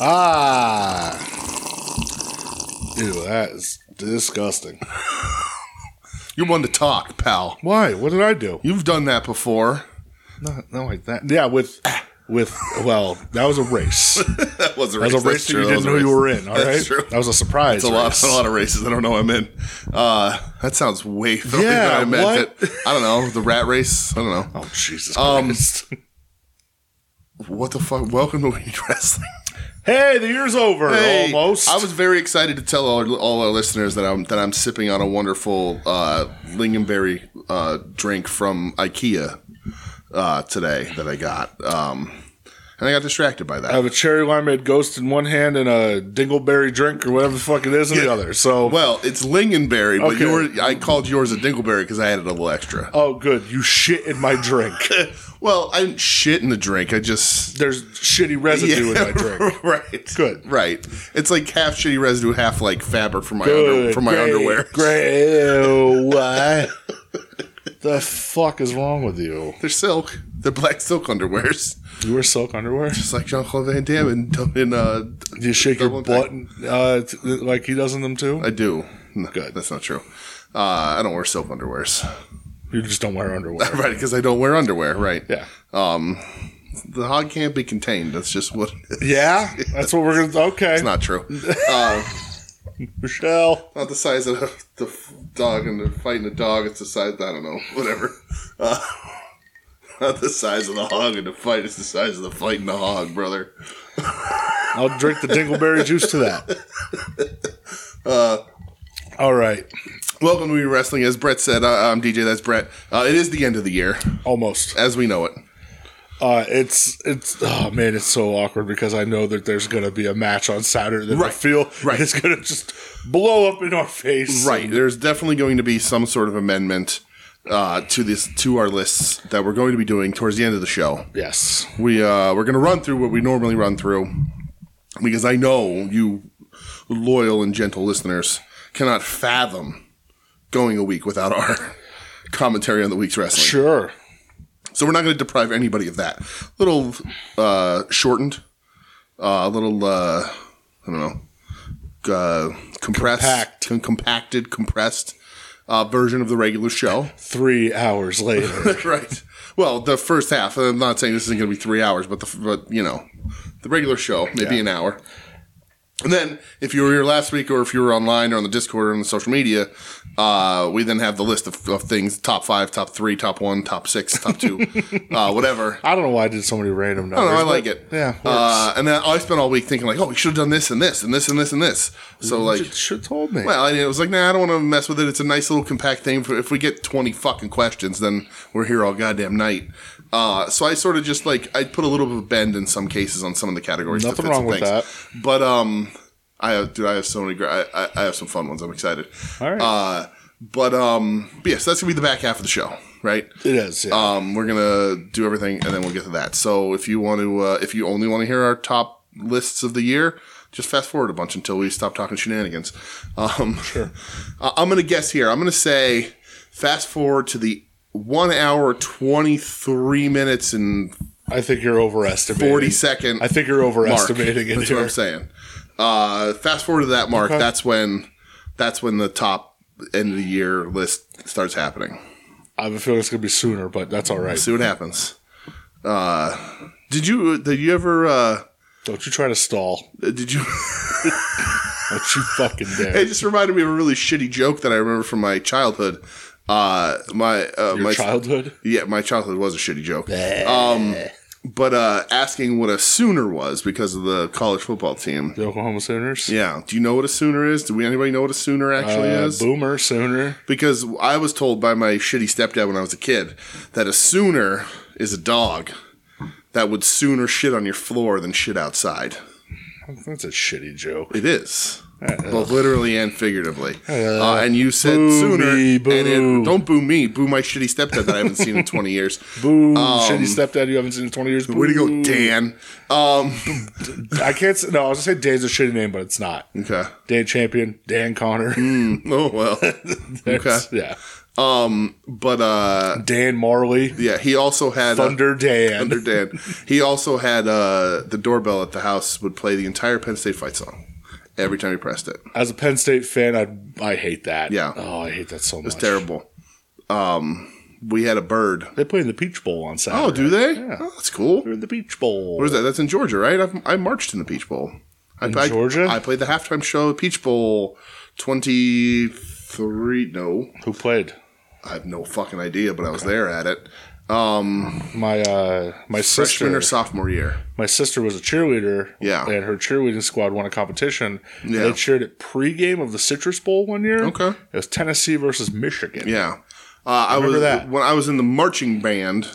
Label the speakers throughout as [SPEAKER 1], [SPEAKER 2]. [SPEAKER 1] Ah, ew, that is disgusting.
[SPEAKER 2] You're one to talk, pal.
[SPEAKER 1] Why? What did I do?
[SPEAKER 2] You've done that before.
[SPEAKER 1] Not, not like that. Yeah, with with well, that was a race.
[SPEAKER 2] That was a
[SPEAKER 1] That
[SPEAKER 2] race.
[SPEAKER 1] was a race
[SPEAKER 2] That's
[SPEAKER 1] that
[SPEAKER 2] true.
[SPEAKER 1] you
[SPEAKER 2] That
[SPEAKER 1] didn't
[SPEAKER 2] was a
[SPEAKER 1] know you
[SPEAKER 2] race.
[SPEAKER 1] were in. All right,
[SPEAKER 2] That's true.
[SPEAKER 1] that was a surprise.
[SPEAKER 2] It's a lot,
[SPEAKER 1] race.
[SPEAKER 2] a lot of races. I don't know. I'm in. Uh, that sounds way funnier
[SPEAKER 1] Yeah,
[SPEAKER 2] than I meant
[SPEAKER 1] what?
[SPEAKER 2] it. I don't know. The rat race. I don't know.
[SPEAKER 1] Oh Jesus
[SPEAKER 2] Um,
[SPEAKER 1] Christ!
[SPEAKER 2] What the fuck? Welcome to Weed Wrestling.
[SPEAKER 1] hey, the year's over
[SPEAKER 2] Hey,
[SPEAKER 1] almost.
[SPEAKER 2] I was very excited to tell all, all our listeners that I'm that I'm sipping on a wonderful uh, lingonberry uh, drink from IKEA uh, today that I got, um, and I got distracted by
[SPEAKER 1] I
[SPEAKER 2] that.
[SPEAKER 1] have a cherry limeade ghost in one hand and a dingleberry drink or whatever the fuck it is in the other. So,
[SPEAKER 2] Well, it's lingonberry,
[SPEAKER 1] Okay.
[SPEAKER 2] but you I called yours a dingleberry because I added a little extra.
[SPEAKER 1] oh good, you shit in my drink.
[SPEAKER 2] Well, I didn't shit in the drink. I just
[SPEAKER 1] There's shitty residue in my drink.
[SPEAKER 2] right.
[SPEAKER 1] Good.
[SPEAKER 2] Right. It's like half shitty residue, half like fabric from my under,
[SPEAKER 1] Good
[SPEAKER 2] from my
[SPEAKER 1] great,
[SPEAKER 2] underwear.
[SPEAKER 1] Great. Ew, what? the fuck is wrong with you?
[SPEAKER 2] They're silk. They're black silk underwears.
[SPEAKER 1] You wear silk underwear?
[SPEAKER 2] It's like Jean Claude Van Damme and in, uh,
[SPEAKER 1] Do you shake your
[SPEAKER 2] Double
[SPEAKER 1] butt uh, t- like he does in them too?
[SPEAKER 2] I do. No, That's not true. Uh, I don't wear silk underwears.
[SPEAKER 1] You just don't wear underwear.
[SPEAKER 2] Right, because I don't wear underwear. Right. Um,
[SPEAKER 1] Yeah.
[SPEAKER 2] The hog can't be contained. That's just what. It's
[SPEAKER 1] Yeah? That's what we're going to. Okay.
[SPEAKER 2] not true.
[SPEAKER 1] Michelle.
[SPEAKER 2] not the size of the, the f- dog and the fighting the dog. It's the size I don't know, whatever. Uh, not the size of the hog and the fight. It's the size of the fighting the hog, brother.
[SPEAKER 1] I'll drink the dingleberry juice to that. Uh,
[SPEAKER 2] Uh,
[SPEAKER 1] All right.
[SPEAKER 2] Welcome to We Wrestling. As Brett said, I, I'm DJ. That's Brett. Uh, it is the end of the year,
[SPEAKER 1] Almost.
[SPEAKER 2] as we know it.
[SPEAKER 1] Uh, it's it's oh man, it's so awkward because I know that there's gonna be a match on Saturday that I
[SPEAKER 2] Right.
[SPEAKER 1] feel
[SPEAKER 2] Right.
[SPEAKER 1] is gonna just blow up in our face.
[SPEAKER 2] Right. There's definitely going to be some sort of amendment uh, to this to our lists that we're going to be doing towards the end of the show.
[SPEAKER 1] Yes.
[SPEAKER 2] we uh we're gonna run through what we normally run through because I know you loyal and gentle listeners cannot fathom going a week without our commentary on the week's wrestling.
[SPEAKER 1] Sure.
[SPEAKER 2] So we're not gonna deprive anybody of that. little uh shortened, uh little uh I don't know. Uh, compressed,
[SPEAKER 1] Compact.
[SPEAKER 2] com- compacted, compressed uh, version of the regular show.
[SPEAKER 1] Three hours later.
[SPEAKER 2] right. Well, the first half. I'm not saying this isn't going to be three hours, but the but you know, the regular show maybe an hour. And then, if you were here last week, or if you were online or on the Discord or on the social media, uh, we then have the list of, of things: top five, top three, top one, top six, top two, uh, whatever.
[SPEAKER 1] I don't know why I did so many random numbers.
[SPEAKER 2] I don't know, I
[SPEAKER 1] but
[SPEAKER 2] like it.
[SPEAKER 1] Yeah.
[SPEAKER 2] Uh, and then I spent all week thinking like, oh, we should have done this and this and this and this and this. So like,
[SPEAKER 1] should have told me.
[SPEAKER 2] well, and it was like, nah, I don't want to mess with it. It's a nice little compact thing. For if we get twenty fucking questions, then we're here all goddamn night. Uh, so I sort of just like I put a little bit of a bend in some cases on some of the categories. to
[SPEAKER 1] Nothing
[SPEAKER 2] fit some
[SPEAKER 1] wrong with
[SPEAKER 2] things. But um, I have, dude, I have so many. Gra- I, I, I have some fun ones. I'm excited.
[SPEAKER 1] All right.
[SPEAKER 2] Uh, but um, but yes, that's gonna be the back half of the show, right?
[SPEAKER 1] it is. Yeah.
[SPEAKER 2] Um, we're gonna do everything, and then we'll get to that. So if you want to, uh, if you only want to hear our top lists of the year, just fast forward a bunch until we stop talking shenanigans. Um, sure. I'm gonna guess here. I'm gonna say fast forward to the one hour twenty three minutes and
[SPEAKER 1] I think you're overestimating.
[SPEAKER 2] forty second.
[SPEAKER 1] I think you're
[SPEAKER 2] mark.
[SPEAKER 1] overestimating it
[SPEAKER 2] That's
[SPEAKER 1] here.
[SPEAKER 2] what I'm saying. Uh, fast forward to that mark. That's when. That's when the top end of the year list starts happening.
[SPEAKER 1] I have a feeling it's gonna be sooner, but that's all right.
[SPEAKER 2] see what happens. Uh, did you did you ever uh,
[SPEAKER 1] Don't you try to stall.
[SPEAKER 2] did you?
[SPEAKER 1] Don't you fucking dare.
[SPEAKER 2] it just reminded me of a really shitty joke that I remember from my childhood. Uh, my uh,
[SPEAKER 1] Your
[SPEAKER 2] my
[SPEAKER 1] childhood.
[SPEAKER 2] yeah, my childhood was a shitty joke. Um, but uh, asking what a Sooner was because of the college football team.
[SPEAKER 1] The Oklahoma Sooners.
[SPEAKER 2] Yeah, do you know what a Sooner is? Do we anybody know what a Sooner actually
[SPEAKER 1] Uh,
[SPEAKER 2] is?
[SPEAKER 1] Boomer Sooner.
[SPEAKER 2] Because I was told by my shitty stepdad when I was a kid that a Sooner is a dog that would sooner shit on your floor than shit outside.
[SPEAKER 1] That's a shitty joke.
[SPEAKER 2] It is.
[SPEAKER 1] Uh,
[SPEAKER 2] Both literally and figuratively. Uh, and you said
[SPEAKER 1] Boo
[SPEAKER 2] sooner.
[SPEAKER 1] me,
[SPEAKER 2] And
[SPEAKER 1] boo.
[SPEAKER 2] it, don't boo me. Boo my shitty stepdad that I haven't seen in 20 years. Uh,
[SPEAKER 1] Boom. shitty stepdad you haven't seen in 20 years.
[SPEAKER 2] Um, Way to go, Dan. Um,
[SPEAKER 1] I can't say, no, I was going to say Dan's a shitty name, but it's not.
[SPEAKER 2] okay.
[SPEAKER 1] Dan Champion, Dan Connor.
[SPEAKER 2] Oh, well. Mm, okay.
[SPEAKER 1] Yeah.
[SPEAKER 2] Um, but uh,
[SPEAKER 1] Dan Marley,
[SPEAKER 2] yeah, he also had a-
[SPEAKER 1] Thunder Dan.
[SPEAKER 2] Thunder Dan. He also had uh, the doorbell at the house would play the entire Penn State fight song every time he pressed it.
[SPEAKER 1] As a Penn State fan, I I hate that.
[SPEAKER 2] Yeah.
[SPEAKER 1] Oh, I hate that so much.
[SPEAKER 2] It's terrible. Um, we had a bird.
[SPEAKER 1] They play in the Peach Bowl on Saturday.
[SPEAKER 2] Oh, do they?
[SPEAKER 1] Yeah.
[SPEAKER 2] Oh, that's cool.
[SPEAKER 1] They're in the Peach Bowl.
[SPEAKER 2] Where's that? That's in Georgia, right? I've, I marched in the Peach Bowl. I,
[SPEAKER 1] In
[SPEAKER 2] I-
[SPEAKER 1] Georgia?
[SPEAKER 2] I played the halftime show at Peach Bowl 23. No,
[SPEAKER 1] Who played?
[SPEAKER 2] I have no fucking idea, but I was there at it. Um,
[SPEAKER 1] My uh, my sister.
[SPEAKER 2] Freshman or sophomore year.
[SPEAKER 1] my sister was a cheerleader.
[SPEAKER 2] Yeah.
[SPEAKER 1] And her cheerleading squad won a competition.
[SPEAKER 2] Yeah.
[SPEAKER 1] Yeah. They cheered at pregame of the Citrus Bowl one year.
[SPEAKER 2] Okay.
[SPEAKER 1] It was Tennessee versus Michigan.
[SPEAKER 2] Yeah, uh, I was
[SPEAKER 1] Remember that.
[SPEAKER 2] when I was in the marching band.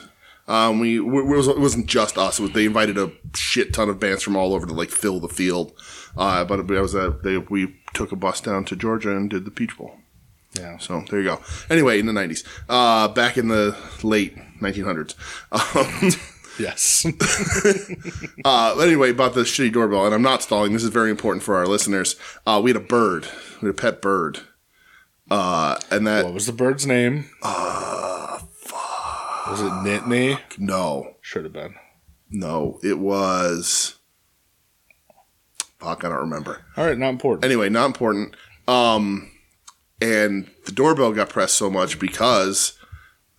[SPEAKER 2] Um, we, we it, was, it wasn't just us. It was, they invited a shit ton of bands from all over to like fill the field. Uh, but it was uh they we took a bus down to Georgia and did the Peach Bowl.
[SPEAKER 1] Yeah.
[SPEAKER 2] So there you go. Anyway, in the nineties, uh, back in the late 1900s. Um,
[SPEAKER 1] Yes.
[SPEAKER 2] uh, but anyway, about the shitty doorbell, and I'm not stalling. This is very important for our listeners. Uh, we had a bird. We had a pet bird. Uh, and that
[SPEAKER 1] what was the bird's name? Uh, fuck. Was it Nittany?
[SPEAKER 2] no.
[SPEAKER 1] Should have been.
[SPEAKER 2] No, it was. Fuck, I don't remember.
[SPEAKER 1] All right, not important.
[SPEAKER 2] Anyway, not important. Um, and the doorbell got pressed so much because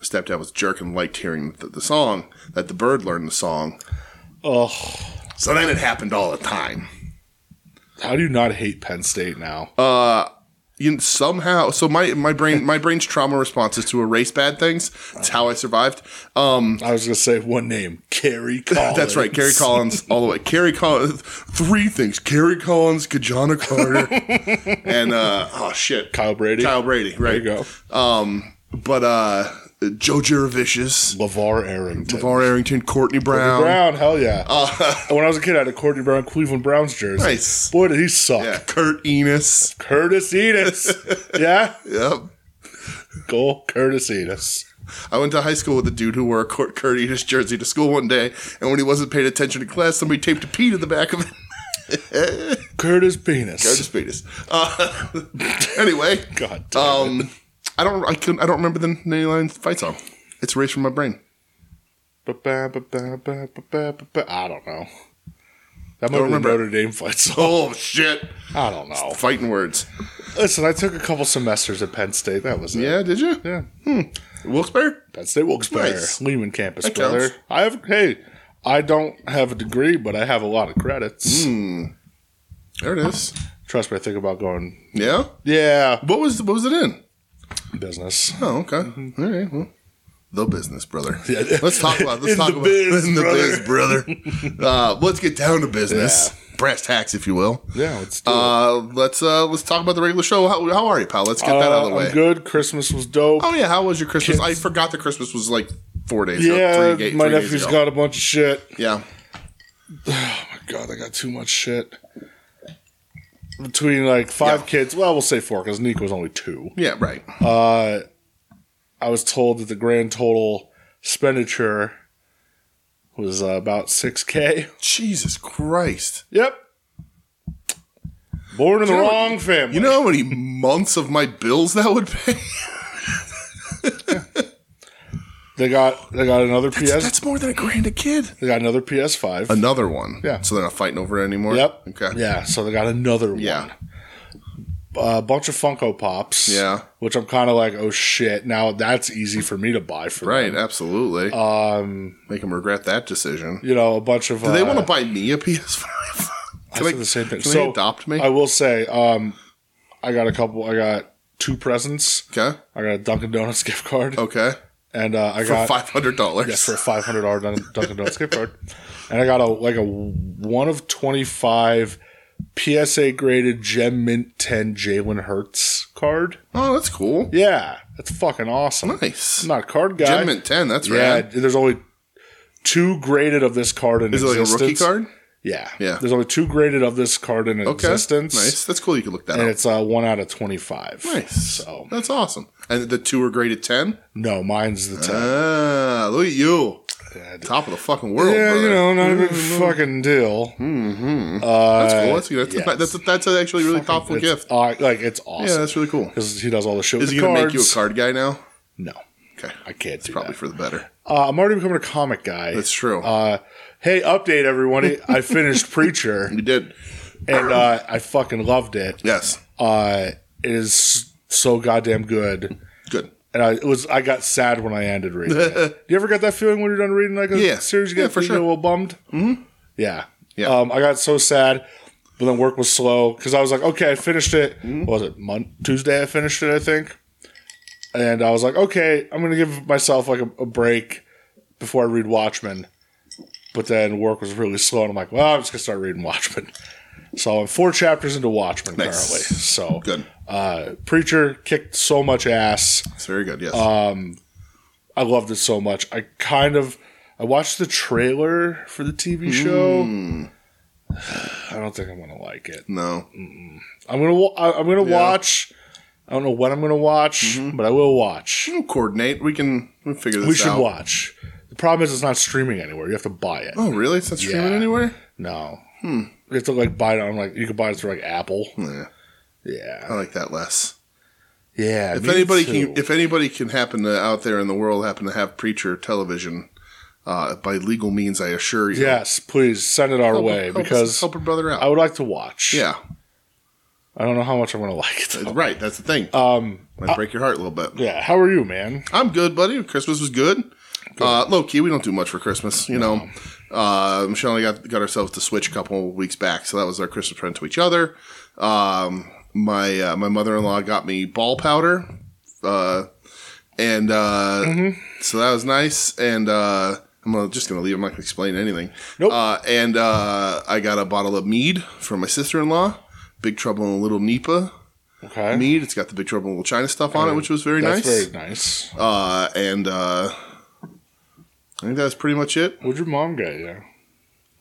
[SPEAKER 2] my stepdad was a jerk and liked hearing the, the song that the bird learned the song.
[SPEAKER 1] oh,
[SPEAKER 2] So then it happened all the time.
[SPEAKER 1] how do you not hate Penn State now?
[SPEAKER 2] You somehow, so my my brain my brain's trauma response is to erase bad things. It's how I survived. Um,
[SPEAKER 1] I was gonna say one name, Kerry Collins.
[SPEAKER 2] That's right, Kerry Collins all the way. Kerry Collins, three things: Kerry Collins, Kajana Carter, and uh, oh shit,
[SPEAKER 1] Kyle Brady.
[SPEAKER 2] Kyle Brady,
[SPEAKER 1] There
[SPEAKER 2] right?
[SPEAKER 1] you go.
[SPEAKER 2] Um, but uh, Joe Giravicious,
[SPEAKER 1] LeVar Arrington.
[SPEAKER 2] Var Arrington, Courtney Brown.
[SPEAKER 1] Brown, hell yeah. when I was a kid, I had a Courtney Brown Cleveland Browns jersey.
[SPEAKER 2] Nice.
[SPEAKER 1] Boy, did he suck.
[SPEAKER 2] Yeah, Kurt Enos.
[SPEAKER 1] Curtis Enos. yeah?
[SPEAKER 2] Yep.
[SPEAKER 1] Go Curtis Enos.
[SPEAKER 2] I went to high school with a dude who wore a Kurt, Kurt Enos jersey to school one day, and when he wasn't paying attention to class, somebody taped a P to the back of it.
[SPEAKER 1] Curtis Penis.
[SPEAKER 2] Curtis Penis. Uh, anyway,
[SPEAKER 1] God damn it.
[SPEAKER 2] um, I don't. I couldn't. I don't remember the Nanny Line fight song. It's erased from my brain.
[SPEAKER 1] Ba-ba-ba-ba-ba-ba-ba-ba. I don't know. That might
[SPEAKER 2] Don't
[SPEAKER 1] be
[SPEAKER 2] remember.
[SPEAKER 1] remember. Notre Dame fight song.
[SPEAKER 2] Oh shit!
[SPEAKER 1] I don't know.
[SPEAKER 2] Fighting words.
[SPEAKER 1] Listen, I took a couple semesters at Penn State. That was it.
[SPEAKER 2] Yeah, did you? Hmm.
[SPEAKER 1] Yeah.
[SPEAKER 2] Wilkes-Barre?
[SPEAKER 1] Penn State Wilkes-Barre,
[SPEAKER 2] Nice.
[SPEAKER 1] Lehman campus,
[SPEAKER 2] That
[SPEAKER 1] brother.
[SPEAKER 2] counts.
[SPEAKER 1] I have hey, I don't have a degree, but I have a lot of credits.
[SPEAKER 2] Hmm. There it is.
[SPEAKER 1] Trust me, I think about going.
[SPEAKER 2] Yeah.
[SPEAKER 1] Yeah,
[SPEAKER 2] What was what was it in?
[SPEAKER 1] business.
[SPEAKER 2] Oh, okay. All right. Well, the business, brother.
[SPEAKER 1] Mm-hmm. Yeah.
[SPEAKER 2] Let's talk about. Let's
[SPEAKER 1] In
[SPEAKER 2] talk
[SPEAKER 1] the
[SPEAKER 2] about
[SPEAKER 1] biz,
[SPEAKER 2] in the
[SPEAKER 1] brother.
[SPEAKER 2] biz, brother. uh, let's get down to business, brass tacks, if you will.
[SPEAKER 1] Yeah, let's do it.
[SPEAKER 2] Uh, let's uh, let's talk about the regular show. How, how are you, pal? Let's get that out of the
[SPEAKER 1] Uh,
[SPEAKER 2] way.
[SPEAKER 1] I'm good. Christmas was dope.
[SPEAKER 2] Oh yeah, how was your Christmas? I forgot that Christmas was like four days.
[SPEAKER 1] yeah,
[SPEAKER 2] ago, three, ga-
[SPEAKER 1] my
[SPEAKER 2] three days
[SPEAKER 1] nephew's
[SPEAKER 2] ago.
[SPEAKER 1] got a bunch of shit.
[SPEAKER 2] Yeah,
[SPEAKER 1] My God, I got too much shit. Between like five
[SPEAKER 2] Yeah.
[SPEAKER 1] kids, well, we'll say four because Nico was only two.
[SPEAKER 2] yeah, right.
[SPEAKER 1] I was told that the grand total expenditure was uh, about six k.
[SPEAKER 2] Jesus Christ!
[SPEAKER 1] Yep. Born in the
[SPEAKER 2] know what-
[SPEAKER 1] wrong family.
[SPEAKER 2] You know how many months of my bills that would pay?
[SPEAKER 1] they got they got another PS.
[SPEAKER 2] That's more than a grand a kid.
[SPEAKER 1] they got another PS Five.
[SPEAKER 2] Another one.
[SPEAKER 1] Yeah.
[SPEAKER 2] So they're not fighting over it anymore.
[SPEAKER 1] Yep.
[SPEAKER 2] Okay.
[SPEAKER 1] Yeah. So they got another one.
[SPEAKER 2] Yeah.
[SPEAKER 1] a bunch of Funko Pops.
[SPEAKER 2] Yeah.
[SPEAKER 1] Which I'm kind of like, oh shit. Now that's easy for me to buy for them.
[SPEAKER 2] Right. Absolutely. Um. Make them regret that decision.
[SPEAKER 1] You know, a bunch of. uh,
[SPEAKER 2] Do they want to buy me a PS5?
[SPEAKER 1] I said the same thing.
[SPEAKER 2] Can
[SPEAKER 1] so
[SPEAKER 2] they adopt me?
[SPEAKER 1] I will say, um, I got a couple. I got two presents.
[SPEAKER 2] okay.
[SPEAKER 1] I got a Dunkin' Donuts gift card,
[SPEAKER 2] Okay.
[SPEAKER 1] and uh, I
[SPEAKER 2] Oh. For
[SPEAKER 1] got
[SPEAKER 2] five hundred dollars.
[SPEAKER 1] for a five hundred dollar Dunkin' Donuts gift card, and I got a like a one of twenty five PSA graded Gem Mint ten Jalen Hurts card.
[SPEAKER 2] Oh, that's cool.
[SPEAKER 1] Yeah, that's fucking awesome.
[SPEAKER 2] Nice.
[SPEAKER 1] I'm not a card guy.
[SPEAKER 2] Gem Mint ten. That's
[SPEAKER 1] Yeah,
[SPEAKER 2] rad.
[SPEAKER 1] there's only two graded of this card in
[SPEAKER 2] Is it like a rookie
[SPEAKER 1] existence.
[SPEAKER 2] card?
[SPEAKER 1] Yeah,
[SPEAKER 2] Yeah.
[SPEAKER 1] There's only two graded of this card in
[SPEAKER 2] Okay.
[SPEAKER 1] existence.
[SPEAKER 2] Nice. That's cool. You can look that
[SPEAKER 1] And
[SPEAKER 2] up.
[SPEAKER 1] it's uh, one out of twenty-five.
[SPEAKER 2] Nice.
[SPEAKER 1] So
[SPEAKER 2] That's awesome. And the two are graded 10?
[SPEAKER 1] no, mine's the ten.
[SPEAKER 2] Ah, look at you.
[SPEAKER 1] Uh, yeah, d-
[SPEAKER 2] Top of the fucking world,
[SPEAKER 1] yeah,
[SPEAKER 2] Oh, brother. Mm-hmm.
[SPEAKER 1] you know, not a big fucking deal.
[SPEAKER 2] that's
[SPEAKER 1] uh,
[SPEAKER 2] cool. That's, that's,
[SPEAKER 1] yes.
[SPEAKER 2] that's, that's actually a really thoughtful
[SPEAKER 1] It's,
[SPEAKER 2] gift.
[SPEAKER 1] uh, like it's awesome.
[SPEAKER 2] Yeah, that's really cool.
[SPEAKER 1] because he does all the shit.
[SPEAKER 2] Is
[SPEAKER 1] with
[SPEAKER 2] he
[SPEAKER 1] the
[SPEAKER 2] going to make you a
[SPEAKER 1] cards.
[SPEAKER 2] card guy now?
[SPEAKER 1] No,
[SPEAKER 2] Okay.
[SPEAKER 1] I can't do
[SPEAKER 2] Probably
[SPEAKER 1] that.
[SPEAKER 2] for the better.
[SPEAKER 1] Uh, I'm already becoming a comic guy.
[SPEAKER 2] That's true.
[SPEAKER 1] Uh, hey, update everybody! I finished Preacher,
[SPEAKER 2] you did.
[SPEAKER 1] and uh, I fucking loved it.
[SPEAKER 2] Yes.
[SPEAKER 1] Uh, it is so goddamn good.
[SPEAKER 2] Good.
[SPEAKER 1] And I it was I got sad when I ended reading. it. Do you ever get that feeling when you're done reading like a
[SPEAKER 2] Yeah.
[SPEAKER 1] series? You get
[SPEAKER 2] Yeah, for
[SPEAKER 1] you get a
[SPEAKER 2] sure.
[SPEAKER 1] little bummed. Mm-hmm. Yeah,
[SPEAKER 2] Yeah.
[SPEAKER 1] Um, I got so sad, but then work was slow because I was like, okay, I finished it.
[SPEAKER 2] Mm-hmm.
[SPEAKER 1] What was it Mon- Tuesday? I finished it, I think. And I was like, okay, I'm gonna give myself like a, a break before I read Watchmen. But then work was really slow, and I'm like, well, I'm just gonna start reading Watchmen. So I'm four chapters into Watchmen
[SPEAKER 2] Nice.
[SPEAKER 1] currently. So
[SPEAKER 2] Good.
[SPEAKER 1] Uh, Preacher kicked so much ass.
[SPEAKER 2] It's very good. Yes.
[SPEAKER 1] Um, I loved it so much. I kind of I watched the trailer for the TV show.
[SPEAKER 2] Hmm.
[SPEAKER 1] I don't think I'm gonna like it.
[SPEAKER 2] no.
[SPEAKER 1] I'm gonna wa- I- I'm gonna
[SPEAKER 2] Yeah.
[SPEAKER 1] watch. I don't know when I'm gonna watch, but I will watch.
[SPEAKER 2] We'll coordinate. We can we can figure this out.
[SPEAKER 1] We should watch. The problem is it's not streaming anywhere. You have to buy it.
[SPEAKER 2] Oh, really? It's not streaming
[SPEAKER 1] Yeah.
[SPEAKER 2] anywhere?
[SPEAKER 1] No,
[SPEAKER 2] Hmm.
[SPEAKER 1] you have to like buy it on like you can buy it through like Apple.
[SPEAKER 2] Yeah. I
[SPEAKER 1] Yeah,
[SPEAKER 2] like that less.
[SPEAKER 1] yeah.
[SPEAKER 2] Uh, If
[SPEAKER 1] me
[SPEAKER 2] anybody
[SPEAKER 1] too.
[SPEAKER 2] can, if anybody can happen to out there in the world happen to have preacher television, uh, by legal means, I assure you.
[SPEAKER 1] yes, please send it our
[SPEAKER 2] Help-
[SPEAKER 1] way
[SPEAKER 2] help us-
[SPEAKER 1] because
[SPEAKER 2] help her brother out.
[SPEAKER 1] I would like to watch.
[SPEAKER 2] yeah,
[SPEAKER 1] I don't know how much I'm gonna like it. though.
[SPEAKER 2] right. That's the thing.
[SPEAKER 1] Um,
[SPEAKER 2] Might break your heart a little bit.
[SPEAKER 1] yeah. How are you, man?
[SPEAKER 2] I'm good, buddy. Christmas was good. Uh, low key, we don't do much for Christmas, you know. Uh, Michelle and I got, got ourselves the Switch a couple weeks back, so that was our Christmas present to each other. Um, my uh, my mother in law got me ball powder, uh, and uh,
[SPEAKER 1] Mm-hmm.
[SPEAKER 2] so that was nice. And uh, I'm gonna- just gonna leave. I'm not gonna explain anything.
[SPEAKER 1] Nope.
[SPEAKER 2] Uh, and uh, I got a bottle of mead from my sister in law. Big Trouble in Little Nipa
[SPEAKER 1] Okay.
[SPEAKER 2] mead. It's got the Big Trouble in Little China stuff on it, which was very
[SPEAKER 1] That's
[SPEAKER 2] nice.
[SPEAKER 1] very nice.
[SPEAKER 2] Uh, and uh, I think that's pretty much it.
[SPEAKER 1] What'd your mom get you?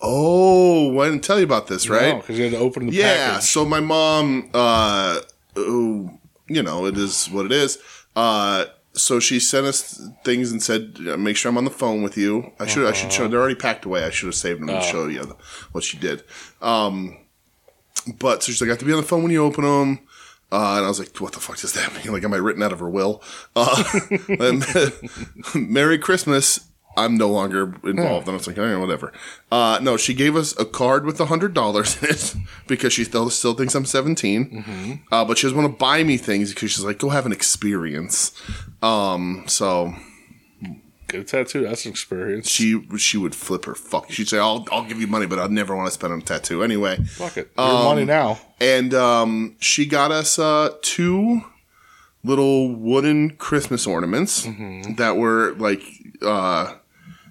[SPEAKER 2] Oh, I didn't tell you about this, right?
[SPEAKER 1] Because you had to open the
[SPEAKER 2] yeah.
[SPEAKER 1] package.
[SPEAKER 2] So my mom, uh, who, you know, it is what it is. Uh, so she sent us things and said, "Make sure I'm on the phone with you." I should, I should show. They're already packed away. I should have saved them and show you what she did. Um, but so she's like, "I have to be on the phone when you open them." Uh, and I was like, "What the fuck does that mean? Like, am I written out of her will?" Uh, and Merry Christmas. I'm no longer involved. And I was like, "Alright, whatever. Uh, no, she gave us a card with a hundred dollars in it because she still still thinks I'm 17. Uh, but she doesn't want to buy me things because she's like, "Go have an experience." Um, so
[SPEAKER 1] Get a tattoo. That's an experience.
[SPEAKER 2] she she would flip her fuck. She'd say, "I'll I'll give you money, but I'll never want to spend on a tattoo anyway."
[SPEAKER 1] Fuck it. Your
[SPEAKER 2] Um,
[SPEAKER 1] money now.
[SPEAKER 2] and um, she got us uh, two little wooden Christmas ornaments
[SPEAKER 1] Mm-hmm.
[SPEAKER 2] that were like uh,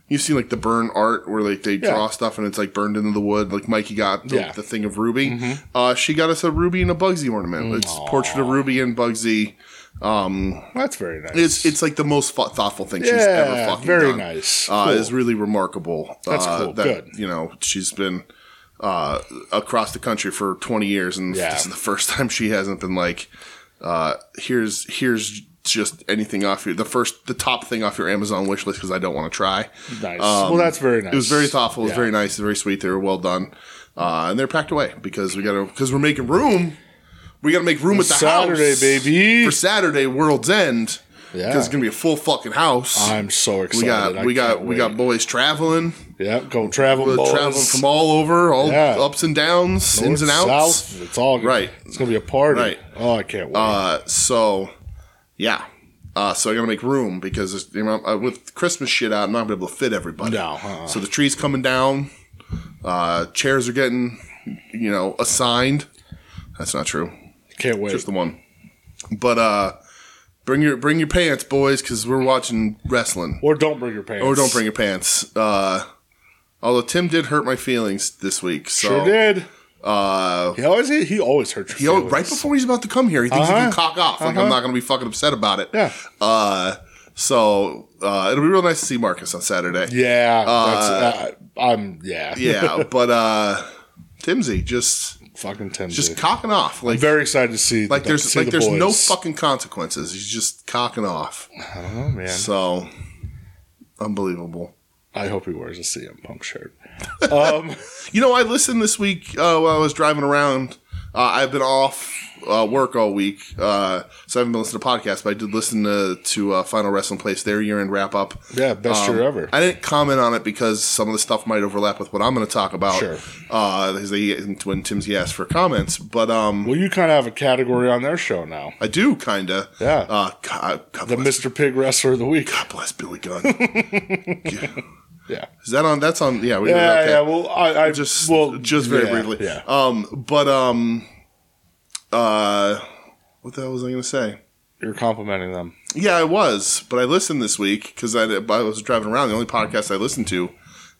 [SPEAKER 2] you see like the burn art where like they draw stuff and it's like burned into the wood. Like Mikey got the,
[SPEAKER 1] Yeah. Mm-hmm.
[SPEAKER 2] the thing of Ruby. Uh, she got us a Ruby and a Bugsy ornament. It's
[SPEAKER 1] Mm.
[SPEAKER 2] portrait of Ruby and Bugsy.
[SPEAKER 1] That's very nice.
[SPEAKER 2] It's it's like the most fo- thoughtful thing she's ever
[SPEAKER 1] yeah,
[SPEAKER 2] fucking
[SPEAKER 1] very
[SPEAKER 2] done
[SPEAKER 1] nice.
[SPEAKER 2] uh,
[SPEAKER 1] Cool.
[SPEAKER 2] is really remarkable.
[SPEAKER 1] That's
[SPEAKER 2] uh,
[SPEAKER 1] cool.
[SPEAKER 2] That,
[SPEAKER 1] Good.
[SPEAKER 2] You know, she's been uh, across the country for 20 years, and
[SPEAKER 1] Yeah.
[SPEAKER 2] this is the first time she hasn't been like, uh, "Here's here's just anything off your the first the top thing off your Amazon wish list because I don't want to try." Um,
[SPEAKER 1] nice. well, that's very nice.
[SPEAKER 2] It was very thoughtful. It was
[SPEAKER 1] Yeah.
[SPEAKER 2] very nice. Very sweet. They were well done, uh, and they're packed away because we got to because we're making room. We got to make room at the
[SPEAKER 1] Saturday,
[SPEAKER 2] house
[SPEAKER 1] baby.
[SPEAKER 2] for Saturday World's End.
[SPEAKER 1] Yeah.
[SPEAKER 2] because it's gonna be a full fucking house.
[SPEAKER 1] I'm so excited.
[SPEAKER 2] We got
[SPEAKER 1] I
[SPEAKER 2] we got
[SPEAKER 1] can't
[SPEAKER 2] we got
[SPEAKER 1] wait.
[SPEAKER 2] boys traveling,
[SPEAKER 1] Yeah, go traveling.
[SPEAKER 2] uh,
[SPEAKER 1] boys.
[SPEAKER 2] traveling from all over, all
[SPEAKER 1] Yeah.
[SPEAKER 2] ups and downs,
[SPEAKER 1] North,
[SPEAKER 2] ins and outs.
[SPEAKER 1] South. It's all
[SPEAKER 2] Right.
[SPEAKER 1] It's gonna be a party.
[SPEAKER 2] Right.
[SPEAKER 1] Oh, I can't wait.
[SPEAKER 2] Uh, so yeah, uh, so I gotta make room because it's- you know, uh, with Christmas shit out, I'm not gonna be able to fit everybody.
[SPEAKER 1] No, uh-uh.
[SPEAKER 2] So the tree's coming down. Uh, chairs are getting you know assigned. That's not true.
[SPEAKER 1] can't wait.
[SPEAKER 2] Just the one. But uh, bring your bring your pants, boys, because we're watching wrestling.
[SPEAKER 1] or don't bring your pants.
[SPEAKER 2] Or Oh, don't bring your pants. Uh, although Tim did hurt my feelings this week, so
[SPEAKER 1] Sure did.
[SPEAKER 2] Uh,
[SPEAKER 1] He always he always hurt your
[SPEAKER 2] you know,
[SPEAKER 1] feelings.
[SPEAKER 2] right before he's about to come here, he thinks he
[SPEAKER 1] Uh-huh.
[SPEAKER 2] can cock off. Like I'm not going to be fucking upset about it.
[SPEAKER 1] Yeah.
[SPEAKER 2] Uh, so uh, it'll be real nice to see Marcus on Saturday.
[SPEAKER 1] Yeah, that's, uh, I'm yeah,
[SPEAKER 2] Yeah, but uh, Timsy just
[SPEAKER 1] fucking Timsy.
[SPEAKER 2] just cocking off. Like
[SPEAKER 1] Very excited to see
[SPEAKER 2] like there's
[SPEAKER 1] see
[SPEAKER 2] like
[SPEAKER 1] the
[SPEAKER 2] there's no
[SPEAKER 1] boys.
[SPEAKER 2] fucking consequences. He's just cocking off.
[SPEAKER 1] I don't know, Oh, man.
[SPEAKER 2] So unbelievable.
[SPEAKER 1] I hope he wears a CM Punk shirt. Um,
[SPEAKER 2] You know, I listened this week uh, while I was driving around. Uh, I've been off uh, work all week, uh, so I haven't been listening to podcasts, but I did listen to, to uh, Final Wrestling Place, their year end wrap up.
[SPEAKER 1] Yeah, best year ever.
[SPEAKER 2] I didn't comment on it because some of the stuff might overlap with what I'm going to talk about.
[SPEAKER 1] Sure.
[SPEAKER 2] Uh, because they, when Tim's asked for comments, but um,
[SPEAKER 1] well, you kind of have a category on their show now.
[SPEAKER 2] I do kind of.
[SPEAKER 1] Yeah.
[SPEAKER 2] Uh, God, God,
[SPEAKER 1] The
[SPEAKER 2] bless,
[SPEAKER 1] Mr. Pig Wrestler of the Week.
[SPEAKER 2] God bless Billy Gunn. Yeah.
[SPEAKER 1] Yeah.
[SPEAKER 2] Is that on? That's on. Yeah. We
[SPEAKER 1] Yeah,
[SPEAKER 2] okay.
[SPEAKER 1] yeah. Well, I, I
[SPEAKER 2] just
[SPEAKER 1] well,
[SPEAKER 2] just very
[SPEAKER 1] yeah,
[SPEAKER 2] briefly.
[SPEAKER 1] Yeah.
[SPEAKER 2] Um, but um, uh, what the hell was I going to say?
[SPEAKER 1] You're complimenting them.
[SPEAKER 2] Yeah, I was, but I listened this week because I, I was driving around. The only podcast I listened to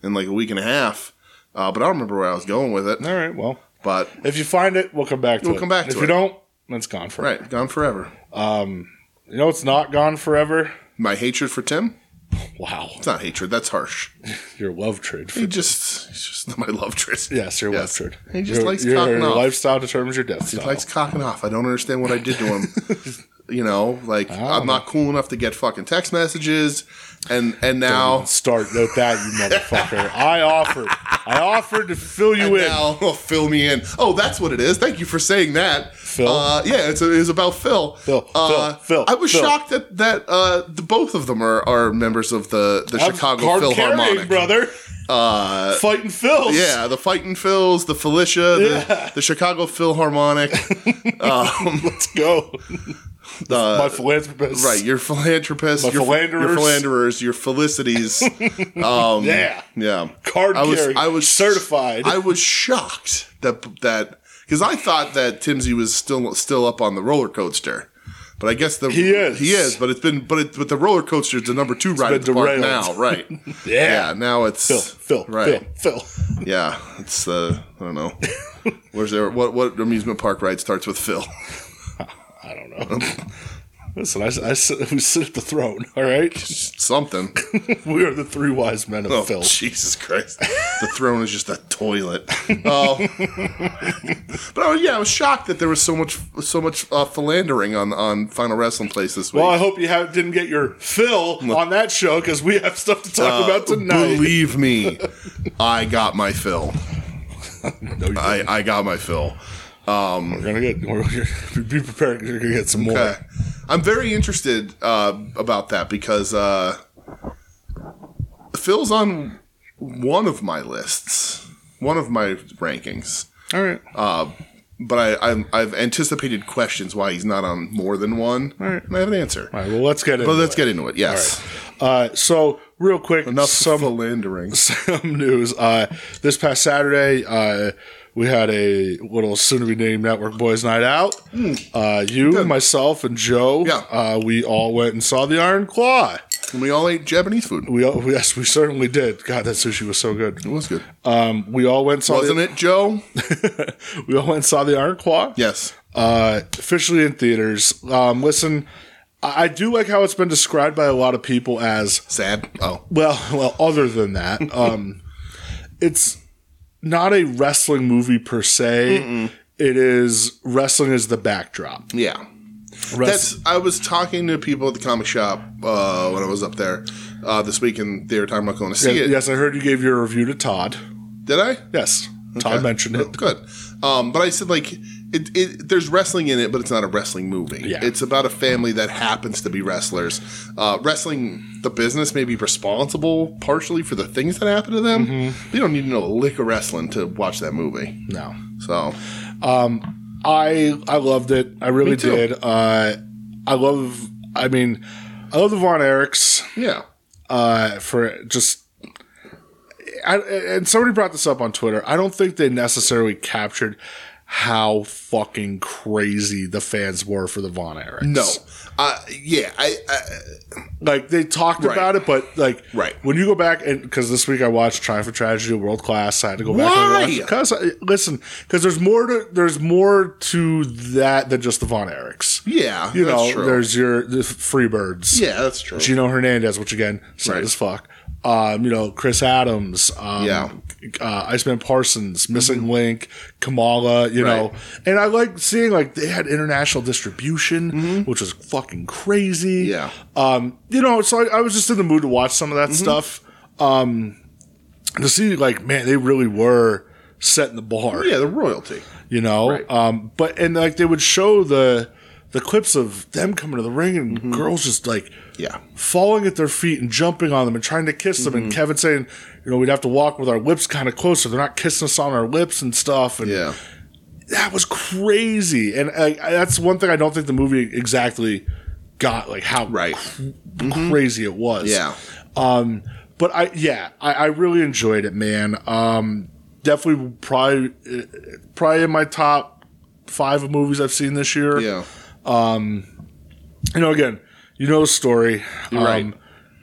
[SPEAKER 2] in like a week and a half. Uh, but I don't remember where I was going with it.
[SPEAKER 1] All right. Well,
[SPEAKER 2] But
[SPEAKER 1] if you find it, we'll come back to
[SPEAKER 2] We'll
[SPEAKER 1] it.
[SPEAKER 2] come back
[SPEAKER 1] If
[SPEAKER 2] to
[SPEAKER 1] you
[SPEAKER 2] it.
[SPEAKER 1] don't, then it's gone forever.
[SPEAKER 2] right, gone forever.
[SPEAKER 1] You know, it's not gone forever.
[SPEAKER 2] My hatred for Tim.
[SPEAKER 1] Wow.
[SPEAKER 2] It's not hatred. That's harsh.
[SPEAKER 1] Your love trade.
[SPEAKER 2] He just, he's just my love trait.
[SPEAKER 1] Yes, your
[SPEAKER 2] Yes.
[SPEAKER 1] love trade.
[SPEAKER 2] He just
[SPEAKER 1] your,
[SPEAKER 2] likes
[SPEAKER 1] your,
[SPEAKER 2] cocking
[SPEAKER 1] your
[SPEAKER 2] off.
[SPEAKER 1] lifestyle determines your death
[SPEAKER 2] He
[SPEAKER 1] style.
[SPEAKER 2] likes cocking off. I don't understand what I did to him. you know, like
[SPEAKER 1] Oh.
[SPEAKER 2] I'm not cool enough to get fucking text messages, and and now
[SPEAKER 1] Start note that you motherfucker. I offered. I offered to fill you in.
[SPEAKER 2] now fill me in. Oh, that's what it is. Thank you for saying that.
[SPEAKER 1] Phil?
[SPEAKER 2] Uh, yeah, it's, it's about Phil.
[SPEAKER 1] Phil,
[SPEAKER 2] Uh,
[SPEAKER 1] Phil, Phil,
[SPEAKER 2] I was
[SPEAKER 1] Phil.
[SPEAKER 2] shocked that that uh, the, both of them are, are members of the the Chicago
[SPEAKER 1] Card carrying,
[SPEAKER 2] Philharmonic.
[SPEAKER 1] brother. Uh, Fighting Phils.
[SPEAKER 2] Yeah, the Fightin' Phils, the Felicia, the, the Chicago Philharmonic.
[SPEAKER 1] Let's go.
[SPEAKER 2] uh,
[SPEAKER 1] My philanthropist.
[SPEAKER 2] Right, your philanthropists, your,
[SPEAKER 1] philanderers.
[SPEAKER 2] your philanderers, your felicities. Um,
[SPEAKER 1] Yeah.
[SPEAKER 2] yeah.
[SPEAKER 1] Card
[SPEAKER 2] I was,
[SPEAKER 1] carrying.
[SPEAKER 2] I was
[SPEAKER 1] certified.
[SPEAKER 2] I was shocked that that because I thought that Timsey was still still up on the roller coaster, but I guess the
[SPEAKER 1] He is.
[SPEAKER 2] he is. But it's been but it, but the roller coaster is the number two ride
[SPEAKER 1] been
[SPEAKER 2] at the park
[SPEAKER 1] derailed.
[SPEAKER 2] now, right?
[SPEAKER 1] Yeah.
[SPEAKER 2] now it's
[SPEAKER 1] Phil. Phil.
[SPEAKER 2] right?
[SPEAKER 1] Phil. Phil.
[SPEAKER 2] Yeah, it's uh, I don't know. Where's there? What what amusement park ride starts with Phil?
[SPEAKER 1] I don't know. Listen, I, I sit, we sit at the throne. All right,
[SPEAKER 2] Something.
[SPEAKER 1] we are the three wise men of
[SPEAKER 2] Oh,
[SPEAKER 1] Phil.
[SPEAKER 2] Jesus Christ. the throne is just a toilet. Oh. but I was, yeah, I was shocked that there was so much so much uh, philandering on on Final Wrestling Place this week.
[SPEAKER 1] Well, I hope you have, didn't get your fill on that show because we have stuff to
[SPEAKER 2] Uh,
[SPEAKER 1] talk about tonight.
[SPEAKER 2] Believe me, I got my fill.
[SPEAKER 1] no, you
[SPEAKER 2] I, I got my fill.
[SPEAKER 1] we're gonna get. We're, gonna be prepared. You're gonna get some more.
[SPEAKER 2] Okay. Uh, I'm very interested uh, about that because uh, Phil's on one of my lists, one of my rankings.
[SPEAKER 1] All right.
[SPEAKER 2] Uh, but I, I'm, I've anticipated questions why he's not on more than one,
[SPEAKER 1] right.
[SPEAKER 2] and I have an answer.
[SPEAKER 1] All right. Well, let's get it.
[SPEAKER 2] But let's get into it. Yes,
[SPEAKER 1] uh, so real quick,
[SPEAKER 2] enough
[SPEAKER 1] some
[SPEAKER 2] philandering.
[SPEAKER 1] some news. Uh, this past Saturday, uh, we had a little soon to be named Network Boys Night Out. Uh, you, myself, and Joe,
[SPEAKER 2] Hmm. Yeah.
[SPEAKER 1] uh, we all went and saw the Iron Claw.
[SPEAKER 2] And we all ate Japanese food.
[SPEAKER 1] We all, yes, we certainly did. God, that sushi was so good.
[SPEAKER 2] It was good,
[SPEAKER 1] Um, we all went and saw
[SPEAKER 2] wasn't it, Joe?
[SPEAKER 1] the, we all went and saw the Iron Claw.
[SPEAKER 2] Yes.
[SPEAKER 1] Uh, officially in theaters. Um, listen, I, I do like how it's been described by a lot of people as
[SPEAKER 2] Sad. Oh,
[SPEAKER 1] Well, well, other than that, um, it's not a wrestling movie per se. It is wrestling is the backdrop.
[SPEAKER 2] yeah.
[SPEAKER 1] Wrest-
[SPEAKER 2] That's. I was talking to people at the comic shop uh, when I was up there uh, this week, and they were talking about going to see it.
[SPEAKER 1] yes, I heard you gave your review to Todd.
[SPEAKER 2] Did I?
[SPEAKER 1] Yes, Todd mentioned it.
[SPEAKER 2] Good. Um, but I said like it, it, there's wrestling in it, but it's not a wrestling movie.
[SPEAKER 1] Yeah.
[SPEAKER 2] It's about a family that happens to be wrestlers. Uh, wrestling, the business may be responsible partially for the things that happen to them.
[SPEAKER 1] Mm-hmm.
[SPEAKER 2] You don't need to know a lick of wrestling to watch that movie.
[SPEAKER 1] No,
[SPEAKER 2] So
[SPEAKER 1] I I loved it. I really
[SPEAKER 2] too.
[SPEAKER 1] did. Uh, I love. I mean, I love the Von Erichs.
[SPEAKER 2] yeah,
[SPEAKER 1] uh, for just. I, and somebody brought this up on Twitter. I don't think they necessarily captured how fucking crazy the fans were for the Von Erichs.
[SPEAKER 2] no, uh, yeah, I, I
[SPEAKER 1] like they talked about it, but like
[SPEAKER 2] Right.
[SPEAKER 1] when you go back and because this week I watched Triumph of Tragedy, World Class. I had to go back
[SPEAKER 2] Why?
[SPEAKER 1] and watch because listen, because there's more to there's more to that than just the Von Erichs.
[SPEAKER 2] yeah,
[SPEAKER 1] You
[SPEAKER 2] that's
[SPEAKER 1] know,
[SPEAKER 2] true.
[SPEAKER 1] there's your the Freebirds.
[SPEAKER 2] yeah, that's true.
[SPEAKER 1] Gino Hernandez, which again, sad
[SPEAKER 2] Right.
[SPEAKER 1] as fuck. Um, you know, Chris Adams, um,
[SPEAKER 2] Yeah. Mm-hmm.
[SPEAKER 1] uh, Iceman Parsons, Missing Link, Kamala, you know. And I like seeing like they had international distribution, which was fucking crazy.
[SPEAKER 2] Mm-hmm. Yeah. Mm-hmm.
[SPEAKER 1] Um, you know, so I, I was just in the mood to watch some of that stuff. Um, to see like, man, they really were setting the bar.
[SPEAKER 2] Yeah, the royalty.
[SPEAKER 1] you know.
[SPEAKER 2] Right.
[SPEAKER 1] Um, but and like they would show the the clips of them coming to the ring and
[SPEAKER 2] Mm-hmm.
[SPEAKER 1] girls just like
[SPEAKER 2] Yeah.
[SPEAKER 1] falling at their feet and jumping on them and trying to kiss them
[SPEAKER 2] Mm-hmm.
[SPEAKER 1] and Kevin saying, you know, we'd have to walk with our lips kind of closer. They're not kissing us on our lips and stuff. And
[SPEAKER 2] Yeah.
[SPEAKER 1] that was crazy. And I, I- that's one thing I don't think the movie exactly got like how
[SPEAKER 2] Right. Mm-hmm.
[SPEAKER 1] cr- crazy it was.
[SPEAKER 2] Yeah.
[SPEAKER 1] Um, but I, yeah, I, I really enjoyed it, man. Um, definitely probably, eh, probably in my top five of movies I've seen this year.
[SPEAKER 2] Yeah.
[SPEAKER 1] You know, again, you know the story. Um,
[SPEAKER 2] You're right.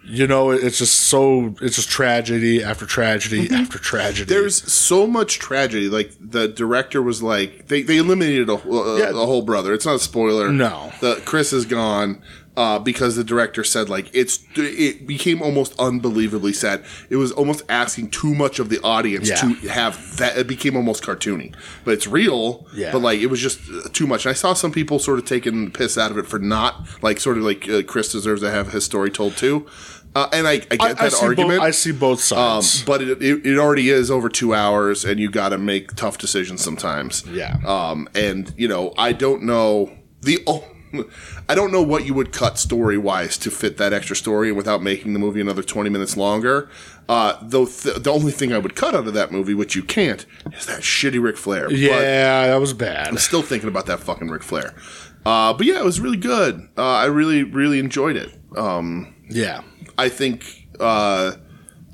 [SPEAKER 1] You know, it- it's just so, it's just tragedy after tragedy
[SPEAKER 2] Mm-hmm.
[SPEAKER 1] after tragedy.
[SPEAKER 2] There's so much tragedy. Like the director was like, they, they eliminated a, a,
[SPEAKER 1] Yeah.
[SPEAKER 2] a whole brother. It's not a spoiler.
[SPEAKER 1] No.
[SPEAKER 2] the Chris is gone uh, because the director said like it's it became almost unbelievably sad. It was almost asking too much of the audience
[SPEAKER 1] Yeah.
[SPEAKER 2] to have that. It became almost cartoony, but it's real.
[SPEAKER 1] Yeah.
[SPEAKER 2] But like it was just uh, too much. And I saw some people sort of taking the piss out of it for not like sort of like uh, Chris deserves to have his story told too. Uh, and I, I get
[SPEAKER 1] I,
[SPEAKER 2] that
[SPEAKER 1] I see Both,
[SPEAKER 2] argument.
[SPEAKER 1] I see both
[SPEAKER 2] Um,
[SPEAKER 1] sides.
[SPEAKER 2] but it, it, it already is over two hours, and you got to make tough decisions sometimes.
[SPEAKER 1] Yeah.
[SPEAKER 2] Um, and you know, I don't know the oh, I don't know what you would cut story wise to fit that extra story without making the movie another twenty minutes longer. Uh, though th- the only thing I would cut out of that movie, which you can't, is that shitty Ric Flair. But
[SPEAKER 1] yeah, that was bad.
[SPEAKER 2] I'm still thinking about that fucking Ric Flair. Uh, but yeah, it was really good. Uh, I really, really enjoyed it. Um,
[SPEAKER 1] Yeah.
[SPEAKER 2] I think uh,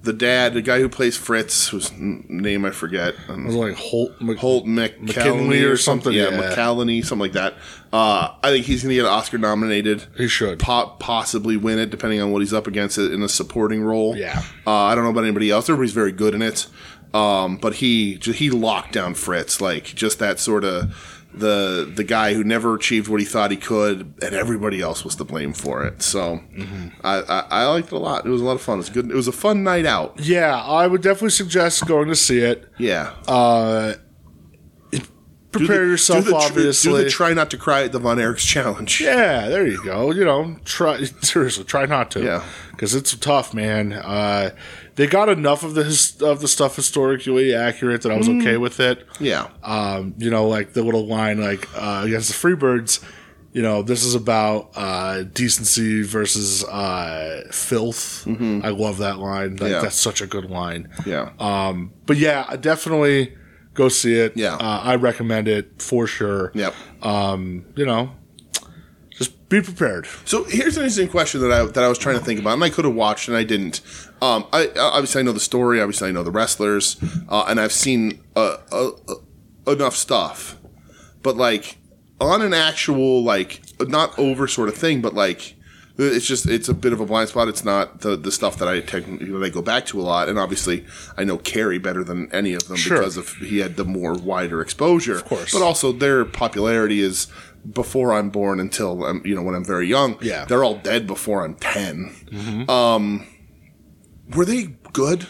[SPEAKER 2] the dad, the guy who plays Fritz, whose n- name I forget,
[SPEAKER 1] It
[SPEAKER 2] um,
[SPEAKER 1] was like Holt, Mc-
[SPEAKER 2] Holt
[SPEAKER 1] McKinley
[SPEAKER 2] McKinley
[SPEAKER 1] or
[SPEAKER 2] or
[SPEAKER 1] something,
[SPEAKER 2] something, yeah,
[SPEAKER 1] yeah.
[SPEAKER 2] McCallany, something like that. Uh, I think he's going to get Oscar nominated.
[SPEAKER 1] He should.
[SPEAKER 2] Po- possibly win it, depending on what he's up against it in a supporting role.
[SPEAKER 1] Yeah.
[SPEAKER 2] uh, I don't know about anybody else. Everybody's very good in it, um, but he he locked down Fritz like just that sort of. The, the guy who never achieved what he thought he could, and everybody else was to blame for it. So
[SPEAKER 1] Mm-hmm.
[SPEAKER 2] I, I, I liked it a lot. It was a lot of fun. It was good. It was a fun night out.
[SPEAKER 1] Yeah, I would definitely suggest going to see it.
[SPEAKER 2] Yeah.
[SPEAKER 1] Uh,
[SPEAKER 2] Do the-
[SPEAKER 1] prepare yourself,
[SPEAKER 2] do the tr-
[SPEAKER 1] obviously.
[SPEAKER 2] do the try not to cry at the Von Erichs challenge.
[SPEAKER 1] yeah, there you go. You know, try seriously, try not to.
[SPEAKER 2] Yeah.
[SPEAKER 1] because it's tough, man. Uh, they got enough of the his, of the stuff historically accurate that I was
[SPEAKER 2] Mm.
[SPEAKER 1] okay with it.
[SPEAKER 2] Yeah.
[SPEAKER 1] Um, you know, like the little line, like uh, against the Freebirds. You know, this is about uh, decency versus uh, filth. I love that line. Like,
[SPEAKER 2] Mm-hmm. Yeah.
[SPEAKER 1] That's such a good line.
[SPEAKER 2] Yeah.
[SPEAKER 1] Um, but yeah, definitely go see it.
[SPEAKER 2] Yeah.
[SPEAKER 1] uh, I recommend it for sure.
[SPEAKER 2] yep.
[SPEAKER 1] you know, just be prepared.
[SPEAKER 2] So here's an interesting question that I that I was trying to think about, and I could have watched and I didn't. Um, I I- obviously I know the story, obviously I know the wrestlers, uh, and I've seen uh, uh, uh, enough stuff, but like on an actual like not over sort of thing, but like it's just it's a bit of a blind spot. It's not the the stuff that I technically that I go back to a lot, and obviously I know Carrie better than any of them
[SPEAKER 1] Sure.
[SPEAKER 2] because of he had the more wider exposure, of
[SPEAKER 1] course.
[SPEAKER 2] but also their popularity is before I'm born until I'm, you know when I'm very young.
[SPEAKER 1] Yeah. Mm-hmm.
[SPEAKER 2] they're all dead before I'm 10 Um, were they good?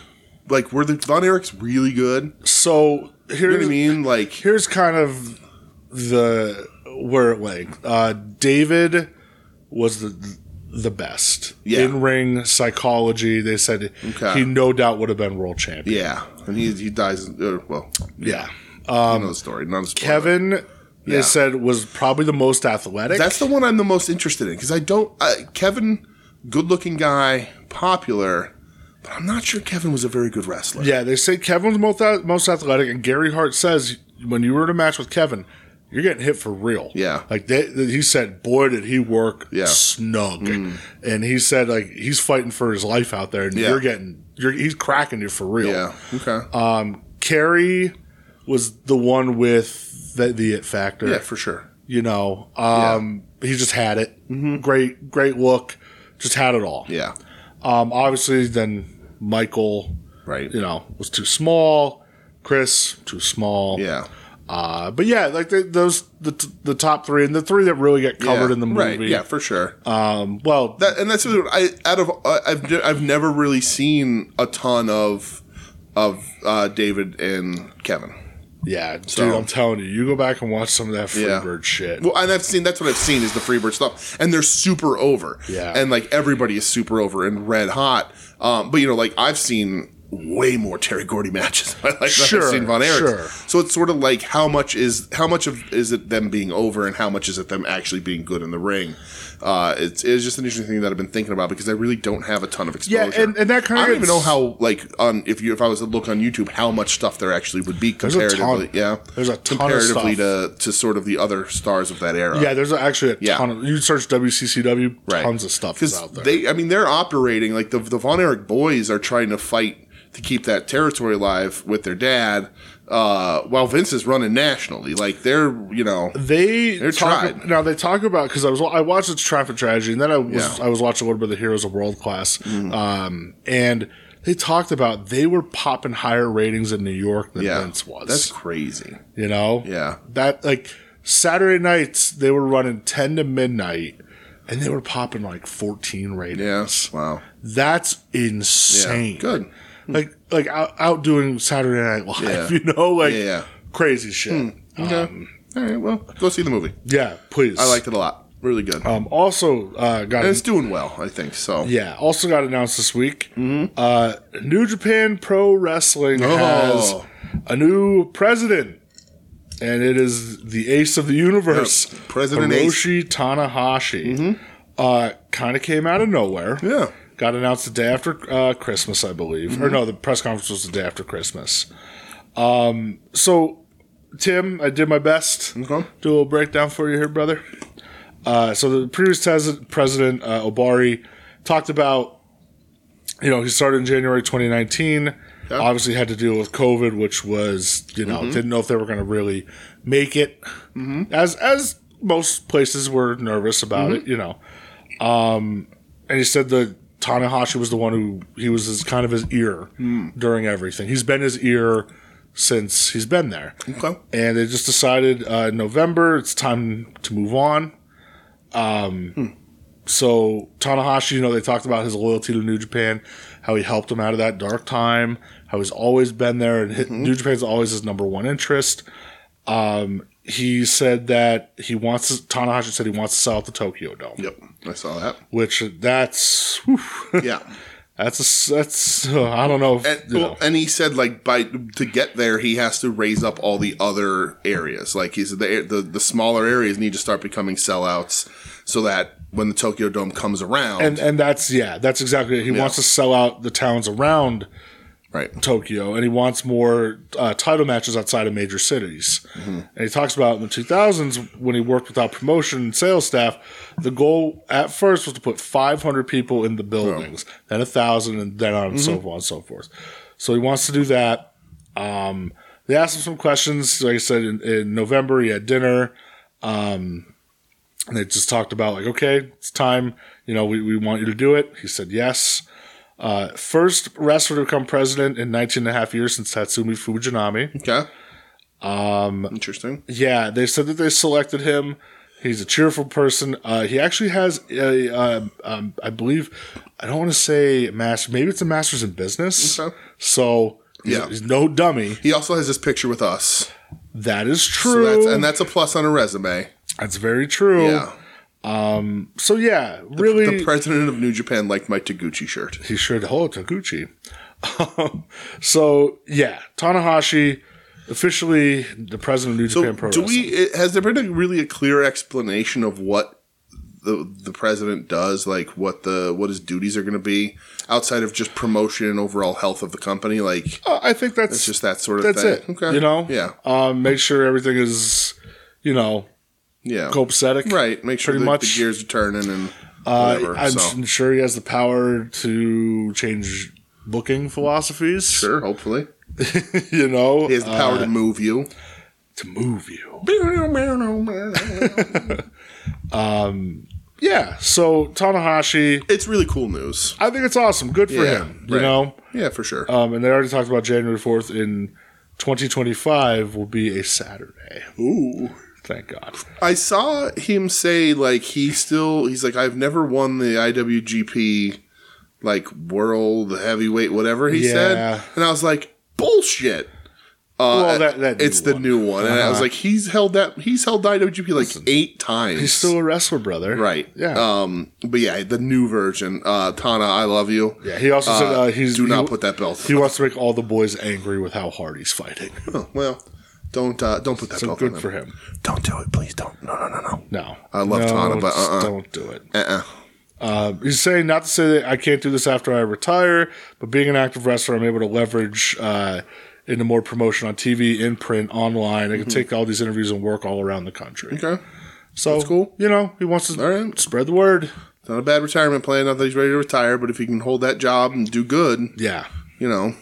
[SPEAKER 2] Like were the Von Erichs really good?
[SPEAKER 1] So
[SPEAKER 2] You know what
[SPEAKER 1] here's
[SPEAKER 2] I mean? Like
[SPEAKER 1] here's kind of the where it went. Uh, David was the the best
[SPEAKER 2] Yeah.
[SPEAKER 1] in ring psychology. They said
[SPEAKER 2] Okay.
[SPEAKER 1] he no doubt would have been world champion.
[SPEAKER 2] yeah, and he he dies. Uh, well,
[SPEAKER 1] Yeah,
[SPEAKER 2] you know the story. Not a spoiler.
[SPEAKER 1] Um, Kevin. They
[SPEAKER 2] Yeah.
[SPEAKER 1] said was probably the most athletic.
[SPEAKER 2] That's the one I'm the most interested in because I don't. I Kevin, good looking guy, popular, but I'm not sure Kevin was a very good wrestler.
[SPEAKER 1] yeah, they say Kevin's most most athletic, and Gary Hart says when you were in a match with Kevin, you're getting hit for real.
[SPEAKER 2] Yeah.
[SPEAKER 1] like they, he said, boy did he work
[SPEAKER 2] Yeah. Mm.
[SPEAKER 1] snug, and he said like he's fighting for his life out there, and
[SPEAKER 2] Yeah.
[SPEAKER 1] you're getting you're he's cracking you for real.
[SPEAKER 2] Yeah. Okay.
[SPEAKER 1] Uh, Carrie was the one with the, the it factor.
[SPEAKER 2] yeah, for sure.
[SPEAKER 1] you know, um, he just had it. Great, great look, just had it all.
[SPEAKER 2] Mm-hmm. Yeah.
[SPEAKER 1] Um, obviously, then Michael,
[SPEAKER 2] Right.
[SPEAKER 1] you know, was too small. Chris, too small.
[SPEAKER 2] Yeah.
[SPEAKER 1] Uh, but yeah, like the, those the t- the top three and the three that really get covered
[SPEAKER 2] Yeah,
[SPEAKER 1] in the movie.
[SPEAKER 2] Right. Yeah, for sure.
[SPEAKER 1] Um, well,
[SPEAKER 2] that, and that's what I out of uh, I've ne- I've never really seen a ton of of uh, David and Kevin.
[SPEAKER 1] yeah, dude, I'm telling you, you go back and watch some of that Freebird shit.
[SPEAKER 2] Well, and I've seen that's what I've seen is the Freebird stuff, and they're super over.
[SPEAKER 1] Yeah.
[SPEAKER 2] and like everybody is super over and red hot. Um, but you know, like I've seen way more Terry Gordy matches than I like
[SPEAKER 1] Sure,
[SPEAKER 2] I've seen Von Erichs.
[SPEAKER 1] sure.
[SPEAKER 2] So it's sort of like how much is how much of is it them being over and how much is it them actually being good in the ring? Uh, it's it's just an interesting thing that I've been thinking about because I really don't have a ton of
[SPEAKER 1] Yeah,
[SPEAKER 2] exposure.
[SPEAKER 1] and- and that kinda
[SPEAKER 2] I don't even
[SPEAKER 1] gets-
[SPEAKER 2] know how like on if you if I was to look on YouTube how much stuff there actually would be
[SPEAKER 1] a ton.
[SPEAKER 2] comparatively. Yeah,
[SPEAKER 1] There's a ton of
[SPEAKER 2] comparatively
[SPEAKER 1] stuff.
[SPEAKER 2] to uh, to sort of the other stars of that era.
[SPEAKER 1] Yeah, there's actually a
[SPEAKER 2] Yeah.
[SPEAKER 1] ton of you search WCCW,
[SPEAKER 2] Right.
[SPEAKER 1] tons of stuff is
[SPEAKER 2] because
[SPEAKER 1] out there.
[SPEAKER 2] they i mean they're operating like the, the von erich boys are trying to fight to keep that territory alive with their dad uh, while vince is running nationally like they're you know
[SPEAKER 1] they
[SPEAKER 2] They're
[SPEAKER 1] talk,
[SPEAKER 2] tried.
[SPEAKER 1] now they talk about because I was I watched the Traffic Tragedy and then I was
[SPEAKER 2] Yeah. Mm-hmm.
[SPEAKER 1] I was watching a little bit of Heroes of World Class, um, and they talked about they were popping higher ratings in New York than
[SPEAKER 2] yeah
[SPEAKER 1] Vince was.
[SPEAKER 2] that's crazy
[SPEAKER 1] you know,
[SPEAKER 2] Yeah.
[SPEAKER 1] that like Saturday nights they were running ten to midnight, and they were popping like fourteen
[SPEAKER 2] yeah
[SPEAKER 1] ratings.
[SPEAKER 2] wow
[SPEAKER 1] That's
[SPEAKER 2] yeah
[SPEAKER 1] insane.
[SPEAKER 2] good
[SPEAKER 1] like like out, out doing Saturday Night Live,
[SPEAKER 2] Yeah.
[SPEAKER 1] you know, like
[SPEAKER 2] Yeah, yeah. Hmm.
[SPEAKER 1] crazy shit.
[SPEAKER 2] okay all right well go see the movie
[SPEAKER 1] Yeah, please.
[SPEAKER 2] i liked it a lot really good
[SPEAKER 1] Um, also uh, got
[SPEAKER 2] and it's doing well i think so
[SPEAKER 1] yeah, also got announced this week. Uh, New Japan Pro Wrestling
[SPEAKER 2] Mm-hmm. Oh.
[SPEAKER 1] has a new president, and it is the ace of the universe,
[SPEAKER 2] Yep. President Ace. Mm-hmm.
[SPEAKER 1] Hiroshi Tanahashi. Uh, kind of came out of nowhere.
[SPEAKER 2] Yeah.
[SPEAKER 1] got announced the day after uh, Christmas, I believe, or no, the press conference was the day after Christmas. Um, so Tim, I did my best.
[SPEAKER 2] Okay.
[SPEAKER 1] Do a little breakdown for you here, brother. Uh, so the previous tes- president uh, Obari talked about, you know, he started in January 2019. Obviously, had to deal with COVID, which was, you know, didn't know if they were going to really make it. As as most places were nervous about it, you know. Um, and he said that Tanahashi was the one who he was his kind of his ear during everything. He's been his ear since he's been there
[SPEAKER 2] okay
[SPEAKER 1] and they just decided uh, in November it's time to move on. Um, So Tanahashi, you know, they talked about his loyalty to New Japan, how he helped him out of that dark time, how he's always been there, and hit, New Japan's always his number one interest. Um, he said that he wants to, Tanahashi said he wants to sell out the Tokyo Dome,
[SPEAKER 2] yep i saw that
[SPEAKER 1] which that's whew,
[SPEAKER 2] yeah
[SPEAKER 1] that's a, s- that's uh, I don't know, if,
[SPEAKER 2] And,
[SPEAKER 1] you
[SPEAKER 2] well,
[SPEAKER 1] know.
[SPEAKER 2] and he said like by to get there he has to raise up all the other areas. Like he said the the, the smaller areas need to start becoming sellouts so that when the Tokyo Dome comes around,
[SPEAKER 1] and and that's yeah, that's exactly it. he wants to sell out the towns around
[SPEAKER 2] right?
[SPEAKER 1] Tokyo, and he wants more uh, title matches outside of major cities. And he talks about in the 2000s when he worked without promotion and sales staff, the goal at first was to put 500 people in the buildings, then a thousand, and then on and so on and so forth. So he wants to do that. Um, they asked him some questions. Like I said, in, in November he had dinner. And they just talked about like, okay, it's time. You know, we, we want you to do it. He said yes. Uh, first wrestler to become president in 19 and a half years since Tatsumi Fujinami.
[SPEAKER 2] Okay. Um, interesting.
[SPEAKER 1] Yeah, they said that they selected him. He's a cheerful person. Uh, he actually has a, um, um, I believe, I don't want to say master. Maybe it's a master's in business.
[SPEAKER 2] Okay.
[SPEAKER 1] So he's,
[SPEAKER 2] Yeah.
[SPEAKER 1] he's no dummy.
[SPEAKER 2] He also has this picture with us,
[SPEAKER 1] That is
[SPEAKER 2] so
[SPEAKER 1] true.
[SPEAKER 2] that's,
[SPEAKER 1] and
[SPEAKER 2] and that's a plus on a resume.
[SPEAKER 1] that's very true.
[SPEAKER 2] Yeah,
[SPEAKER 1] So yeah, really,
[SPEAKER 2] the president of New Japan liked my Taguchi shirt.
[SPEAKER 1] he should hold Taguchi. Um, so yeah, Tanahashi officially the president of New
[SPEAKER 2] So
[SPEAKER 1] Japan Pro
[SPEAKER 2] do
[SPEAKER 1] Wrestling.
[SPEAKER 2] we? it- Has there been a really a clear explanation of what the the president does, like what the what his duties are going to be outside of just promotion and overall health of the company? Like
[SPEAKER 1] Uh, I think that's
[SPEAKER 2] it's just that sort of
[SPEAKER 1] that's
[SPEAKER 2] thing.
[SPEAKER 1] it. You know,
[SPEAKER 2] Yeah.
[SPEAKER 1] Um, make sure everything is, you know,
[SPEAKER 2] Yeah.
[SPEAKER 1] copacetic.
[SPEAKER 2] Right. Make sure
[SPEAKER 1] Pretty
[SPEAKER 2] the,
[SPEAKER 1] much.
[SPEAKER 2] the gears are turning and
[SPEAKER 1] Uh,
[SPEAKER 2] whatever.
[SPEAKER 1] I'm
[SPEAKER 2] so
[SPEAKER 1] s- sure he has the power to change booking philosophies.
[SPEAKER 2] sure. Hopefully,
[SPEAKER 1] you know,
[SPEAKER 2] he has the
[SPEAKER 1] uh,
[SPEAKER 2] power to move you.
[SPEAKER 1] to move you. Yeah. So Tanahashi,
[SPEAKER 2] it's really cool news.
[SPEAKER 1] I think it's awesome. Good for
[SPEAKER 2] Yeah,
[SPEAKER 1] him. You
[SPEAKER 2] right.
[SPEAKER 1] know.
[SPEAKER 2] Yeah, for sure.
[SPEAKER 1] Um, and they already talked about January 4th in 2025 will be a Saturday.
[SPEAKER 2] Ooh.
[SPEAKER 1] Thank God.
[SPEAKER 2] I saw him say like he still he's like I've never won the IWGP like world heavyweight whatever he
[SPEAKER 1] Yeah.
[SPEAKER 2] said and I was like bullshit.
[SPEAKER 1] well, that, that
[SPEAKER 2] Uh, it's
[SPEAKER 1] new
[SPEAKER 2] the
[SPEAKER 1] one. Uh-huh.
[SPEAKER 2] new one, and I was like, he's held that he's held IWGP like eight times.
[SPEAKER 1] He's still a wrestler, brother.
[SPEAKER 2] right,
[SPEAKER 1] Yeah.
[SPEAKER 2] Um, but yeah, the new version, uh, Tana, I love you.
[SPEAKER 1] yeah. He also said uh, he's
[SPEAKER 2] do not
[SPEAKER 1] he-
[SPEAKER 2] put that belt.
[SPEAKER 1] He wants to make all the boys angry with how hard he's fighting.
[SPEAKER 2] Oh, well, don't uh, don't put that
[SPEAKER 1] So
[SPEAKER 2] belt
[SPEAKER 1] good
[SPEAKER 2] on
[SPEAKER 1] for
[SPEAKER 2] him.
[SPEAKER 1] him.
[SPEAKER 2] Don't do it, please. Don't. No, no, no, no.
[SPEAKER 1] No,
[SPEAKER 2] I love
[SPEAKER 1] no,
[SPEAKER 2] Tana, but
[SPEAKER 1] just
[SPEAKER 2] uh-uh.
[SPEAKER 1] don't do it.
[SPEAKER 2] Uh-uh.
[SPEAKER 1] Uh, he's saying not to say that I can't do this after I retire, but being an active wrestler, I'm able to leverage uh, into more promotion on TV, in print, online. I can take all these interviews and work all around the country.
[SPEAKER 2] Mm-hmm. Okay.
[SPEAKER 1] So
[SPEAKER 2] That's cool.
[SPEAKER 1] You know, he wants to
[SPEAKER 2] All right.
[SPEAKER 1] spread the word.
[SPEAKER 2] It's not a bad retirement plan. Not that he's ready to retire, but if he can hold that job and do good,
[SPEAKER 1] Yeah,
[SPEAKER 2] you know,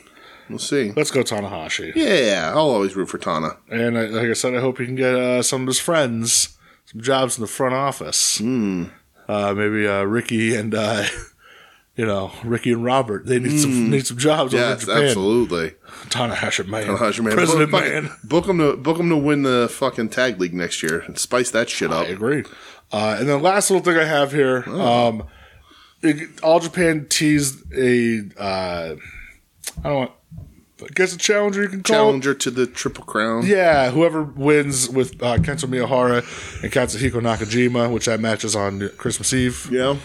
[SPEAKER 2] we'll see.
[SPEAKER 1] let's go Tanahashi.
[SPEAKER 2] Yeah, I'll always root for Tana.
[SPEAKER 1] And I, like I said, I hope he can get uh, some of his friends some jobs in the front office.
[SPEAKER 2] Hmm.
[SPEAKER 1] Uh, maybe uh, Ricky and uh, you know Ricky and Robert. They need some need some jobs
[SPEAKER 2] Hmm.
[SPEAKER 1] over
[SPEAKER 2] Yes,
[SPEAKER 1] in Japan.
[SPEAKER 2] absolutely.
[SPEAKER 1] Tanahashi man,
[SPEAKER 2] Tanahashi, man.
[SPEAKER 1] President
[SPEAKER 2] book,
[SPEAKER 1] man.
[SPEAKER 2] Book him to book him to win the fucking tag league next year and spice that shit up.
[SPEAKER 1] I agree. Uh, and then last little thing I have here,
[SPEAKER 2] Oh.
[SPEAKER 1] um, it- All Japan teased a uh, I don't want, I guess a challenger you can call it.
[SPEAKER 2] Challenger to the Triple Crown.
[SPEAKER 1] Yeah, whoever wins with uh, Kento Miyahara and Katsuhiko Nakajima, which that matches on Christmas Eve.
[SPEAKER 2] Yeah.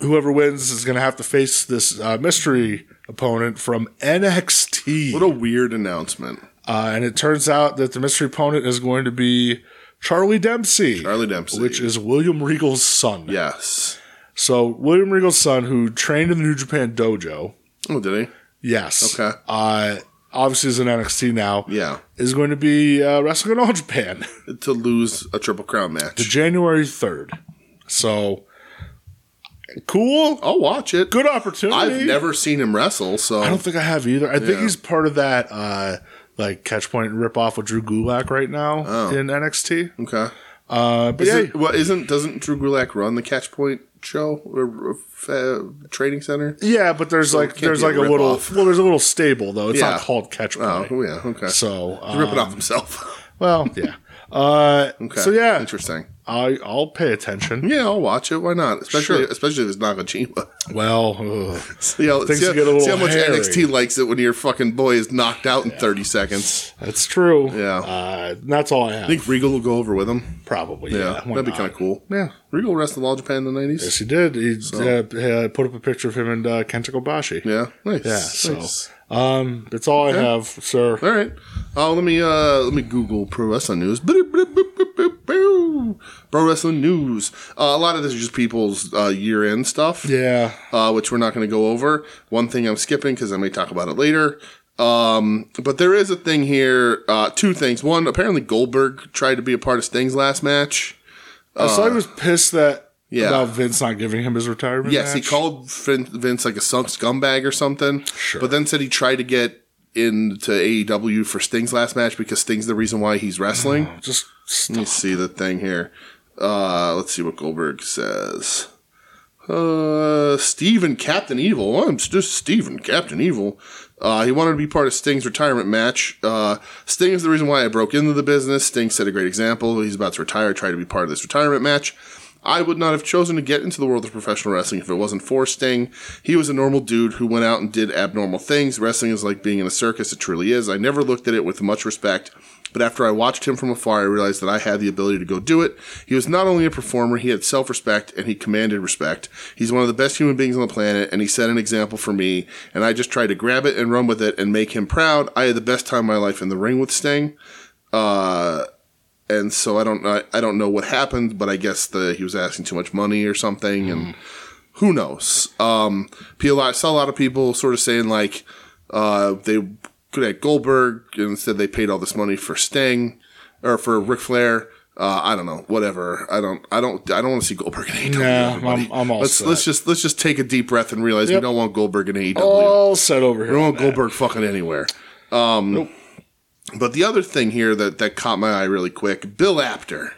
[SPEAKER 1] Whoever wins is going to have to face this uh, mystery opponent from NXT.
[SPEAKER 2] What a weird announcement.
[SPEAKER 1] Uh, and it turns out that the mystery opponent is going to be Charlie Dempsey,
[SPEAKER 2] Charlie Dempsey.
[SPEAKER 1] which is William Regal's son.
[SPEAKER 2] yes.
[SPEAKER 1] So William Regal's son, who trained in the New Japan Dojo,
[SPEAKER 2] Oh, did
[SPEAKER 1] yes,
[SPEAKER 2] Okay.
[SPEAKER 1] uh, obviously is in NXT now,
[SPEAKER 2] he? Yeah.
[SPEAKER 1] is going to be uh, wrestling in All Japan.
[SPEAKER 2] To lose a Triple Crown match.
[SPEAKER 1] January 3rd. So cool.
[SPEAKER 2] I'll watch it.
[SPEAKER 1] Good opportunity.
[SPEAKER 2] I've never seen him wrestle, so
[SPEAKER 1] I don't think I have either. I think
[SPEAKER 2] Yeah.
[SPEAKER 1] he's part of that uh like catch point ripoff with Drew Gulak right now in NXT.
[SPEAKER 2] okay.
[SPEAKER 1] Uh but
[SPEAKER 2] Oh. Is
[SPEAKER 1] yeah,
[SPEAKER 2] it- well, isn't doesn't Drew Gulak run the Catch Point show or uh, training center?
[SPEAKER 1] yeah, but there's like
[SPEAKER 2] can't
[SPEAKER 1] there's
[SPEAKER 2] be a
[SPEAKER 1] like a, little
[SPEAKER 2] ripoff.
[SPEAKER 1] well there's a little stable though. It's
[SPEAKER 2] Yeah.
[SPEAKER 1] not called catch
[SPEAKER 2] Oh,
[SPEAKER 1] point.
[SPEAKER 2] yeah, okay.
[SPEAKER 1] So
[SPEAKER 2] He's
[SPEAKER 1] uh,
[SPEAKER 2] ripping off himself.
[SPEAKER 1] well, yeah. Uh
[SPEAKER 2] okay.
[SPEAKER 1] so yeah,
[SPEAKER 2] interesting.
[SPEAKER 1] I I'll pay attention.
[SPEAKER 2] Yeah, I'll watch it. Why not? Especially
[SPEAKER 1] Sure.
[SPEAKER 2] especially if it's Nakajima.
[SPEAKER 1] Well, ugh.
[SPEAKER 2] see how,
[SPEAKER 1] Things
[SPEAKER 2] see how-
[SPEAKER 1] get a little
[SPEAKER 2] see how much
[SPEAKER 1] hairy.
[SPEAKER 2] NXT likes it when your fucking boy is knocked out in thirty seconds.
[SPEAKER 1] that's true.
[SPEAKER 2] Yeah.
[SPEAKER 1] Uh that's all I have.
[SPEAKER 2] I think Regal will go over with him.
[SPEAKER 1] Probably.
[SPEAKER 2] Yeah,
[SPEAKER 1] Yeah. Why
[SPEAKER 2] that'd be
[SPEAKER 1] not?
[SPEAKER 2] kind of cool.
[SPEAKER 1] Yeah.
[SPEAKER 2] Regal wrestled all Japan in the
[SPEAKER 1] Yes,
[SPEAKER 2] nineties.
[SPEAKER 1] he did. He uh, uh, put up a picture of him and uh, Kenta Kobashi.
[SPEAKER 2] Yeah, nice.
[SPEAKER 1] Yeah, so-
[SPEAKER 2] nice.
[SPEAKER 1] Um, that's all I have, sir.
[SPEAKER 2] All right. Oh, let me uh let me Google pro wrestling news. Boop, boop, boop, boop, boop, boop. Pro wrestling news. Uh, a lot of this is just people's uh, year end stuff,
[SPEAKER 1] Yeah,
[SPEAKER 2] uh, which we're not going to go over. One thing I'm skipping because I may talk about it later. Um, but there is a thing here. Uh, two things. One, apparently Goldberg tried to be a part of Sting's last match.
[SPEAKER 1] I saw he was pissed that
[SPEAKER 2] uh, yeah.
[SPEAKER 1] about Vince not giving him his retirement.
[SPEAKER 2] Yes,
[SPEAKER 1] match.
[SPEAKER 2] he called Vin- Vince like a sunk scumbag or something.
[SPEAKER 1] Sure.
[SPEAKER 2] But then said he tried to get into AEW for Sting's last match because Sting's the reason why he's wrestling.
[SPEAKER 1] Just
[SPEAKER 2] Let me see the thing here. Uh, let's see what Goldberg says. Uh, Steve and Captain Evil. I'm just Steve and Captain Evil. Uh, he wanted to be part of Sting's retirement match. Uh, Sting is the reason why I broke into the business. Sting set a great example. He's about to retire. Try to be part of this retirement match. I would not have chosen to get into the world of professional wrestling if it wasn't for Sting. He was a normal dude who went out and did abnormal things. Wrestling is like being in a circus, it truly is. I never looked at it with much respect, but after I watched him from afar, I realized that I had the ability to go do it. He was not only a performer, he had self respect and he commanded respect. He's one of the best human beings on the planet, and he set an example for me, and I just tried to grab it and run with it and make him proud. I had the best time of my life in the ring with Sting. Uh, and so I don't I, I don't know what happened, but I guess the he was asking too much money or something,
[SPEAKER 1] Hmm.
[SPEAKER 2] and who knows. Um, pe- a lot- I saw a lot of people sort of saying like uh, they could at Goldberg and instead they paid all this money for Sting or for Ric Flair. Uh, I don't know, whatever. I don't, I don't, I don't want to see Goldberg in AEW.
[SPEAKER 1] Nah,
[SPEAKER 2] everybody.
[SPEAKER 1] I'm- I'm all
[SPEAKER 2] let's
[SPEAKER 1] set.
[SPEAKER 2] let's just let's just take a deep breath and realize we don't want Goldberg in E AEW.
[SPEAKER 1] all set over
[SPEAKER 2] We
[SPEAKER 1] here.
[SPEAKER 2] don't want Goldberg fucking anywhere. Um,
[SPEAKER 1] Nope.
[SPEAKER 2] But the other thing here that, that caught my eye really quick Bill Apter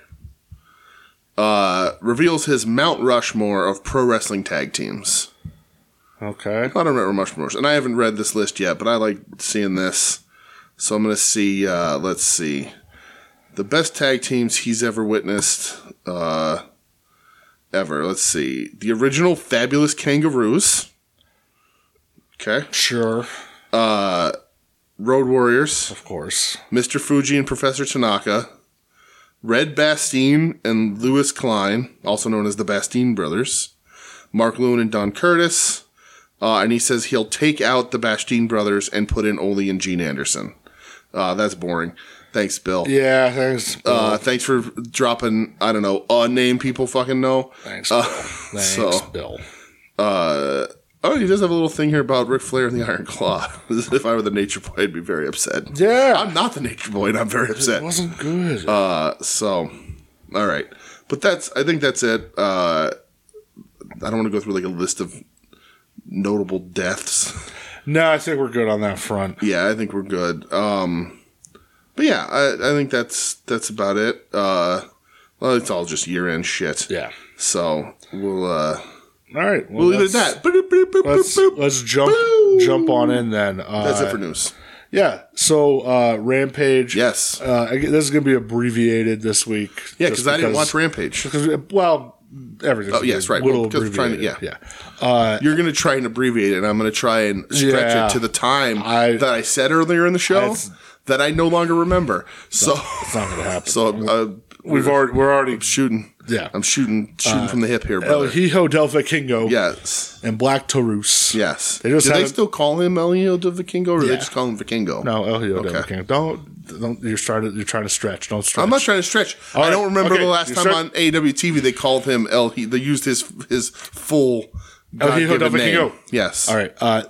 [SPEAKER 2] uh, reveals his Mount Rushmore of pro wrestling tag teams.
[SPEAKER 1] Okay.
[SPEAKER 2] I don't remember much more. And I haven't read this list yet, but I like seeing this. So I'm going to see, uh, let's see. The best tag teams he's ever witnessed, uh, ever. Let's see. The original Fabulous Kangaroos. Okay
[SPEAKER 1] Sure.
[SPEAKER 2] uh, Road Warriors,
[SPEAKER 1] of course.
[SPEAKER 2] Mr. Fuji and Professor Tanaka, Red Bastine and Louis Klein, also known as the Bastine brothers, Mark Loon and Don Curtis, uh, and he says he'll take out the Bastine brothers and put in Ole and Gene Anderson. Uh, that's boring. Thanks, Bill.
[SPEAKER 1] Yeah, thanks.
[SPEAKER 2] Uh, thanks for dropping, I don't know, a name people fucking know.
[SPEAKER 1] thanks.
[SPEAKER 2] Uh,
[SPEAKER 1] thanks,
[SPEAKER 2] so-
[SPEAKER 1] Bill.
[SPEAKER 2] Uh, oh, he does have a little thing here about Ric Flair and the Iron Claw. if I were the Nature Boy, I'd be very upset.
[SPEAKER 1] Yeah.
[SPEAKER 2] I'm not the Nature Boy, and I'm very upset.
[SPEAKER 1] It wasn't good.
[SPEAKER 2] Uh, so, all right. But that's, I think that's it. Uh, I don't want to go through like a list of notable deaths.
[SPEAKER 1] no, I think we're good on that front.
[SPEAKER 2] yeah, I think we're good. Um, but yeah, I, I think that's, that's about it. Uh, well, it's all just year end shit.
[SPEAKER 1] Yeah.
[SPEAKER 2] So we'll, uh,
[SPEAKER 1] All right. Well,
[SPEAKER 2] we'll leave
[SPEAKER 1] let's-
[SPEAKER 2] it at that. Boop, boop, boop,
[SPEAKER 1] Let's,
[SPEAKER 2] boop, boop.
[SPEAKER 1] let's jump jump on in then. Uh,
[SPEAKER 2] That's it for news.
[SPEAKER 1] Yeah. So uh, Rampage.
[SPEAKER 2] Yes.
[SPEAKER 1] Uh, I, gue- this is gonna be abbreviated this week.
[SPEAKER 2] Yeah,
[SPEAKER 1] just
[SPEAKER 2] because I didn't watch Rampage.
[SPEAKER 1] Because uh, well, everything's
[SPEAKER 2] Oh, yes, right.
[SPEAKER 1] Little
[SPEAKER 2] Well, because we're trying to-
[SPEAKER 1] abbreviated. yeah. Uh,
[SPEAKER 2] You're going to try and abbreviate it, and I'm going to try and stretch
[SPEAKER 1] Yeah.
[SPEAKER 2] it to the time
[SPEAKER 1] I-
[SPEAKER 2] that I said earlier in the show
[SPEAKER 1] That's-
[SPEAKER 2] that I no longer remember. So,
[SPEAKER 1] it's not gonna happen.
[SPEAKER 2] so uh,
[SPEAKER 1] We've already we're already
[SPEAKER 2] shooting.
[SPEAKER 1] Yeah. Uh,
[SPEAKER 2] I'm shooting shooting from the hip here,
[SPEAKER 1] El
[SPEAKER 2] brother.
[SPEAKER 1] Hijo del Vikingo
[SPEAKER 2] yes,
[SPEAKER 1] and Black Tarus.
[SPEAKER 2] yes.
[SPEAKER 1] They just
[SPEAKER 2] Do they
[SPEAKER 1] haven't-
[SPEAKER 2] still call him El Hijo de Vikingo, or they
[SPEAKER 1] Yeah.
[SPEAKER 2] just call him Vikingo?
[SPEAKER 1] No, El Hijo del Vikingo. Don't don't you're starting you're trying to stretch. Don't stretch.
[SPEAKER 2] I'm not trying to stretch. I
[SPEAKER 1] right,
[SPEAKER 2] don't remember
[SPEAKER 1] okay,
[SPEAKER 2] the last
[SPEAKER 1] you
[SPEAKER 2] time
[SPEAKER 1] start-
[SPEAKER 2] on AWTV they called him El. He, they used his his full El
[SPEAKER 1] Hijo del Vikingo.
[SPEAKER 2] Yes.
[SPEAKER 1] All right. Uh,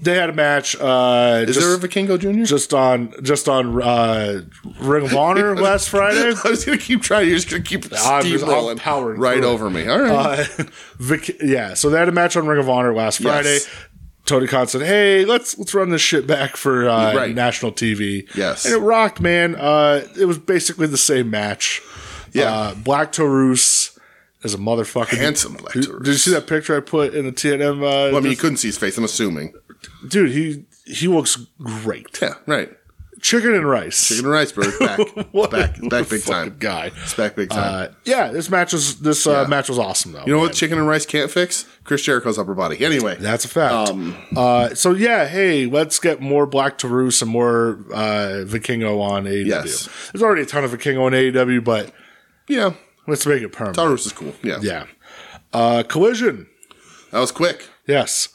[SPEAKER 1] they had a match. Uh,
[SPEAKER 2] Is
[SPEAKER 1] just,
[SPEAKER 2] there a Vikingo Junior?
[SPEAKER 1] just on just on uh, Ring of Honor last Friday?
[SPEAKER 2] I was gonna keep trying. You're just gonna keep
[SPEAKER 1] I'm just- I'm
[SPEAKER 2] steamrolling
[SPEAKER 1] powering
[SPEAKER 2] right
[SPEAKER 1] through it.
[SPEAKER 2] over me. All right.
[SPEAKER 1] Uh, Vic, yeah, so they had a match on Ring of Honor last Friday. Tony Khan said, "Hey, let's let's run this shit back for uh,
[SPEAKER 2] Right.
[SPEAKER 1] national TV."
[SPEAKER 2] Yes.
[SPEAKER 1] and it rocked, man. Uh, it was basically the same match.
[SPEAKER 2] Yeah.
[SPEAKER 1] uh, Black Taurus is a motherfucking
[SPEAKER 2] Handsome Black
[SPEAKER 1] Did-
[SPEAKER 2] Taurus.
[SPEAKER 1] Did you see that picture I put in the TNM? Uh,
[SPEAKER 2] I mean, you couldn't see his face. I'm assuming.
[SPEAKER 1] dude, he he looks great.
[SPEAKER 2] Yeah. Right.
[SPEAKER 1] Chicken and rice.
[SPEAKER 2] Chicken and rice, bro. It's Back. It's back. It's back. Big
[SPEAKER 1] fucking
[SPEAKER 2] time.
[SPEAKER 1] guy.
[SPEAKER 2] It's back. Big time.
[SPEAKER 1] Uh, yeah, this match was this uh, match was awesome though.
[SPEAKER 2] you know what? Chicken and rice can't fix Chris Jericho's upper body. Anyway.
[SPEAKER 1] That's a fact.
[SPEAKER 2] Um,
[SPEAKER 1] uh, so yeah, hey, let's get more Black Tarus and more uh, Vikingo on AEW.
[SPEAKER 2] Yes.
[SPEAKER 1] There's already a ton of Vikingo on AEW, but
[SPEAKER 2] yeah.
[SPEAKER 1] let's make it permanent.
[SPEAKER 2] Taurus is cool. Yeah.
[SPEAKER 1] yeah. Uh, collision.
[SPEAKER 2] That was quick.
[SPEAKER 1] Yes.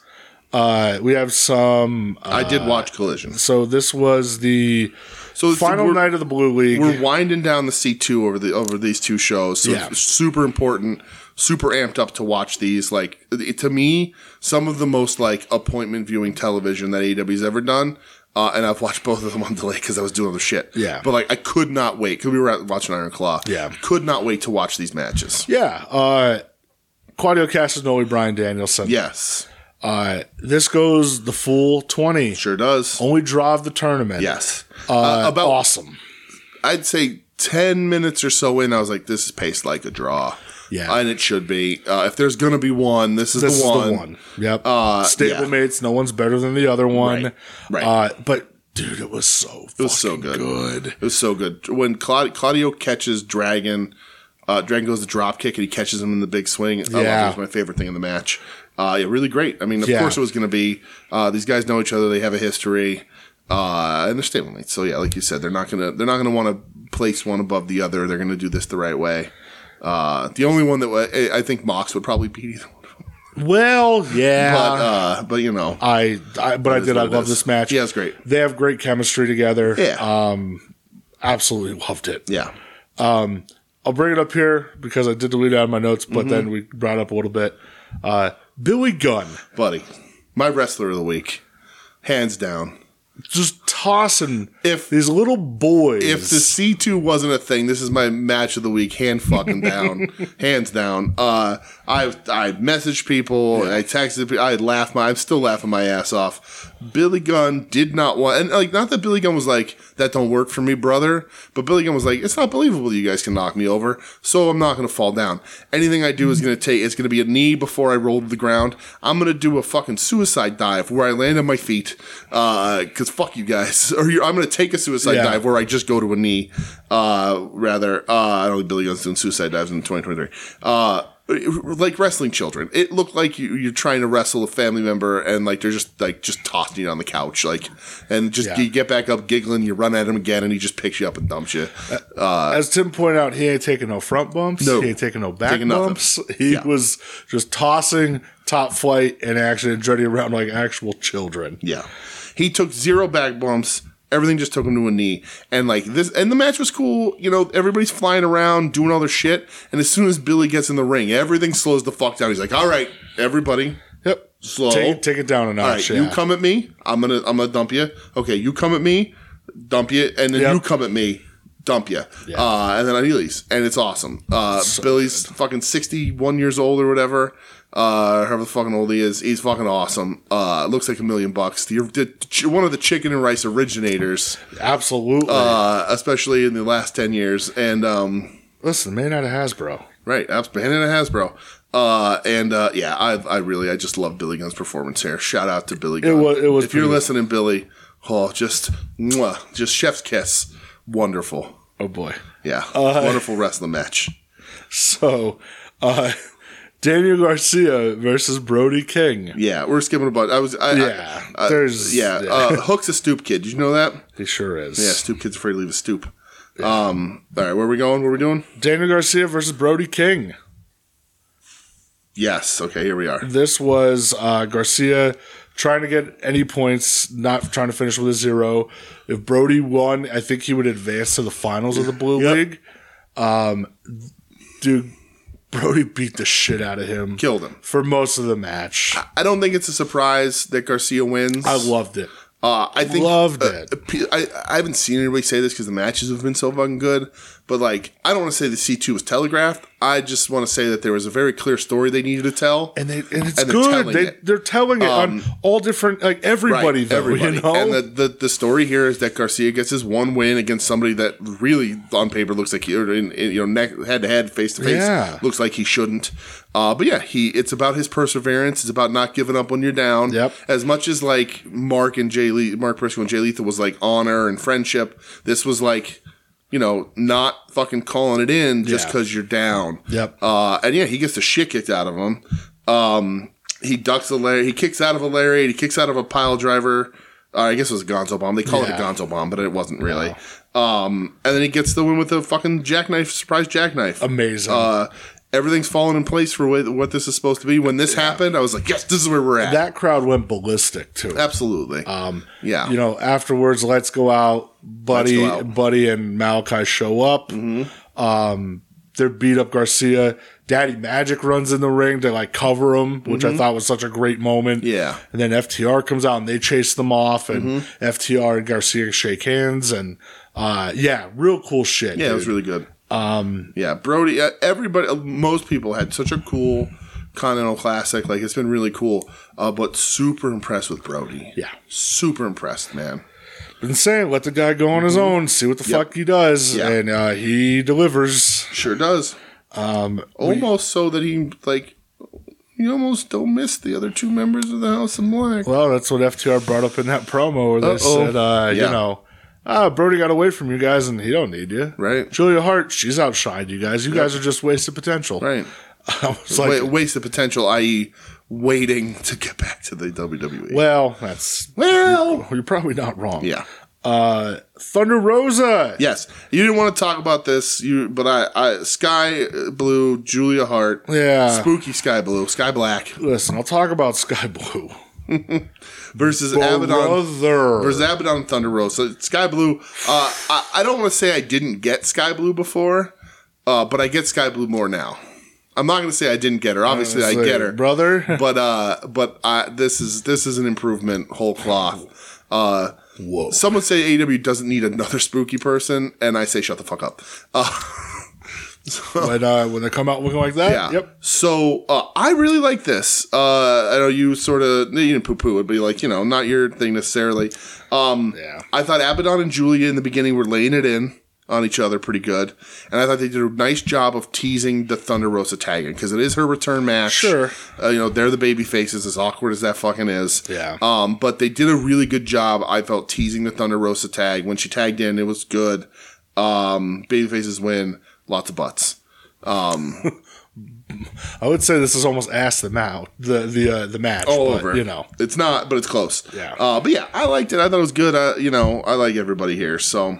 [SPEAKER 1] Uh, we have some. Uh,
[SPEAKER 2] I did watch Collision.
[SPEAKER 1] so this was the
[SPEAKER 2] So it's-
[SPEAKER 1] final
[SPEAKER 2] we're,
[SPEAKER 1] night of the Blue League.
[SPEAKER 2] we're winding down the C two over the over these two shows. So
[SPEAKER 1] Yeah.
[SPEAKER 2] it's super important. Super amped up to watch these. Like it, to me, some of the most like appointment viewing television that AEW's ever done. Uh, and I've watched both of them on delay because I was doing other shit.
[SPEAKER 1] Yeah.
[SPEAKER 2] but like I could not wait because we were out watching Iron Claw.
[SPEAKER 1] Yeah.
[SPEAKER 2] could not wait to watch these matches.
[SPEAKER 1] Yeah. Uh, Claudio Castagnoli, Brian Danielson.
[SPEAKER 2] Yes,
[SPEAKER 1] Uh, this goes the full 20.
[SPEAKER 2] sure does.
[SPEAKER 1] Only draw of the tournament.
[SPEAKER 2] Yes,
[SPEAKER 1] Uh,
[SPEAKER 2] Uh, about
[SPEAKER 1] awesome.
[SPEAKER 2] I'd say 10 minutes or so in, I was like, this is paced like a draw.
[SPEAKER 1] Yeah.
[SPEAKER 2] And it should be. Uh, if there's going to be one, this is,
[SPEAKER 1] This
[SPEAKER 2] the,
[SPEAKER 1] is
[SPEAKER 2] one.
[SPEAKER 1] the one. Yep.
[SPEAKER 2] Uh,
[SPEAKER 1] Stablemates. No one's better than the other one.
[SPEAKER 2] Right. Right.
[SPEAKER 1] Uh, but dude, it was so. It
[SPEAKER 2] was so good. It was so good. When Claud- Claudio catches Dragon, uh, Dragon goes to drop kick and he catches him in the big swing. I love
[SPEAKER 1] Yeah.
[SPEAKER 2] it. It was my favorite thing in the match. Uh, yeah, really great. I mean, of
[SPEAKER 1] Yeah.
[SPEAKER 2] course it was going to be. Uh, these guys know each other. They have a history. Uh, and they're stablemates. So yeah, like you said, they're not gonna they're not gonna want to place one above the other. They're gonna do this the right way. Uh, the only one that wa- I I think Mox would probably beat either one.
[SPEAKER 1] Well, yeah.
[SPEAKER 2] but uh, but you know,
[SPEAKER 1] I, I, but I
[SPEAKER 2] is
[SPEAKER 1] did. I
[SPEAKER 2] what it
[SPEAKER 1] love
[SPEAKER 2] is.
[SPEAKER 1] this match.
[SPEAKER 2] Yeah, it's great.
[SPEAKER 1] They have great chemistry together.
[SPEAKER 2] yeah,
[SPEAKER 1] Absolutely loved it.
[SPEAKER 2] yeah,
[SPEAKER 1] I'll bring it up here because I did delete it out of my notes,
[SPEAKER 2] Mm-hmm.
[SPEAKER 1] but then we brought it up a little bit. Uh, Billy Gunn
[SPEAKER 2] buddy, my wrestler of the week, hands down.
[SPEAKER 1] just tossing
[SPEAKER 2] If-
[SPEAKER 1] these little boys.
[SPEAKER 2] If the C two wasn't a thing, this is my match of the week, hand fucking down, hands down. Uh, I I messaged people, I texted people, I laughed my, I'm still laughing my ass off. Billy Gunn did not want, and like not that Billy Gunn was like that don't work for me, brother, but Billy Gunn was like it's not believable that you guys can knock me over, so I'm not gonna fall down. Anything I do is gonna take, it's gonna be a knee before I roll to the ground. I'm gonna do a fucking suicide dive where I land on my feet, uh, cause fuck you guys, or you I'm gonna take a suicide
[SPEAKER 1] Yeah.
[SPEAKER 2] dive where I just go to a knee, uh, rather. Uh, I don't think Billy Gunn's doing suicide dives in 2023. Uh, like wrestling children. It looked like you, you're trying to wrestle a family member, and like they're just like just tossing you on the couch, like, and just
[SPEAKER 1] Yeah.
[SPEAKER 2] you get back up giggling, you run at him again, and he just picks you up and dumps you. Uh,
[SPEAKER 1] As Tim pointed out, he ain't taking no front bumps.
[SPEAKER 2] No.
[SPEAKER 1] He ain't taking no back
[SPEAKER 2] Taking nothing.
[SPEAKER 1] bumps. He
[SPEAKER 2] Yeah.
[SPEAKER 1] was just tossing top flight and action and dreading around like actual children.
[SPEAKER 2] yeah, he took zero back bumps. Everything just took him to a knee, and like this, and the match was cool. You know, everybody's flying around doing all their shit, and as soon as Billy gets in the ring, everything slows the fuck down. He's like, "All right, everybody,
[SPEAKER 1] Yep.
[SPEAKER 2] slow,
[SPEAKER 1] Take, take it down a notch.
[SPEAKER 2] All right,
[SPEAKER 1] yeah.
[SPEAKER 2] you come at me. I'm gonna I'm gonna dump you. Okay, you come at me, dump you, and then
[SPEAKER 1] Yep.
[SPEAKER 2] you come at me, dump you. Uh, and then I release, and it's awesome. Uh, Billy's fucking 61 years old or whatever. Uh, however the fucking old he is, he's fucking awesome. Uh, looks like a million bucks. You're one of the chicken and rice originators,
[SPEAKER 1] Absolutely.
[SPEAKER 2] uh, especially in the last 10 years. And um,
[SPEAKER 1] Listen, man out of Hasbro.
[SPEAKER 2] Right, absolutely. And a Hasbro. Uh, and uh, yeah, I, I really, I just love Billy Gunn's performance here. Shout out to Billy Gunn.
[SPEAKER 1] was- it was
[SPEAKER 2] if you're
[SPEAKER 1] pretty-
[SPEAKER 2] listening, Billy, oh, just, mwah, just chef's kiss. Wonderful.
[SPEAKER 1] Oh boy.
[SPEAKER 2] Yeah.
[SPEAKER 1] Uh,
[SPEAKER 2] Wonderful wrestling match.
[SPEAKER 1] So, uh, Daniel Garcia versus Brody King.
[SPEAKER 2] Yeah, we're skipping about. I was. I,
[SPEAKER 1] Yeah,
[SPEAKER 2] I- I-
[SPEAKER 1] there's-
[SPEAKER 2] Yeah. Uh, Hook's a stoop kid. Did you know that?
[SPEAKER 1] He sure is.
[SPEAKER 2] Yeah, stoop kid's afraid to leave a stoop. Um. All right, where are we going? What are we doing?
[SPEAKER 1] Daniel Garcia versus Brody King.
[SPEAKER 2] Yes. Okay, here we are.
[SPEAKER 1] This was uh, Garcia trying to get any points, not trying to finish with a zero. If Brody won, I think he would advance to the finals of the Blue
[SPEAKER 2] Yep.
[SPEAKER 1] League. Um, dude, Brody beat the shit out of him.
[SPEAKER 2] Killed him.
[SPEAKER 1] For most of the match.
[SPEAKER 2] I don't think it's a surprise that Garcia wins.
[SPEAKER 1] I loved it.
[SPEAKER 2] Uh, I think
[SPEAKER 1] Loved
[SPEAKER 2] uh,
[SPEAKER 1] it.
[SPEAKER 2] pe- I, I haven't seen anybody say this because the matches have been so fucking good. But like, I don't want to say the C two was telegraphed. I just want to say that there was a very clear story they needed to tell.
[SPEAKER 1] And, they, and it's
[SPEAKER 2] And they're
[SPEAKER 1] good.
[SPEAKER 2] telling
[SPEAKER 1] they,
[SPEAKER 2] it.
[SPEAKER 1] They're telling it on all different, like everybody, though, you know?
[SPEAKER 2] And the, the the story here is that Garcia gets his one win against somebody that really on paper looks like he or in, in, you know neck head to head face to
[SPEAKER 1] Yeah.
[SPEAKER 2] face looks like he shouldn't. Uh, but yeah, he it's about his perseverance. It's about not giving up when you're down.
[SPEAKER 1] Yep.
[SPEAKER 2] As much as like Mark and Jay Le- Mark Briscoe and Jay Lethal was like honor and friendship, this was like. You know, not fucking calling it in just
[SPEAKER 1] Yeah.
[SPEAKER 2] because you're down.
[SPEAKER 1] Yep.
[SPEAKER 2] Uh, and yeah, he gets the shit kicked out of him. Um, he ducks a lariat. He kicks out of a lariat. He kicks out of a pile driver. Uh, I guess it was a Gonzo bomb. They call it
[SPEAKER 1] Yeah.
[SPEAKER 2] a Gonzo bomb, but it wasn't really. Um, and then he gets the win with a fucking jackknife, surprise jackknife.
[SPEAKER 1] Amazing.
[SPEAKER 2] Uh, everything's falling in place for what, what this is supposed to be. When this happened, I was like, yes, this is where we're at.
[SPEAKER 1] that crowd went ballistic too.
[SPEAKER 2] Absolutely. Um, yeah.
[SPEAKER 1] You know, afterwards, let's go out, buddy.
[SPEAKER 2] Let's go out. Mm-hmm.
[SPEAKER 1] Buddy and Malachi show up. Um, they're beat up Garcia. Daddy Magic runs in the ring to like cover him, which I thought was such a great moment.
[SPEAKER 2] Mm-hmm. Yeah.
[SPEAKER 1] And then FTR comes out and they chase them off, and
[SPEAKER 2] Mm-hmm.
[SPEAKER 1] FTR and Garcia shake hands, and uh, yeah, real cool shit.
[SPEAKER 2] Yeah, it
[SPEAKER 1] dude.
[SPEAKER 2] was really good. Um, yeah, Brody. Uh, everybody, uh, most people had such a cool Continental Classic. Like it's been really cool. Uh, but super impressed with Brody.
[SPEAKER 1] Yeah.
[SPEAKER 2] super impressed, man.
[SPEAKER 1] been saying let the guy go on his own, see what the
[SPEAKER 2] Mm-hmm. Yep.
[SPEAKER 1] fuck he does,
[SPEAKER 2] Yeah.
[SPEAKER 1] and uh, he delivers.
[SPEAKER 2] Sure does. Um, almost so that he like you almost don't miss the other two members of the House of Black.
[SPEAKER 1] Well, that's what FTR brought up in that promo where they
[SPEAKER 2] Uh-oh.
[SPEAKER 1] said, uh, you
[SPEAKER 2] Yeah.
[SPEAKER 1] know, ah, Brody got away from you guys and he don't need you.
[SPEAKER 2] Right.
[SPEAKER 1] Julia Hart, she's outshined you guys. You guys are just wasted potential.
[SPEAKER 2] Right.
[SPEAKER 1] I was like,
[SPEAKER 2] Wa- waste of potential, i.e., waiting to get back to the WWE.
[SPEAKER 1] well, that's,
[SPEAKER 2] well,
[SPEAKER 1] you're probably not wrong.
[SPEAKER 2] yeah.
[SPEAKER 1] Uh, Thunder Rosa.
[SPEAKER 2] Yes, you didn't want to talk about this, you but I, I Sky Blue, Julia Hart,
[SPEAKER 1] Yeah.
[SPEAKER 2] spooky Sky Blue, Sky Black
[SPEAKER 1] Listen, I'll talk about Sky Blue.
[SPEAKER 2] versus Abaddon
[SPEAKER 1] Brother.
[SPEAKER 2] versus Abaddon and Thunder Rosa. Sky Blue, uh, I, I don't want to say I didn't get Sky Blue before, uh, but I get Sky Blue more now. I'm not going to say I didn't get her. Obviously, I
[SPEAKER 1] It's like,
[SPEAKER 2] get her,
[SPEAKER 1] Brother.
[SPEAKER 2] but uh, but I, this is this is an improvement, whole cloth. Uh,
[SPEAKER 1] Whoa.
[SPEAKER 2] Someone say AEW doesn't need another spooky person, and I say shut the fuck up.
[SPEAKER 1] But uh, when they come out looking like that,
[SPEAKER 2] Yeah.
[SPEAKER 1] yep.
[SPEAKER 2] So uh, I really like this. Uh, I know you sort of you didn't poo poo it, but you're like you know not your thing necessarily. Um,
[SPEAKER 1] Yeah.
[SPEAKER 2] I thought Abaddon and Julia in the beginning were laying it in on each other pretty good, and I thought they did a nice job of teasing the Thunder Rosa tagging because it is her return match.
[SPEAKER 1] Sure.
[SPEAKER 2] Uh, you know they're the baby faces, as awkward as that fucking is.
[SPEAKER 1] Yeah.
[SPEAKER 2] Um, but they did a really good job. I felt teasing the Thunder Rosa tag when she tagged in, it was good. Um, baby faces win, lots of butts.
[SPEAKER 1] I would say this is almost ass the mouth the the uh, the match.
[SPEAKER 2] all
[SPEAKER 1] but,
[SPEAKER 2] over.
[SPEAKER 1] You know,
[SPEAKER 2] it's not, but it's close.
[SPEAKER 1] Yeah.
[SPEAKER 2] Uh, but yeah, I liked it. I thought it was good. I, you know, I like everybody here, so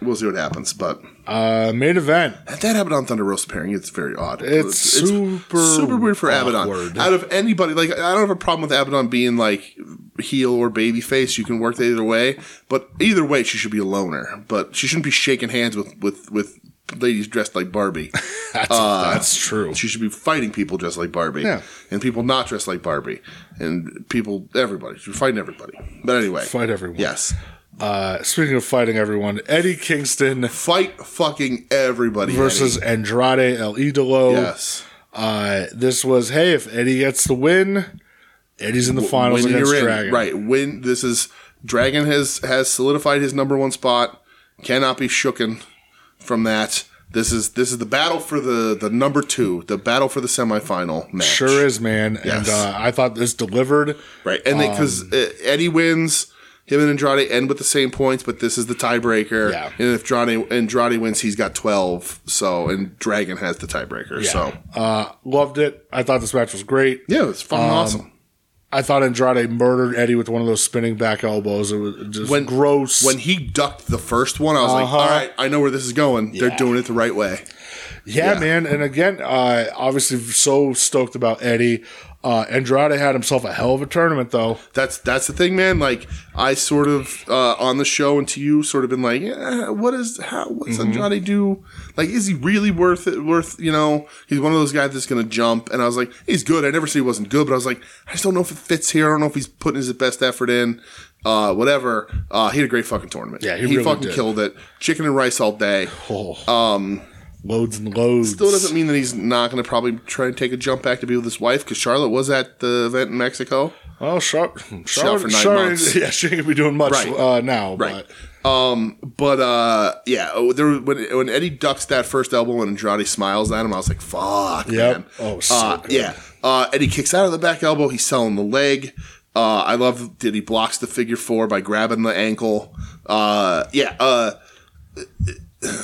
[SPEAKER 2] we'll see what happens. But
[SPEAKER 1] uh, main event.
[SPEAKER 2] if that Abaddon Thunder Roast pairing, it's very odd.
[SPEAKER 1] It's super
[SPEAKER 2] super weird for
[SPEAKER 1] awkward.
[SPEAKER 2] Abaddon. Out of anybody, like I don't have a problem with Abaddon being like heel or baby face. You can work that either way, but either way, she should be a loner. But she shouldn't be shaking hands with with with ladies dressed like Barbie.
[SPEAKER 1] That's,
[SPEAKER 2] Uh,
[SPEAKER 1] that's true.
[SPEAKER 2] She should be fighting people dressed like Barbie.
[SPEAKER 1] Yeah.
[SPEAKER 2] And people not dressed like Barbie. And people, everybody. She should fight everybody. But anyway.
[SPEAKER 1] Fight everyone.
[SPEAKER 2] Yes.
[SPEAKER 1] Uh, speaking of fighting everyone, Eddie Kingston
[SPEAKER 2] Fight fucking everybody.
[SPEAKER 1] versus Andrade El Idolo.
[SPEAKER 2] Eddie. Yes.
[SPEAKER 1] Uh, this was hey, if Eddie gets the win, Eddie's in the finals
[SPEAKER 2] When
[SPEAKER 1] against
[SPEAKER 2] you're in.
[SPEAKER 1] Dragon.
[SPEAKER 2] Right. When this is. Dragon has, has solidified his number one spot. Cannot be shooken from that. This is this is the battle for the, the number two, the battle for the semifinal match.
[SPEAKER 1] Sure is, man. And
[SPEAKER 2] Yes.
[SPEAKER 1] uh, I thought this delivered.
[SPEAKER 2] Right. And
[SPEAKER 1] Um,
[SPEAKER 2] because Eddie wins, him and Andrade end with the same points, but this is the tiebreaker.
[SPEAKER 1] Yeah.
[SPEAKER 2] And if Andrade, Andrade wins, he's got 12. So, and Dragon has the tiebreaker. So,
[SPEAKER 1] Uh, loved it. I thought this match was great.
[SPEAKER 2] yeah, it's fucking
[SPEAKER 1] Um,
[SPEAKER 2] awesome.
[SPEAKER 1] I thought Andrade murdered Eddie with one of those spinning back elbows. It was just
[SPEAKER 2] When-
[SPEAKER 1] gross.
[SPEAKER 2] When he ducked the first one, I was like,
[SPEAKER 1] Uh-huh.
[SPEAKER 2] all right, I know where this is going.
[SPEAKER 1] Yeah.
[SPEAKER 2] They're doing it the right way.
[SPEAKER 1] yeah,
[SPEAKER 2] yeah.
[SPEAKER 1] man. And again, uh, obviously so stoked about Eddie. Uh, Andrade had himself a hell of a tournament, though.
[SPEAKER 2] That's that's the thing, man. Like I sort of uh, on the show and to you, sort of been like, eh, what is how what's
[SPEAKER 1] Mm-hmm.
[SPEAKER 2] Andrade do? Like, is he really worth it? Worth you know? He's one of those guys that's gonna jump. And I was like, he's good. I never said he wasn't good, but I was like, I just don't know if it fits here. I don't know if he's putting his best effort in. Uh, whatever. Uh, he had a great fucking tournament.
[SPEAKER 1] Yeah, he really
[SPEAKER 2] fucking
[SPEAKER 1] did.
[SPEAKER 2] killed it. Chicken and rice all day.
[SPEAKER 1] Oh, um, loads and loads.
[SPEAKER 2] Still doesn't mean that he's not gonna probably try and take a jump back to be with his wife because Charlotte was at the event in Mexico.
[SPEAKER 1] Well, Char- Charlotte,
[SPEAKER 2] for
[SPEAKER 1] for
[SPEAKER 2] nine months.
[SPEAKER 1] yeah, she ain't gonna be doing much
[SPEAKER 2] Right.
[SPEAKER 1] uh, now.
[SPEAKER 2] Right. Um, but uh, yeah, oh, there when when Eddie ducks that first elbow and Andrade smiles at him, I was like, "Fuck,
[SPEAKER 1] Yep.
[SPEAKER 2] man!"
[SPEAKER 1] Oh, so
[SPEAKER 2] uh,
[SPEAKER 1] good.
[SPEAKER 2] yeah. Uh, Eddie kicks out of the back elbow. He's selling the leg. Uh, I love that he blocks the figure four by grabbing the ankle. Uh, yeah. Uh,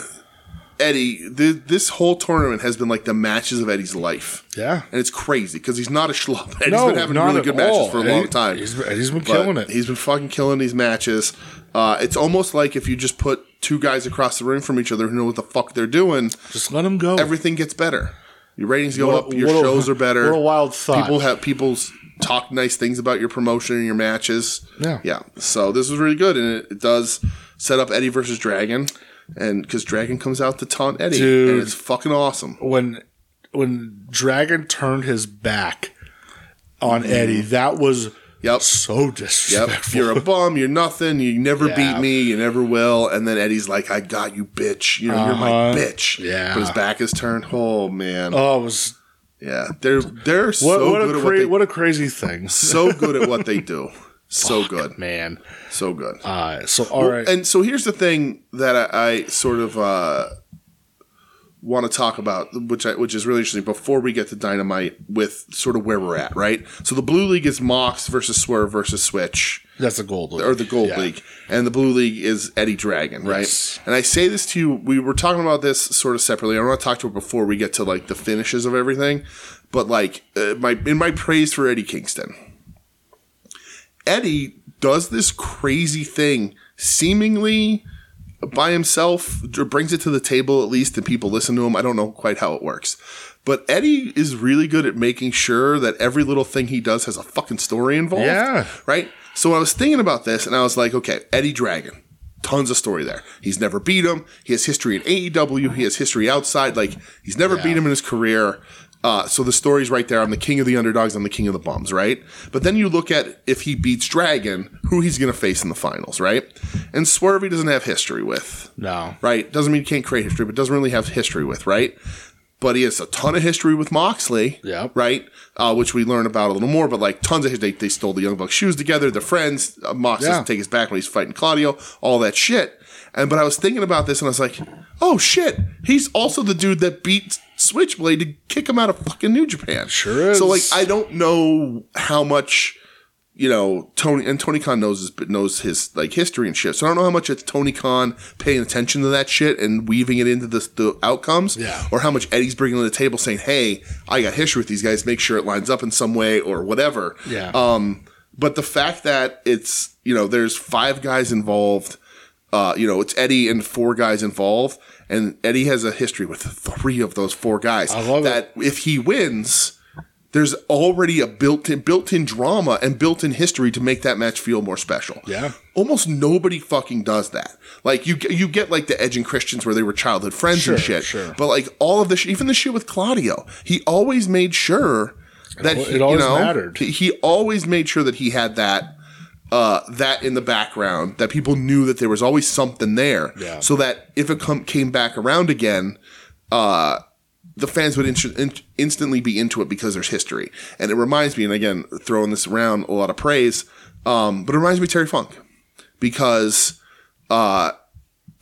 [SPEAKER 2] Eddie, th- this whole tournament has been like the matches of Eddie's life.
[SPEAKER 1] Yeah.
[SPEAKER 2] and it's crazy because he's not a schlub. Eddie's
[SPEAKER 1] No,
[SPEAKER 2] been having
[SPEAKER 1] not
[SPEAKER 2] really
[SPEAKER 1] at
[SPEAKER 2] good matches
[SPEAKER 1] all.
[SPEAKER 2] for a
[SPEAKER 1] Eddie-
[SPEAKER 2] long time.
[SPEAKER 1] he's- he's been
[SPEAKER 2] But
[SPEAKER 1] killing it.
[SPEAKER 2] He's been fucking killing these matches. Uh, it's almost like if you just put two guys across the room from each other who know what the fuck they're doing,
[SPEAKER 1] Just let him go.
[SPEAKER 2] everything gets better. Your ratings go
[SPEAKER 1] What a-
[SPEAKER 2] up. Your
[SPEAKER 1] what a-
[SPEAKER 2] shows are better.
[SPEAKER 1] what a wild thought.
[SPEAKER 2] People have people s- talk nice things about your promotion and your matches.
[SPEAKER 1] Yeah.
[SPEAKER 2] yeah. So this was really good, and it, it does set up Eddie versus Dragon, and because Dragon comes out to taunt Eddie,
[SPEAKER 1] Dude.
[SPEAKER 2] and it's fucking awesome.
[SPEAKER 1] when when Dragon turned his back on Eddie, that was
[SPEAKER 2] Mm-hmm. Yep.
[SPEAKER 1] so
[SPEAKER 2] Yep.
[SPEAKER 1] disrespectful.
[SPEAKER 2] You're a bum. You're nothing. You never
[SPEAKER 1] Yeah.
[SPEAKER 2] beat me. You never will. And then Eddie's like, I got you, bitch. You know, you're my
[SPEAKER 1] Uh-huh.
[SPEAKER 2] bitch.
[SPEAKER 1] Yeah.
[SPEAKER 2] But his back is turned. Oh man.
[SPEAKER 1] oh, it was
[SPEAKER 2] yeah. They're they're
[SPEAKER 1] what,
[SPEAKER 2] so
[SPEAKER 1] what
[SPEAKER 2] good
[SPEAKER 1] a
[SPEAKER 2] at what
[SPEAKER 1] cra-
[SPEAKER 2] they
[SPEAKER 1] what a crazy thing,
[SPEAKER 2] so good at what they do. So good.
[SPEAKER 1] man.
[SPEAKER 2] So good.
[SPEAKER 1] Uh, so all right,
[SPEAKER 2] And so here's the thing that I, I sort of uh, want to talk about, which I, which is really interesting. Before we get to dynamite, with sort of where we're at, right? So the blue league is Mox versus Swerve versus Switch.
[SPEAKER 1] that's a gold league.
[SPEAKER 2] or the Gold
[SPEAKER 1] Yeah.
[SPEAKER 2] League, and the Blue League is Eddie Dragon, right?
[SPEAKER 1] Yes.
[SPEAKER 2] And I say this to you, we were talking about this sort of separately. I want to talk to it before we get to like the finishes of everything, but like uh, my in my praise for Eddie Kingston, Eddie does this crazy thing, seemingly by himself, or brings it to the table at least, and people listen to him. I don't know quite how it works. But Eddie is really good at making sure that every little thing he does has a fucking story involved
[SPEAKER 1] Yeah.
[SPEAKER 2] right? So I was thinking about this, and I was like, okay, Eddie Dragon, tons of story there. He's never beat him. He has history in AEW. He has history outside. Like he's never beat him in his career. Uh, so the story's right there. I'm the king of the underdogs. I'm the king of the bums, right? But then you look at if he beats Dragon, who he's going to face in the finals, right? And Swerve he doesn't have history with
[SPEAKER 1] No,
[SPEAKER 2] right? Doesn't mean he can't create history, but doesn't really have history with, right? But he has a ton of history with Moxley,
[SPEAKER 1] Yep.
[SPEAKER 2] right? Uh, which we learn about a little more, but like tons of they, they stole the Young Bucks shoes together. They're friends. Uh, Mox
[SPEAKER 1] Yeah.
[SPEAKER 2] doesn't take his back when he's fighting Claudio, all that shit. And but I was thinking about this and I was like, oh shit, he's also the dude that beat Switchblade to kick him out of fucking New Japan.
[SPEAKER 1] Sure is.
[SPEAKER 2] So like, I don't know how much you know, Tony and Tony Khan knows his knows his like history and shit. So I don't know how much it's Tony Khan paying attention to that shit and weaving it into the, the outcomes,
[SPEAKER 1] Yeah.
[SPEAKER 2] or how much Eddie's bringing to the table, saying, "Hey, I got history with these guys. Make sure it lines up in some way or whatever."
[SPEAKER 1] Yeah.
[SPEAKER 2] Um, but the fact that it's you know there's five guys involved, uh, you know it's Eddie and four guys involved, and Eddie has a history with three of those four guys. I
[SPEAKER 1] love it.
[SPEAKER 2] that if he wins, there's already a built-in built-in drama and built-in history to make that match feel more special.
[SPEAKER 1] Yeah.
[SPEAKER 2] Almost nobody fucking does that. Like you you get like the Edge and Christians where they were childhood friends
[SPEAKER 1] Sure,
[SPEAKER 2] and shit.
[SPEAKER 1] sure.
[SPEAKER 2] But like all of the sh- even the shit with Claudio, he always made sure that
[SPEAKER 1] al-
[SPEAKER 2] he-
[SPEAKER 1] it always
[SPEAKER 2] you know,
[SPEAKER 1] mattered.
[SPEAKER 2] He, he always made sure that he had that uh, that in the background that people knew that there was always something there.
[SPEAKER 1] Yeah.
[SPEAKER 2] So that if it come, came back around again, uh, the fans would inst- in- instantly be into it because there's history. And it reminds me, and again, throwing this around a lot of praise, um, but it reminds me of Terry Funk because uh,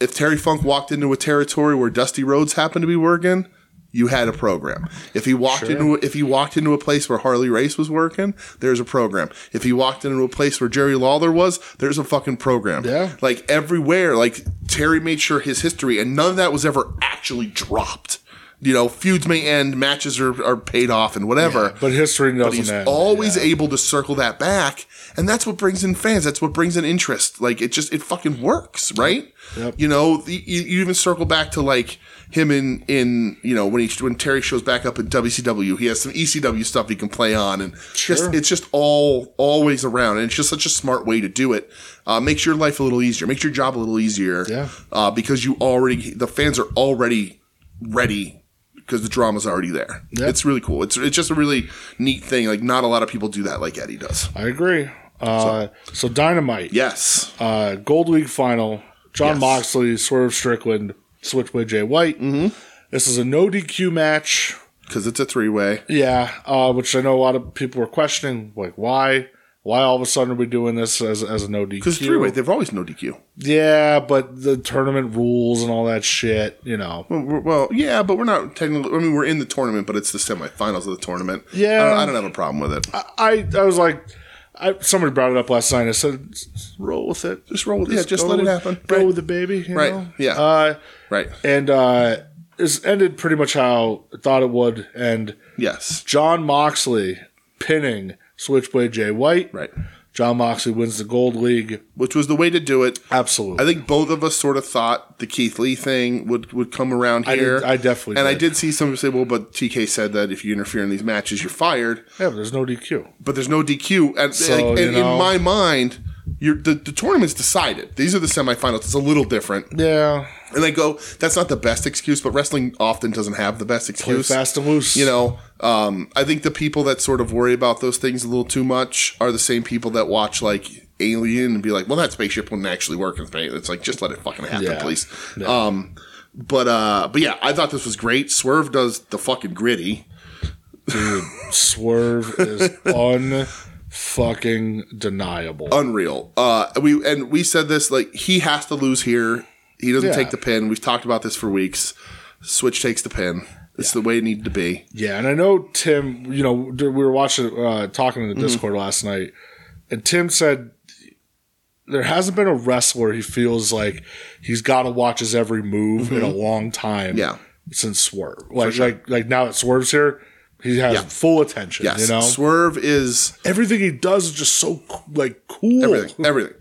[SPEAKER 2] if Terry Funk walked into a territory where Dusty Rhodes happened to be working, you had a program. If he walked into if he walked into a place where Harley Race was working, there's a program. If he walked into a place where Jerry Lawler was, there's a fucking program.
[SPEAKER 1] Yeah.
[SPEAKER 2] Like everywhere, like Terry made sure his history and none of that was ever actually dropped. You know, feuds may end, matches are, are paid off and whatever
[SPEAKER 1] But history doesn't
[SPEAKER 2] he's
[SPEAKER 1] end.
[SPEAKER 2] always able to circle that back and that's what brings in fans that's what brings in interest like it just it fucking works right
[SPEAKER 1] Yep.
[SPEAKER 2] you know the, you, you even circle back to like him in in you know when he when terry shows back up in wcw he has some ecw stuff he can play on and
[SPEAKER 1] Sure.
[SPEAKER 2] just it's just all always around and it's just such a smart way to do it uh, makes your life a little easier makes your job a little easier
[SPEAKER 1] Yeah.
[SPEAKER 2] uh, because you already the fans are already ready because the drama's already there.
[SPEAKER 1] Yeah.
[SPEAKER 2] It's really cool. It's it's just a really neat thing. Like not a lot of people do that like Eddie does.
[SPEAKER 1] I agree. Uh, so, Dynamite,
[SPEAKER 2] Yes.
[SPEAKER 1] uh, Gold League final, John
[SPEAKER 2] Yes.
[SPEAKER 1] Moxley, Swerve Strickland, Switchblade Jay White. Mm-hmm. This is a no DQ match.
[SPEAKER 2] Because it's a three way.
[SPEAKER 1] Yeah, uh, which I know a lot of people were questioning, like why, why all of a sudden are we doing this as as a no DQ?
[SPEAKER 2] Because three way, they've always no DQ.
[SPEAKER 1] Yeah, but the tournament rules and all that shit, you know.
[SPEAKER 2] Well, we're- well, yeah, but we're not technically. I mean, we're in the tournament, but it's the semifinals of the tournament.
[SPEAKER 1] Yeah. Uh,
[SPEAKER 2] I don't, I don't have a problem with it.
[SPEAKER 1] I I was like, I, somebody brought it up last night. I said, "Just roll with it, just roll with it,
[SPEAKER 2] Yeah, just
[SPEAKER 1] go
[SPEAKER 2] let it
[SPEAKER 1] with-
[SPEAKER 2] happen."
[SPEAKER 1] go
[SPEAKER 2] Right.
[SPEAKER 1] with the baby, you
[SPEAKER 2] Right,
[SPEAKER 1] know?
[SPEAKER 2] yeah.
[SPEAKER 1] Uh,
[SPEAKER 2] right.
[SPEAKER 1] and uh, it's ended pretty much how I thought it would, and.
[SPEAKER 2] Yes.
[SPEAKER 1] John Moxley pinning Switchblade Jay White.
[SPEAKER 2] Right.
[SPEAKER 1] John Moxley wins the Gold League.
[SPEAKER 2] Which was the way to do it.
[SPEAKER 1] Absolutely.
[SPEAKER 2] I think both of us sort of thought the Keith Lee thing would, would come around
[SPEAKER 1] I did-
[SPEAKER 2] here.
[SPEAKER 1] I definitely
[SPEAKER 2] and I
[SPEAKER 1] did.
[SPEAKER 2] did see some say, well, but TK said that if you interfere in these matches, you're fired.
[SPEAKER 1] yeah, but there's no DQ.
[SPEAKER 2] but there's no DQ. And, like, and
[SPEAKER 1] you know.
[SPEAKER 2] in my mind, you're, the, the tournament's decided. These are the semifinals. It's a little different.
[SPEAKER 1] Yeah.
[SPEAKER 2] And I go, that's not the best excuse, but wrestling often doesn't have the best
[SPEAKER 1] Play
[SPEAKER 2] excuse.
[SPEAKER 1] fast and loose.
[SPEAKER 2] You know, um, I think the people that sort of worry about those things a little too much are the same people that watch like Alien and be like, well, that spaceship wouldn't actually work in space. It's like, just let it fucking happen,
[SPEAKER 1] Yeah.
[SPEAKER 2] please. Um, but uh, but yeah, I thought this was great. Swerve does the fucking gritty.
[SPEAKER 1] Dude, Swerve is unfucking deniable.
[SPEAKER 2] unreal. Uh, we and we said this like he has to lose here. He doesn't
[SPEAKER 1] Yeah.
[SPEAKER 2] take the pin. We've talked about this for weeks. Switch takes the pin. It's the way it needed to be.
[SPEAKER 1] yeah, and I know Tim, you know, d- we were watching, uh, talking
[SPEAKER 2] Mm-hmm.
[SPEAKER 1] in the Discord last night, and Tim said there hasn't been a wrestler he feels like he's got to watch his every move in a long time.
[SPEAKER 2] Mm-hmm. Yeah.
[SPEAKER 1] since Swerve, like like like now that Swerve's here, he has full attention.
[SPEAKER 2] Yes,
[SPEAKER 1] you know,
[SPEAKER 2] Swerve is
[SPEAKER 1] everything he does is just so co- like cool.
[SPEAKER 2] everything. everything.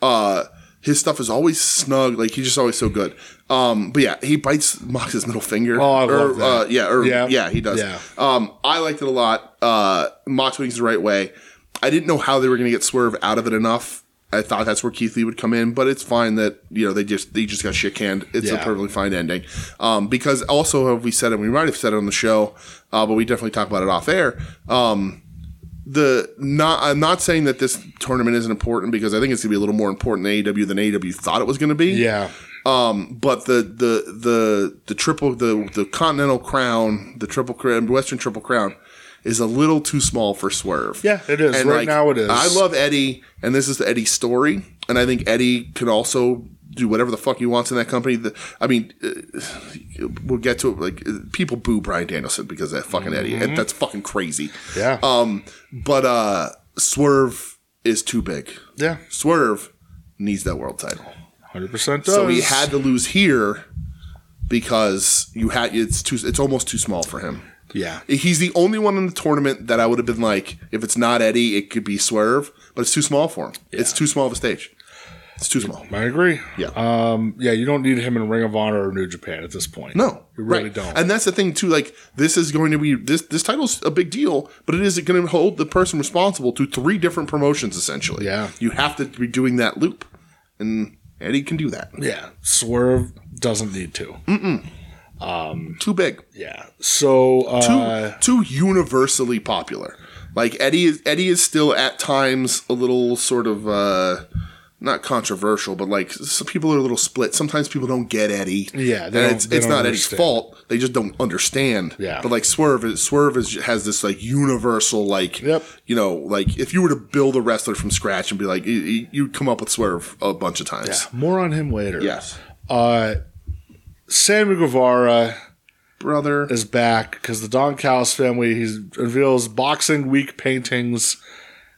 [SPEAKER 2] Uh, his stuff is always snug. Like he's just always so good. Um, but yeah, he bites Mox's middle finger.
[SPEAKER 1] Oh, I
[SPEAKER 2] or,
[SPEAKER 1] love that.
[SPEAKER 2] Uh, yeah, or,
[SPEAKER 1] Yeah.
[SPEAKER 2] yeah, he does.
[SPEAKER 1] Yeah.
[SPEAKER 2] Um, I liked it a lot. Uh, Mox wings the right way. I didn't know how they were going to get Swerve out of it enough. I thought that's where Keith Lee would come in, but it's fine that you know they just they just got shit canned. It's
[SPEAKER 1] Yeah.
[SPEAKER 2] a perfectly fine ending, um, because also have we said it? We might have said it on the show, uh, but we definitely talked about it off air. Um, the not I'm not saying that this tournament isn't important because I think it's gonna be a little more important in AEW than AEW thought it was gonna be.
[SPEAKER 1] Yeah,
[SPEAKER 2] Um, but the the the the triple the the Continental Crown, the triple crown, Western Triple Crown, is a little too small for Swerve.
[SPEAKER 1] Yeah, it is. Right now it is.
[SPEAKER 2] I love Eddie, and this is the Eddie story, and I think Eddie can also do whatever the fuck he wants in that company. The, I mean, uh, we'll get to it. Like uh, people boo Brian Danielson
[SPEAKER 1] Mm-hmm.
[SPEAKER 2] Uh, because of that fucking Eddie. And that's fucking crazy.
[SPEAKER 1] yeah.
[SPEAKER 2] Um, but uh, Swerve is too big.
[SPEAKER 1] Yeah,
[SPEAKER 2] Swerve needs that world title.
[SPEAKER 1] hundred percent.
[SPEAKER 2] So he had to lose here because you had it's too it's almost too small for him.
[SPEAKER 1] yeah,
[SPEAKER 2] He's the only one in the tournament that I would have been like, if it's not Eddie, it could be Swerve, but it's too small for him. It's too small of a stage. It's too small.
[SPEAKER 1] I agree.
[SPEAKER 2] Yeah.
[SPEAKER 1] um, yeah, you don't need him in Ring of Honor or New Japan at this point.
[SPEAKER 2] No,
[SPEAKER 1] you really
[SPEAKER 2] right.
[SPEAKER 1] don't.
[SPEAKER 2] And that's the thing too. Like this is going to be this this title's a big deal, but it is going to hold the person responsible to three different promotions essentially.
[SPEAKER 1] Yeah.
[SPEAKER 2] you have to be doing that loop, and Eddie can do that.
[SPEAKER 1] yeah, Swerve doesn't need to.
[SPEAKER 2] Too big,
[SPEAKER 1] Yeah, so uh,
[SPEAKER 2] too too universally popular. Like Eddie is Eddie is still at times a little sort of uh not controversial, but like some people are a little split. Sometimes people don't get Eddie.
[SPEAKER 1] Yeah, they
[SPEAKER 2] and
[SPEAKER 1] don't-
[SPEAKER 2] it's,
[SPEAKER 1] they
[SPEAKER 2] it's
[SPEAKER 1] don't
[SPEAKER 2] not Eddie's
[SPEAKER 1] understand.
[SPEAKER 2] fault. They just don't understand.
[SPEAKER 1] Yeah.
[SPEAKER 2] but like Swerve, is, Swerve is, has this like universal like
[SPEAKER 1] Yep.
[SPEAKER 2] you know like if you were to build a wrestler from scratch and be like you- you- you'd come up with Swerve a bunch of times.
[SPEAKER 1] more on him later.
[SPEAKER 2] Yes,
[SPEAKER 1] uh, Sammy Guevara
[SPEAKER 2] brother.
[SPEAKER 1] is back because the Don Callis family he reveals boxing week paintings,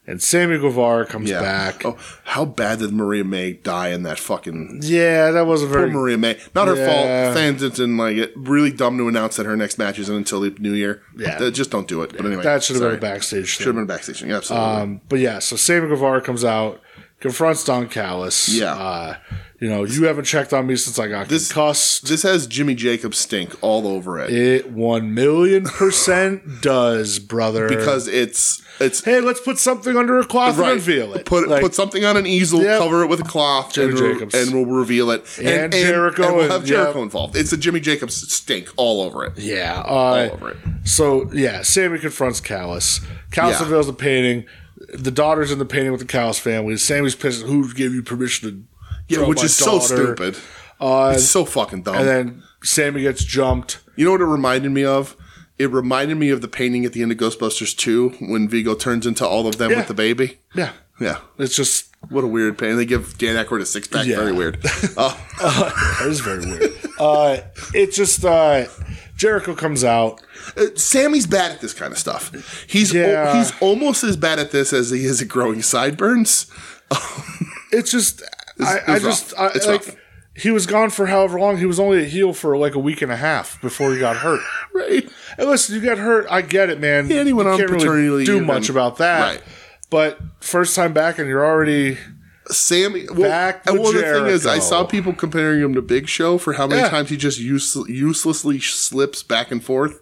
[SPEAKER 1] and Sammy Guevara comes
[SPEAKER 2] yeah.
[SPEAKER 1] back.
[SPEAKER 2] Oh, how bad did Maria May die in that fucking
[SPEAKER 1] Yeah, that wasn't
[SPEAKER 2] Poor
[SPEAKER 1] very.
[SPEAKER 2] Maria May. Not her
[SPEAKER 1] Yeah.
[SPEAKER 2] fault. Fans didn't like it. Really dumb to announce that her next match isn't until the new year.
[SPEAKER 1] Yeah.
[SPEAKER 2] That- just don't do it. But anyway.
[SPEAKER 1] that should have been a
[SPEAKER 2] sorry.
[SPEAKER 1] backstage.
[SPEAKER 2] Should have
[SPEAKER 1] Thing.
[SPEAKER 2] been a backstage. Yeah, absolutely.
[SPEAKER 1] Um, but yeah, so Sammy Guevara comes out, confronts Don Callis.
[SPEAKER 2] Yeah.
[SPEAKER 1] uh, you know, you haven't checked on me since I got
[SPEAKER 2] This-
[SPEAKER 1] concussed.
[SPEAKER 2] this has Jimmy Jacobs stink all over it.
[SPEAKER 1] It one million percent does, brother.
[SPEAKER 2] because it's it's
[SPEAKER 1] hey, let's put something under a cloth
[SPEAKER 2] right.
[SPEAKER 1] and reveal it.
[SPEAKER 2] Put
[SPEAKER 1] Like,
[SPEAKER 2] put something on an easel,
[SPEAKER 1] Yep.
[SPEAKER 2] cover it with a cloth,
[SPEAKER 1] Jimmy
[SPEAKER 2] and, re-
[SPEAKER 1] Jacobs.
[SPEAKER 2] and we'll reveal it.
[SPEAKER 1] And Jericho
[SPEAKER 2] and we'll
[SPEAKER 1] and-
[SPEAKER 2] have Jericho
[SPEAKER 1] yep.
[SPEAKER 2] involved. It's a Jimmy Jacobs stink all over it.
[SPEAKER 1] yeah,
[SPEAKER 2] All
[SPEAKER 1] uh,
[SPEAKER 2] over it.
[SPEAKER 1] So yeah, Sammy confronts Callus. Callus
[SPEAKER 2] Yeah.
[SPEAKER 1] reveals the painting. The daughter's in the painting with the Callus family. Sammy's pissed. Who gave you permission to?
[SPEAKER 2] Yeah,
[SPEAKER 1] throw
[SPEAKER 2] which
[SPEAKER 1] my
[SPEAKER 2] is so
[SPEAKER 1] daughter?"
[SPEAKER 2] stupid.
[SPEAKER 1] Uh,
[SPEAKER 2] It's so fucking dumb.
[SPEAKER 1] and then Sammy gets jumped.
[SPEAKER 2] You know what it reminded me of? It reminded me of the painting at the end of Ghostbusters 2 when Vigo turns into all of them
[SPEAKER 1] Yeah.
[SPEAKER 2] with the baby.
[SPEAKER 1] Yeah,
[SPEAKER 2] Yeah.
[SPEAKER 1] it's just
[SPEAKER 2] What a weird painting. They give Dan Aykroyd a six pack.
[SPEAKER 1] Yeah.
[SPEAKER 2] Very weird. Uh,
[SPEAKER 1] that is very weird. uh, it's just uh, Jericho comes out.
[SPEAKER 2] uh, Sammy's bad at this kind of stuff. He's al-
[SPEAKER 1] Yeah.
[SPEAKER 2] he's almost as bad at this as he is at growing sideburns.
[SPEAKER 1] It's just I,
[SPEAKER 2] it's
[SPEAKER 1] I
[SPEAKER 2] rough.
[SPEAKER 1] just I,
[SPEAKER 2] It's
[SPEAKER 1] like
[SPEAKER 2] rough.
[SPEAKER 1] he was gone for however long. He was only a heel for like a week and a half before he got hurt.
[SPEAKER 2] Right.
[SPEAKER 1] And listen, you got hurt. I get it, man.
[SPEAKER 2] Yeah, and he went
[SPEAKER 1] you
[SPEAKER 2] on paternity leave
[SPEAKER 1] do
[SPEAKER 2] and-
[SPEAKER 1] much about that.
[SPEAKER 2] Right.
[SPEAKER 1] But first time back, and you're already
[SPEAKER 2] Sammy. Well,
[SPEAKER 1] Back
[SPEAKER 2] and
[SPEAKER 1] to
[SPEAKER 2] well, the thing is, I
[SPEAKER 1] Jericho.
[SPEAKER 2] saw people comparing him to Big Show for how many
[SPEAKER 1] Yeah.
[SPEAKER 2] times he just use, uselessly slips back and forth.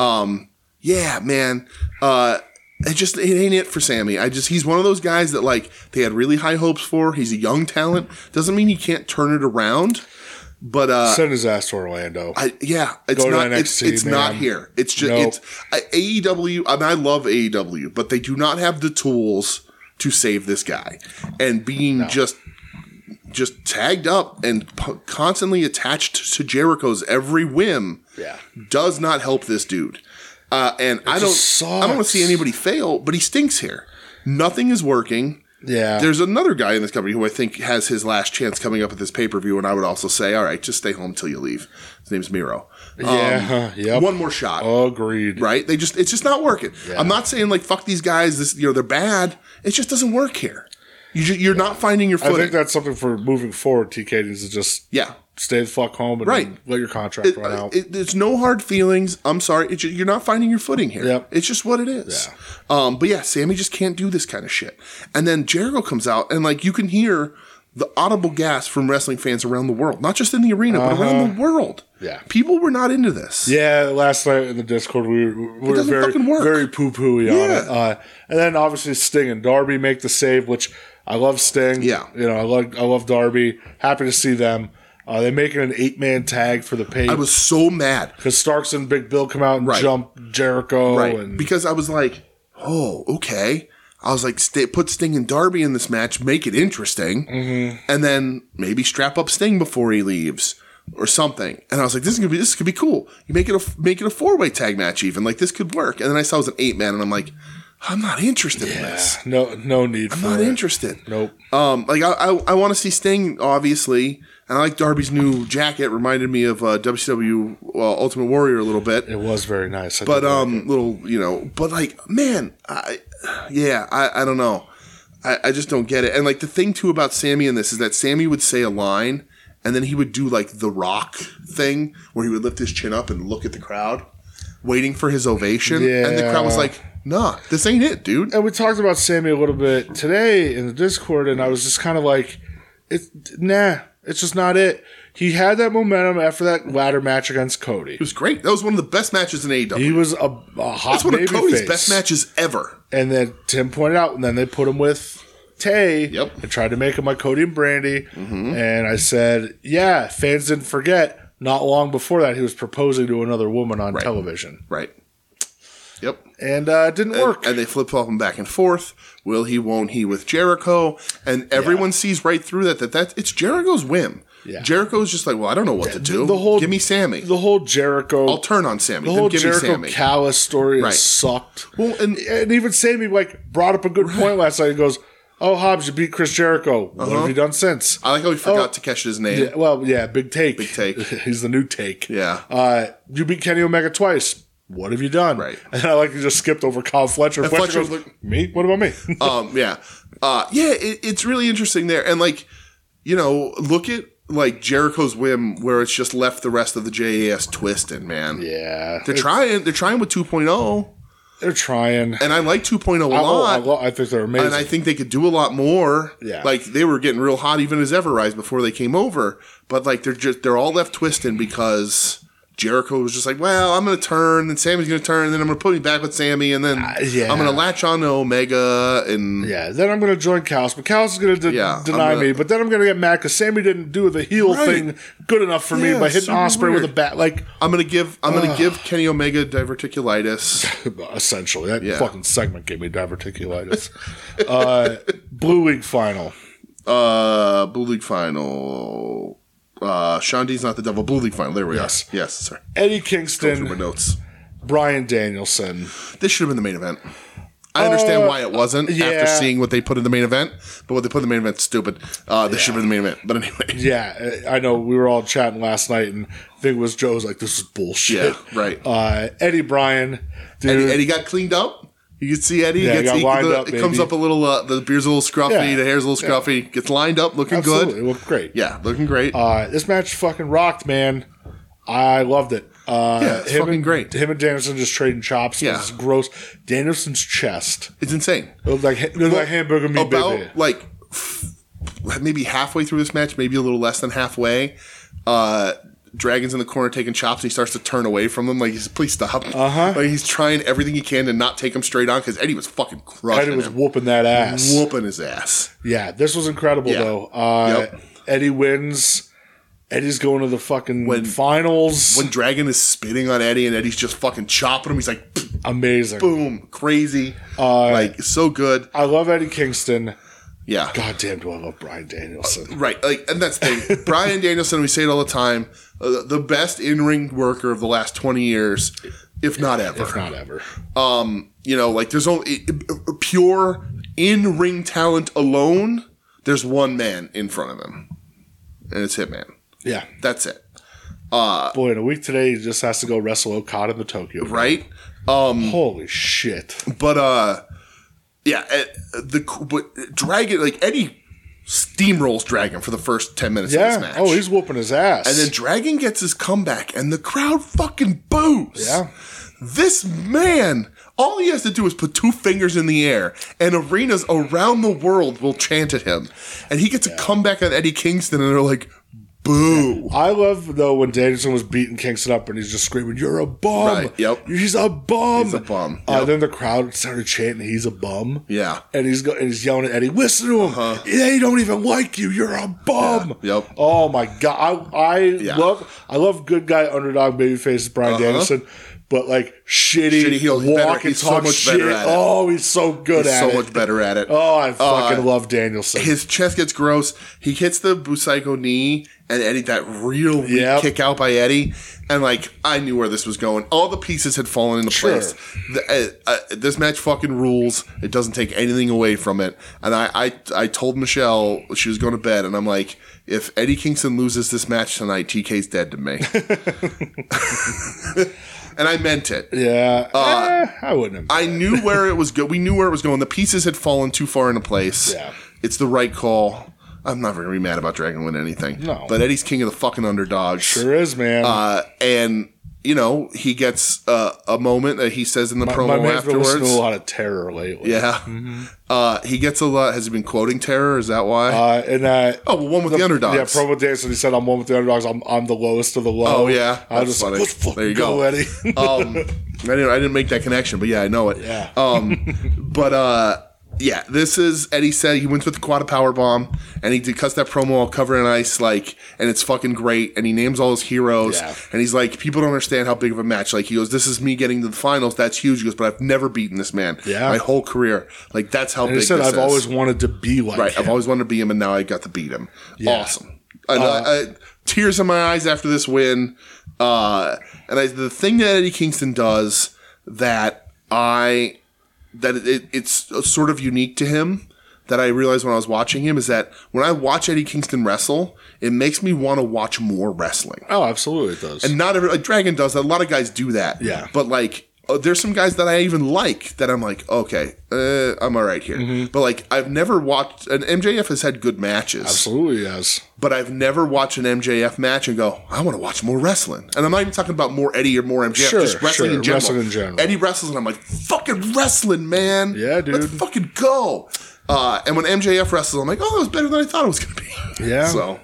[SPEAKER 2] Um, yeah, man. Uh, it just it ain't it for Sammy. I just he's one of those guys that like they had really high hopes for. He's a young talent. Doesn't mean he can't turn it around. But uh,
[SPEAKER 1] send his ass to Orlando.
[SPEAKER 2] I, yeah, it's
[SPEAKER 1] Go to
[SPEAKER 2] not. It's,
[SPEAKER 1] NXT,
[SPEAKER 2] it's not
[SPEAKER 1] man.
[SPEAKER 2] here. It's just
[SPEAKER 1] Nope.
[SPEAKER 2] it's I, AEW, and I love AEW, but they do not have the tools to save this guy. And being just just tagged up and p- constantly attached to Jericho's every whim,
[SPEAKER 1] Yeah.
[SPEAKER 2] does not help this dude. Uh, and I don't,
[SPEAKER 1] just
[SPEAKER 2] I don't want
[SPEAKER 1] sucks.
[SPEAKER 2] to see anybody fail, but he stinks here. Nothing is working.
[SPEAKER 1] yeah.
[SPEAKER 2] There's another guy in this company who I think has his last chance coming up at this pay per view, and I would also say, all right, just stay home till you leave. His name's Miro. Um,
[SPEAKER 1] Yeah, yep. Oh.
[SPEAKER 2] One more shot,
[SPEAKER 1] Agreed.
[SPEAKER 2] right? They just it's just not working. I'm not saying like fuck these guys. This you know they're bad. It just doesn't work here. You ju- you're not finding your
[SPEAKER 1] I think
[SPEAKER 2] footing.
[SPEAKER 1] that's something for moving forward. TK needs to just
[SPEAKER 2] yeah.
[SPEAKER 1] stay the fuck home and
[SPEAKER 2] Right.
[SPEAKER 1] let your contract run out.
[SPEAKER 2] It, uh, it's no hard feelings. I'm sorry. It's ju- you're not finding your footing here.
[SPEAKER 1] Yep.
[SPEAKER 2] It's just what it is. Um, but yeah, Sammy just can't do this kind of shit. And then Jericho comes out, and like you can hear the audible gasp from wrestling fans around the world, not just in the arena, but around the world.
[SPEAKER 1] Uh-huh. Yeah.
[SPEAKER 2] People were not into this.
[SPEAKER 1] yeah, last night in the Discord, we were, we were
[SPEAKER 2] doesn't
[SPEAKER 1] very,
[SPEAKER 2] fucking work.
[SPEAKER 1] very poo pooey on
[SPEAKER 2] Yeah.
[SPEAKER 1] it. Uh, and then obviously Sting and Darby make the save, which I love Sting.
[SPEAKER 2] Yeah.
[SPEAKER 1] You know, I love, I love Darby. Happy to see them. Uh, they make it an eight man tag for the page.
[SPEAKER 2] I was so mad.
[SPEAKER 1] because Starks and Big Bill come out and
[SPEAKER 2] Right.
[SPEAKER 1] jump Jericho
[SPEAKER 2] Right.
[SPEAKER 1] and
[SPEAKER 2] because I was like, oh, okay. I was like, st- put Sting and Darby in this match, make it interesting,
[SPEAKER 1] Mm-hmm.
[SPEAKER 2] and then maybe strap up Sting before he leaves or something. And I was like, this is gonna be this could be cool. You make it a make it a four way tag match even like this could work. And then I saw it was an eight man, and I'm like, I'm not interested in this.
[SPEAKER 1] no no need for
[SPEAKER 2] I'm not
[SPEAKER 1] it.
[SPEAKER 2] interested.
[SPEAKER 1] Nope.
[SPEAKER 2] Um, like I, I, I want to see Sting obviously, and I like Darby's new jacket. Reminded me of uh, WCW uh, Ultimate Warrior a little bit.
[SPEAKER 1] It was very nice. I
[SPEAKER 2] But
[SPEAKER 1] did like it.
[SPEAKER 2] um, little you know, but like man, I yeah, I I don't know. I, I just don't get it. And like the thing too about Sammy in this is that Sammy would say a line and then he would do like the rock thing where he would lift his chin up and look at the crowd, waiting for his ovation. And the crowd was
[SPEAKER 1] Yeah.
[SPEAKER 2] like, nah, this ain't it, dude.
[SPEAKER 1] and we talked about Sammy a little bit today in the Discord, and I was just kind of like, "It's nah, it's just not it." He had that momentum after that ladder match against Cody.
[SPEAKER 2] It was great. That was one of the best matches in E AEW.
[SPEAKER 1] He was a, a hot
[SPEAKER 2] That's one
[SPEAKER 1] baby
[SPEAKER 2] of Cody's
[SPEAKER 1] face.
[SPEAKER 2] best matches ever.
[SPEAKER 1] And then Tim pointed out, and then they put him with Tay.
[SPEAKER 2] Yep. Mm-hmm.
[SPEAKER 1] And tried to make him like Cody and Brandy. And I said, "Yeah, fans didn't forget." Not long before that, he was proposing to another woman on television,
[SPEAKER 2] Right. Yep.
[SPEAKER 1] and uh, it didn't work.
[SPEAKER 2] And they flip flop him back and forth. Will he? Won't he? With Jericho, and everyone sees right through that. That that it's Jericho's whim.
[SPEAKER 1] Yeah.
[SPEAKER 2] Jericho's just like, well, I don't know what to do.
[SPEAKER 1] the whole-
[SPEAKER 2] give me Sammy.
[SPEAKER 1] the whole Jericho,
[SPEAKER 2] I'll turn on Sammy.
[SPEAKER 1] the
[SPEAKER 2] then
[SPEAKER 1] whole
[SPEAKER 2] give me
[SPEAKER 1] Jericho
[SPEAKER 2] Sammy.
[SPEAKER 1] Callis story
[SPEAKER 2] Right.
[SPEAKER 1] sucked.
[SPEAKER 2] well, and
[SPEAKER 1] and even Sammy like brought up a good point last night. He goes, "Oh, Hobbs, you beat Chris Jericho. What
[SPEAKER 2] Uh-huh.
[SPEAKER 1] have you done since?"
[SPEAKER 2] I like how he
[SPEAKER 1] Oh.
[SPEAKER 2] forgot to catch his name.
[SPEAKER 1] Yeah, well, yeah, big take. Big
[SPEAKER 2] take.
[SPEAKER 1] He's the new take.
[SPEAKER 2] Yeah.
[SPEAKER 1] Uh, you beat Kenny Omega twice. What have you done?
[SPEAKER 2] Right.
[SPEAKER 1] And I like you just skipped over Kyle Fletcher. Fletcher,
[SPEAKER 2] Fletcher
[SPEAKER 1] goes, "Me? What about me?"
[SPEAKER 2] um, yeah, uh, yeah, it, it's really interesting there, and like, you know, look at like Jericho's whim, where it's just left the rest of the JAS twisting, man.
[SPEAKER 1] yeah,
[SPEAKER 2] They're trying. They're trying with 2.0,
[SPEAKER 1] they're trying.
[SPEAKER 2] and I like 2.0 a
[SPEAKER 1] I, lo- I,
[SPEAKER 2] lot.
[SPEAKER 1] lo- I think they're amazing.
[SPEAKER 2] and I think they could do a lot more.
[SPEAKER 1] Yeah.
[SPEAKER 2] Like they were getting real hot even as Everrise before they came over. But like they're just they're all left twisting because Jericho was just like, Well, I'm gonna turn, and Sammy's gonna turn, and then I'm gonna put me back with Sammy, and then
[SPEAKER 1] Uh, yeah.
[SPEAKER 2] I'm gonna latch on to Omega and
[SPEAKER 1] yeah, then I'm going to join Callis, but Callis is going to de-
[SPEAKER 2] Yeah, I'm
[SPEAKER 1] deny
[SPEAKER 2] gonna-
[SPEAKER 1] me. But then I'm going to get mad because Sammy didn't do the heel
[SPEAKER 2] Right.
[SPEAKER 1] thing good enough for
[SPEAKER 2] Yeah,
[SPEAKER 1] me by hitting
[SPEAKER 2] super
[SPEAKER 1] Osprey with
[SPEAKER 2] weird.
[SPEAKER 1] a bat. Like,
[SPEAKER 2] I'm gonna give I'm gonna give Kenny Omega diverticulitis.
[SPEAKER 1] essentially. That
[SPEAKER 2] Yeah.
[SPEAKER 1] fucking segment gave me diverticulitis. uh, Blue League final.
[SPEAKER 2] uh Blue League Final. Uh Shandy's not the devil. Blue League Final. There we
[SPEAKER 1] Yes.
[SPEAKER 2] are. Yes, sorry.
[SPEAKER 1] Eddie
[SPEAKER 2] Through my
[SPEAKER 1] Kingston,
[SPEAKER 2] notes.
[SPEAKER 1] Brian Danielson.
[SPEAKER 2] This should have been the main event. I understand why it wasn't
[SPEAKER 1] Oh, yeah.
[SPEAKER 2] after seeing what they put in the main event, but what they put in the main event is stupid. Uh, this should have been the main event. But anyway,
[SPEAKER 1] Yeah, I know we were all chatting last night, and I think it was Joe's like, this is bullshit.
[SPEAKER 2] yeah, right.
[SPEAKER 1] Uh, Eddie Bryan, dude.
[SPEAKER 2] Eddie, Eddie got cleaned up. You can see Eddie.
[SPEAKER 1] Yeah,
[SPEAKER 2] gets,
[SPEAKER 1] got
[SPEAKER 2] he-
[SPEAKER 1] lined
[SPEAKER 2] the-
[SPEAKER 1] up,
[SPEAKER 2] it comes
[SPEAKER 1] baby.
[SPEAKER 2] up a little. Uh, the beard's a little scruffy.
[SPEAKER 1] Yeah.
[SPEAKER 2] The hair's a little scruffy. Gets lined up, looking
[SPEAKER 1] Absolutely,
[SPEAKER 2] good.
[SPEAKER 1] it looked great.
[SPEAKER 2] Yeah, looking great.
[SPEAKER 1] Uh, this match fucking rocked, man. I loved it. Uh,
[SPEAKER 2] Yeah, it's
[SPEAKER 1] him
[SPEAKER 2] fucking
[SPEAKER 1] and,
[SPEAKER 2] great.
[SPEAKER 1] Him and Danielson just trading chops.
[SPEAKER 2] Yeah.
[SPEAKER 1] It's gross. Danielson's chest.
[SPEAKER 2] it's insane.
[SPEAKER 1] It looked like, it looked like hamburger meat,
[SPEAKER 2] about
[SPEAKER 1] baby.
[SPEAKER 2] like f- maybe halfway through this match, maybe a little less than halfway. Uh, Dragon's in the corner taking chops, and he starts to turn away from them. Like he's please stop. Uh
[SPEAKER 1] Uh-huh.
[SPEAKER 2] huh. Like he's trying everything he can to not take him straight on because Eddie was fucking crushing
[SPEAKER 1] Eddie was
[SPEAKER 2] him,
[SPEAKER 1] whooping that ass.
[SPEAKER 2] whooping his ass.
[SPEAKER 1] Yeah, this was incredible
[SPEAKER 2] Yeah.
[SPEAKER 1] though. Uh,
[SPEAKER 2] Yep.
[SPEAKER 1] Eddie wins. Eddie's going to the fucking finals.
[SPEAKER 2] When Dragon is spitting on Eddie, and Eddie's just fucking chopping him, he's like
[SPEAKER 1] Amazing.
[SPEAKER 2] boom, crazy, like so good.
[SPEAKER 1] I love Eddie Kingston.
[SPEAKER 2] Yeah.
[SPEAKER 1] God damn, do I love Brian Danielson?
[SPEAKER 2] Right, like, and that's the thing. Brian Danielson, we say it all the time, uh, the best in-ring worker of the last twenty years, if not ever.
[SPEAKER 1] If not ever.
[SPEAKER 2] you know, like there's only pure in ring talent alone. There's one man in front of him, and it's Hitman.
[SPEAKER 1] Yeah.
[SPEAKER 2] That's it,
[SPEAKER 1] Boy, in a week today, he just has to go wrestle Okada in the Tokyo. Dome.
[SPEAKER 2] Uh, right?
[SPEAKER 1] Holy shit.
[SPEAKER 2] But uh, yeah, eh, the but Dragon like Eddie steamrolls Dragon for the first ten minutes of this
[SPEAKER 1] Yeah.
[SPEAKER 2] match.
[SPEAKER 1] Oh, he's whooping his ass.
[SPEAKER 2] and then Dragon gets his comeback, and the crowd fucking boos.
[SPEAKER 1] Yeah.
[SPEAKER 2] This man, all he has to do is put two fingers in the air, and arenas around the world will chant at him. And he gets a comeback on Eddie Kingston, and they're like, boo.
[SPEAKER 1] I love though when Danielson was beating Kingston up and he's just screaming, "You're a bum!
[SPEAKER 2] Right, yep.
[SPEAKER 1] He's a bum! He's
[SPEAKER 2] a bum,
[SPEAKER 1] Uh, then the crowd started chanting, "He's a bum!"
[SPEAKER 2] Yeah.
[SPEAKER 1] and he's go- and he's yelling at Eddie, "Listen to him! They don't even like you! You're a bum!"
[SPEAKER 2] Uh-huh. Yeah, yep.
[SPEAKER 1] Oh my god, I I love I love good guy underdog babyface Brian Danielson. But like shitty,
[SPEAKER 2] Uh-huh. Shitty heel, he's
[SPEAKER 1] walk
[SPEAKER 2] better-
[SPEAKER 1] and
[SPEAKER 2] he's so
[SPEAKER 1] talk
[SPEAKER 2] much
[SPEAKER 1] shit.
[SPEAKER 2] better at it.
[SPEAKER 1] Oh, he's so good
[SPEAKER 2] He's
[SPEAKER 1] at
[SPEAKER 2] so
[SPEAKER 1] it.
[SPEAKER 2] much Uh, better at it.
[SPEAKER 1] Oh, I fucking love Danielson.
[SPEAKER 2] His chest gets gross. He hits the Busaiko knee, and Eddie, that real weak
[SPEAKER 1] Yep.
[SPEAKER 2] kick out by Eddie. And, like, I knew where this was going. All the pieces had fallen into
[SPEAKER 1] Sure.
[SPEAKER 2] place. The, uh, uh, this match fucking rules. It doesn't take anything away from it. And I, I, I told Michelle, she was going to bed, and I'm like, If Eddie Kingston loses this match tonight, TK's dead to me. and I meant it.
[SPEAKER 1] Yeah. Eh, I wouldn't. Have.
[SPEAKER 2] uh, I knew where it was good. We knew where it was going. The pieces had fallen too far into place.
[SPEAKER 1] Yeah.
[SPEAKER 2] It's the right call. I'm never gonna be mad about Dragon winning anything.
[SPEAKER 1] No.
[SPEAKER 2] But Eddie's king of the fucking underdogs.
[SPEAKER 1] sure is, man.
[SPEAKER 2] Uh, and you know he gets uh, a moment that he says in the
[SPEAKER 1] My
[SPEAKER 2] promo
[SPEAKER 1] man's Mm-hmm. been listening to a
[SPEAKER 2] afterwards.
[SPEAKER 1] lot of terror lately.
[SPEAKER 2] Yeah. Uh, he gets a lot. Has he been quoting terror? Is that why?
[SPEAKER 1] Uh, and uh,
[SPEAKER 2] oh, well, one with the, underdogs.
[SPEAKER 1] Yeah, promo dance, and he said, "I'm one with the underdogs. I'm I'm the lowest of the low."
[SPEAKER 2] Oh, yeah.
[SPEAKER 1] I was just
[SPEAKER 2] That's funny.
[SPEAKER 1] like, "Let's fucking
[SPEAKER 2] There you
[SPEAKER 1] go,
[SPEAKER 2] go.
[SPEAKER 1] Eddie."
[SPEAKER 2] um, I didn't. I didn't make that connection, but yeah, I know it.
[SPEAKER 1] Yeah.
[SPEAKER 2] Um, but uh, yeah, this is Eddie said he went with the quad power bomb, and he did cuts that promo all covered in ice, like, and it's fucking great. And he names all his heroes,
[SPEAKER 1] Yeah.
[SPEAKER 2] and he's like, people don't understand how big of a match. Like he goes, this is me getting to the finals. That's huge. He goes, but I've never beaten this man.
[SPEAKER 1] Yeah.
[SPEAKER 2] my whole career. Like that's how
[SPEAKER 1] he
[SPEAKER 2] big.
[SPEAKER 1] said,
[SPEAKER 2] this
[SPEAKER 1] "I've
[SPEAKER 2] is.
[SPEAKER 1] always wanted to be like
[SPEAKER 2] Right.
[SPEAKER 1] him."
[SPEAKER 2] I've always wanted to be him, and now I got to beat him. Awesome. And I, I, tears in my eyes after this win. Uh, and I, the thing that Eddie Kingston does that I that it, it's sort of unique to him that I realized when I was watching him is that when I watch Eddie Kingston wrestle, it makes me want to watch more wrestling.
[SPEAKER 1] Oh, absolutely, it does.
[SPEAKER 2] And not every like Dragon does that. A lot of guys do that.
[SPEAKER 1] Yeah.
[SPEAKER 2] But like, uh, there's some guys that I even like that I'm like, okay, uh, I'm all right here.
[SPEAKER 1] Mm-hmm.
[SPEAKER 2] But like, I've never watched an MJF has had good matches,
[SPEAKER 1] absolutely, yes.
[SPEAKER 2] but I've never watched an MJF match and go, I want to watch more wrestling. And I'm not even talking about more Eddie or more MJF,
[SPEAKER 1] Sure,
[SPEAKER 2] just wrestling
[SPEAKER 1] sure,
[SPEAKER 2] in general.
[SPEAKER 1] wrestling in general.
[SPEAKER 2] Eddie wrestles, and I'm like, fucking wrestling, man.
[SPEAKER 1] Yeah,
[SPEAKER 2] Let's
[SPEAKER 1] dude.
[SPEAKER 2] fucking go. Uh, and when MJF wrestles, I'm like, oh, that was better than I thought it was gonna be.
[SPEAKER 1] Yeah.
[SPEAKER 2] So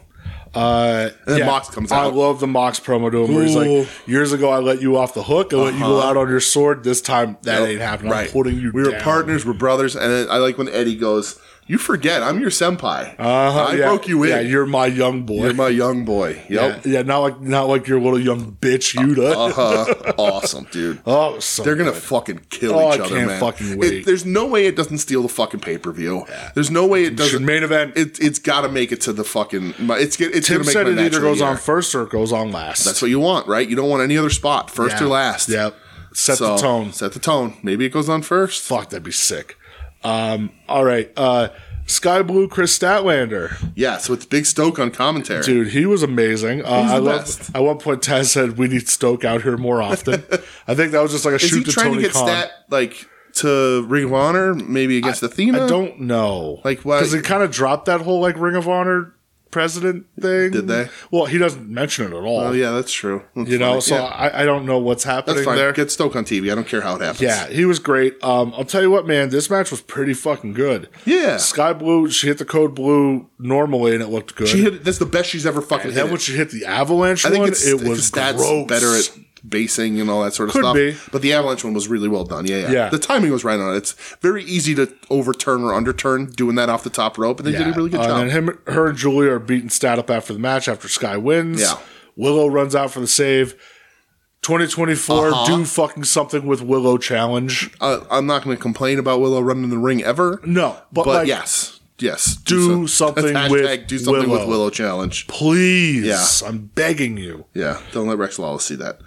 [SPEAKER 1] Uh,
[SPEAKER 2] then Mox comes
[SPEAKER 1] I
[SPEAKER 2] out.
[SPEAKER 1] love the Mox promo to him where he's
[SPEAKER 2] Ooh. Uh-huh.
[SPEAKER 1] like, "Years ago, I let you off the hook. I let you go out on your sword. This time, that
[SPEAKER 2] Yep.
[SPEAKER 1] ain't happening.
[SPEAKER 2] Right.
[SPEAKER 1] I'm holding you.
[SPEAKER 2] We were
[SPEAKER 1] down."
[SPEAKER 2] partners. We're brothers. And then I like when Eddie goes, "You forget, I'm your senpai.
[SPEAKER 1] Uh-huh,
[SPEAKER 2] I
[SPEAKER 1] yeah.
[SPEAKER 2] broke you in.
[SPEAKER 1] Yeah,
[SPEAKER 2] you're,
[SPEAKER 1] you're my young boy.
[SPEAKER 2] my young boy.
[SPEAKER 1] yeah,
[SPEAKER 2] Yep.
[SPEAKER 1] yeah, not like not like your little young bitch, Yuta.
[SPEAKER 2] Uh huh. awesome, dude.
[SPEAKER 1] oh, it was so
[SPEAKER 2] They're gonna
[SPEAKER 1] good.
[SPEAKER 2] fucking kill
[SPEAKER 1] Oh,
[SPEAKER 2] each
[SPEAKER 1] I
[SPEAKER 2] other,
[SPEAKER 1] can't
[SPEAKER 2] man.
[SPEAKER 1] fucking
[SPEAKER 2] It-
[SPEAKER 1] wait.
[SPEAKER 2] there's no way it doesn't steal the fucking pay per view. There's no way it doesn't.
[SPEAKER 1] main event.
[SPEAKER 2] It, it's got to make it to the fucking. my- It's get- it's
[SPEAKER 1] Tim
[SPEAKER 2] gonna make
[SPEAKER 1] said
[SPEAKER 2] my
[SPEAKER 1] it
[SPEAKER 2] match
[SPEAKER 1] either
[SPEAKER 2] of the
[SPEAKER 1] goes
[SPEAKER 2] year.
[SPEAKER 1] on first or it goes on last.
[SPEAKER 2] That's what you want, right? You don't want any other spot, first or last.
[SPEAKER 1] Yep. Set
[SPEAKER 2] So,
[SPEAKER 1] the tone.
[SPEAKER 2] Set the tone. Maybe it goes on first.
[SPEAKER 1] Fuck, that'd be sick. Um, all right. Uh, Sky Blue Chris Statlander.
[SPEAKER 2] Yes, with Big Stoke on commentary.
[SPEAKER 1] Dude, he was amazing. Uh,
[SPEAKER 2] He's
[SPEAKER 1] I
[SPEAKER 2] the
[SPEAKER 1] love.
[SPEAKER 2] best.
[SPEAKER 1] At one point, Taz said, "We need Stoke out here more often." I think that was just like a
[SPEAKER 2] Is
[SPEAKER 1] shoot
[SPEAKER 2] he
[SPEAKER 1] to
[SPEAKER 2] trying
[SPEAKER 1] Tony
[SPEAKER 2] to get
[SPEAKER 1] Khan.
[SPEAKER 2] stat like to Ring of Honor, maybe against Athena?
[SPEAKER 1] I don't know.
[SPEAKER 2] Like, why-
[SPEAKER 1] Because they kind of dropped that whole like Ring of Honor president thing.
[SPEAKER 2] Did they?
[SPEAKER 1] Well, he doesn't mention it at all.
[SPEAKER 2] Oh yeah, that's true. That's
[SPEAKER 1] You know,
[SPEAKER 2] funny.
[SPEAKER 1] so
[SPEAKER 2] Yeah,
[SPEAKER 1] I, I don't know what's happening
[SPEAKER 2] that's fine.
[SPEAKER 1] there.
[SPEAKER 2] Get Stoke on TV. I don't care how it happens.
[SPEAKER 1] Yeah, he was great. Um, I'll tell you what, man, this match was pretty fucking good.
[SPEAKER 2] Yeah.
[SPEAKER 1] Sky Blue, she hit the code blue normally and it looked good.
[SPEAKER 2] she hit. That's the best she's ever fucking
[SPEAKER 1] and
[SPEAKER 2] hit.
[SPEAKER 1] then
[SPEAKER 2] it.
[SPEAKER 1] when she hit the avalanche
[SPEAKER 2] I think
[SPEAKER 1] one,
[SPEAKER 2] it's,
[SPEAKER 1] it was
[SPEAKER 2] stats
[SPEAKER 1] gross.
[SPEAKER 2] better at basing and all that sort of
[SPEAKER 1] Could
[SPEAKER 2] stuff.
[SPEAKER 1] be.
[SPEAKER 2] But the avalanche one was really well done. Yeah, yeah,
[SPEAKER 1] Yeah.
[SPEAKER 2] The timing was right on it. It's very easy to overturn or underturn doing that off the top rope, and they
[SPEAKER 1] Yeah.
[SPEAKER 2] did a really good
[SPEAKER 1] Uh,
[SPEAKER 2] job.
[SPEAKER 1] And him, her and Julia are beating stat up after the match after Sky wins.
[SPEAKER 2] Yeah.
[SPEAKER 1] Willow runs out for the save. 2024,
[SPEAKER 2] Uh-huh.
[SPEAKER 1] do fucking something with Willow challenge.
[SPEAKER 2] uh, I'm not going to complain about Willow running the ring ever.
[SPEAKER 1] No, but,
[SPEAKER 2] but
[SPEAKER 1] like,
[SPEAKER 2] yes, yes.
[SPEAKER 1] do
[SPEAKER 2] so-
[SPEAKER 1] something
[SPEAKER 2] Hashtag
[SPEAKER 1] with
[SPEAKER 2] do something
[SPEAKER 1] Willow.
[SPEAKER 2] with Willow challenge.
[SPEAKER 1] please,
[SPEAKER 2] Yeah.
[SPEAKER 1] I'm begging you.
[SPEAKER 2] Yeah, don't let Rex Lawless see that.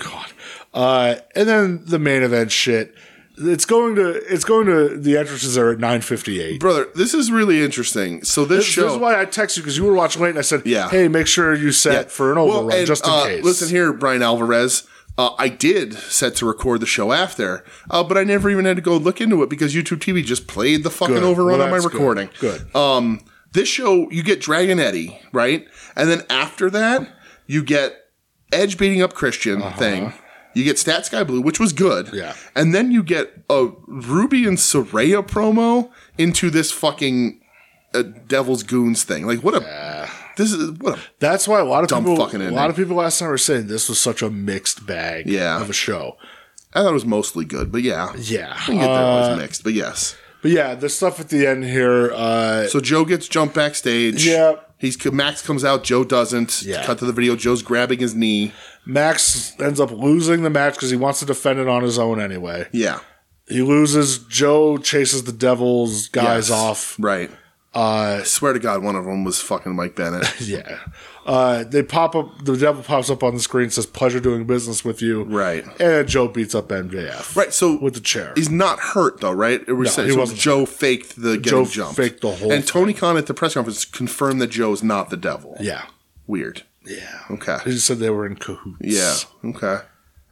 [SPEAKER 1] God. Uh, and then the main event shit. It's going to it's going to the entrances are at nine fifty eight.
[SPEAKER 2] Brother, this is really interesting. So this,
[SPEAKER 1] This
[SPEAKER 2] show
[SPEAKER 1] is why I text you because you were watching late and I said,
[SPEAKER 2] Yeah.
[SPEAKER 1] hey, make sure you set for an
[SPEAKER 2] Well,
[SPEAKER 1] overrun
[SPEAKER 2] and,
[SPEAKER 1] just in
[SPEAKER 2] uh,
[SPEAKER 1] case."
[SPEAKER 2] Listen here, Brian Alvarez. Uh, I did set to record the show after, uh, but I never even had to go look into it because YouTube TV just played the fucking
[SPEAKER 1] Good.
[SPEAKER 2] overrun
[SPEAKER 1] Well,
[SPEAKER 2] on my
[SPEAKER 1] that's good.
[SPEAKER 2] recording.
[SPEAKER 1] Good.
[SPEAKER 2] Um, this show, you get Dragon Eddie, right? And then after that, you get Edge beating up Christian thing. You get Stat Sky Blue, which was good.
[SPEAKER 1] Uh-huh. Yeah.
[SPEAKER 2] And then you get a Ruby and Soraya promo into this fucking uh, Devil's Goons thing. Like what a this is what a
[SPEAKER 1] That's why a lot of
[SPEAKER 2] Dumb
[SPEAKER 1] people
[SPEAKER 2] fucking
[SPEAKER 1] a
[SPEAKER 2] ending.
[SPEAKER 1] lot of people last night were saying this was such a mixed bag
[SPEAKER 2] Yeah.
[SPEAKER 1] of a show.
[SPEAKER 2] I thought it was mostly good, but yeah.
[SPEAKER 1] Yeah.
[SPEAKER 2] I can get that
[SPEAKER 1] Uh,
[SPEAKER 2] it was mixed, but yes.
[SPEAKER 1] but yeah, the stuff at the end here, uh,
[SPEAKER 2] So Joe gets jumped backstage.
[SPEAKER 1] Yep.
[SPEAKER 2] He's Max comes out, Joe doesn't.
[SPEAKER 1] Yeah.
[SPEAKER 2] Cut to the video, Joe's grabbing his knee.
[SPEAKER 1] Max ends up losing the match because he wants to defend it on his own anyway.
[SPEAKER 2] Yeah.
[SPEAKER 1] He loses. Joe chases the devil's guys
[SPEAKER 2] Yes.
[SPEAKER 1] off. Uh,
[SPEAKER 2] Right. I swear to God, one of them was fucking Mike Bennett.
[SPEAKER 1] Yeah. Uh, they pop up, the devil pops up on the screen, says, Pleasure doing business with you.
[SPEAKER 2] Right.
[SPEAKER 1] And Joe beats up MJF.
[SPEAKER 2] Right, so
[SPEAKER 1] With the chair.
[SPEAKER 2] he's not hurt though, right? It was
[SPEAKER 1] he
[SPEAKER 2] so
[SPEAKER 1] wasn't
[SPEAKER 2] Joe faked the
[SPEAKER 1] Joe
[SPEAKER 2] getting jumped.
[SPEAKER 1] faked the whole
[SPEAKER 2] And Tony Khan at the press conference confirmed that Joe's not the devil.
[SPEAKER 1] yeah.
[SPEAKER 2] Weird.
[SPEAKER 1] Yeah.
[SPEAKER 2] Okay.
[SPEAKER 1] He just said they were in cahoots.
[SPEAKER 2] Yeah. Okay.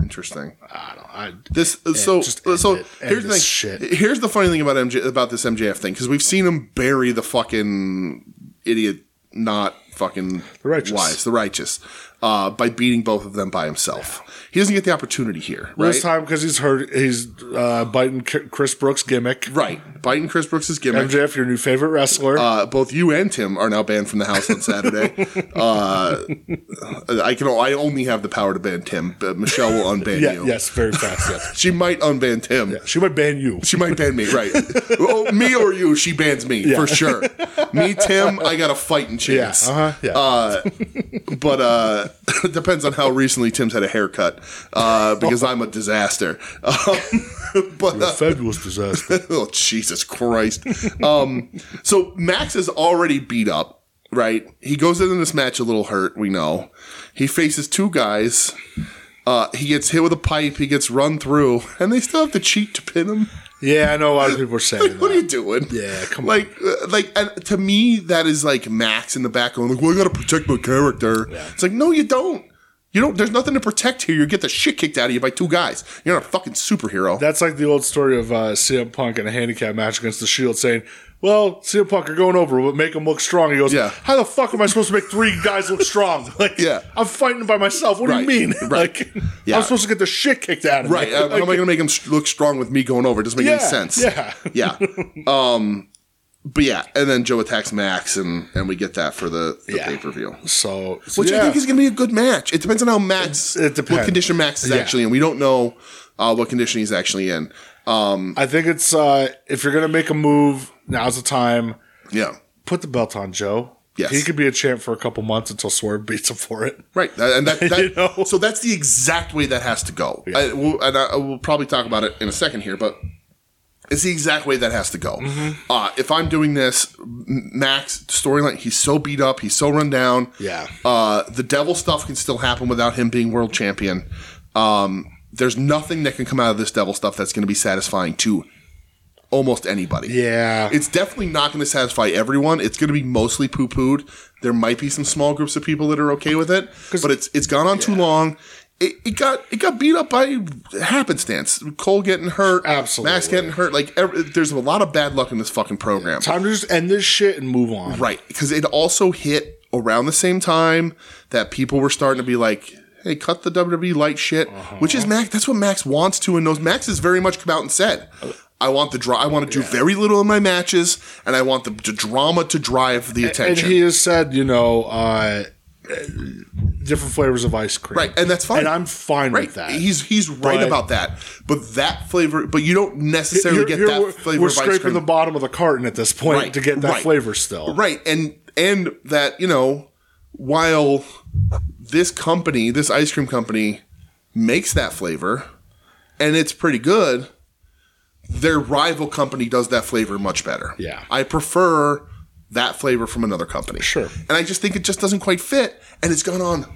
[SPEAKER 2] Interesting.
[SPEAKER 1] I don't I,
[SPEAKER 2] This uh, so
[SPEAKER 1] just end
[SPEAKER 2] so
[SPEAKER 1] it. End
[SPEAKER 2] here's the thing.
[SPEAKER 1] this shit.
[SPEAKER 2] Here's the funny thing about MJ about this MJF thing because we've seen him bury the fucking idiot, not fucking
[SPEAKER 1] The righteous.
[SPEAKER 2] wise, the righteous, uh, by beating both of them by himself. He doesn't get the opportunity here, right?
[SPEAKER 1] This time, because he's heard, he's uh, biting K- Chris Brooks' gimmick.
[SPEAKER 2] right. Biting Chris Brooks' gimmick.
[SPEAKER 1] MJF, your new favorite wrestler.
[SPEAKER 2] Uh, both you and Tim are now banned from the house on Saturday. uh, I can. I only have the power to ban Tim, but Michelle will unban
[SPEAKER 1] yeah,
[SPEAKER 2] you.
[SPEAKER 1] yes, very fast. Yes.
[SPEAKER 2] She might unban Tim.
[SPEAKER 1] She might ban you.
[SPEAKER 2] She might ban me, right? oh, me or you? She bans me for sure. Me, Tim, I got a fighting
[SPEAKER 1] Yeah.
[SPEAKER 2] chance.
[SPEAKER 1] Uh-huh. Yeah.
[SPEAKER 2] Uh, But uh, it depends on how recently Tim's had a haircut, uh, because I'm a disaster. Um, but uh,
[SPEAKER 1] Fabulous disaster.
[SPEAKER 2] oh Jesus Christ! Um, so Max is already beat up, right? He goes into this match a little hurt. We know he faces two guys. Uh, he gets hit with a pipe. He gets run through, and they still have to cheat to pin him.
[SPEAKER 1] Yeah, I know a lot of people are saying
[SPEAKER 2] What are
[SPEAKER 1] that.
[SPEAKER 2] you doing?
[SPEAKER 1] Yeah, come on.
[SPEAKER 2] Like, uh, like, and to me, that is like Max in the back going, like, "Well, I gotta protect my character." It's like, no, you don't. You don't. There's nothing to protect here. You get the shit kicked out of you by two guys. You're not a fucking superhero.
[SPEAKER 1] That's like the old story of uh, CM Punk in a handicap match against the Shield, saying, "Well, CM Punk, you're going over, but make him look strong." He goes,
[SPEAKER 2] Yeah.
[SPEAKER 1] How the fuck am I supposed to make three guys look strong? Like,
[SPEAKER 2] Yeah.
[SPEAKER 1] I'm fighting by myself. What
[SPEAKER 2] Right,
[SPEAKER 1] do you mean?
[SPEAKER 2] right.
[SPEAKER 1] Like,
[SPEAKER 2] Yeah.
[SPEAKER 1] I'm supposed to get the shit kicked out of
[SPEAKER 2] Right.
[SPEAKER 1] me.
[SPEAKER 2] Uh, how
[SPEAKER 1] Like,
[SPEAKER 2] am I gonna make him sh- look strong with me going over? It doesn't make any
[SPEAKER 1] yeah,
[SPEAKER 2] sense.
[SPEAKER 1] Yeah.
[SPEAKER 2] Yeah. Um. But yeah, and then Joe attacks Max, and and we get that for the, the
[SPEAKER 1] Yeah.
[SPEAKER 2] pay per view.
[SPEAKER 1] So, so
[SPEAKER 2] Which
[SPEAKER 1] yeah.
[SPEAKER 2] I think is going to be a good match. It depends on how Max,
[SPEAKER 1] It- it depends.
[SPEAKER 2] what condition Max is
[SPEAKER 1] Yeah.
[SPEAKER 2] actually in. We don't know uh, what condition he's actually in. Um,
[SPEAKER 1] I think it's uh, if you're gonna make a move, now's the time.
[SPEAKER 2] yeah,
[SPEAKER 1] Put the belt on Joe.
[SPEAKER 2] Yes.
[SPEAKER 1] He could be a champ for a couple months until Swerve beats him for it.
[SPEAKER 2] right. That- And that, that,
[SPEAKER 1] You know?
[SPEAKER 2] so that's the exact way that has to go. I, we'll, and I, we'll probably talk about it in a second here, but it's the exact way that has to go.
[SPEAKER 1] Mm-hmm.
[SPEAKER 2] Uh, if I'm doing this, M- Max storyline, he's so beat up, he's so run down.
[SPEAKER 1] Yeah.
[SPEAKER 2] Uh, the devil stuff can still happen without him being world champion. Um, there's nothing that can come out of this devil stuff that's going to be satisfying to almost anybody.
[SPEAKER 1] Yeah.
[SPEAKER 2] It's definitely not going to satisfy everyone. It's going to be mostly poo pooed. There might be some small groups of people that are okay with it, but it's it's gone on too long. It, it got it got beat up by happenstance. Cole getting hurt,
[SPEAKER 1] Absolutely.
[SPEAKER 2] Max getting hurt. Like every, there's a lot of bad luck in this fucking program,
[SPEAKER 1] time to just end this shit and move on.
[SPEAKER 2] right? Because it also hit around the same time that people were starting to be like. Hey, cut the WWE light shit, which is
[SPEAKER 1] Uh-huh.
[SPEAKER 2] Max. That's what Max wants to and knows. Max has very much come out and said, "I want the draw. I want to do very little in my matches, and I want the, the drama to drive the
[SPEAKER 1] And
[SPEAKER 2] attention."
[SPEAKER 1] he has said, you know, uh, different flavors of ice cream.
[SPEAKER 2] Right, and that's fine.
[SPEAKER 1] And I'm fine
[SPEAKER 2] right.
[SPEAKER 1] with that.
[SPEAKER 2] He's he's right
[SPEAKER 1] But-
[SPEAKER 2] about that. But that flavor, but you don't necessarily
[SPEAKER 1] You're-
[SPEAKER 2] get
[SPEAKER 1] you're-
[SPEAKER 2] that
[SPEAKER 1] we're,
[SPEAKER 2] flavor
[SPEAKER 1] we're
[SPEAKER 2] of ice
[SPEAKER 1] scraping
[SPEAKER 2] cream.
[SPEAKER 1] the bottom of the carton at this point
[SPEAKER 2] Right,
[SPEAKER 1] to get that
[SPEAKER 2] right.
[SPEAKER 1] flavor still.
[SPEAKER 2] right, and and that you know, while this company, this ice cream company, makes that flavor, and it's pretty good. Their rival company does that flavor much better.
[SPEAKER 1] Yeah.
[SPEAKER 2] I prefer that flavor from another company.
[SPEAKER 1] Sure.
[SPEAKER 2] and I just think it just doesn't quite fit, and it's gone on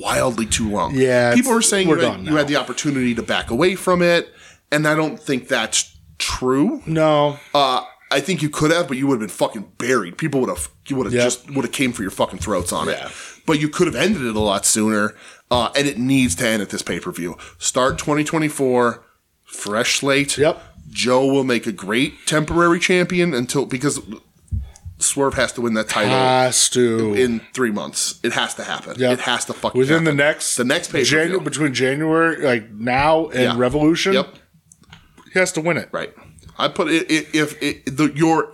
[SPEAKER 2] wildly too long.
[SPEAKER 1] Yeah,
[SPEAKER 2] people
[SPEAKER 1] it's-
[SPEAKER 2] are saying
[SPEAKER 1] we're
[SPEAKER 2] you had,
[SPEAKER 1] done
[SPEAKER 2] you had
[SPEAKER 1] now.
[SPEAKER 2] the opportunity to back away from it, and I don't think that's true.
[SPEAKER 1] No.
[SPEAKER 2] Uh, I think you could have, but you would have been fucking buried. People would have, you would have
[SPEAKER 1] Yep.
[SPEAKER 2] just would have came for your fucking throats on
[SPEAKER 1] Yeah.
[SPEAKER 2] it. But you could have ended it a lot sooner, uh, and it needs to end at this pay per view. Start 2024, fresh slate.
[SPEAKER 1] Yep.
[SPEAKER 2] Joe will make a great temporary champion until because Swerve has to win that title
[SPEAKER 1] Has to.
[SPEAKER 2] in three months. It has to happen.
[SPEAKER 1] Yep.
[SPEAKER 2] It has to fucking
[SPEAKER 1] Within the
[SPEAKER 2] happen.
[SPEAKER 1] next.
[SPEAKER 2] the next pay per
[SPEAKER 1] Janu-
[SPEAKER 2] view.
[SPEAKER 1] Between January, like now, and
[SPEAKER 2] Yeah.
[SPEAKER 1] Revolution.
[SPEAKER 2] Yep.
[SPEAKER 1] He has to win it.
[SPEAKER 2] Right. I put it, it if it, the your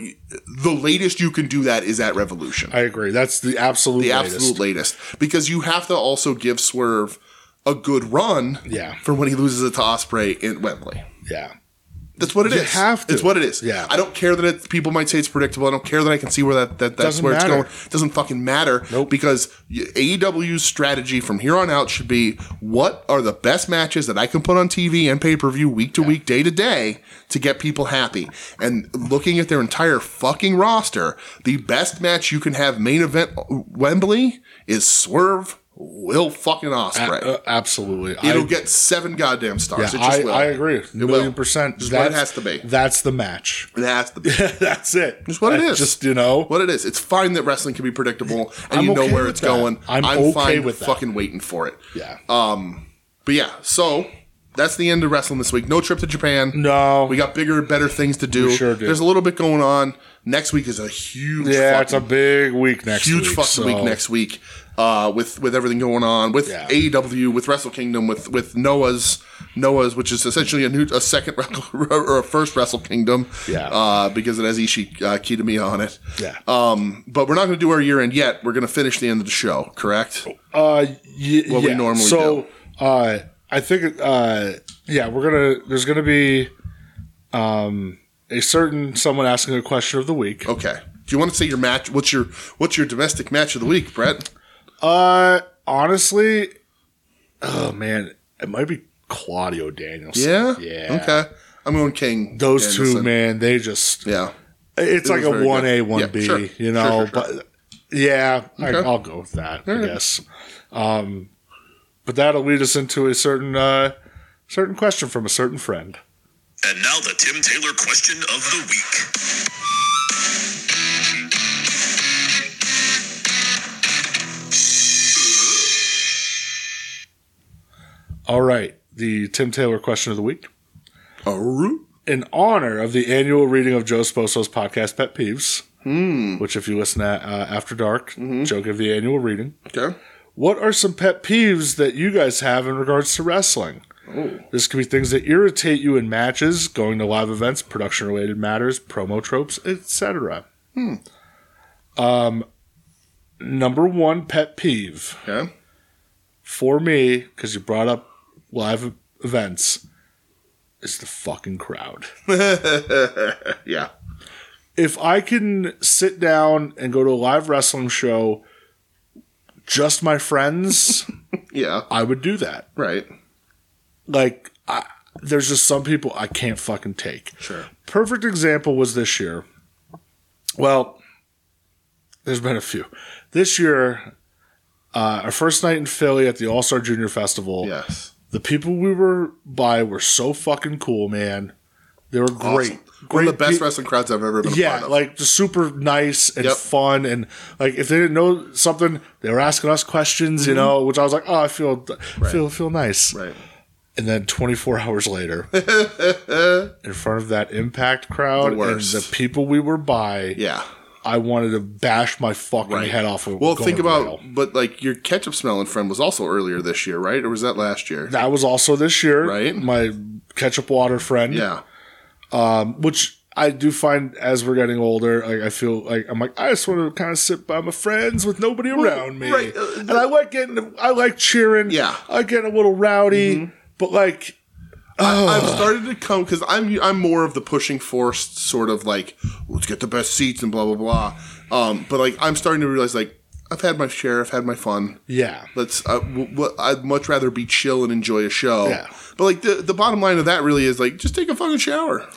[SPEAKER 2] the latest you can do that is at Revolution.
[SPEAKER 1] I agree. That's the absolute
[SPEAKER 2] the
[SPEAKER 1] latest.
[SPEAKER 2] absolute latest because you have to also give Swerve a good run
[SPEAKER 1] Yeah.
[SPEAKER 2] for when he loses it to Osprey in Wembley.
[SPEAKER 1] Yeah.
[SPEAKER 2] That's what it is.
[SPEAKER 1] You have to.
[SPEAKER 2] It's what it is.
[SPEAKER 1] Yeah.
[SPEAKER 2] I don't care that it, people might say it's predictable. I don't care that I can see where that, that that's
[SPEAKER 1] Doesn't
[SPEAKER 2] where
[SPEAKER 1] matter.
[SPEAKER 2] it's going. It doesn't fucking matter.
[SPEAKER 1] Nope.
[SPEAKER 2] Because y- AEW's strategy from here on out should be what are the best matches that I can put on TV and pay per view week to week, day to day to get people happy. And looking at their entire fucking roster, the best match you can have main event uh, Wembley is Swerve Will fucking Osprey.
[SPEAKER 1] Uh, absolutely. I-
[SPEAKER 2] It'll get seven goddamn stars.
[SPEAKER 1] Yeah,
[SPEAKER 2] it just
[SPEAKER 1] I,
[SPEAKER 2] will.
[SPEAKER 1] I agree. million
[SPEAKER 2] will.
[SPEAKER 1] percent.
[SPEAKER 2] Just what it has to be.
[SPEAKER 1] That's the match.
[SPEAKER 2] That's the
[SPEAKER 1] that's it. Just
[SPEAKER 2] what it is.
[SPEAKER 1] Just you know.
[SPEAKER 2] what it is. It's fine that wrestling can be predictable and
[SPEAKER 1] I'm
[SPEAKER 2] you know
[SPEAKER 1] okay
[SPEAKER 2] where
[SPEAKER 1] with
[SPEAKER 2] it's
[SPEAKER 1] that.
[SPEAKER 2] going.
[SPEAKER 1] I'm okay
[SPEAKER 2] fine
[SPEAKER 1] with that.
[SPEAKER 2] fucking waiting for it.
[SPEAKER 1] Yeah.
[SPEAKER 2] But yeah, so that's the end of wrestling this week. No trip to Japan.
[SPEAKER 1] No.
[SPEAKER 2] We got bigger, better things to do.
[SPEAKER 1] sure do.
[SPEAKER 2] There's a little bit going on. Next week is a huge
[SPEAKER 1] yeah, it's
[SPEAKER 2] fucking
[SPEAKER 1] a big week next
[SPEAKER 2] huge
[SPEAKER 1] week.
[SPEAKER 2] fucking
[SPEAKER 1] so-
[SPEAKER 2] week next week uh, with with everything going on with
[SPEAKER 1] Yeah.
[SPEAKER 2] AEW with Wrestle Kingdom with with Noah's Noah's which is essentially a new a second Wrestle- or a first Wrestle Kingdom
[SPEAKER 1] Yeah.
[SPEAKER 2] uh, because it has Ishii uh, Kitamiya on it
[SPEAKER 1] Yeah.
[SPEAKER 2] um but we're not going to do our year end yet we're going to finish the end of the show correct
[SPEAKER 1] Uh, y-
[SPEAKER 2] What
[SPEAKER 1] yeah.
[SPEAKER 2] we normally
[SPEAKER 1] so,
[SPEAKER 2] do.
[SPEAKER 1] uh, I think uh, yeah, we're gonna. There's gonna be um a certain someone asking a question of the week.
[SPEAKER 2] okay do you want to say your match what's your what's your domestic match of the week Brett
[SPEAKER 1] Uh, honestly, oh man, it might be Claudio Daniels.
[SPEAKER 2] yeah
[SPEAKER 1] yeah.
[SPEAKER 2] okay I'm going King
[SPEAKER 1] Those two,
[SPEAKER 2] Danielson.
[SPEAKER 1] man, they just
[SPEAKER 2] yeah
[SPEAKER 1] It's like
[SPEAKER 2] was
[SPEAKER 1] a
[SPEAKER 2] very
[SPEAKER 1] one A,
[SPEAKER 2] good.
[SPEAKER 1] one B.
[SPEAKER 2] Yeah, sure.
[SPEAKER 1] You know,
[SPEAKER 2] Sure, sure,
[SPEAKER 1] but yeah, I,
[SPEAKER 2] Okay.
[SPEAKER 1] I'll go with that. I guess. Um, but that'll lead us into a certain uh, certain question from a certain friend.
[SPEAKER 3] And now the Tim Taylor question of the week.
[SPEAKER 1] All right, the Tim Taylor question of the week.
[SPEAKER 2] Aru?
[SPEAKER 1] In honor of the annual reading of Joe Sposo's podcast Pet Peeves,
[SPEAKER 2] Hmm.
[SPEAKER 1] which if you listen at uh, After Dark,
[SPEAKER 2] Mm-hmm.
[SPEAKER 1] Joe gave the annual reading.
[SPEAKER 2] okay
[SPEAKER 1] What are some pet peeves that you guys have in regards to wrestling?
[SPEAKER 2] Oh,
[SPEAKER 1] This could be things that irritate you in matches, going to live events, production related matters, promo tropes, etc. Um, number one pet peeve
[SPEAKER 2] okay
[SPEAKER 1] for me, because you brought up live e-, events, is the fucking crowd.
[SPEAKER 2] yeah
[SPEAKER 1] if I can sit down and go to a live wrestling show, just my friends,
[SPEAKER 2] yeah
[SPEAKER 1] I would do that.
[SPEAKER 2] right
[SPEAKER 1] like I, there's just some people I can't fucking take.
[SPEAKER 2] sure
[SPEAKER 1] Perfect example was this year. Well, there's been a few. This year, uh, our first night in Philly at the All Star Junior Festival.
[SPEAKER 2] yes
[SPEAKER 1] The people we were by were so fucking cool, man. They were great.
[SPEAKER 2] Awesome.
[SPEAKER 1] Great
[SPEAKER 2] One of the best
[SPEAKER 1] pe-
[SPEAKER 2] wrestling crowds I've ever been a
[SPEAKER 1] yeah,
[SPEAKER 2] part of.
[SPEAKER 1] like just super nice and
[SPEAKER 2] Yep.
[SPEAKER 1] fun, and like if they didn't know something, they were asking us questions,
[SPEAKER 2] Mm-hmm.
[SPEAKER 1] you know, which I was like, oh, I feel feel feel nice,
[SPEAKER 2] right.
[SPEAKER 1] and then 24 hours later, in front of that impact crowd
[SPEAKER 2] The
[SPEAKER 1] and
[SPEAKER 2] worst.
[SPEAKER 1] the people we were by,
[SPEAKER 2] Yeah.
[SPEAKER 1] I wanted to bash my fucking head off. Of
[SPEAKER 2] Well,
[SPEAKER 1] going
[SPEAKER 2] think about,
[SPEAKER 1] rail.
[SPEAKER 2] but like your ketchup smelling friend was also earlier this year, right? Or was that last year?
[SPEAKER 1] that was also this year,
[SPEAKER 2] Right.
[SPEAKER 1] My ketchup water friend,
[SPEAKER 2] yeah.
[SPEAKER 1] which I do find as we're getting older, like I feel like I'm like I just want to kind of sit by my friends with nobody around me,
[SPEAKER 2] right, uh,
[SPEAKER 1] and I like getting, I like cheering,
[SPEAKER 2] Yeah. Mm-hmm.
[SPEAKER 1] I get a little rowdy, but like
[SPEAKER 2] I've started to come because I'm I'm more of the pushing force sort of like let's get the best seats and blah blah blah. Um, but like I'm starting to realize like I've had my share, I've had my fun.
[SPEAKER 1] yeah,
[SPEAKER 2] Let's. Uh, w- w- I'd much rather be chill and enjoy a show.
[SPEAKER 1] Yeah.
[SPEAKER 2] But like the the bottom line of that really is like just take a fucking shower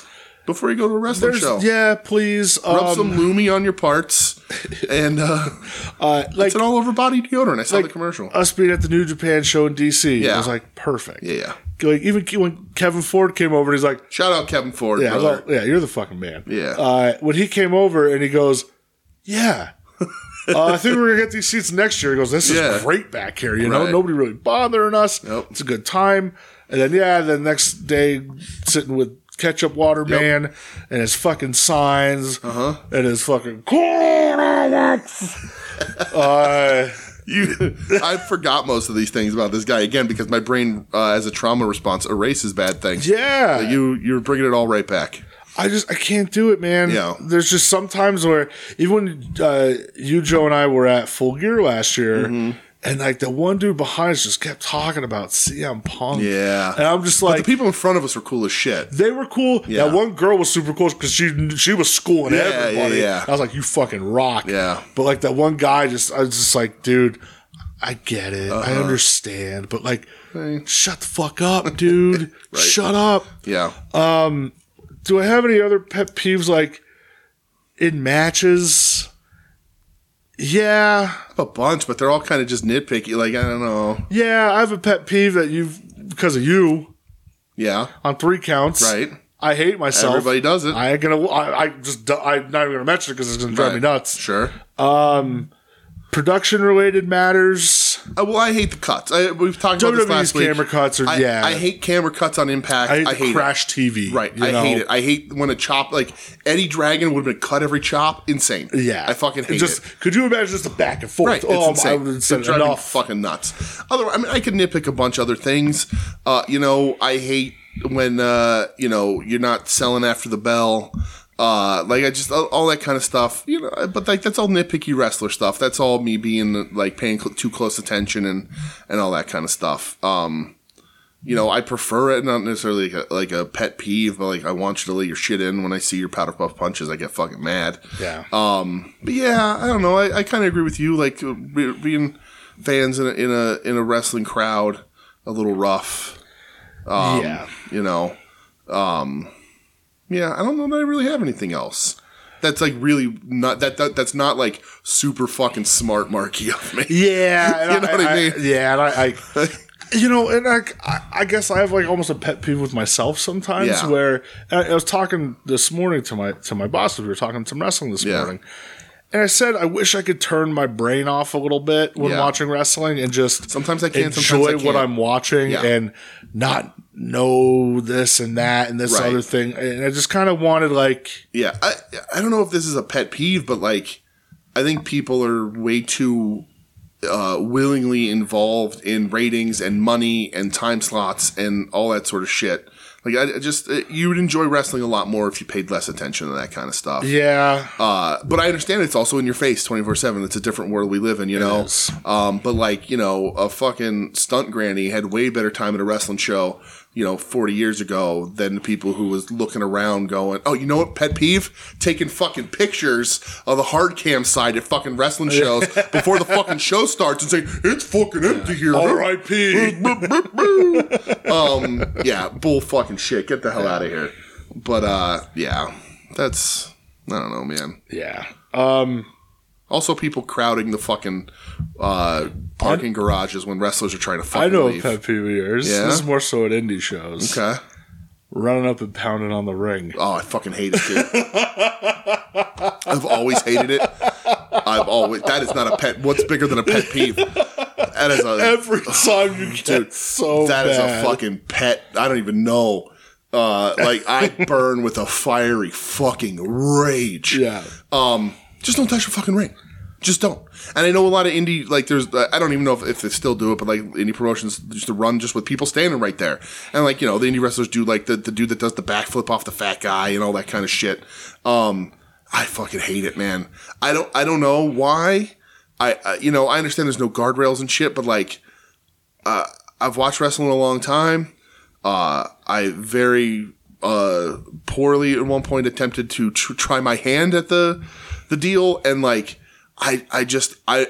[SPEAKER 2] before you go to a wrestling
[SPEAKER 1] There's-
[SPEAKER 2] show.
[SPEAKER 1] yeah, please,
[SPEAKER 2] Rub
[SPEAKER 1] um,
[SPEAKER 2] some Lumi on your parts, and uh,
[SPEAKER 1] uh, like
[SPEAKER 2] it's an all over body deodorant. I saw the commercial.
[SPEAKER 1] us being at the New Japan show in DC.
[SPEAKER 2] Yeah.
[SPEAKER 1] It was like perfect.
[SPEAKER 2] yeah, yeah.
[SPEAKER 1] Like even Ke- when Kevin Ford came over and he's like,
[SPEAKER 2] Shout out Kevin Ford,
[SPEAKER 1] Yeah,
[SPEAKER 2] brother.
[SPEAKER 1] well, yeah, you're the fucking man.
[SPEAKER 2] Uh-huh. Yeah.
[SPEAKER 1] Uh, when he came over and he goes, Yeah. uh, I think we're gonna get these seats next year. He goes, This is
[SPEAKER 2] Yeah.
[SPEAKER 1] great back here, you know.
[SPEAKER 2] Right.
[SPEAKER 1] Nobody really bothering us.
[SPEAKER 2] Nope.
[SPEAKER 1] It's a good time. And then yeah, the next day sitting with ketchup water man and his fucking signs
[SPEAKER 2] Uh-huh.
[SPEAKER 1] and his fucking uh,
[SPEAKER 2] You, I forgot most of these things about this guy again because my brain, uh, as a trauma response, erases bad things.
[SPEAKER 1] yeah.
[SPEAKER 2] But you you're bringing it all right back.
[SPEAKER 1] I just I can't do it, man.
[SPEAKER 2] Yeah.
[SPEAKER 1] There's just
[SPEAKER 2] Mm-hmm.
[SPEAKER 1] sometimes where even when uh, you, Joe, and I were at Full Gear last year, And like the one dude behind us just kept talking about CM Punk.
[SPEAKER 2] Yeah.
[SPEAKER 1] And I'm just
[SPEAKER 2] the
[SPEAKER 1] like,
[SPEAKER 2] people in front of us were cool as shit.
[SPEAKER 1] they were cool.
[SPEAKER 2] Yeah.
[SPEAKER 1] That one girl was super cool because she she was schooling
[SPEAKER 2] Yeah,
[SPEAKER 1] everybody.
[SPEAKER 2] yeah, yeah.
[SPEAKER 1] I was like, you fucking rock.
[SPEAKER 2] Yeah.
[SPEAKER 1] But like that one guy, just I was just like, dude, I get it, I
[SPEAKER 2] Uh-huh.
[SPEAKER 1] understand, but like, shut the fuck up, dude. Shut up.
[SPEAKER 2] Yeah.
[SPEAKER 1] Do I have any other pet peeves like in matches? Yeah,
[SPEAKER 2] a bunch, but they're all kind of just nitpicky. Like, I don't know.
[SPEAKER 1] yeah. I have a pet peeve that you've because of you
[SPEAKER 2] Yeah.
[SPEAKER 1] on three counts.
[SPEAKER 2] Right.
[SPEAKER 1] I hate myself.
[SPEAKER 2] Everybody does it.
[SPEAKER 1] I ain't gonna. I, I just. I'm not even gonna mention it because it's gonna drive me
[SPEAKER 2] Right.
[SPEAKER 1] nuts.
[SPEAKER 2] Sure.
[SPEAKER 1] production related matters.
[SPEAKER 2] Uh, well, I hate the cuts. I, we've talked about this
[SPEAKER 1] WWE's
[SPEAKER 2] last week.
[SPEAKER 1] camera cuts are
[SPEAKER 2] I,
[SPEAKER 1] yeah.
[SPEAKER 2] I hate camera cuts on Impact.
[SPEAKER 1] I hate,
[SPEAKER 2] I
[SPEAKER 1] the
[SPEAKER 2] hate it.
[SPEAKER 1] crash TV.
[SPEAKER 2] Right.
[SPEAKER 1] you
[SPEAKER 2] I
[SPEAKER 1] know?
[SPEAKER 2] hate it. I hate when a chop like Eddie Dragon would have been cut every chop. Insane.
[SPEAKER 1] Yeah,
[SPEAKER 2] I fucking hate
[SPEAKER 1] just,
[SPEAKER 2] it.
[SPEAKER 1] Could you imagine just a back and forth?
[SPEAKER 2] Right. It's
[SPEAKER 1] oh,
[SPEAKER 2] insane.
[SPEAKER 1] I would have
[SPEAKER 2] It's
[SPEAKER 1] said
[SPEAKER 2] driving me
[SPEAKER 1] enough.
[SPEAKER 2] fucking nuts. Otherwise, I mean, I could nitpick a bunch of other things. Uh, you know, I hate when uh, you know you're not selling after the bell. Uh, like I just all, all that kind of stuff, you know. But like that's all nitpicky wrestler stuff. That's all me being like paying cl- too close attention and and all that kind of stuff. Um, you know, I prefer it not necessarily like a, like a pet peeve, but like I want you to let your shit in when I see your powder puff punches. I get fucking mad.
[SPEAKER 1] Yeah.
[SPEAKER 2] Um, But yeah, I don't know. I, I kind of agree with you. Like uh, be- being fans in a, in a in a wrestling crowd, a little rough.
[SPEAKER 1] yeah.
[SPEAKER 2] You know. Um, yeah, I don't know that I really have anything else. That's like really not that, that that's not like super fucking smart marky of me.
[SPEAKER 1] Yeah. and
[SPEAKER 2] You know what I mean?
[SPEAKER 1] yeah. And I, I you know, and I, I, I guess I have like almost a pet peeve with myself sometimes
[SPEAKER 2] Yeah.
[SPEAKER 1] where and I, I was talking this morning to my, to my boss. We were talking some wrestling this
[SPEAKER 2] Yeah.
[SPEAKER 1] morning. And I said, I wish I could turn my brain off a little bit when
[SPEAKER 2] Yeah.
[SPEAKER 1] watching wrestling and just
[SPEAKER 2] Sometimes I can, sometimes
[SPEAKER 1] enjoy
[SPEAKER 2] I
[SPEAKER 1] what
[SPEAKER 2] can't.
[SPEAKER 1] I'm watching
[SPEAKER 2] Yeah.
[SPEAKER 1] and not know this and that and this
[SPEAKER 2] Right.
[SPEAKER 1] other thing. And I just kind of wanted like,
[SPEAKER 2] Yeah, I I don't know if this is a pet peeve, but like I think people are way too uh, willingly involved in ratings and money and time slots and all that sort of shit. Like I I just uh, you would enjoy wrestling a lot more if you paid less attention to that kind of stuff.
[SPEAKER 1] yeah,
[SPEAKER 2] Uh, but I understand it's also in your face twenty four seven. It's a different world we live in, you know.
[SPEAKER 1] is.
[SPEAKER 2] Um, but like you know, a fucking stunt granny had way better time at a wrestling show, you know, forty years ago than the people who was looking around going, "Oh, you know what? Pet peeve: taking fucking pictures of the hard cam side at fucking wrestling shows before the fucking show starts and saying it's fucking empty here."
[SPEAKER 1] R.I.P.
[SPEAKER 2] um, yeah, bull fucking shit. Get the hell out of here. But uh, yeah, that's I don't know, man.
[SPEAKER 1] yeah. Um,
[SPEAKER 2] Also, people crowding the fucking uh, parking garages when wrestlers are trying to fucking
[SPEAKER 1] I know a
[SPEAKER 2] leave.
[SPEAKER 1] pet peeve of yours.
[SPEAKER 2] Yeah?
[SPEAKER 1] This is more so at indie shows.
[SPEAKER 2] okay.
[SPEAKER 1] Running up and pounding on the ring.
[SPEAKER 2] Oh, I fucking hate it, dude. I've always hated it. I've always. That is not a pet. What's bigger than a pet peeve? That is a.
[SPEAKER 1] Every time you get
[SPEAKER 2] Dude,
[SPEAKER 1] so
[SPEAKER 2] That is
[SPEAKER 1] bad.
[SPEAKER 2] a fucking pet. I don't even know. Uh, like I burn with a fiery fucking rage.
[SPEAKER 1] Yeah.
[SPEAKER 2] Um, just don't touch the fucking ring. Just don't. And I know a lot of indie like there's I don't even know if, if they still do it, but like indie promotions used to run just with people standing right there. And like you know the indie wrestlers do like the the dude that does the backflip off the fat guy and all that kind of shit. Um, I fucking hate it, man. I don't I don't know why. I, I you know I understand there's no guardrails and shit, but like I've watched wrestling a long time. Uh, I very uh, poorly at one point attempted to tr- try my hand at the the deal, and like I I just I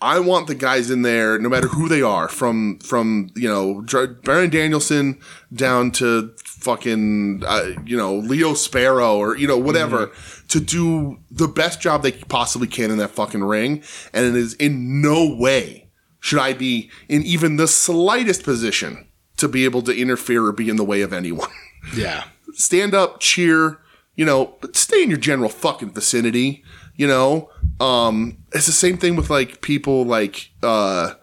[SPEAKER 2] I want the guys in there, no matter who they are, from from you know Dr- Baron Danielson down to fucking uh, you know Leo Sparrow or you know whatever, to do the best job they possibly can in that fucking ring, and it is in no way should I be in even the slightest position to be able to interfere or be in the way of anyone?
[SPEAKER 1] Yeah.
[SPEAKER 2] Stand up, cheer, you know, but stay in your general fucking vicinity, you know? Um, it's the same thing with like people like, uh,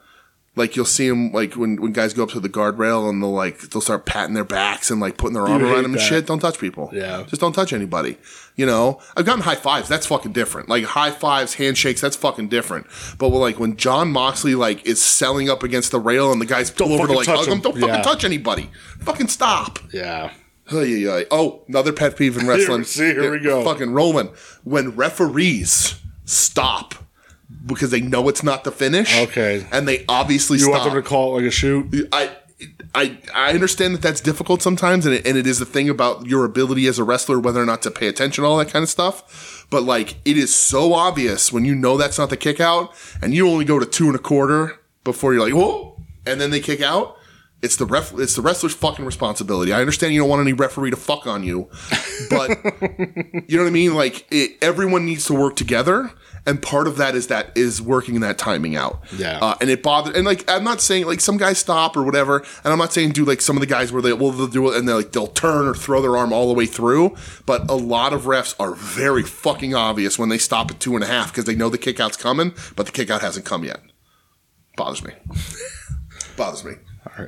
[SPEAKER 2] like you'll see them like when, when guys go up to the guardrail and they'll like they'll start patting their backs and like putting their arm
[SPEAKER 1] hate
[SPEAKER 2] around them
[SPEAKER 1] that.
[SPEAKER 2] and shit. Don't touch people.
[SPEAKER 1] Yeah.
[SPEAKER 2] just don't touch anybody. You know, I've gotten high fives. That's fucking different. Like high fives, handshakes. That's fucking different. But well, like when John Moxley like is selling up against the rail and the guys pull over to
[SPEAKER 1] fucking
[SPEAKER 2] like
[SPEAKER 1] touch
[SPEAKER 2] hug him.
[SPEAKER 1] him.
[SPEAKER 2] Don't
[SPEAKER 1] Yeah.
[SPEAKER 2] fucking touch anybody. Fucking stop.
[SPEAKER 1] Yeah.
[SPEAKER 2] Ay, ay, ay. Oh, another pet peeve in wrestling.
[SPEAKER 1] see, here we go.
[SPEAKER 2] Fucking rolling. When referees stop because they know it's not the finish.
[SPEAKER 1] Okay.
[SPEAKER 2] and they obviously
[SPEAKER 1] You
[SPEAKER 2] stop.
[SPEAKER 1] want them to call it like a shoot?
[SPEAKER 2] I I I understand that that's difficult sometimes, and it, and it is the thing about your ability as a wrestler, whether or not to pay attention, all that kind of stuff. But like, it is so obvious when you know that's not the kick out, and you only go to two and a quarter before you're like, whoa, and then they kick out. It's the ref. It's the wrestler's fucking responsibility. I understand you don't want any referee to fuck on you, but you know what I mean. Like it, everyone needs to work together, and part of that is that is working that timing out.
[SPEAKER 1] Yeah.
[SPEAKER 2] Uh, and it bothered. And like, I'm not saying like some guys stop or whatever, and I'm not saying do like some of the guys where they will they'll do it and they like they'll turn or throw their arm all the way through. But a lot of refs are very fucking obvious when they stop at two and a half because they know the kickout's coming, but the kickout hasn't come yet. Bothers me. Bothers me.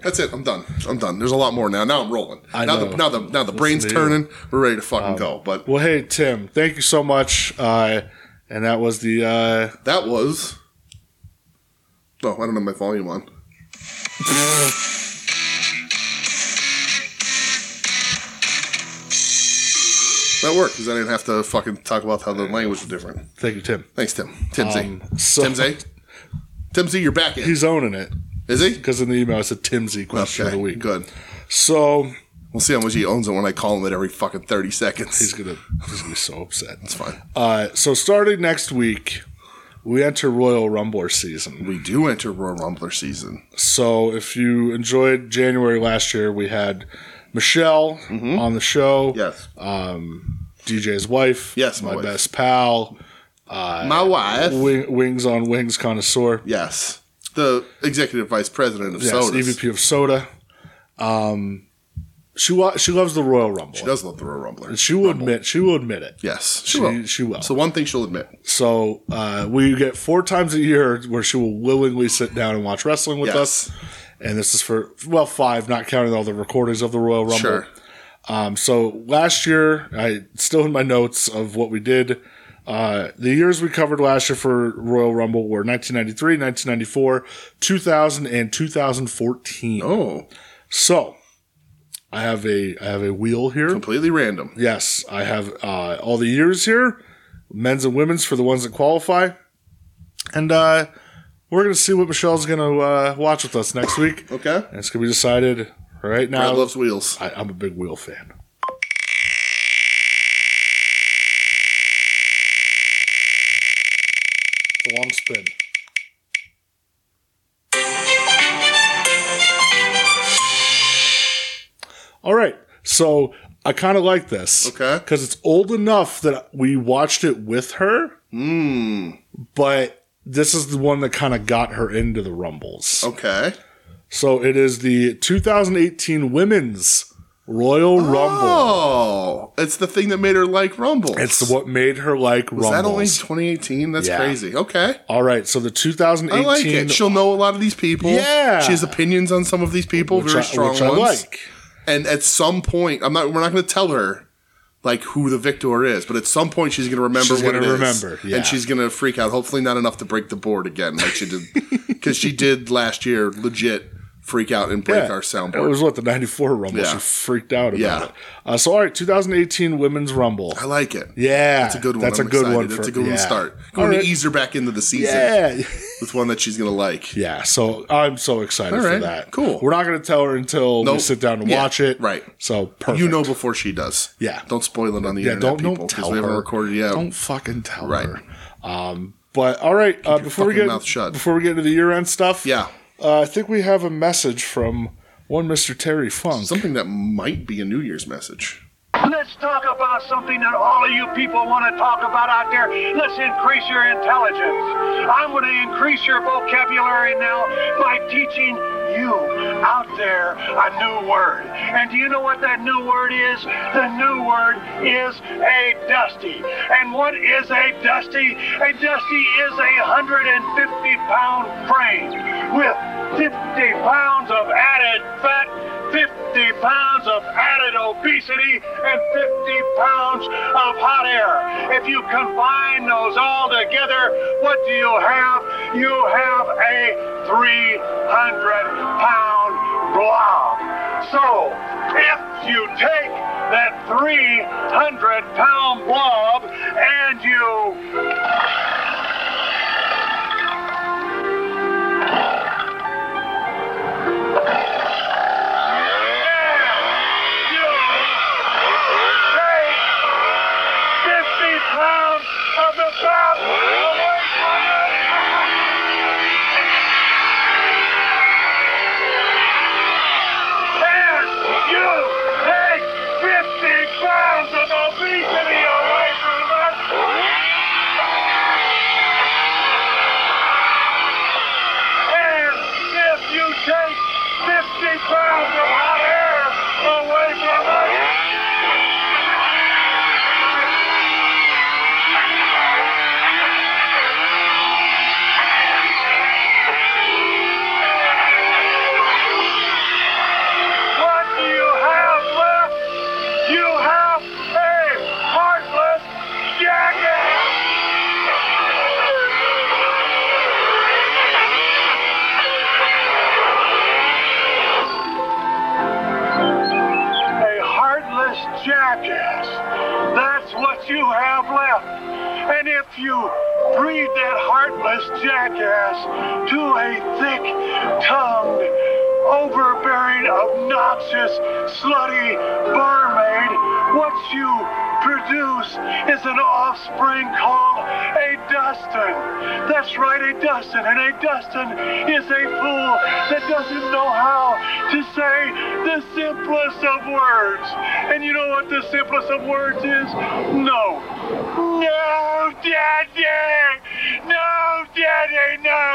[SPEAKER 2] That's it. I'm done. I'm done. There's a lot more now. Now I'm rolling.
[SPEAKER 1] I
[SPEAKER 2] now
[SPEAKER 1] know.
[SPEAKER 2] the now the now the brain's
[SPEAKER 1] to you. Um,
[SPEAKER 2] turning. We're ready to fucking go. But
[SPEAKER 1] Well, hey Tim, thank you so much. Uh, and that was the uh,
[SPEAKER 2] that was. Oh, I don't have my volume on. That worked because I didn't have to fucking talk about how the language was different.
[SPEAKER 1] thank you Tim.
[SPEAKER 2] Thanks, Tim. Timsey.
[SPEAKER 1] Um, so-
[SPEAKER 2] Timsey. Timsey, you're back in.
[SPEAKER 1] He's owning it
[SPEAKER 2] Is he?
[SPEAKER 1] because in the email it's a Timsy question of the
[SPEAKER 2] Okay,
[SPEAKER 1] week.
[SPEAKER 2] good.
[SPEAKER 1] So
[SPEAKER 2] We'll see how much he owns it when I call him it every fucking 30 seconds.
[SPEAKER 1] he's gonna he's gonna be so upset.
[SPEAKER 2] It's fine.
[SPEAKER 1] Uh, so starting next week, we enter Royal Rumbler season.
[SPEAKER 2] We do enter Royal Rumbler season.
[SPEAKER 1] So if you enjoyed January last year, we had Michelle on the show.
[SPEAKER 2] Yes.
[SPEAKER 1] DJ's wife.
[SPEAKER 2] Yes, my
[SPEAKER 1] my,
[SPEAKER 2] wife.
[SPEAKER 1] best pal.
[SPEAKER 2] My wife.
[SPEAKER 1] Wing, wings on Wings connoisseur.
[SPEAKER 2] yes. The executive vice president of
[SPEAKER 1] Yes,
[SPEAKER 2] Sodas.
[SPEAKER 1] EVP of Soda. Um, she wa- she loves the Royal Rumble.
[SPEAKER 2] She does love the Royal Rumbler.
[SPEAKER 1] She will admit. She will admit it.
[SPEAKER 2] Yes, she,
[SPEAKER 1] She,
[SPEAKER 2] will.
[SPEAKER 1] she will.
[SPEAKER 2] So one thing she'll admit.
[SPEAKER 1] So uh, we get four times a year where she will willingly sit down and watch wrestling with
[SPEAKER 2] Yes.
[SPEAKER 1] us. And this is for well five, not counting all the recordings of the Royal Rumble.
[SPEAKER 2] Sure.
[SPEAKER 1] Um, so last year, I still in my notes of what we did. Uh, the years we covered last year for Royal Rumble were 1993, 1994, 2000, and 2014.
[SPEAKER 2] Oh,
[SPEAKER 1] So I have a I have a wheel here.
[SPEAKER 2] completely random.
[SPEAKER 1] Yes, I have uh, all the years here, men's and women's for the ones that qualify, and uh, we're gonna see what Michelle's gonna uh, watch with us next week.
[SPEAKER 2] Okay.
[SPEAKER 1] And it's gonna be decided right
[SPEAKER 2] Brad
[SPEAKER 1] now.
[SPEAKER 2] loves wheels.
[SPEAKER 1] I, I'm a big wheel fan. It's a long spin. All right, so I kind of like this.
[SPEAKER 2] Okay.
[SPEAKER 1] Because it's old enough that we watched it with her. But this is the one that kind of got her into the Rumbles.
[SPEAKER 2] Okay.
[SPEAKER 1] So it is the 2018 Women's Royal Rumble.
[SPEAKER 2] Oh, it's the thing that made her like Rumble.
[SPEAKER 1] It's what made her like
[SPEAKER 2] Is that only
[SPEAKER 1] Rumbles.
[SPEAKER 2] 2018? That's
[SPEAKER 1] Yeah.
[SPEAKER 2] crazy. Okay.
[SPEAKER 1] All right, so the
[SPEAKER 2] I
[SPEAKER 1] 2018
[SPEAKER 2] like it. She'll know a lot of these people.
[SPEAKER 1] Yeah.
[SPEAKER 2] She has opinions on some of these people,
[SPEAKER 1] which, I,
[SPEAKER 2] very strong
[SPEAKER 1] which I
[SPEAKER 2] ones.
[SPEAKER 1] like.
[SPEAKER 2] And at some point, I'm not. We're not going to tell her like who the victor is, but at some point she's going to remember
[SPEAKER 1] She's
[SPEAKER 2] what
[SPEAKER 1] gonna
[SPEAKER 2] it is,
[SPEAKER 1] remember, yeah.
[SPEAKER 2] and she's going to freak out. Hopefully, not enough to break the board again, like she did, because she did last year. Legit freak out and break
[SPEAKER 1] Yeah.
[SPEAKER 2] our
[SPEAKER 1] It
[SPEAKER 2] soundboard.
[SPEAKER 1] was what the 94 Rumble.
[SPEAKER 2] Yeah.
[SPEAKER 1] She freaked out about
[SPEAKER 2] Yeah.
[SPEAKER 1] it. Uh, so all right, 2018 Women's Rumble.
[SPEAKER 2] I like it.
[SPEAKER 1] Yeah,
[SPEAKER 2] That's a good one.
[SPEAKER 1] That's
[SPEAKER 2] I'm
[SPEAKER 1] a good
[SPEAKER 2] excited.
[SPEAKER 1] one.
[SPEAKER 2] That's
[SPEAKER 1] for-
[SPEAKER 2] a good one
[SPEAKER 1] yeah.
[SPEAKER 2] to start. Good
[SPEAKER 1] All
[SPEAKER 2] one
[SPEAKER 1] right.
[SPEAKER 2] to ease her back into the season
[SPEAKER 1] Yeah,
[SPEAKER 2] with one that she's going to like.
[SPEAKER 1] yeah. So I'm so excited
[SPEAKER 2] All
[SPEAKER 1] for
[SPEAKER 2] right,
[SPEAKER 1] that.
[SPEAKER 2] cool.
[SPEAKER 1] We're not going to tell her until we
[SPEAKER 2] Nope.
[SPEAKER 1] sit down to
[SPEAKER 2] Yeah,
[SPEAKER 1] watch it.
[SPEAKER 2] right.
[SPEAKER 1] So perfect.
[SPEAKER 2] You know before she does.
[SPEAKER 1] Yeah.
[SPEAKER 2] Don't spoil it on the
[SPEAKER 1] Yeah,
[SPEAKER 2] internet,
[SPEAKER 1] don't,
[SPEAKER 2] people.
[SPEAKER 1] don't
[SPEAKER 2] 'cause
[SPEAKER 1] tell
[SPEAKER 2] we haven't
[SPEAKER 1] her.
[SPEAKER 2] recorded yet.
[SPEAKER 1] Don't fucking tell
[SPEAKER 2] Right.
[SPEAKER 1] her. Um, but all right, uh, before we
[SPEAKER 2] fucking
[SPEAKER 1] get
[SPEAKER 2] mouth shut.
[SPEAKER 1] before we get into the year end stuff,
[SPEAKER 2] Yeah.
[SPEAKER 1] uh, I think we have a message from one Mister Terry Funk.
[SPEAKER 2] Something that might be a New Year's message.
[SPEAKER 4] Let's talk about something that all of you people want to talk about out there. Let's increase your intelligence. I'm going to increase your vocabulary now by teaching you out there a new word. And do you know what that new word is? The new word is a dusty. And what is a dusty? A dusty is a 150 pound crane with 50 pounds of added fat 50 pounds of added obesity and 50 pounds of hot air. If you combine those all together, what do you have? You have a 300 pound blob. So, if you take that 300 pound blob and you podcast. That's what you have left. And if you breed that heartless jackass to a thick tongued, overbearing, obnoxious, slutty barmaid, what you produce is an offspring called a Dustin. That's right, a Dustin. And a Dustin is a fool that doesn't know how to say the simplest of words. And you know what the simplest of words is? No. No, Daddy! No, Daddy, no!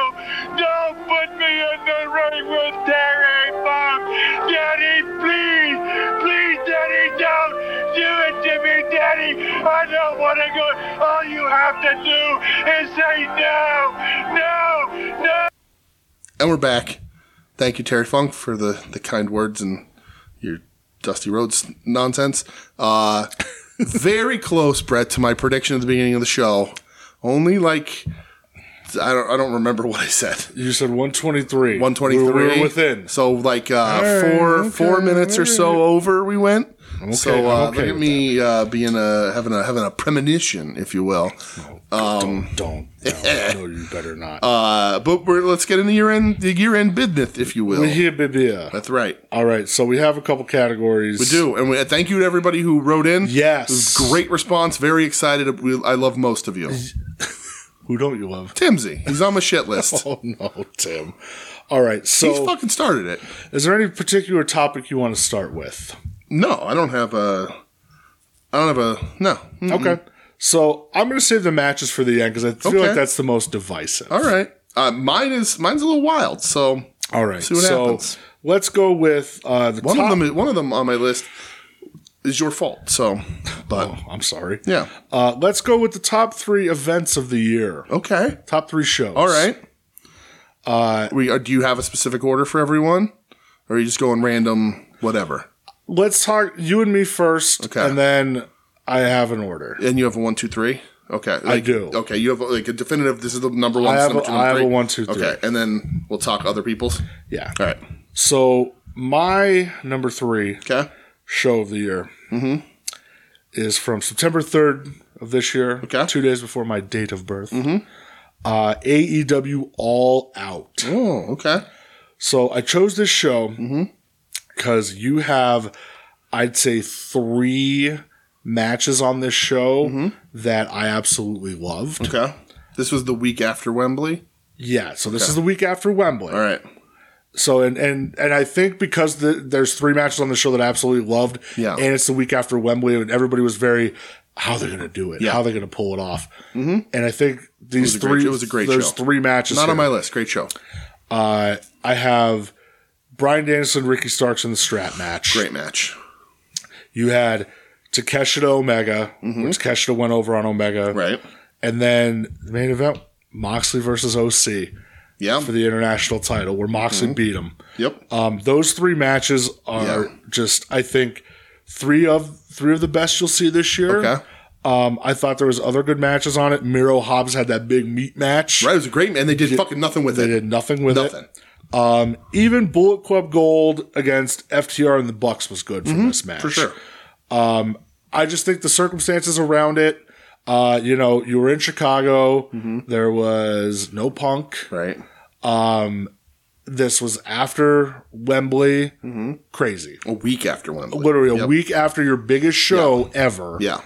[SPEAKER 4] Don't put me in the ring with Terry Bob! Daddy, please! Please, Daddy, don't do it to me, Daddy! I don't want to go. All you have to do is say no! No! No!
[SPEAKER 2] And we're back. Thank you, Terry Funk, for the, the kind words and your Dusty Roads nonsense. Uh, very close, Brett, to my prediction at the beginning of the show. Only like I don't I don't remember what I said.
[SPEAKER 1] You said 123.
[SPEAKER 2] One twenty three.
[SPEAKER 1] We were within.
[SPEAKER 2] So like uh,
[SPEAKER 1] right,
[SPEAKER 2] four
[SPEAKER 1] okay,
[SPEAKER 2] four minutes or so over we went. so
[SPEAKER 1] I'm
[SPEAKER 2] uh,
[SPEAKER 1] okay
[SPEAKER 2] look at
[SPEAKER 1] with
[SPEAKER 2] me uh, being a having a having a premonition, if you will.
[SPEAKER 1] Um, don't. No, no, you better not. Uh,
[SPEAKER 2] Uh, but we're, let's get into year end the year end business, if you will.
[SPEAKER 1] here, baby.
[SPEAKER 2] That's right.
[SPEAKER 1] All right, so we have a couple categories.
[SPEAKER 2] We do, and we, thank you to everybody who wrote in.
[SPEAKER 1] Yes.
[SPEAKER 2] It was great response. Very excited. We, I love most of you.
[SPEAKER 1] Who don't you love?
[SPEAKER 2] Timsy, he's on my shit list.
[SPEAKER 1] Oh no, Tim. All right,
[SPEAKER 2] He's
[SPEAKER 1] so
[SPEAKER 2] fucking started it.
[SPEAKER 1] is there any particular topic you want to start with?
[SPEAKER 2] No, I don't have a. I don't have a no. Mm.
[SPEAKER 1] Okay. So I'm going to save the matches for the end because I feel
[SPEAKER 2] Okay.
[SPEAKER 1] like that's the most divisive.
[SPEAKER 2] All right. Uh, mine is mine's a little wild. So
[SPEAKER 1] All right.
[SPEAKER 2] what
[SPEAKER 1] so
[SPEAKER 2] happens.
[SPEAKER 1] let's go with uh, the
[SPEAKER 2] one
[SPEAKER 1] top-
[SPEAKER 2] of them, is, one of them on my list is your fault. So, but
[SPEAKER 1] Oh, I'm sorry.
[SPEAKER 2] yeah,
[SPEAKER 1] Uh, let's go with the top three events of the year.
[SPEAKER 2] okay,
[SPEAKER 1] Top three shows.
[SPEAKER 2] all right. Uh, we are, do you have a specific order for everyone, or are you just going random? Whatever.
[SPEAKER 1] Let's talk you and me first,
[SPEAKER 2] Okay.
[SPEAKER 1] and then I have an order.
[SPEAKER 2] And you have a one, two, three. Okay, like-
[SPEAKER 1] do.
[SPEAKER 2] Okay, you have like a definitive. This is the number
[SPEAKER 1] I
[SPEAKER 2] one. this is
[SPEAKER 1] have
[SPEAKER 2] number
[SPEAKER 1] a-
[SPEAKER 2] two, number
[SPEAKER 1] I have a
[SPEAKER 2] three.
[SPEAKER 1] one, two, three.
[SPEAKER 2] Okay, and then we'll talk other people's.
[SPEAKER 1] Yeah.
[SPEAKER 2] All right.
[SPEAKER 1] So my number three
[SPEAKER 2] Okay.
[SPEAKER 1] show of the year
[SPEAKER 2] Mm-hmm.
[SPEAKER 1] is from September 3rd of this year,
[SPEAKER 2] Okay. Mm-hmm.
[SPEAKER 1] two days before my date of birth. Uh, AEW All Out.
[SPEAKER 2] Oh, okay.
[SPEAKER 1] So I chose this show
[SPEAKER 2] Mm-hmm.
[SPEAKER 1] because you have, I'd say, three matches on this show
[SPEAKER 2] Mm-hmm.
[SPEAKER 1] that I absolutely loved.
[SPEAKER 2] Okay. This was the week after Wembley.
[SPEAKER 1] Yeah, so this is the week after Wembley.
[SPEAKER 2] Mm-hmm. All right.
[SPEAKER 1] So and and and I think because the, there's three matches on the show that I absolutely loved,
[SPEAKER 2] Yeah.
[SPEAKER 1] and it's the week after Wembley, and everybody was very how they're going to do it,
[SPEAKER 2] Yeah.
[SPEAKER 1] how they're going to pull it off, mm-hmm. and I think these
[SPEAKER 2] a
[SPEAKER 1] three
[SPEAKER 2] great- it was a great
[SPEAKER 1] those
[SPEAKER 2] show.
[SPEAKER 1] three matches
[SPEAKER 2] Not on my
[SPEAKER 1] here.
[SPEAKER 2] list. Great show.
[SPEAKER 1] Uh, I have Brian Danielson, Ricky Starks in the strap match.
[SPEAKER 2] Great match.
[SPEAKER 1] You had Takeshita Omega, which Takeshita went over on Omega.
[SPEAKER 2] Mm-hmm. Right.
[SPEAKER 1] And then the main event, Moxley versus OC
[SPEAKER 2] Yeah.
[SPEAKER 1] for the international title, where Moxley
[SPEAKER 2] Mm-hmm.
[SPEAKER 1] beat him.
[SPEAKER 2] yep.
[SPEAKER 1] Um, those three matches are
[SPEAKER 2] Yeah.
[SPEAKER 1] just, I think, three of three of the best you'll see this year.
[SPEAKER 2] Okay.
[SPEAKER 1] Um, I thought there was other good matches on it. Miro Hobbs had that big meat match.
[SPEAKER 2] right. It was a great man. They did fucking nothing with
[SPEAKER 1] They
[SPEAKER 2] it.
[SPEAKER 1] did nothing with
[SPEAKER 2] Nothing.
[SPEAKER 1] it. Um, even Bullet Club Gold against FTR and the Bucks was good for this match.
[SPEAKER 2] Mm-hmm. For sure.
[SPEAKER 1] I just think the circumstances around it. Uh, you know, you were in Chicago.
[SPEAKER 2] Mm-hmm.
[SPEAKER 1] There was no punk.
[SPEAKER 2] Right.
[SPEAKER 1] This was after Wembley. Crazy.
[SPEAKER 2] A week after Wembley.
[SPEAKER 1] Literally a
[SPEAKER 2] Mm-hmm. Yep.
[SPEAKER 1] week after your biggest show ever.
[SPEAKER 2] Yeah.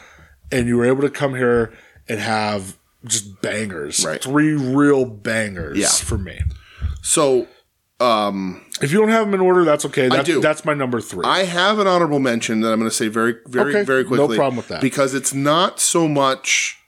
[SPEAKER 1] And you were able to come here and have just bangers.
[SPEAKER 2] Right.
[SPEAKER 1] Three real bangers
[SPEAKER 2] Yeah.
[SPEAKER 1] for me.
[SPEAKER 2] So um,
[SPEAKER 1] If you don't have them in order, that's okay. That's,
[SPEAKER 2] do.
[SPEAKER 1] that's my number three.
[SPEAKER 2] I have an honorable mention that I'm going to say very, very,
[SPEAKER 1] Okay.
[SPEAKER 2] very
[SPEAKER 1] No
[SPEAKER 2] quickly.
[SPEAKER 1] problem with that.
[SPEAKER 2] Because it's not so much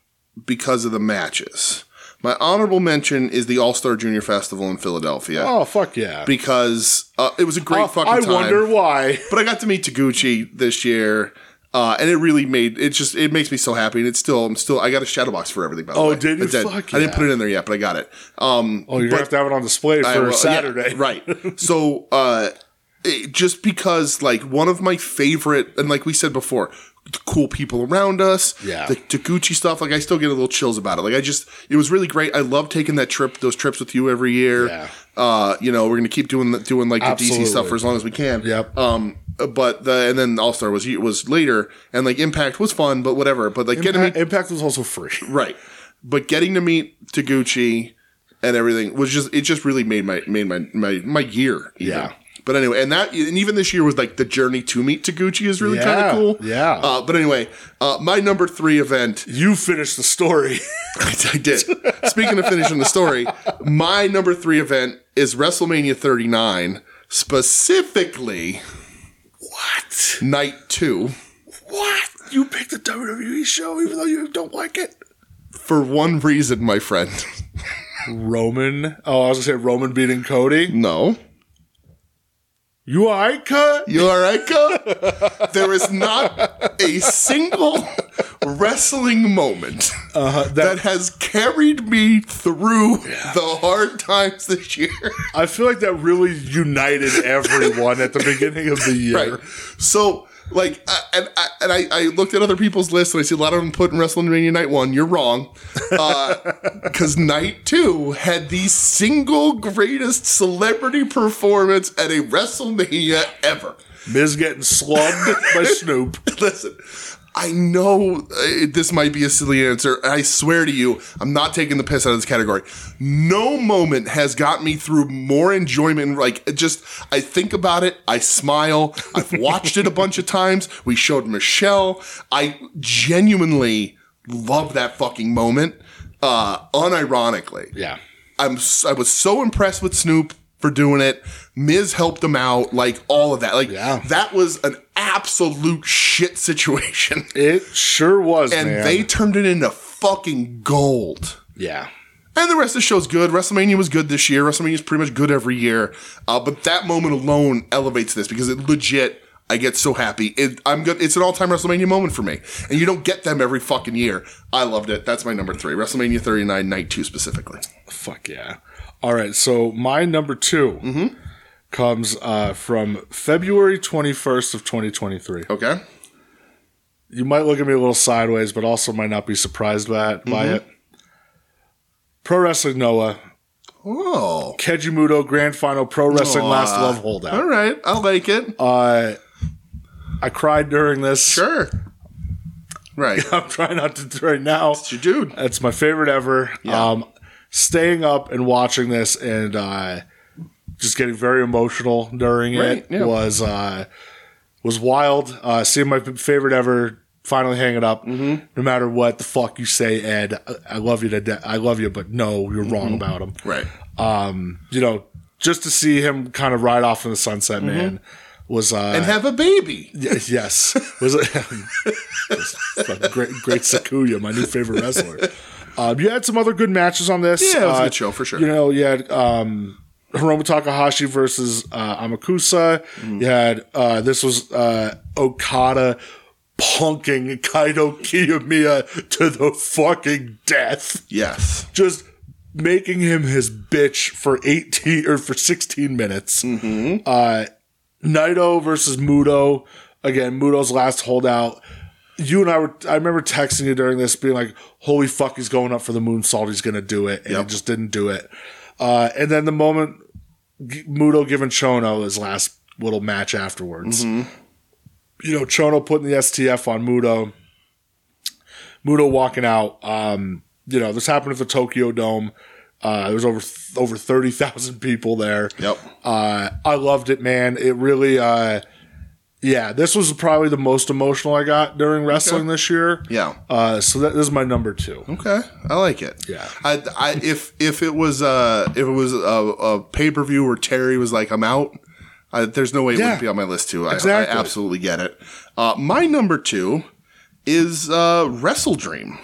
[SPEAKER 2] because of the matches. My honorable mention is the All Star Junior Festival in Philadelphia
[SPEAKER 1] oh, fuck yeah.
[SPEAKER 2] because uh, it was a great fucking
[SPEAKER 1] I
[SPEAKER 2] time.
[SPEAKER 1] wonder why.
[SPEAKER 2] but I got to meet Taguchi this year, uh, and it really made it just it makes me so happy. And it's still I'm still I got a shadow box for everything. By the
[SPEAKER 1] Oh,
[SPEAKER 2] way.
[SPEAKER 1] did you?
[SPEAKER 2] I did.
[SPEAKER 1] Fuck
[SPEAKER 2] I didn't
[SPEAKER 1] yeah.
[SPEAKER 2] put it in there yet, but I got it. Um,
[SPEAKER 1] Oh, you're going
[SPEAKER 2] but-
[SPEAKER 1] to have to have it on display for
[SPEAKER 2] I will- yeah,
[SPEAKER 1] Saturday.
[SPEAKER 2] right. So uh, it- just because like one of my favorite, and like we said before. the Cool people around us,
[SPEAKER 1] Yeah.
[SPEAKER 2] The Taguchi stuff, like I still get a little chills about it. Like I just, it was really great. I love taking that trip, those trips with you every year.
[SPEAKER 1] Yeah.
[SPEAKER 2] Uh, you know, we're gonna keep doing the, doing like the DC stuff
[SPEAKER 1] Absolutely.
[SPEAKER 2] for as long as we can.
[SPEAKER 1] Yep.
[SPEAKER 2] Um, Uh, But the and then All Star was was later, and like Impact was fun, but whatever. But like getting to
[SPEAKER 1] Impact,
[SPEAKER 2] meet
[SPEAKER 1] Impact was also free.
[SPEAKER 2] right, but getting to meet Taguchi and everything was just it just really made my made my my my year. even.
[SPEAKER 1] Yeah.
[SPEAKER 2] But anyway, and that and even this year was like the journey to meet Taguchi is really kind
[SPEAKER 1] Yeah,
[SPEAKER 2] of cool.
[SPEAKER 1] yeah.
[SPEAKER 2] Uh, but anyway, uh, my number three event
[SPEAKER 1] You finished the story.
[SPEAKER 2] I did. Speaking of finishing the story, my number three event is WrestleMania 39, specifically
[SPEAKER 1] what?
[SPEAKER 2] night two,
[SPEAKER 1] What? You picked the WWE E show even though you don't like it?
[SPEAKER 2] for one reason, my friend.
[SPEAKER 1] Roman. Oh, I was gonna say Roman beating Cody.
[SPEAKER 2] No.
[SPEAKER 1] You alright, cut?
[SPEAKER 2] You all right, Go? There is not a single wrestling moment
[SPEAKER 1] Uh-huh.
[SPEAKER 2] that has carried me through the hard times this year.
[SPEAKER 1] I feel like that really united everyone at the beginning of the year.
[SPEAKER 2] Right. So, like, I, and I, and I, I looked at other people's lists and I see a lot of them put in WrestleMania Night One. You're wrong, because Night Two had the single greatest celebrity performance at a WrestleMania ever.
[SPEAKER 1] Miz getting slugged by Snoop.
[SPEAKER 2] Listen. I know uh, this might be a silly answer. and I swear to you, I'm not taking the piss out of this category. No moment has got me through more enjoyment. Like, it just, I think about it, I smile. I've watched it a bunch of times. We showed Michelle. I genuinely love that fucking moment, uh, unironically.
[SPEAKER 1] Yeah.
[SPEAKER 2] I'm s- I was so impressed with Snoop for doing it. Miz helped him out, like all of that. Like
[SPEAKER 1] Yeah.
[SPEAKER 2] that was an absolute shit situation,
[SPEAKER 1] It sure was,
[SPEAKER 2] and
[SPEAKER 1] man.
[SPEAKER 2] they turned it into fucking gold.
[SPEAKER 1] yeah.
[SPEAKER 2] And the rest of the show's good. WrestleMania was good this year. WrestleMania is pretty much good every year. Uh, but that moment alone elevates this because it legit. I get so happy. It, I'm good. It's an all-time WrestleMania moment for me, and you don't get them every fucking year. I loved it. That's my number three, WrestleMania 39, night two specifically.
[SPEAKER 1] Fuck yeah. All right. So my number 2
[SPEAKER 2] Mm-hmm.
[SPEAKER 1] comes uh, from February 21st of 2023.
[SPEAKER 2] Okay.
[SPEAKER 1] You might look at me a little sideways, but also might not be surprised by, by it. Pro Wrestling Noah,
[SPEAKER 2] Oh.
[SPEAKER 1] Kejimudo Grand Final Pro Wrestling
[SPEAKER 2] Aw.
[SPEAKER 1] Last Love
[SPEAKER 2] All
[SPEAKER 1] Holdout.
[SPEAKER 2] right, I'll like it.
[SPEAKER 1] Uh, I cried during this.
[SPEAKER 2] sure. Right.
[SPEAKER 1] I'm trying not to right now.
[SPEAKER 2] It's your dude.
[SPEAKER 1] It's my favorite ever. Um, staying up and watching this and uh, just getting very emotional during
[SPEAKER 2] Right,
[SPEAKER 1] it
[SPEAKER 2] yeah.
[SPEAKER 1] was uh, was wild. Uh, seeing my favorite ever finally hang it up.
[SPEAKER 2] Mm-hmm.
[SPEAKER 1] No matter what the fuck you say, Ed, I- I love you to death. I love you, but no, you're wrong
[SPEAKER 2] Mm-hmm.
[SPEAKER 1] about him.
[SPEAKER 2] Right.
[SPEAKER 1] Um, you know, just to see him kind of ride off in the sunset, man, was uh,
[SPEAKER 2] Mm-hmm. And have a baby.
[SPEAKER 1] Y- yes. Was it Just fucking great great Sakuya, my new favorite wrestler. Um, you had some other good matches on this.
[SPEAKER 2] Yeah, it was a
[SPEAKER 1] Uh,
[SPEAKER 2] good show, for sure.
[SPEAKER 1] You know, you had um Hiromu Takahashi versus uh, Amakusa.
[SPEAKER 2] Mm-hmm.
[SPEAKER 1] You had uh, this was uh, Okada punking Kaido Kiyomiya to the fucking death
[SPEAKER 2] Yes.
[SPEAKER 1] just making him his bitch for 18 or for 16 minutes. Uh, Naito versus Muto. Again, Muto's last holdout. You and I were, I remember texting you during this being like, holy fuck, he's going up for the moonsault. He's going to do it. And
[SPEAKER 2] Yep.
[SPEAKER 1] he just didn't do it. Uh, and then the moment G- Muto giving Chono his last little match afterwards. You know, Chono putting the STF on Muto. Muto walking out. Um, you know, this happened at the Tokyo Dome. Uh, there was over th- over thirty thousand people there.
[SPEAKER 2] Yep.
[SPEAKER 1] Uh, I loved it, man. It really, uh, yeah. This was probably the most emotional I got during wrestling this year.
[SPEAKER 2] Yeah.
[SPEAKER 1] Uh, so that this is my number two.
[SPEAKER 2] Okay. I like it.
[SPEAKER 1] Yeah.
[SPEAKER 2] I, I if if it was uh if it was a, a pay per view where Terry was like I'm out, I, there's no way it
[SPEAKER 1] Yeah.
[SPEAKER 2] would be on my list too. I,
[SPEAKER 1] Exactly.
[SPEAKER 2] I absolutely get it. Uh, my number two is uh, Wrestle Dream.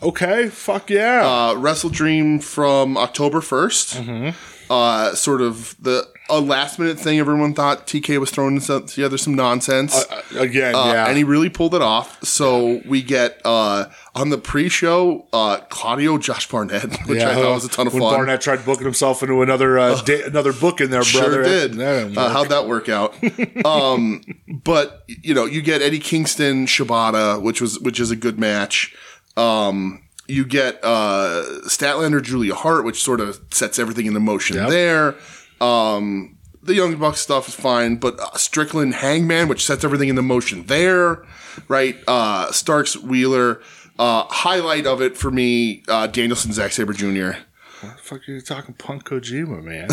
[SPEAKER 1] Okay, fuck yeah.
[SPEAKER 2] uh, Wrestle Dream from October 1st.
[SPEAKER 1] Mm-hmm.
[SPEAKER 2] Uh, sort of the a last minute thing. Everyone thought TK was throwing some- together some nonsense.
[SPEAKER 1] Uh, Again,
[SPEAKER 2] Uh,
[SPEAKER 1] yeah.
[SPEAKER 2] And he really pulled it off. So we get uh, on the pre-show uh, Claudio Josh Barnett, which
[SPEAKER 1] yeah,
[SPEAKER 2] I thought was a ton of
[SPEAKER 1] when
[SPEAKER 2] fun.
[SPEAKER 1] Barnett tried booking himself into another uh, da- another book in there, brother.
[SPEAKER 2] Sure did.
[SPEAKER 1] That didn't
[SPEAKER 2] Uh,
[SPEAKER 1] work.
[SPEAKER 2] how'd that work out? um, but you know, you get Eddie Kingston Shibata, which was which is a good match. Um, you get uh, Statlander Julia Hart, which sort of sets everything into motion there. Um, the Young Bucks stuff is fine, but uh, Strickland Hangman, which sets everything into motion there, right? Uh, Starks Wheeler. Uh, highlight of it for me, uh, Danielson Zack Saber Jr.
[SPEAKER 1] the fuck are you talking punk Kojima, man?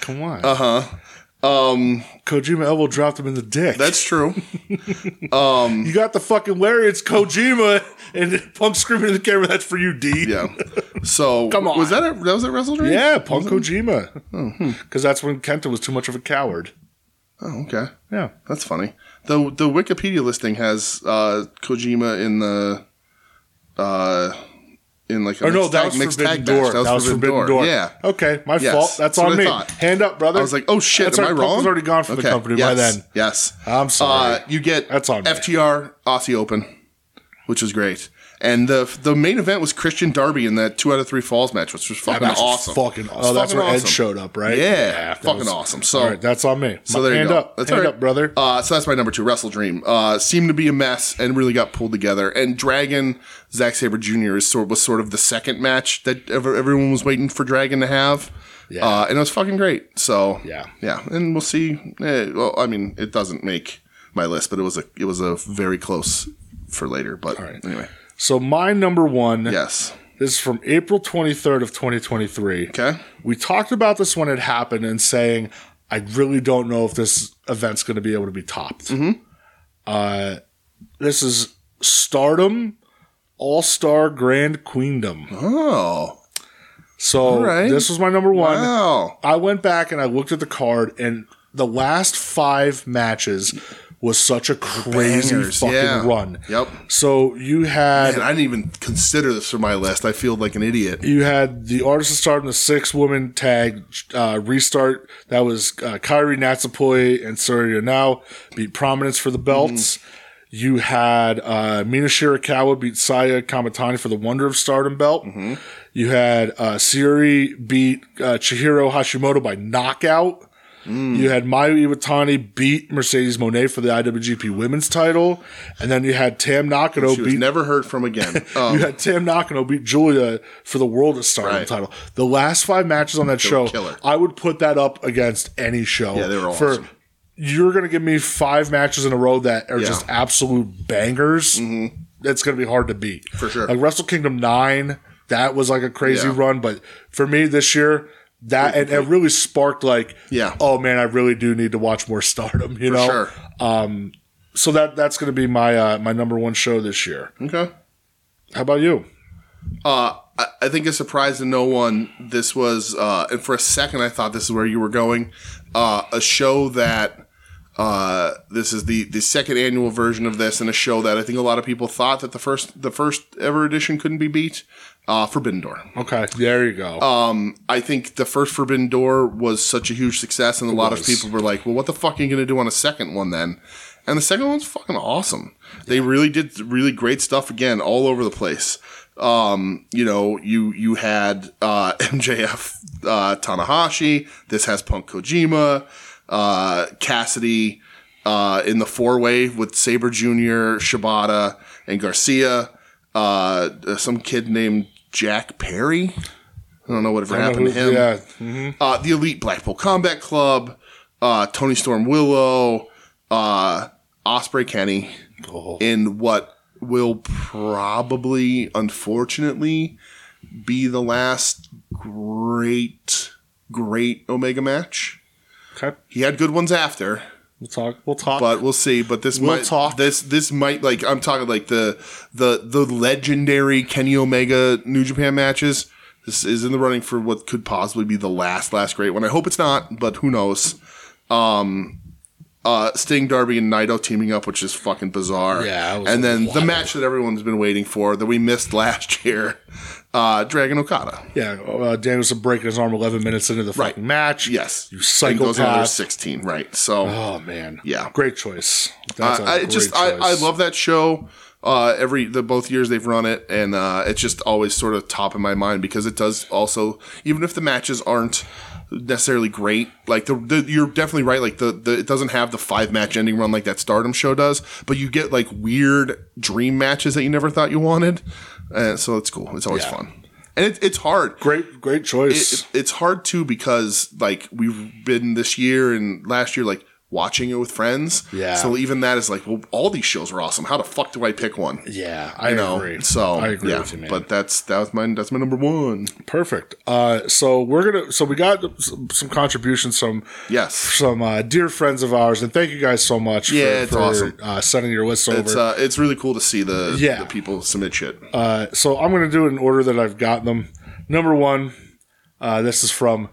[SPEAKER 1] Come on.
[SPEAKER 2] Uh, Um,
[SPEAKER 1] Kojima elbow dropped him in the dick.
[SPEAKER 2] that's true.
[SPEAKER 1] you got the fucking lariats, Kojima, and Punk screaming in the camera. That's for you, D.
[SPEAKER 2] Yeah. So
[SPEAKER 1] Come on.
[SPEAKER 2] was that a, that was at Wrestle Dream?
[SPEAKER 1] Yeah, Punk Kojima. Because that's when Kenta was too much of a coward.
[SPEAKER 2] Oh, okay.
[SPEAKER 1] Yeah.
[SPEAKER 2] That's funny. The the Wikipedia listing has uh, Kojima in the uh, in like a
[SPEAKER 1] Or Oh, no, that was Forbidden Door.
[SPEAKER 2] match.
[SPEAKER 1] That was Forbidden Door.
[SPEAKER 2] Yeah.
[SPEAKER 1] Okay, my
[SPEAKER 2] Yes,
[SPEAKER 1] fault. That's
[SPEAKER 2] that's
[SPEAKER 1] on
[SPEAKER 2] what I
[SPEAKER 1] me.
[SPEAKER 2] thought.
[SPEAKER 1] Hand up, brother.
[SPEAKER 2] I was like, oh shit,
[SPEAKER 1] That's
[SPEAKER 2] am
[SPEAKER 1] right,
[SPEAKER 2] I
[SPEAKER 1] Punk
[SPEAKER 2] wrong?
[SPEAKER 1] was already gone from the company by
[SPEAKER 2] yes,
[SPEAKER 1] then.
[SPEAKER 2] Yes.
[SPEAKER 1] I'm sorry.
[SPEAKER 2] Uh, you get
[SPEAKER 1] That's on me.
[SPEAKER 2] FTR Aussie Open, which was great. And the the main event was Christian Darby in that two out of three falls match, which was fucking
[SPEAKER 1] That match was
[SPEAKER 2] awesome.
[SPEAKER 1] Fucking,
[SPEAKER 2] It was
[SPEAKER 1] oh, that's
[SPEAKER 2] fucking
[SPEAKER 1] where Ed
[SPEAKER 2] awesome.
[SPEAKER 1] showed up, right?
[SPEAKER 2] Yeah,
[SPEAKER 1] that
[SPEAKER 2] fucking
[SPEAKER 1] was-
[SPEAKER 2] awesome. So-
[SPEAKER 1] all right, that's on me.
[SPEAKER 2] So there
[SPEAKER 1] hand
[SPEAKER 2] you go.
[SPEAKER 1] up, hand
[SPEAKER 2] all right.
[SPEAKER 1] up, brother.
[SPEAKER 2] Uh, so that's my number two, Wrestle Dream. Uh, seemed to be a mess and really got pulled together. And Dragon Zack Saber Jr. is sort was sort of the second match that ever, everyone was waiting for Dragon to have.
[SPEAKER 1] Yeah.
[SPEAKER 2] Uh, and it was fucking great. So
[SPEAKER 1] Yeah.
[SPEAKER 2] yeah. And we'll see. Eh, well, I mean, it doesn't make my list, but it was a it was a very close for later. But
[SPEAKER 1] right.
[SPEAKER 2] anyway,
[SPEAKER 1] so my number one.
[SPEAKER 2] yes.
[SPEAKER 1] This is from April 23rd of 2023.
[SPEAKER 2] Okay.
[SPEAKER 1] We talked about this when it happened and saying, I really don't know if this event's going to be able to be topped.
[SPEAKER 2] Mm-hmm.
[SPEAKER 1] Uh, this is Stardom All Star Grand Queendom.
[SPEAKER 2] Oh
[SPEAKER 1] So
[SPEAKER 2] right.
[SPEAKER 1] this was my number one.
[SPEAKER 2] wow.
[SPEAKER 1] I went back and I looked at the card, and the last five matches was such a crazy
[SPEAKER 2] Bangers,
[SPEAKER 1] fucking
[SPEAKER 2] yeah.
[SPEAKER 1] run.
[SPEAKER 2] Yep.
[SPEAKER 1] So you had
[SPEAKER 2] And I didn't even consider this for my list. I feel like an idiot.
[SPEAKER 1] you had the Artisan Stardom, the six woman tag uh, restart. That was uh, Kyrie Natsupoi and Surya Now beat Prominence for the belts.
[SPEAKER 2] Mm-hmm.
[SPEAKER 1] You had uh, Mina Shirakawa beat Saya Kamatani for the Wonder of Stardom belt.
[SPEAKER 2] Mm-hmm.
[SPEAKER 1] You had uh, Siri beat uh, Chihiro Hashimoto by knockout.
[SPEAKER 2] Mm.
[SPEAKER 1] You had Mayu Iwatani beat Mercedes Monet for the IWGP Women's title, and then you had Tam Nakano
[SPEAKER 2] She was
[SPEAKER 1] beat
[SPEAKER 2] never heard from again.
[SPEAKER 1] you
[SPEAKER 2] Um,
[SPEAKER 1] had Tam Nakano beat Julia for the World of Stardom
[SPEAKER 2] Right.
[SPEAKER 1] title. The last five matches on that show,
[SPEAKER 2] killer.
[SPEAKER 1] I would put that up against any show.
[SPEAKER 2] Yeah, they were awesome.
[SPEAKER 1] You're going to give me five matches in a row that are
[SPEAKER 2] Yeah. Mm-hmm.
[SPEAKER 1] just absolute bangers. That's going to be hard to beat
[SPEAKER 2] For sure.
[SPEAKER 1] Like Wrestle Kingdom Nine, that was like a crazy
[SPEAKER 2] Yeah.
[SPEAKER 1] run, but for me this year. That and it really sparked like,
[SPEAKER 2] Yeah.
[SPEAKER 1] oh man, I really do need to watch more Stardom, you
[SPEAKER 2] for
[SPEAKER 1] know.
[SPEAKER 2] sure.
[SPEAKER 1] So that that's going to be my uh, my number one show this year.
[SPEAKER 2] Okay.
[SPEAKER 1] How about you?
[SPEAKER 2] Uh, I, I think a surprise to no one. This was, uh, and for a second, I thought this is where you were going. Uh, a show that uh, this is the the second annual version of this, and a show that I think a lot of people thought that the first the first ever edition couldn't be beat. Uh, Forbidden Door.
[SPEAKER 1] Okay, there you go.
[SPEAKER 2] I think the first Forbidden Door was such a huge success, and a lot of people were like, "Well, what the fuck are you going to do on a second one then?" And the second one's fucking awesome. They really did really great stuff again, all over the place. Um, you know, you you had uh, MJF uh, Tanahashi. This has Punk Kojima, uh, Cassidy uh, in the four way with Saber Jr., Shibata, and Garcia. Uh, some kid named Jack Perry. I don't know whatever
[SPEAKER 1] I don't
[SPEAKER 2] happened
[SPEAKER 1] know
[SPEAKER 2] to him.
[SPEAKER 1] who- Yeah,
[SPEAKER 2] Uh, the Elite Blackpool Combat Club, uh, Tony Storm Willow, uh, Osprey Kenny, in what will probably, unfortunately, be the last great, great Omega match.
[SPEAKER 1] Okay,
[SPEAKER 2] He had good ones after,
[SPEAKER 1] we'll talk. We'll talk.
[SPEAKER 2] but we'll see. But this
[SPEAKER 1] We'll
[SPEAKER 2] might
[SPEAKER 1] talk.
[SPEAKER 2] this this might like I'm talking like the the the legendary Kenny Omega New Japan matches. This is in the running for what could possibly be the last last great one. I hope it's not, but who knows? Um, uh, Sting, Darby, and Naito teaming up, which is fucking bizarre.
[SPEAKER 1] Yeah, that was
[SPEAKER 2] and then the
[SPEAKER 1] wild.
[SPEAKER 2] match that everyone's been waiting for that we missed last year, uh, Dragon Okada.
[SPEAKER 1] yeah, uh, Danielson breaking his arm 11 minutes into the
[SPEAKER 2] Right.
[SPEAKER 1] fucking match.
[SPEAKER 2] Yes,
[SPEAKER 1] you
[SPEAKER 2] And goes another
[SPEAKER 1] psychopath.
[SPEAKER 2] sixteen, right? So
[SPEAKER 1] Oh man,
[SPEAKER 2] Yeah.
[SPEAKER 1] great choice.
[SPEAKER 2] I
[SPEAKER 1] a
[SPEAKER 2] Uh, I
[SPEAKER 1] great
[SPEAKER 2] just I, I
[SPEAKER 1] choice.
[SPEAKER 2] love that show. Uh, every the both years they've run it, and uh, it's just always sort of top of my mind because it does also even if the matches aren't necessarily great, like the, the you're definitely right. Like the, the it doesn't have the five match ending run like that Stardom show does, but you get like weird dream matches that you never thought you wanted, uh, so it's cool. It's always
[SPEAKER 1] Yeah.
[SPEAKER 2] fun. and it, it's hard.
[SPEAKER 1] Great, great
[SPEAKER 2] It,
[SPEAKER 1] choice.
[SPEAKER 2] it- it's hard too because like we've been this year and last year like watching it with friends.
[SPEAKER 1] Yeah.
[SPEAKER 2] So even that is like, well, all these shows are awesome. How the fuck do I pick one?
[SPEAKER 1] yeah, I
[SPEAKER 2] You know,
[SPEAKER 1] agree.
[SPEAKER 2] so
[SPEAKER 1] I agree
[SPEAKER 2] yeah,
[SPEAKER 1] with you, man.
[SPEAKER 2] But that's that was my that's my number one.
[SPEAKER 1] Perfect. Uh, so we're gonna. So we got some, some contributions from
[SPEAKER 2] Yes,
[SPEAKER 1] some uh, dear friends of ours, and thank you guys so much.
[SPEAKER 2] Yeah, it's awesome.
[SPEAKER 1] Uh, sending your list over.
[SPEAKER 2] it's uh, it's really cool to see the
[SPEAKER 1] Yeah.
[SPEAKER 2] the people submit shit.
[SPEAKER 1] Uh, so I'm going to do it in order that I've gotten them. Number one, uh, this is from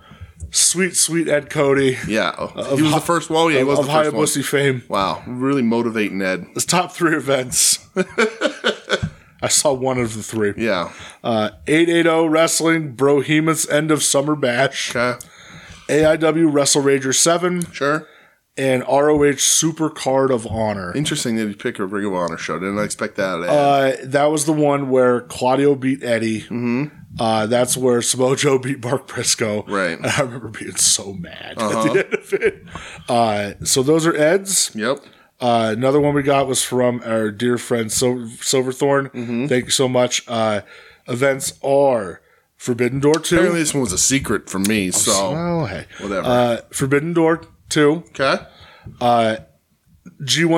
[SPEAKER 1] sweet, sweet Ed Cody
[SPEAKER 2] yeah, Oh, he was the first one. Yeah, he was
[SPEAKER 1] uh, of
[SPEAKER 2] the first one.
[SPEAKER 1] Hayabusa fame.
[SPEAKER 2] Wow, really motivating Ed.
[SPEAKER 1] His top three events. I saw one of the three.
[SPEAKER 2] Yeah,
[SPEAKER 1] Uh, 880 Wrestling, Brohemoth's End of Summer Bash,
[SPEAKER 2] okay,
[SPEAKER 1] AIW Wrestle Rager 7,
[SPEAKER 2] sure.
[SPEAKER 1] and ROH Super Card of Honor.
[SPEAKER 2] Interesting that you pick a Ring of Honor show. Didn't expect that. Ed.
[SPEAKER 1] Uh, that was the one where Claudio beat Eddie. Mm-hmm. Uh, that's where Samoa Joe beat Mark Briscoe.
[SPEAKER 2] Right. Uh-huh.
[SPEAKER 1] And I remember being so mad at the end of it. Uh, so those are Ed's.
[SPEAKER 2] yep.
[SPEAKER 1] Uh, another one we got was from our dear friend Sil- Silverthorn.
[SPEAKER 2] Mm-hmm.
[SPEAKER 1] Thank you so much. Uh, events are Forbidden Door 2.
[SPEAKER 2] Apparently, this one was a secret from me. So
[SPEAKER 1] oh, hey.
[SPEAKER 2] whatever.
[SPEAKER 1] Uh, Forbidden Door 2.
[SPEAKER 2] okay.
[SPEAKER 1] G1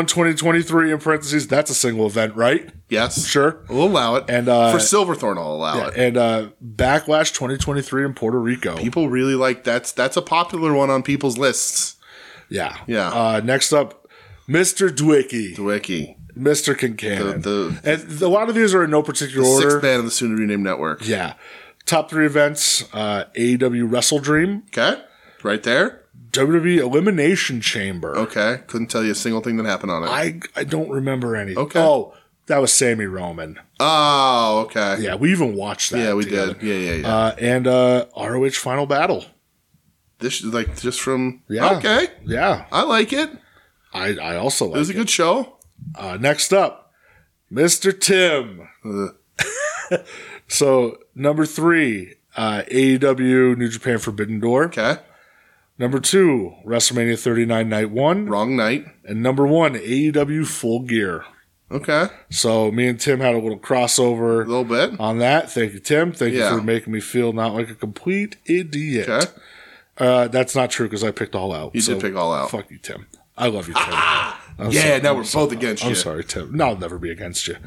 [SPEAKER 1] 2023 in parentheses. That's a single event, right?
[SPEAKER 2] Yes.
[SPEAKER 1] Sure.
[SPEAKER 2] We'll allow it.
[SPEAKER 1] And, uh,
[SPEAKER 2] for Silverthorn, I'll allow it.
[SPEAKER 1] And uh, Backlash 2023 in Puerto Rico.
[SPEAKER 2] People really like that's that's a popular one on people's lists.
[SPEAKER 1] Yeah.
[SPEAKER 2] Yeah.
[SPEAKER 1] Uh, next up, Mr. Dwicky,
[SPEAKER 2] Wiki,
[SPEAKER 1] Mr. Kincannon.
[SPEAKER 2] The-
[SPEAKER 1] and a lot of these are in no particular order.
[SPEAKER 2] sixth band of the soon to be named network.
[SPEAKER 1] Yeah. Top three events uh, AEW Wrestle Dream,
[SPEAKER 2] Okay, right there.
[SPEAKER 1] WWE Elimination Chamber.
[SPEAKER 2] Okay, couldn't tell you a single thing that happened on it.
[SPEAKER 1] I, I don't remember any.
[SPEAKER 2] Okay.
[SPEAKER 1] Oh, that was Sammy Roman.
[SPEAKER 2] oh, okay.
[SPEAKER 1] Yeah, we even watched that.
[SPEAKER 2] Yeah, we
[SPEAKER 1] together.
[SPEAKER 2] did. Yeah, yeah, yeah.
[SPEAKER 1] Uh, and uh, ROH Final Battle.
[SPEAKER 2] this is like just from.
[SPEAKER 1] Yeah.
[SPEAKER 2] Okay,
[SPEAKER 1] Yeah,
[SPEAKER 2] I like it.
[SPEAKER 1] I, I also
[SPEAKER 2] It was
[SPEAKER 1] like
[SPEAKER 2] a good show.
[SPEAKER 1] Uh, next up, Mr. Tim.
[SPEAKER 2] Uh,
[SPEAKER 1] So number three, uh, AEW New Japan Forbidden Door.
[SPEAKER 2] okay,
[SPEAKER 1] Number two, WrestleMania 39 Night One,
[SPEAKER 2] wrong night.
[SPEAKER 1] and number one, AEW Full Gear.
[SPEAKER 2] Okay,
[SPEAKER 1] So me and Tim had a little crossover
[SPEAKER 2] a little bit.
[SPEAKER 1] on that. Thank you, Tim. Thank
[SPEAKER 2] Yeah.
[SPEAKER 1] you for making me feel not like a complete idiot.
[SPEAKER 2] Okay,
[SPEAKER 1] Uh, that's not true because I picked all out.
[SPEAKER 2] You did pick all out. Ah!
[SPEAKER 1] Fuck you, Tim. I love you, Tim. I'm
[SPEAKER 2] yeah.
[SPEAKER 1] sorry.
[SPEAKER 2] now we're both against
[SPEAKER 1] I'm
[SPEAKER 2] you.
[SPEAKER 1] sorry, Tim. No, I'll never be against you.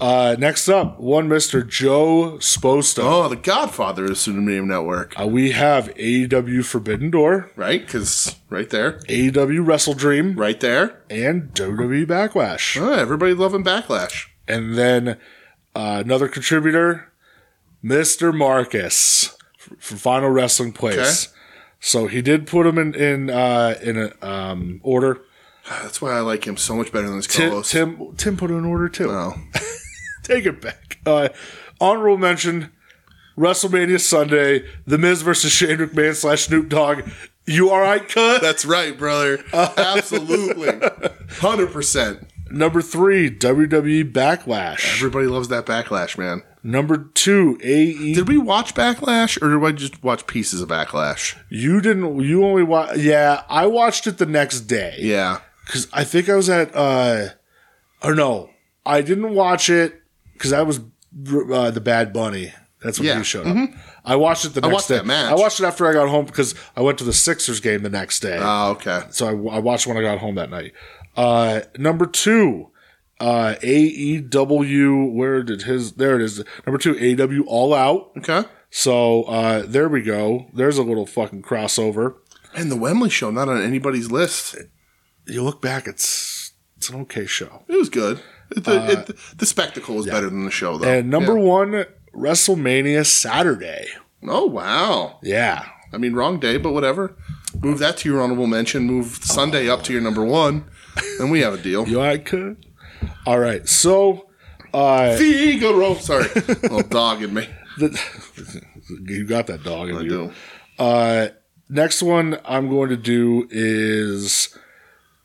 [SPEAKER 1] Uh, next up, one Mr. Joe Sposto.
[SPEAKER 2] Oh, the Godfather of the soon to be named network.
[SPEAKER 1] Uh, we have AEW Forbidden Door,
[SPEAKER 2] Right, because right there,
[SPEAKER 1] AEW E Wrestle Dream,
[SPEAKER 2] right there.
[SPEAKER 1] and WWE Backlash.
[SPEAKER 2] Oh, everybody loving backlash.
[SPEAKER 1] And then uh, another contributor, Mr. Marcus f- from Final Wrestling Place. So he did put them in in uh, in a, um, order.
[SPEAKER 2] That's why I like him so much better than his
[SPEAKER 1] Tim,
[SPEAKER 2] co-host.
[SPEAKER 1] Tim Tim put it in order too.
[SPEAKER 2] Oh.
[SPEAKER 1] Take it back. Uh, honorable mention: WrestleMania Sunday, The Miz versus Shane McMahon slash Snoop Dogg. You all right, cut?
[SPEAKER 2] That's right, brother. Absolutely. 100%.
[SPEAKER 1] Number three, E WWE Backlash.
[SPEAKER 2] Everybody loves that backlash, man.
[SPEAKER 1] Number two, E AE.
[SPEAKER 2] Did we watch Backlash or did I just watch pieces of Backlash?
[SPEAKER 1] You didn't. You only watch. Yeah, I watched it the next day
[SPEAKER 2] Yeah.
[SPEAKER 1] because I think I was at. uh Or no, I didn't watch it because I was uh, the Bad Bunny. That's when
[SPEAKER 2] Yeah. Mm-hmm.
[SPEAKER 1] you showed up. I watched it the next
[SPEAKER 2] watched
[SPEAKER 1] day.
[SPEAKER 2] that match.
[SPEAKER 1] I watched it after I got home because I went to the Sixers game the next day.
[SPEAKER 2] Oh, okay.
[SPEAKER 1] so I, I watched when I got home that night. Uh, number two, uh, AEW. Where did his? There it is. Number two, AEW All Out.
[SPEAKER 2] Okay.
[SPEAKER 1] So uh, there we go. There's a little fucking crossover.
[SPEAKER 2] And the Wembley show, not on anybody's list.
[SPEAKER 1] You look back, it's it's an okay show.
[SPEAKER 2] It was good. The, it, the spectacle was better than the show, though.
[SPEAKER 1] And number
[SPEAKER 2] Yeah.
[SPEAKER 1] one, WrestleMania Saturday.
[SPEAKER 2] Oh, wow.
[SPEAKER 1] Yeah,
[SPEAKER 2] I mean, wrong day, but whatever. Move that to your honorable mention. Move Sunday up to your number one. And we have a deal.
[SPEAKER 1] you I could. All right, so uh,
[SPEAKER 2] Figaro. Sorry. Little dog in me.
[SPEAKER 1] the, you got that dog. in
[SPEAKER 2] I
[SPEAKER 1] you.
[SPEAKER 2] do.
[SPEAKER 1] Uh, next one I'm going to do is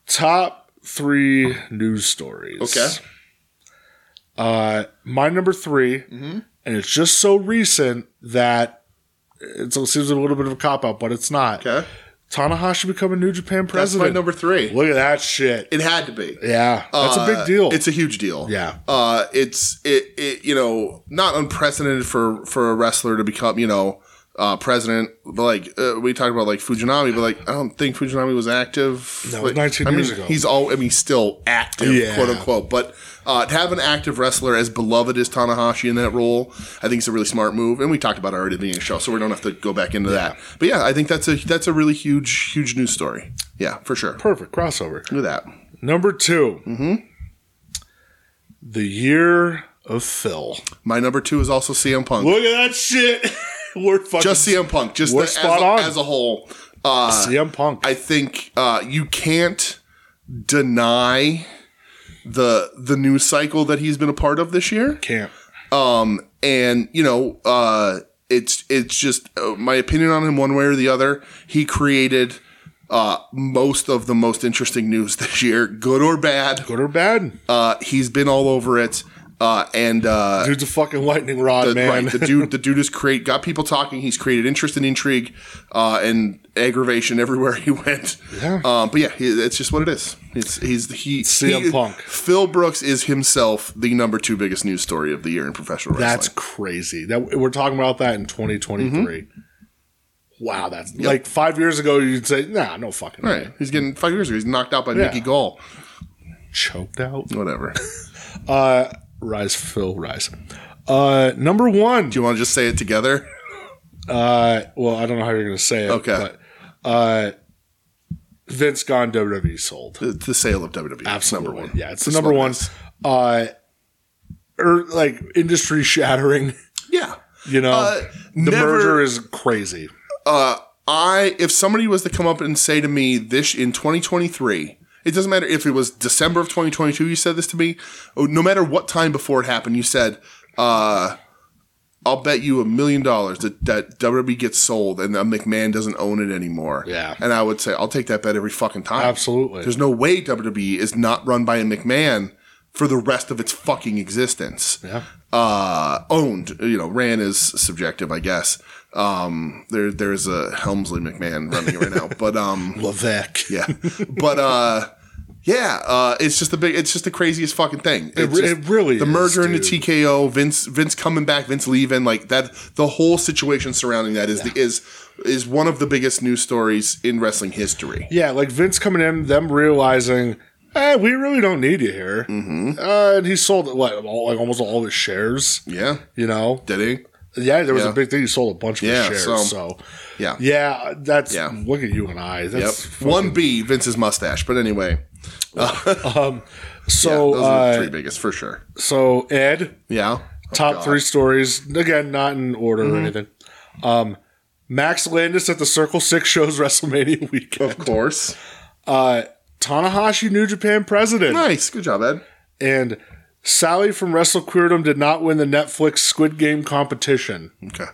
[SPEAKER 1] top three news stories.
[SPEAKER 2] Okay.
[SPEAKER 1] Uh, my number 3
[SPEAKER 2] Mm-hmm.
[SPEAKER 1] and it's just so recent that it's, it seems a little bit of a cop out, but it's not.
[SPEAKER 2] Okay.
[SPEAKER 1] Tanahashi becoming New Japan
[SPEAKER 2] That's
[SPEAKER 1] president.
[SPEAKER 2] my number three.
[SPEAKER 1] Look at that shit.
[SPEAKER 2] It had to be.
[SPEAKER 1] Yeah, that's a
[SPEAKER 2] Uh,
[SPEAKER 1] big deal.
[SPEAKER 2] It's a huge deal.
[SPEAKER 1] Yeah.
[SPEAKER 2] Uh, it's it, it you know not unprecedented for for a wrestler to become you know uh, president. But like uh, we talked about like Fujinami, but like I don't think Fujinami was active.
[SPEAKER 1] No, it was
[SPEAKER 2] like,
[SPEAKER 1] 19
[SPEAKER 2] I
[SPEAKER 1] years
[SPEAKER 2] mean,
[SPEAKER 1] ago.
[SPEAKER 2] He's all I mean he's still active,
[SPEAKER 1] Yeah.
[SPEAKER 2] quote unquote. But uh, to have an active wrestler as beloved as Tanahashi in that role, I think is a really smart move. And we talked about it already at the beginning of the show, so we don't have to go back into that. But yeah, I think that's a that's a really huge huge news story. Yeah, for sure.
[SPEAKER 1] Perfect crossover.
[SPEAKER 2] Look at that.
[SPEAKER 1] Number 2 Mm-hmm. The year of Phil.
[SPEAKER 2] My number two is also CM Punk.
[SPEAKER 1] Look at that shit. We're fucking
[SPEAKER 2] just CM Punk, just
[SPEAKER 1] We're
[SPEAKER 2] the,
[SPEAKER 1] spot
[SPEAKER 2] as,
[SPEAKER 1] on.
[SPEAKER 2] as a whole. Uh,
[SPEAKER 1] CM Punk.
[SPEAKER 2] I think uh, you can't deny the the news cycle that he's been a part of this year,
[SPEAKER 1] can't.
[SPEAKER 2] and you know, uh, it's it's just uh, my opinion on him one way or the other. He created uh, most of the most interesting news this year, good or bad.
[SPEAKER 1] Good or bad?
[SPEAKER 2] Uh, he's been all over it, uh, and uh,
[SPEAKER 1] Dude's a fucking lightning rod,
[SPEAKER 2] the,
[SPEAKER 1] man.
[SPEAKER 2] Right, the dude, the dude has create got people talking. He's created interest and intrigue, uh, and aggravation everywhere he went.
[SPEAKER 1] Yeah.
[SPEAKER 2] Um, but yeah, he, it's just what it is. It's he's the he
[SPEAKER 1] CM
[SPEAKER 2] he-
[SPEAKER 1] Punk.
[SPEAKER 2] Phil Brooks is himself the number two biggest news story of the year in professional
[SPEAKER 1] That's
[SPEAKER 2] wrestling.
[SPEAKER 1] crazy. That we're talking about that in 2023.
[SPEAKER 2] Mm-hmm.
[SPEAKER 1] Wow, that's like five years ago. You'd say, "Nah, no fucking way."
[SPEAKER 2] right. He's getting five years ago. He's knocked out by
[SPEAKER 1] Yeah.
[SPEAKER 2] Nikki Gall.
[SPEAKER 1] choked out." Uh,
[SPEAKER 2] Whatever. Do
[SPEAKER 1] Rise, Phil, rise. Uh, number one.
[SPEAKER 2] you want to just say it together?
[SPEAKER 1] Uh, well, I don't know how you're gonna say it.
[SPEAKER 2] Okay.
[SPEAKER 1] But, uh, Vince gone WWE E sold.
[SPEAKER 2] The, the sale of WWE.
[SPEAKER 1] Absolutely.
[SPEAKER 2] Number one.
[SPEAKER 1] Yeah, it's the
[SPEAKER 2] That's
[SPEAKER 1] number
[SPEAKER 2] what it
[SPEAKER 1] one.
[SPEAKER 2] is.
[SPEAKER 1] Uh, or like industry shattering.
[SPEAKER 2] Yeah.
[SPEAKER 1] You know,
[SPEAKER 2] Uh,
[SPEAKER 1] the
[SPEAKER 2] never-
[SPEAKER 1] merger is crazy.
[SPEAKER 2] uh, I if somebody was to come up and say to me this in 2023, it doesn't matter if it was December of 2022 you said this to me, or no matter what time before it happened, you said, uh, I'll bet you a million dollars that, that WWE gets sold and that McMahon doesn't own it anymore.
[SPEAKER 1] Yeah.
[SPEAKER 2] And I would say, I'll take that bet every fucking time.
[SPEAKER 1] Absolutely.
[SPEAKER 2] There's no way WWE is not run by a McMahon for the rest of its fucking existence
[SPEAKER 1] Yeah.
[SPEAKER 2] uh, owned. You know, ran is subjective, I guess. Um, there, there's a Helmsley McMahon running it right now, but um,
[SPEAKER 1] Levesque.
[SPEAKER 2] yeah, but uh, yeah, uh, it's just the big, it's just the craziest fucking thing. It's
[SPEAKER 1] re-
[SPEAKER 2] just-
[SPEAKER 1] it really
[SPEAKER 2] the
[SPEAKER 1] is,
[SPEAKER 2] merger
[SPEAKER 1] dude.
[SPEAKER 2] into TKO, Vince, Vince coming back, Vince leaving, like that. The whole situation surrounding that is the, is is one of the biggest news stories in wrestling history.
[SPEAKER 1] Yeah, like Vince coming in, them realizing, eh, we really don't need you here. Mm-hmm. Uh, and he sold what, all, like almost all his shares.
[SPEAKER 2] Yeah,
[SPEAKER 1] You know,
[SPEAKER 2] did he?
[SPEAKER 1] yeah, there was
[SPEAKER 2] Yeah.
[SPEAKER 1] a big thing. He sold a bunch of his
[SPEAKER 2] Yeah,
[SPEAKER 1] shares.
[SPEAKER 2] so-
[SPEAKER 1] So,
[SPEAKER 2] Yeah,
[SPEAKER 1] yeah, that's
[SPEAKER 2] Yeah.
[SPEAKER 1] look at you and I.
[SPEAKER 2] Yep.
[SPEAKER 1] That's
[SPEAKER 2] One B, Vince's mustache. But anyway, yeah,
[SPEAKER 1] so.
[SPEAKER 2] those are the three
[SPEAKER 1] uh,
[SPEAKER 2] biggest for sure.
[SPEAKER 1] so Ed,
[SPEAKER 2] Yeah. Oh,
[SPEAKER 1] top three stories again, not in order or anything. Um, Max Landis at the Circle Six shows WrestleMania weekend.
[SPEAKER 2] Of course.
[SPEAKER 1] Uh, Tanahashi, New Japan president.
[SPEAKER 2] Nice. Good job, Ed.
[SPEAKER 1] and Sally from WrestleQueerdom did not win the Netflix Squid Game competition.
[SPEAKER 2] Okay.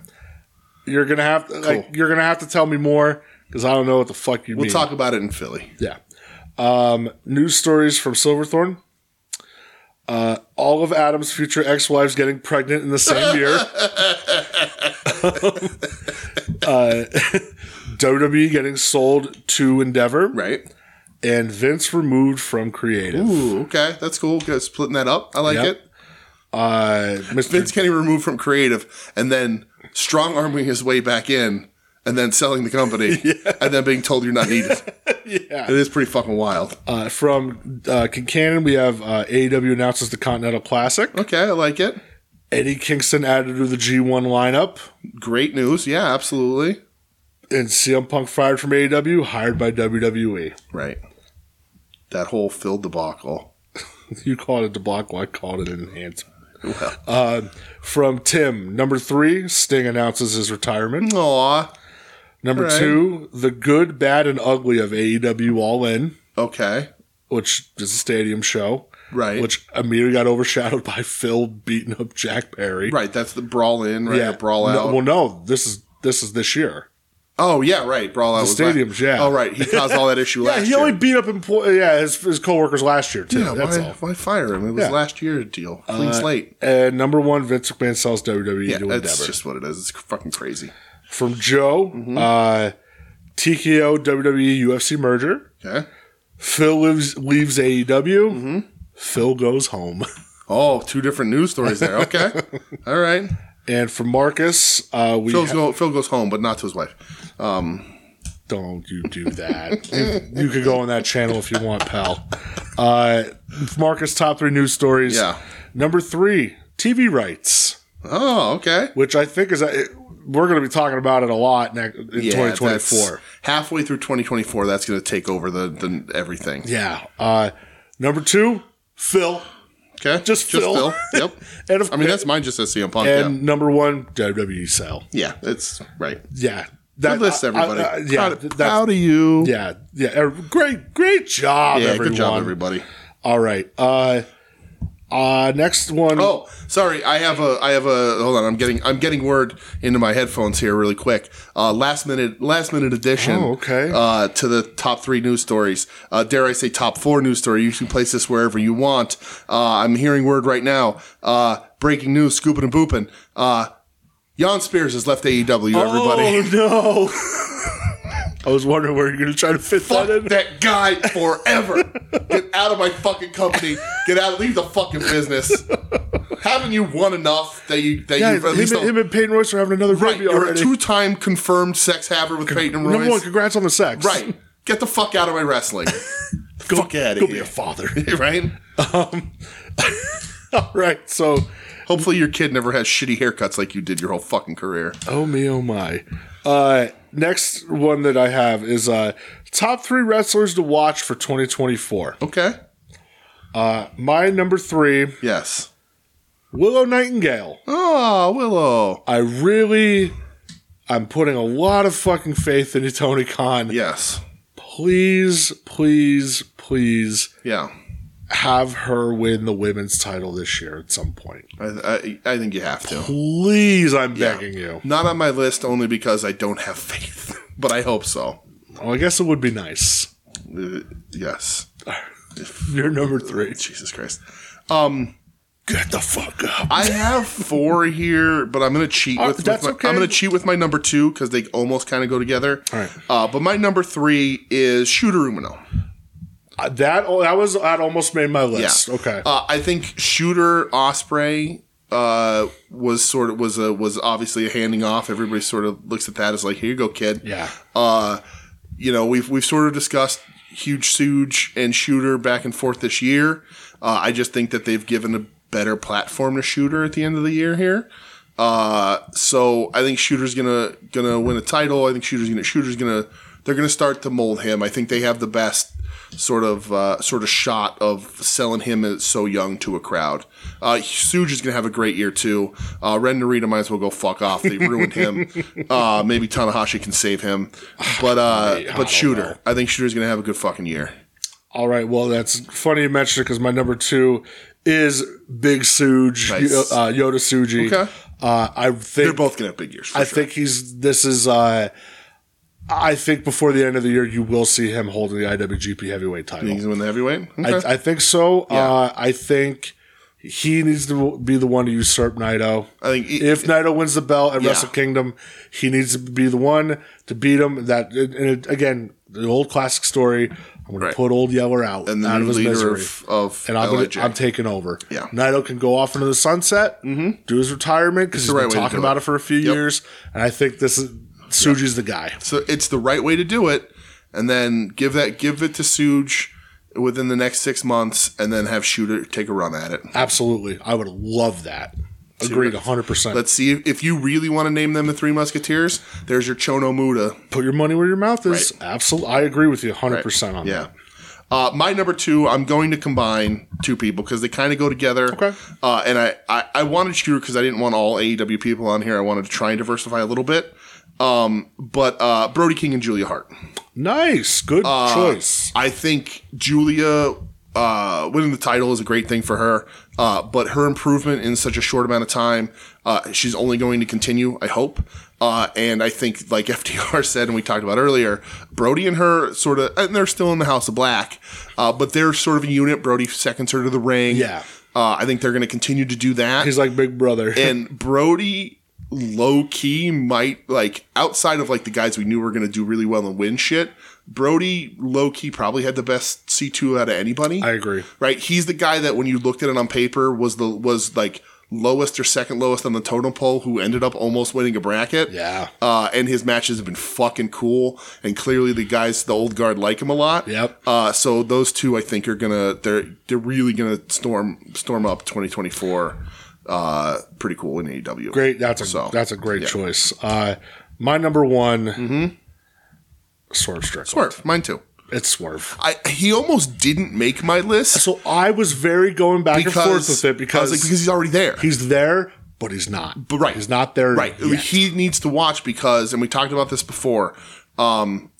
[SPEAKER 1] You're gonna have to, like you're gonna have to tell me more because I don't know what the fuck you
[SPEAKER 2] We'll
[SPEAKER 1] mean.
[SPEAKER 2] talk about it in Philly.
[SPEAKER 1] Yeah. Um, news stories from Silverthorne. Uh, all of Adam's future ex-wives getting pregnant in the same year. uh, WWE Uh, getting sold to Endeavor
[SPEAKER 2] Right.
[SPEAKER 1] and Vince removed from creative.
[SPEAKER 2] Ooh, okay. That's cool. Good. Splitting that up. I like
[SPEAKER 1] Yep.
[SPEAKER 2] it.
[SPEAKER 1] Uh, Mr.
[SPEAKER 2] Vince Kenny removed from creative and then strong arming his way back in and then selling the company and then being told you're not needed. yeah. It is pretty fucking wild.
[SPEAKER 1] Uh, from uh, Kincannon, we have uh, AEW announces the Continental Classic.
[SPEAKER 2] Okay. I like it.
[SPEAKER 1] Eddie Kingston added to the G1 lineup,
[SPEAKER 2] Great news. Yeah, absolutely.
[SPEAKER 1] and CM Punk fired from AEW, hired by E. WWE.
[SPEAKER 2] Right. That whole Phil debacle.
[SPEAKER 1] You called it a debacle, I called it an enhancement. Uh,
[SPEAKER 2] Well.
[SPEAKER 1] From Tim, number three, Sting announces his retirement.
[SPEAKER 2] Aw.
[SPEAKER 1] Number
[SPEAKER 2] All right.
[SPEAKER 1] two, the good, bad, and ugly of AEW All In,
[SPEAKER 2] Okay.
[SPEAKER 1] which is a stadium show,
[SPEAKER 2] Right.
[SPEAKER 1] which immediately got overshadowed by Phil beating up Jack Perry.
[SPEAKER 2] right. That's the brawl in, right?
[SPEAKER 1] Yeah,
[SPEAKER 2] Or brawl out.
[SPEAKER 1] No, well, no, this is this is this year.
[SPEAKER 2] Oh yeah, right. Brawl out was
[SPEAKER 1] stadiums,
[SPEAKER 2] last-
[SPEAKER 1] yeah.
[SPEAKER 2] Oh right, he caused all that issue
[SPEAKER 1] Yeah,
[SPEAKER 2] last
[SPEAKER 1] he
[SPEAKER 2] year.
[SPEAKER 1] only beat up employ- yeah his, his coworkers last year too.
[SPEAKER 2] yeah,
[SPEAKER 1] that's
[SPEAKER 2] why,
[SPEAKER 1] all.
[SPEAKER 2] why fire him? It was
[SPEAKER 1] Yeah.
[SPEAKER 2] last year's deal, clean slate.
[SPEAKER 1] And number one, Vince McMahon sells WWE
[SPEAKER 2] Uh, Yeah,
[SPEAKER 1] to
[SPEAKER 2] that's
[SPEAKER 1] Endeavor.
[SPEAKER 2] just what it is. It's fucking crazy.
[SPEAKER 1] From Joe, uh, TKO WWE UFC merger.
[SPEAKER 2] Okay.
[SPEAKER 1] Phil leaves, leaves AEW.
[SPEAKER 2] Mm-hmm.
[SPEAKER 1] Phil goes home.
[SPEAKER 2] Oh, two different news stories there. Okay. All right.
[SPEAKER 1] And for Marcus, uh, we
[SPEAKER 2] Phil's
[SPEAKER 1] ha-
[SPEAKER 2] go, Phil goes home, but not to his wife. Um,
[SPEAKER 1] don't you do that. you, you could go on that channel if you want, pal. Uh, Marcus' top three news stories.
[SPEAKER 2] Yeah.
[SPEAKER 1] Number three, TV rights,
[SPEAKER 2] oh, okay.
[SPEAKER 1] which I think is it, we're going to be talking about it a lot ne- in
[SPEAKER 2] Yeah,
[SPEAKER 1] 2024.
[SPEAKER 2] that's- Halfway through 2024, that's going to take over the, the everything.
[SPEAKER 1] Yeah. Uh, number two, Phil.
[SPEAKER 2] Okay.
[SPEAKER 1] Just Phil.
[SPEAKER 2] Yep.
[SPEAKER 1] And of-
[SPEAKER 2] I mean, that's mine just says CM Punk.
[SPEAKER 1] And number one, WWE sell.
[SPEAKER 2] yeah. yeah, it's right.
[SPEAKER 1] Yeah.
[SPEAKER 2] Good list,
[SPEAKER 1] I- I-
[SPEAKER 2] everybody.
[SPEAKER 1] I- yeah.
[SPEAKER 2] Proud,
[SPEAKER 1] that's-
[SPEAKER 2] proud of you.
[SPEAKER 1] yeah. Yeah. er, Great, great job,
[SPEAKER 2] Yeah,
[SPEAKER 1] everyone.
[SPEAKER 2] good job, everybody.
[SPEAKER 1] All right. Uh, uh, next one.
[SPEAKER 2] Oh, sorry. I have a. I have a. Hold on. I'm getting. I'm getting word into my headphones here really quick. Uh, last minute. Last minute addition.
[SPEAKER 1] Oh, okay.
[SPEAKER 2] Uh, to the top three news stories. Uh, dare I say top four news story? You can place this wherever you want. Uh, I'm hearing word right now. Uh, breaking news. Scooping and booping. Uh, Jan Spears has left AEW. Everybody.
[SPEAKER 1] Oh no! I was wondering where you're going to try to fit
[SPEAKER 2] Fuck
[SPEAKER 1] that in.
[SPEAKER 2] that guy forever. Get out of my fucking company. Get out. Leave the fucking business. Haven't you won enough that you that
[SPEAKER 1] Yeah,
[SPEAKER 2] you've at
[SPEAKER 1] him,
[SPEAKER 2] least
[SPEAKER 1] and- him and Peyton Royce are having another
[SPEAKER 2] Right,
[SPEAKER 1] baby
[SPEAKER 2] you're a
[SPEAKER 1] already.
[SPEAKER 2] two-time confirmed sex haver with Peyton Royce.
[SPEAKER 1] Number one, congrats on the sex.
[SPEAKER 2] right, get the fuck out of my wrestling.
[SPEAKER 1] Go,
[SPEAKER 2] fuck outta
[SPEAKER 1] go
[SPEAKER 2] here.
[SPEAKER 1] be a father.
[SPEAKER 2] right?
[SPEAKER 1] All right. So,
[SPEAKER 2] Hopefully, your kid never has shitty haircuts like you did your whole fucking career.
[SPEAKER 1] oh me, oh my. Uh, next one that I have is uh, top three wrestlers to watch for 2024.
[SPEAKER 2] Okay.
[SPEAKER 1] My number three,
[SPEAKER 2] Yes.
[SPEAKER 1] Willow Nightingale.
[SPEAKER 2] Oh, Willow.
[SPEAKER 1] I really, I'm putting a lot of fucking faith into Tony Khan.
[SPEAKER 2] Yes.
[SPEAKER 1] Please, please, please.
[SPEAKER 2] Yeah.
[SPEAKER 1] have her win the women's title this year at some point.
[SPEAKER 2] I, I, I think you have to.
[SPEAKER 1] Please, I'm
[SPEAKER 2] Yeah.
[SPEAKER 1] begging you.
[SPEAKER 2] Not on my list only because I don't have faith, but I hope so.
[SPEAKER 1] Oh, I guess it would be nice.
[SPEAKER 2] Uh, yes.
[SPEAKER 1] You're number three.
[SPEAKER 2] Jesus Christ. Um,
[SPEAKER 1] Get the fuck up.
[SPEAKER 2] I have four here, but I'm gonna cheat
[SPEAKER 1] Uh,
[SPEAKER 2] with, with
[SPEAKER 1] that's
[SPEAKER 2] my,
[SPEAKER 1] okay.
[SPEAKER 2] I'm gonna cheat with my number two because they almost kind of go together.
[SPEAKER 1] All right.
[SPEAKER 2] Uh, but my number three is Shooter Umino.
[SPEAKER 1] Uh, that oh, that was that almost made my
[SPEAKER 2] Yeah.
[SPEAKER 1] list. Okay.
[SPEAKER 2] Uh, I think Shooter Osprey uh, was sort of was a was obviously a handing off. Everybody sort of looks at that as like, here you go, kid.
[SPEAKER 1] yeah.
[SPEAKER 2] Uh, you know, we've we've sort of discussed huge Suge and Shooter back and forth this year. Uh, I just think that they've given a better platform to Shooter at the end of the year here. Uh, so I think Shooter's gonna gonna win a title. I think Shooter's gonna Shooter's gonna they're gonna start to mold him. I think they have the best sort of uh, sort of shot of selling him as so young to a crowd. Uh, Suge is gonna have a great year too. Uh, Ren Narita might as well go fuck off. They ruined him. Uh, maybe Tanahashi can save him, but uh, but Shooter, I think Shooter's gonna have a good fucking year.
[SPEAKER 1] All right. Well, that's funny you mentioned it because my number two is Big Suge,
[SPEAKER 2] Nice.
[SPEAKER 1] Yo- uh, Yoda Suji.
[SPEAKER 2] Okay.
[SPEAKER 1] Uh, I
[SPEAKER 2] They're
[SPEAKER 1] think
[SPEAKER 2] both gonna have big years. For
[SPEAKER 1] I
[SPEAKER 2] sure.
[SPEAKER 1] think he's. This is. Uh, I think before the end of the year, you will see him holding the IWGP Heavyweight title.
[SPEAKER 2] You think he's gonna win the heavyweight. Okay.
[SPEAKER 1] I, I think so.
[SPEAKER 2] Yeah.
[SPEAKER 1] Uh, I think he needs to be the one to usurp Naito.
[SPEAKER 2] I think he-
[SPEAKER 1] if Naito wins the belt at
[SPEAKER 2] Yeah.
[SPEAKER 1] Wrestle Kingdom, he needs to be the one to beat him. That and it, again, the old classic story. I'm going
[SPEAKER 2] Right.
[SPEAKER 1] to put old Yeller out
[SPEAKER 2] and the
[SPEAKER 1] out
[SPEAKER 2] new
[SPEAKER 1] of his
[SPEAKER 2] leader
[SPEAKER 1] misery.
[SPEAKER 2] of, of
[SPEAKER 1] and I'm, gonna,
[SPEAKER 2] LIJ.
[SPEAKER 1] I'm taking over.
[SPEAKER 2] Yeah. Mm-hmm.
[SPEAKER 1] Naito can go off into the sunset, do his retirement because he's
[SPEAKER 2] the right
[SPEAKER 1] been
[SPEAKER 2] way to
[SPEAKER 1] talking
[SPEAKER 2] do
[SPEAKER 1] about
[SPEAKER 2] it.
[SPEAKER 1] it. for a few
[SPEAKER 2] Yep.
[SPEAKER 1] years. And I think this is Suji's the guy.
[SPEAKER 2] So it's the right way to do it, and then give that give it to Suge within the next six months, and then have Shooter take a run at it.
[SPEAKER 1] Absolutely, I would love that. Agreed, 100. percent
[SPEAKER 2] Let's see if, if you really want to name them the Three Musketeers. There's your Chono Muda.
[SPEAKER 1] put your money where your mouth is. Absolutely, I agree with you 100 percent on
[SPEAKER 2] Yeah. Uh, my number two, I'm going to combine two people because they kind of go together.
[SPEAKER 1] Okay.
[SPEAKER 2] Uh, and I, I, I wanted Shooter because I didn't want all AEW people on here. I wanted to try and diversify a little bit. Um, but uh, Brody King and Julia Hart.
[SPEAKER 1] that. Nice, good
[SPEAKER 2] Uh,
[SPEAKER 1] choice.
[SPEAKER 2] I think Julia uh, winning the title is a great thing for her, uh, but her improvement in such a short amount of time, uh, she's only going to continue. I hope. Uh, and I think, like FDR said, and we talked about earlier, Brody and her sort of, and they're still in the House of Black, uh, but they're sort of a unit. Brody seconds her to the ring.
[SPEAKER 1] Yeah.
[SPEAKER 2] Uh, I think they're going to continue to do that
[SPEAKER 1] He's like Big Brother.
[SPEAKER 2] and Brody low key might like outside of like the guys we knew were going to do really well and win shit. Brody low key probably had the best C two out of anybody.
[SPEAKER 1] I agree.
[SPEAKER 2] Right, he's the guy that when you looked at it on paper was the was like lowest or second lowest on the totem pole who ended up almost winning a bracket.
[SPEAKER 1] Yeah.
[SPEAKER 2] Uh, and his matches have been fucking cool, and clearly the guys, the old guard, like him a lot.
[SPEAKER 1] Yep.
[SPEAKER 2] Uh, so those two, I think, are gonna they're they're really gonna storm storm up 2024. Uh, pretty cool in AEW.
[SPEAKER 1] Great. That's a
[SPEAKER 2] So,
[SPEAKER 1] that's a great
[SPEAKER 2] yeah.
[SPEAKER 1] choice. Uh, my number one.
[SPEAKER 2] Mm-hmm.
[SPEAKER 1] Swerve Strickland.
[SPEAKER 2] Swerve, mine too.
[SPEAKER 1] It's Swerve.
[SPEAKER 2] I he almost didn't make my list
[SPEAKER 1] So I was very going back
[SPEAKER 2] because
[SPEAKER 1] and forth with
[SPEAKER 2] I
[SPEAKER 1] it
[SPEAKER 2] was
[SPEAKER 1] because,
[SPEAKER 2] like, because he's already there.
[SPEAKER 1] he's there, but he's not.
[SPEAKER 2] But right.
[SPEAKER 1] he's not there.
[SPEAKER 2] Right.
[SPEAKER 1] yet.
[SPEAKER 2] He needs to watch because, and we talked about this before. Um,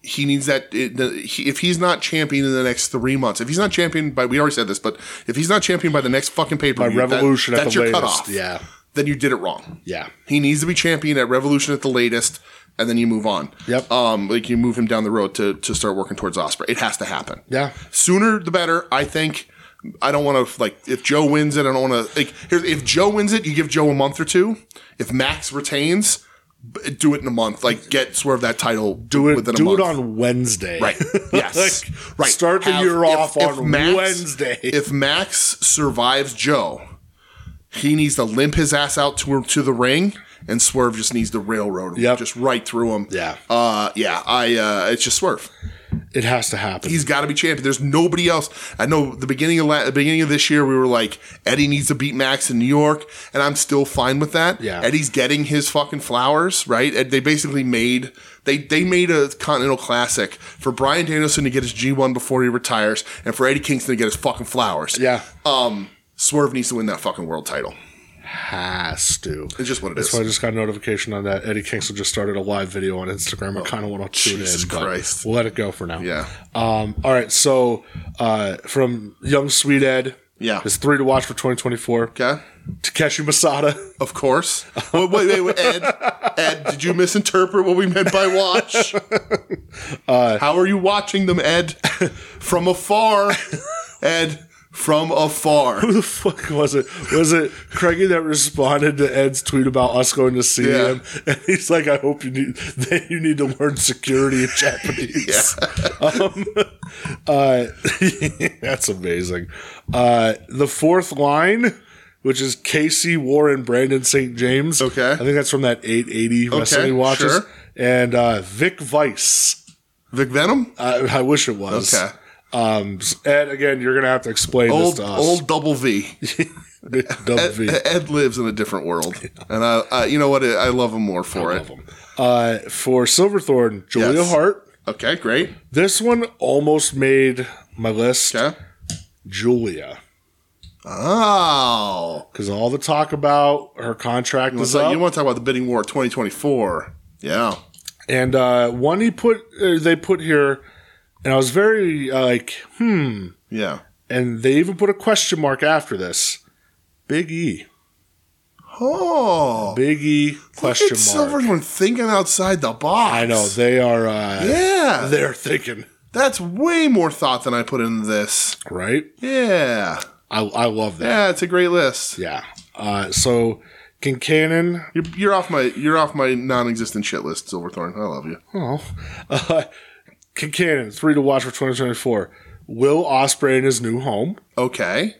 [SPEAKER 2] he needs that it, the, he, if he's not champion in the next three months. If he's not champion by we already said this, but if he's not champion by the next fucking paper
[SPEAKER 1] By Revolution at
[SPEAKER 2] that's
[SPEAKER 1] the
[SPEAKER 2] your
[SPEAKER 1] latest.
[SPEAKER 2] cutoff.
[SPEAKER 1] Yeah.
[SPEAKER 2] Then you did it wrong.
[SPEAKER 1] yeah.
[SPEAKER 2] He needs to be champion at Revolution at the latest, and then you move on.
[SPEAKER 1] Yep.
[SPEAKER 2] Um, like you move him down the road to to start working towards Osprey. It has to happen.
[SPEAKER 1] Yeah.
[SPEAKER 2] Sooner the better, I think. I don't want to like if Joe wins it. I don't want to like here's, if Joe wins it, you give Joe a month or two. If Max retains, b- do it in a month. Like get swerve that title.
[SPEAKER 1] Do it.
[SPEAKER 2] within a
[SPEAKER 1] Do
[SPEAKER 2] month.
[SPEAKER 1] it on Wednesday.
[SPEAKER 2] Right. Yes.
[SPEAKER 1] Like,
[SPEAKER 2] right.
[SPEAKER 1] Start the
[SPEAKER 2] Have-
[SPEAKER 1] year
[SPEAKER 2] if-
[SPEAKER 1] off
[SPEAKER 2] if
[SPEAKER 1] on
[SPEAKER 2] Max-
[SPEAKER 1] Wednesday.
[SPEAKER 2] If Max survives Joe, he needs to limp his ass out to to the ring, and Swerve just needs to railroad him,
[SPEAKER 1] Yep.
[SPEAKER 2] just right through him.
[SPEAKER 1] Yeah.
[SPEAKER 2] Uh, yeah. I. Uh, it's just Swerve.
[SPEAKER 1] it has to happen.
[SPEAKER 2] He's got to be champion. There's nobody else. I know the beginning of la- the beginning of this year, we were like Eddie needs to beat Max in New York, and I'm still fine with that.
[SPEAKER 1] Yeah.
[SPEAKER 2] Eddie's getting his fucking flowers, right? And they basically made they they made a Continental Classic for Brian Danielson to get his G1 before he retires, and for Eddie Kingston to get his fucking flowers.
[SPEAKER 1] yeah.
[SPEAKER 2] Um, Swerve needs to win that fucking world title.
[SPEAKER 1] Has to.
[SPEAKER 2] It's just what it is.
[SPEAKER 1] That's why I just got a notification on that. Eddie Kingston just started a live video on Instagram. I kind of want to tune
[SPEAKER 2] Oh, Jesus
[SPEAKER 1] in. but
[SPEAKER 2] Christ.
[SPEAKER 1] We'll let it go for now.
[SPEAKER 2] Yeah.
[SPEAKER 1] Um, all right. So uh, from Young Sweet Ed.
[SPEAKER 2] Yeah.
[SPEAKER 1] It's three to watch for 2024.
[SPEAKER 2] Okay.
[SPEAKER 1] Takeshi Masada.
[SPEAKER 2] Of course. wait, wait, wait, wait, Ed. Ed, did you misinterpret what we meant by watch?
[SPEAKER 1] Uh,
[SPEAKER 2] How are you watching them, Ed? From afar, Ed. From afar.
[SPEAKER 1] Who the fuck was it? Was it Craigie that responded to Ed's tweet about us going to see
[SPEAKER 2] Yeah.
[SPEAKER 1] him? And he's like, "I hope you need that you need to learn security in Japanese." Um, uh, that's amazing. Uh, the fourth line, which is Casey Warren, Brandon St. James.
[SPEAKER 2] Okay.
[SPEAKER 1] I think that's from that 880 wrestling he watches.
[SPEAKER 2] sure.
[SPEAKER 1] And uh, Vic Vice.
[SPEAKER 2] Vic Venom?
[SPEAKER 1] I, I wish it was.
[SPEAKER 2] Okay.
[SPEAKER 1] Um, Ed, again, you're gonna have to explain
[SPEAKER 2] Old,
[SPEAKER 1] this to us.
[SPEAKER 2] old double V.
[SPEAKER 1] Double
[SPEAKER 2] Ed,
[SPEAKER 1] V.
[SPEAKER 2] Ed lives in a different world. And I, I you know what? I love him more for it.
[SPEAKER 1] Love 'em. Uh, for Silverthorn, Julia
[SPEAKER 2] Yes.
[SPEAKER 1] Hart.
[SPEAKER 2] Okay, great.
[SPEAKER 1] This one almost made my list.
[SPEAKER 2] Okay.
[SPEAKER 1] Julia,
[SPEAKER 2] Oh.
[SPEAKER 1] because all the talk about her contract was
[SPEAKER 2] So
[SPEAKER 1] up,
[SPEAKER 2] you want to talk about the bidding war 2024. Yeah.
[SPEAKER 1] and uh, one he put uh, they put here, and I was very uh, like, hmm.
[SPEAKER 2] Yeah.
[SPEAKER 1] And they even put a question mark after this. Big E,
[SPEAKER 2] Oh.
[SPEAKER 1] Big E question
[SPEAKER 2] It's
[SPEAKER 1] mark.
[SPEAKER 2] Silverman thinking outside the box.
[SPEAKER 1] I know they are. Uh,
[SPEAKER 2] Yeah.
[SPEAKER 1] they're thinking
[SPEAKER 2] That's way more thought than I put into this.
[SPEAKER 1] right.
[SPEAKER 2] Yeah.
[SPEAKER 1] I I love that.
[SPEAKER 2] Yeah, it's a great list.
[SPEAKER 1] Yeah. Uh, so Kincannon,
[SPEAKER 2] You're, you're off my you're off my non-existent shit list, Silverthorn. I love you.
[SPEAKER 1] oh, uh, Kincannon, three to watch for 2024. Will Osprey in his new home?
[SPEAKER 2] Okay.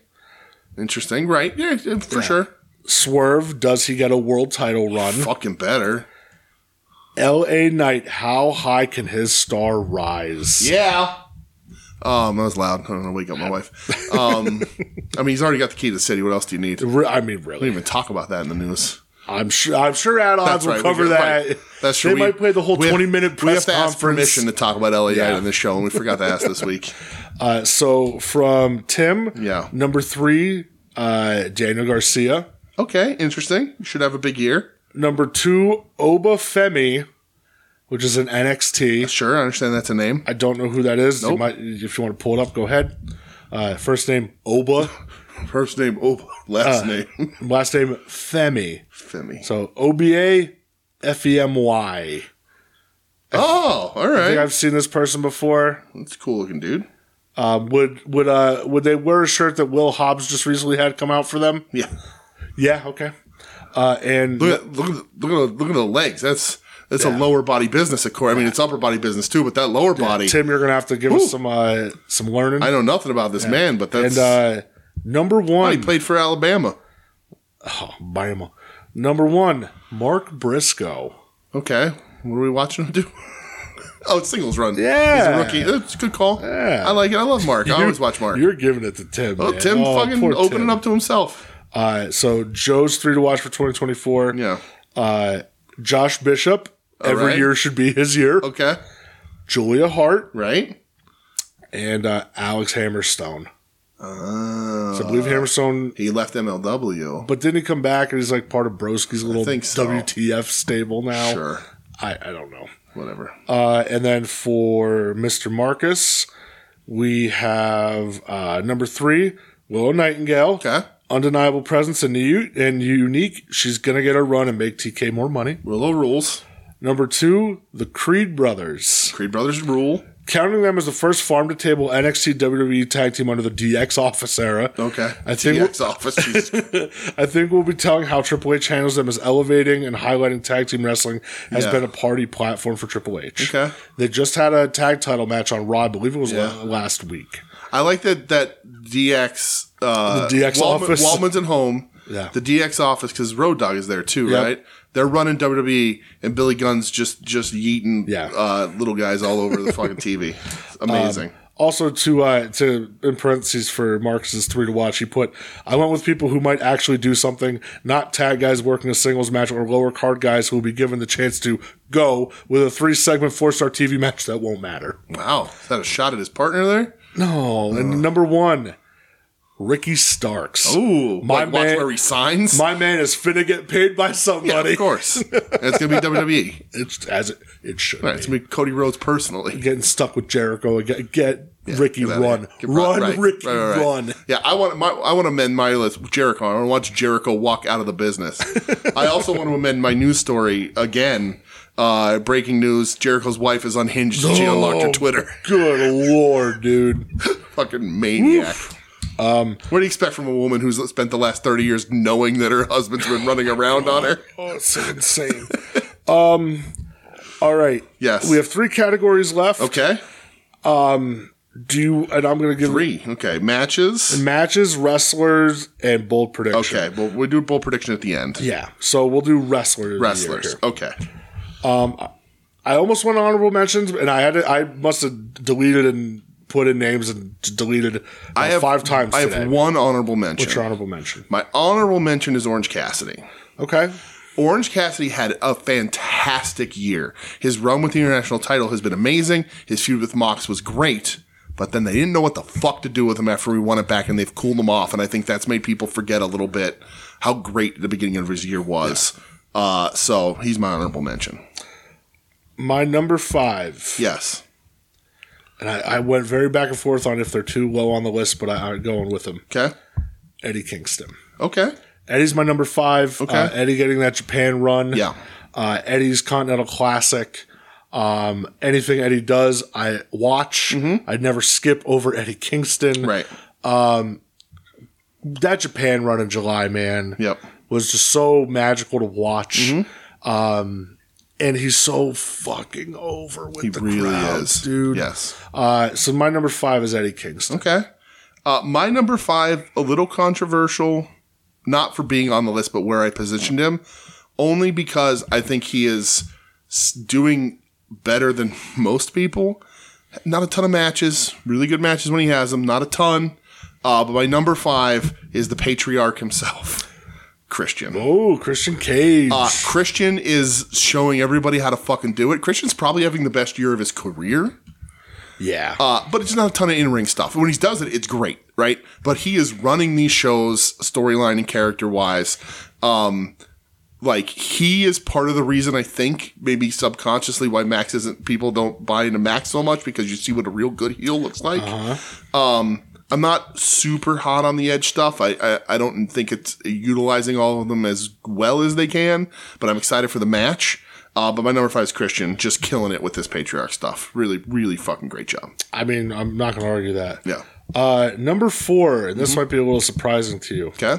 [SPEAKER 2] Interesting, right? Yeah, yeah, for sure.
[SPEAKER 1] Swerve, does he get a world title run?
[SPEAKER 2] Fucking better.
[SPEAKER 1] L.A. Knight, how high can his star rise?
[SPEAKER 2] Yeah. Um, that was loud. I don't know. Wake up my wife. Um, I mean, he's already got the key to the city. What else do you need? We
[SPEAKER 1] Re- I mean,
[SPEAKER 2] didn't
[SPEAKER 1] really,
[SPEAKER 2] even talk about that in the news.
[SPEAKER 1] I'm sure. I'm sure At Odds
[SPEAKER 2] That's
[SPEAKER 1] will
[SPEAKER 2] right, we
[SPEAKER 1] cover
[SPEAKER 2] do.
[SPEAKER 1] that.
[SPEAKER 2] Right. That's true.
[SPEAKER 1] They
[SPEAKER 2] We-
[SPEAKER 1] might play the whole
[SPEAKER 2] we have-
[SPEAKER 1] 20 minute
[SPEAKER 2] We
[SPEAKER 1] press
[SPEAKER 2] have to ask
[SPEAKER 1] conference.
[SPEAKER 2] permission to talk about LA
[SPEAKER 1] Yeah.
[SPEAKER 2] Knight on this show, and we forgot to ask this week.
[SPEAKER 1] Uh, so from Tim,
[SPEAKER 2] Yeah.
[SPEAKER 1] number three, uh, Daniel Garcia.
[SPEAKER 2] Okay, interesting. Should have a big year.
[SPEAKER 1] Number two, Oba Femi, which is an NXT.
[SPEAKER 2] Sure, I understand that's a name.
[SPEAKER 1] I don't know who that is. You
[SPEAKER 2] Nope.
[SPEAKER 1] might, if you want to pull it up, go ahead. Uh, first name Oba,
[SPEAKER 2] First name, oh, last name,
[SPEAKER 1] last name Femi.
[SPEAKER 2] Femi.
[SPEAKER 1] So O B A F E M Y.
[SPEAKER 2] Oh, all
[SPEAKER 1] I think
[SPEAKER 2] right.
[SPEAKER 1] I've seen this person before.
[SPEAKER 2] That's a cool looking dude.
[SPEAKER 1] Um, would would uh would they wear a shirt that Will Hobbs just recently had come out for them?
[SPEAKER 2] Yeah.
[SPEAKER 1] Yeah, okay. Uh, and
[SPEAKER 2] Look at look at the- look at the, look at the legs. That's that's a lower body business, of course. I mean, it's upper body business too, but that lower body.
[SPEAKER 1] Tim, you're gonna have to give
[SPEAKER 2] Whew.
[SPEAKER 1] us some uh, some learning.
[SPEAKER 2] I know nothing about this man, but that's
[SPEAKER 1] and uh, number
[SPEAKER 2] he
[SPEAKER 1] one,
[SPEAKER 2] played for Alabama.
[SPEAKER 1] Bama. Number one, Mark Briscoe.
[SPEAKER 2] Okay, what are we watching him do? oh, it's singles run.
[SPEAKER 1] Yeah.
[SPEAKER 2] he's a rookie. It's a good call.
[SPEAKER 1] Yeah.
[SPEAKER 2] I like it. I love Mark. I
[SPEAKER 1] You're-
[SPEAKER 2] always watch Mark.
[SPEAKER 1] You're giving it to Tim.
[SPEAKER 2] Oh,
[SPEAKER 1] man.
[SPEAKER 2] Tim
[SPEAKER 1] Oh,
[SPEAKER 2] fucking
[SPEAKER 1] poor
[SPEAKER 2] opening
[SPEAKER 1] Tim.
[SPEAKER 2] up to himself.
[SPEAKER 1] Uh, so Joe's three to watch for 2024.
[SPEAKER 2] Yeah.
[SPEAKER 1] Uh, Josh Bishop. Every
[SPEAKER 2] right.
[SPEAKER 1] year should be his year.
[SPEAKER 2] Okay.
[SPEAKER 1] Julia Hart
[SPEAKER 2] Right.
[SPEAKER 1] and uh, Alex Hammerstone.
[SPEAKER 2] Uh,
[SPEAKER 1] So I believe Hammerstone,
[SPEAKER 2] he left MLW.
[SPEAKER 1] but didn't he come back and he's like part of Broski's little
[SPEAKER 2] think so.
[SPEAKER 1] WTF stable now?
[SPEAKER 2] Sure.
[SPEAKER 1] I, I don't know.
[SPEAKER 2] Whatever.
[SPEAKER 1] Uh, and then for Mr. Marcus, we have uh, number three, Willow Nightingale.
[SPEAKER 2] Okay.
[SPEAKER 1] Undeniable presence and, u- and unique. She's going to get a run and make TK more money.
[SPEAKER 2] Willow rules.
[SPEAKER 1] Number two, the Creed Brothers.
[SPEAKER 2] Creed Brothers rule.
[SPEAKER 1] Counting them as the first farm to table NXT WWE E tag team under the DX office era.
[SPEAKER 2] Okay.
[SPEAKER 1] I think-
[SPEAKER 2] DX office. Jesus Christ.
[SPEAKER 1] I think we'll be telling how Triple H handles them as elevating and highlighting tag team wrestling has
[SPEAKER 2] Yeah.
[SPEAKER 1] been a party platform for Triple H.
[SPEAKER 2] Okay.
[SPEAKER 1] They just had a tag title match on Raw, I believe it was
[SPEAKER 2] Yeah.
[SPEAKER 1] la- last week.
[SPEAKER 2] I like that that DX uh,
[SPEAKER 1] The DX office.
[SPEAKER 2] Waldman's at home.
[SPEAKER 1] Yeah.
[SPEAKER 2] The DX office because Road Dog is there too,
[SPEAKER 1] Yep.
[SPEAKER 2] right? They're running WWE and Billy Gunn's just just yeeting
[SPEAKER 1] Yeah.
[SPEAKER 2] uh, little guys all over the fucking TV. It's amazing.
[SPEAKER 1] Um, Also, to uh, to in parentheses for Marcus's three to watch, he put, "I went with people who might actually do something, not tag guys working a singles match or lower card guys who will be given the chance to go with a three segment four star TV match that won't matter."
[SPEAKER 2] wow, is that a shot at his partner there?
[SPEAKER 1] No, and number one, Ricky Starks.
[SPEAKER 2] Ooh,
[SPEAKER 1] My
[SPEAKER 2] like, watch
[SPEAKER 1] man-
[SPEAKER 2] where he signs.
[SPEAKER 1] My man is finna get paid by
[SPEAKER 2] yeah,
[SPEAKER 1] somebody.
[SPEAKER 2] of course. That's gonna be WWE.
[SPEAKER 1] It's as it, it should.
[SPEAKER 2] Right, it's
[SPEAKER 1] be.
[SPEAKER 2] gonna be Cody Rhodes personally.
[SPEAKER 1] Getting stuck with Jericho. Get, get Ricky
[SPEAKER 2] Get outta here.
[SPEAKER 1] run,
[SPEAKER 2] Get bro-
[SPEAKER 1] run,
[SPEAKER 2] right,
[SPEAKER 1] Ricky
[SPEAKER 2] right, right, right.
[SPEAKER 1] run.
[SPEAKER 2] Yeah, I want my I want to amend my list. with Jericho. I want to watch Jericho walk out of the business. I also want to amend my news story again. Uh, breaking news: Jericho's wife is unhinged. she
[SPEAKER 1] Oh.
[SPEAKER 2] unlocked her Twitter.
[SPEAKER 1] Good lord, dude.
[SPEAKER 2] Fucking maniac. Um, what do you expect from a woman who's spent the last thirty years knowing that her husband's been running around on her?
[SPEAKER 1] Oh, it's so insane. um, all right.
[SPEAKER 2] Yes.
[SPEAKER 1] We have three categories left.
[SPEAKER 2] Okay,
[SPEAKER 1] Do you, and I'm going to give
[SPEAKER 2] three. Okay, matches.
[SPEAKER 1] matches, wrestlers, and bold prediction.
[SPEAKER 2] Okay, well we do a bowl prediction at the end.
[SPEAKER 1] Yeah. So we'll do wrestlers. of the year
[SPEAKER 2] Wrestlers.
[SPEAKER 1] here.
[SPEAKER 2] Okay.
[SPEAKER 1] I almost went honorable mentions, and I had to, I must have deleted and put in names and deleted
[SPEAKER 2] I have
[SPEAKER 1] five times.
[SPEAKER 2] I have
[SPEAKER 1] today.
[SPEAKER 2] one honorable mention.
[SPEAKER 1] What's your honorable mention?
[SPEAKER 2] My honorable mention is Orange Cassidy.
[SPEAKER 1] Okay.
[SPEAKER 2] Orange Cassidy had a fantastic year. His run with the international title has been amazing. His feud with Mox was great, but then they didn't know what the fuck to do with him after we won it back, and they've cooled him off. And I think that's made people forget a little bit how great the beginning of his year was. Uh, so he's my honorable mention.
[SPEAKER 1] My number five,
[SPEAKER 2] Yes.
[SPEAKER 1] and I, I went very back and forth on if they're too low on the list, but I, I'm going with them.
[SPEAKER 2] Okay.
[SPEAKER 1] Eddie Kingston.
[SPEAKER 2] Okay.
[SPEAKER 1] Eddie's my number five.
[SPEAKER 2] Okay.
[SPEAKER 1] Uh, Eddie getting that Japan run.
[SPEAKER 2] Yeah.
[SPEAKER 1] Uh, Eddie's Continental Classic. Um, anything Eddie does, I watch. I never skip over Eddie Kingston.
[SPEAKER 2] Mm-hmm. Right.
[SPEAKER 1] That Japan run in July, man.
[SPEAKER 2] Yep.
[SPEAKER 1] was just so magical to watch. Um,
[SPEAKER 2] Mm-hmm.
[SPEAKER 1] and he's so fucking over with
[SPEAKER 2] He
[SPEAKER 1] the
[SPEAKER 2] really
[SPEAKER 1] crowd,
[SPEAKER 2] is,
[SPEAKER 1] dude.
[SPEAKER 2] Yes.
[SPEAKER 1] Uh, so my number five is Eddie Kingston.
[SPEAKER 2] Okay. Uh, my number five, a little controversial, not for being on the list, but where I positioned him, only because I think he is s- doing better than most people. Not a ton of matches, really good matches when he has them, not a ton. Uh, but my number five is the patriarch himself, Christian.
[SPEAKER 1] Oh, Christian Cage.
[SPEAKER 2] Uh, Christian is showing everybody how to fucking do it. Christian's probably having the best year of his career.
[SPEAKER 1] yeah.
[SPEAKER 2] Uh, but it's not a ton of in ring stuff. When he does it, it's great, right? But he is running these shows storyline and character wise. Um, like he is part of the reason I think maybe subconsciously why Max isn't people don't buy into Max so much because you see what a real good heel looks like. Um, I'm not super hot on the edge stuff. I, I I don't think it's utilizing all of them as well as they can, but I'm excited for the match. Uh, but my number five is Christian, just killing it with this patriarch stuff. Really, really fucking great job.
[SPEAKER 1] I mean, I'm not going to argue that.
[SPEAKER 2] Yeah. Mm-hmm.
[SPEAKER 1] Uh, number four, and this might be a little surprising to you
[SPEAKER 2] Okay.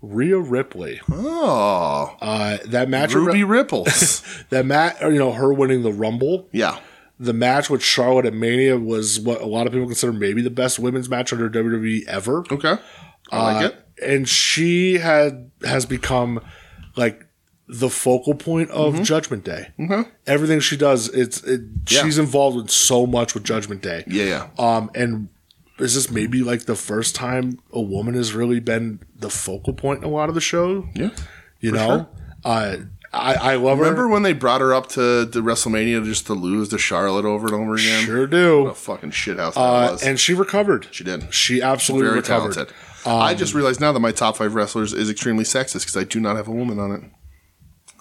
[SPEAKER 1] Rhea Ripley.
[SPEAKER 2] Oh,
[SPEAKER 1] Uh, that match,
[SPEAKER 2] Ruby Ripples.
[SPEAKER 1] that match, you know, her winning the Rumble,
[SPEAKER 2] yeah.
[SPEAKER 1] the match with Charlotte at Mania was what a lot of people consider maybe the best women's match under WWE ever.
[SPEAKER 2] Okay. Oh, I like
[SPEAKER 1] Uh,
[SPEAKER 2] it.
[SPEAKER 1] and she had has become like the focal point of Judgment Day. Everything she does, it's it,
[SPEAKER 2] Mm-hmm. Yeah.
[SPEAKER 1] she's involved with so much with Judgment Day.
[SPEAKER 2] Yeah, yeah.
[SPEAKER 1] Um, and is this maybe like the first time a woman has really been the focal point in a lot of the show?
[SPEAKER 2] Yeah.
[SPEAKER 1] you know, uh, I I love
[SPEAKER 2] Remember
[SPEAKER 1] her.
[SPEAKER 2] when they brought her up to, to WrestleMania just to lose to Charlotte over and over again?
[SPEAKER 1] Sure do.
[SPEAKER 2] What a fucking shithouse that
[SPEAKER 1] Uh,
[SPEAKER 2] was.
[SPEAKER 1] and she recovered.
[SPEAKER 2] she did.
[SPEAKER 1] She absolutely
[SPEAKER 2] Very
[SPEAKER 1] recovered. Um,
[SPEAKER 2] talented. I just realized now that my top five wrestlers is extremely sexist because I do not have a woman on it.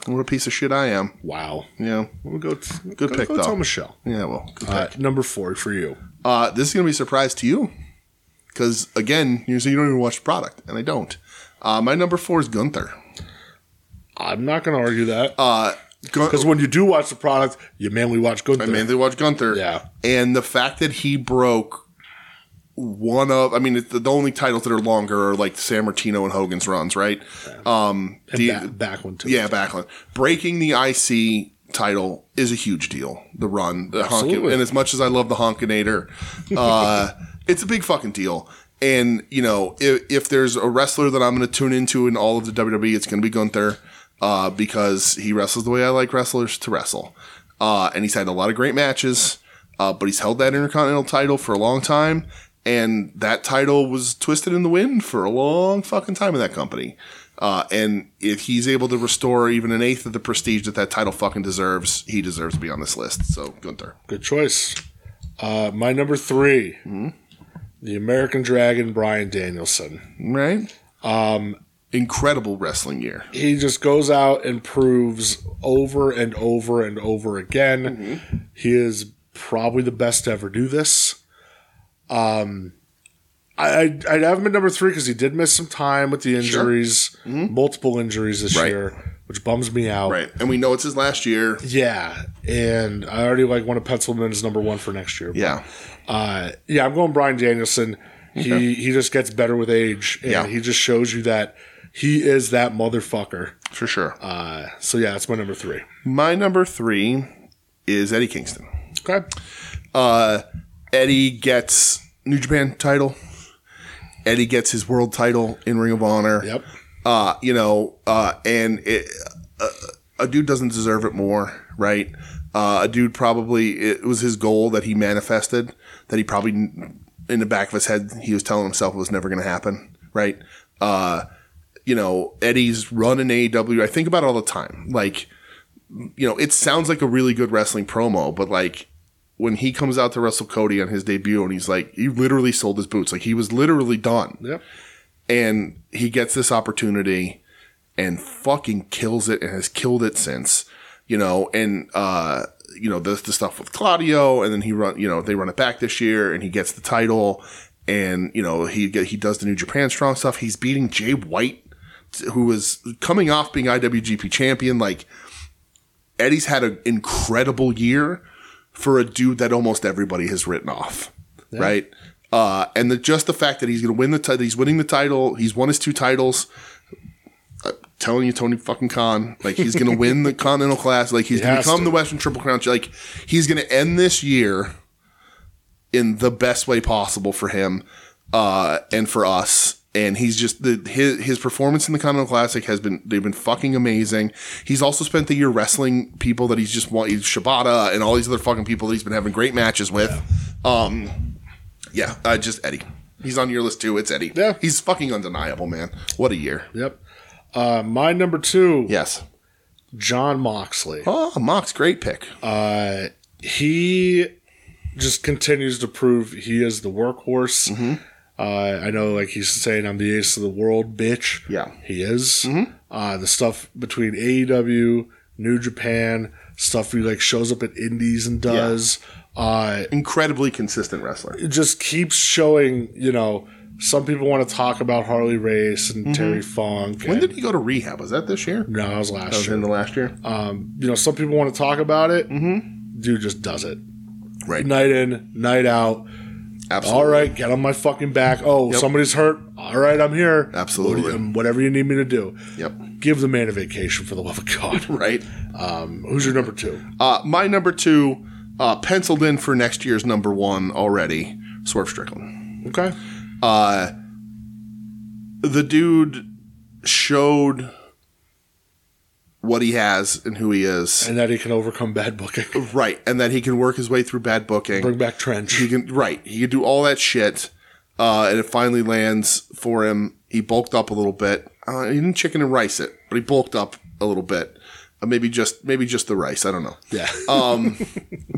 [SPEAKER 2] What a piece of shit I am.
[SPEAKER 1] Wow.
[SPEAKER 2] Yeah.
[SPEAKER 1] We'll go.
[SPEAKER 2] Good
[SPEAKER 1] go,
[SPEAKER 2] pick,
[SPEAKER 1] go
[SPEAKER 2] though.
[SPEAKER 1] Tell Michelle.
[SPEAKER 2] Yeah, well. good
[SPEAKER 1] Uh,
[SPEAKER 2] pick.
[SPEAKER 1] number four for you.
[SPEAKER 2] Uh, this is going to be a surprise to you because, again, you say you don't even watch the product, and I don't. Uh, my number four is Gunther.
[SPEAKER 1] I'm not going to argue that.
[SPEAKER 2] Uh, Gun-
[SPEAKER 1] Because when you do watch the product, you mainly watch Gunther.
[SPEAKER 2] I mainly watch Gunther.
[SPEAKER 1] Yeah.
[SPEAKER 2] And the fact that he broke one of, I mean, it's the, the only titles that are longer are like San Martino and Hogan's runs, right? Um,
[SPEAKER 1] and
[SPEAKER 2] the-
[SPEAKER 1] ba- back one too.
[SPEAKER 2] yeah, Backlund. Breaking the IC title is a huge deal. The run, the honkin,
[SPEAKER 1] Absolutely.
[SPEAKER 2] and as much as I love the honkinator, uh, it's a big fucking deal. And you know, if, if there's a wrestler that I'm going to tune into in all of the WWE, it's going to be Gunther uh, because he wrestles the way I like wrestlers to wrestle, uh, and he's had a lot of great matches. Uh, but he's held that Intercontinental title for a long time, and that title was twisted in the wind for a long fucking time in that company. Uh, and if he's able to restore even an eighth of the prestige that that title fucking deserves, he deserves to be on this list. So Gunther,
[SPEAKER 1] Good choice. Uh, my number 3
[SPEAKER 2] Mm-hmm.
[SPEAKER 1] the American Dragon, Brian Danielson.
[SPEAKER 2] right? Um, incredible wrestling year.
[SPEAKER 1] He just goes out and proves over and over and over again.
[SPEAKER 2] Mm-hmm.
[SPEAKER 1] He is probably the best to ever do this. Um, I, I'd, I'd have him at number three because he did miss some time with the injuries, multiple injuries this
[SPEAKER 2] Mm-hmm. Right.
[SPEAKER 1] year, which bums me out.
[SPEAKER 2] Right, and we know it's his last year.
[SPEAKER 1] Yeah, and I already like want to pencil him in as number one for next year.
[SPEAKER 2] Yeah,
[SPEAKER 1] uh, yeah, I'm going Brian Danielson. He he just gets better with age, and
[SPEAKER 2] Yeah.
[SPEAKER 1] he just shows you that he is that motherfucker.
[SPEAKER 2] for sure.
[SPEAKER 1] Uh, so yeah, that's my number three.
[SPEAKER 2] My number three is Eddie Kingston.
[SPEAKER 1] Okay,
[SPEAKER 2] uh, Eddie gets New Japan title. Eddie gets his world title in Ring of Honor.
[SPEAKER 1] Yep.
[SPEAKER 2] Uh, you know, uh, and it, uh, a dude doesn't deserve it more, right? Uh, a dude probably it was his goal that he manifested that he probably in the back of his head he was telling himself was never going to happen, right? Uh, you know, Eddie's run in AEW. I think about it all the time. Like, you know, it sounds like a really good wrestling promo, but like when he comes out to wrestle Cody on his debut and he's like, he literally sold his boots. Like he was literally done.
[SPEAKER 1] Yep.
[SPEAKER 2] And he gets this opportunity and fucking kills it and has killed it since, you know, and, uh, you know, the, the stuff with Claudio and then he run, you know, they run it back this year and he gets the title and, you know, he, get, he does the New Japan strong stuff. He's beating Jay White, who was coming off being IWGP champion. Like, Eddie's had an incredible year for a dude that almost everybody has written off, right? Uh, and the, just the fact that he's going to win the title, he's winning the title, he's won his two titles. I'm telling you, Tony fucking Khan, like he's going to win the Continental Class, like he's going to
[SPEAKER 1] has
[SPEAKER 2] become
[SPEAKER 1] to.
[SPEAKER 2] the Western Triple Crown, like he's going to end this year in the best way possible for him uh, and for us. And he's just the his, his performance in the Continental Classic has been they've been fucking amazing. He's also spent the year wrestling people that he's just want he's Shibata and all these other fucking people that he's been having great matches with. Um, yeah, uh, just Eddie. He's on your list too. It's Eddie.
[SPEAKER 1] Yeah.
[SPEAKER 2] he's fucking undeniable, man. What a year.
[SPEAKER 1] yep. Uh, my number two,
[SPEAKER 2] Yes.
[SPEAKER 1] John Moxley.
[SPEAKER 2] Oh, Mox, great pick.
[SPEAKER 1] Uh, he just continues to prove he is the workhorse. Uh, I know, like he's saying, I'm the ace of the world, bitch.
[SPEAKER 2] Yeah.
[SPEAKER 1] he is. Uh, the stuff between AEW, New Japan, stuff he like shows up at Indies and does. Uh,
[SPEAKER 2] Incredibly consistent wrestler.
[SPEAKER 1] it just keeps showing. You know, some people want to talk about Harley Race and Terry Funk.
[SPEAKER 2] When
[SPEAKER 1] and-
[SPEAKER 2] did he go to rehab? Was that this year?
[SPEAKER 1] no, that was last
[SPEAKER 2] That was
[SPEAKER 1] year.
[SPEAKER 2] in the last year.
[SPEAKER 1] Um, you know, some people want to talk about it. Mm-hmm. Dude just does it
[SPEAKER 2] right.
[SPEAKER 1] night in, night out.
[SPEAKER 2] Absolutely.
[SPEAKER 1] All right, get on my fucking back. Oh, somebody's hurt. all right, I'm here.
[SPEAKER 2] Absolutely.
[SPEAKER 1] What do you- Whatever you need me to do.
[SPEAKER 2] Yep.
[SPEAKER 1] Give the man a vacation for the love of God.
[SPEAKER 2] Right.
[SPEAKER 1] Um, who's your number two?
[SPEAKER 2] Uh, my number two, uh, penciled in for next year's number one already, Swerve Strickland. Uh,
[SPEAKER 1] Okay.
[SPEAKER 2] The dude showed what he has and who he is.
[SPEAKER 1] And that he can overcome bad booking.
[SPEAKER 2] right. And that he can work his way through bad booking.
[SPEAKER 1] Bring back Trench.
[SPEAKER 2] He can right. He can do all that shit, uh, and it finally lands for him. He bulked up a little bit. Uh, he didn't chicken and rice it, but he bulked up a little bit. Uh, maybe just maybe just the rice. I don't know.
[SPEAKER 1] Yeah.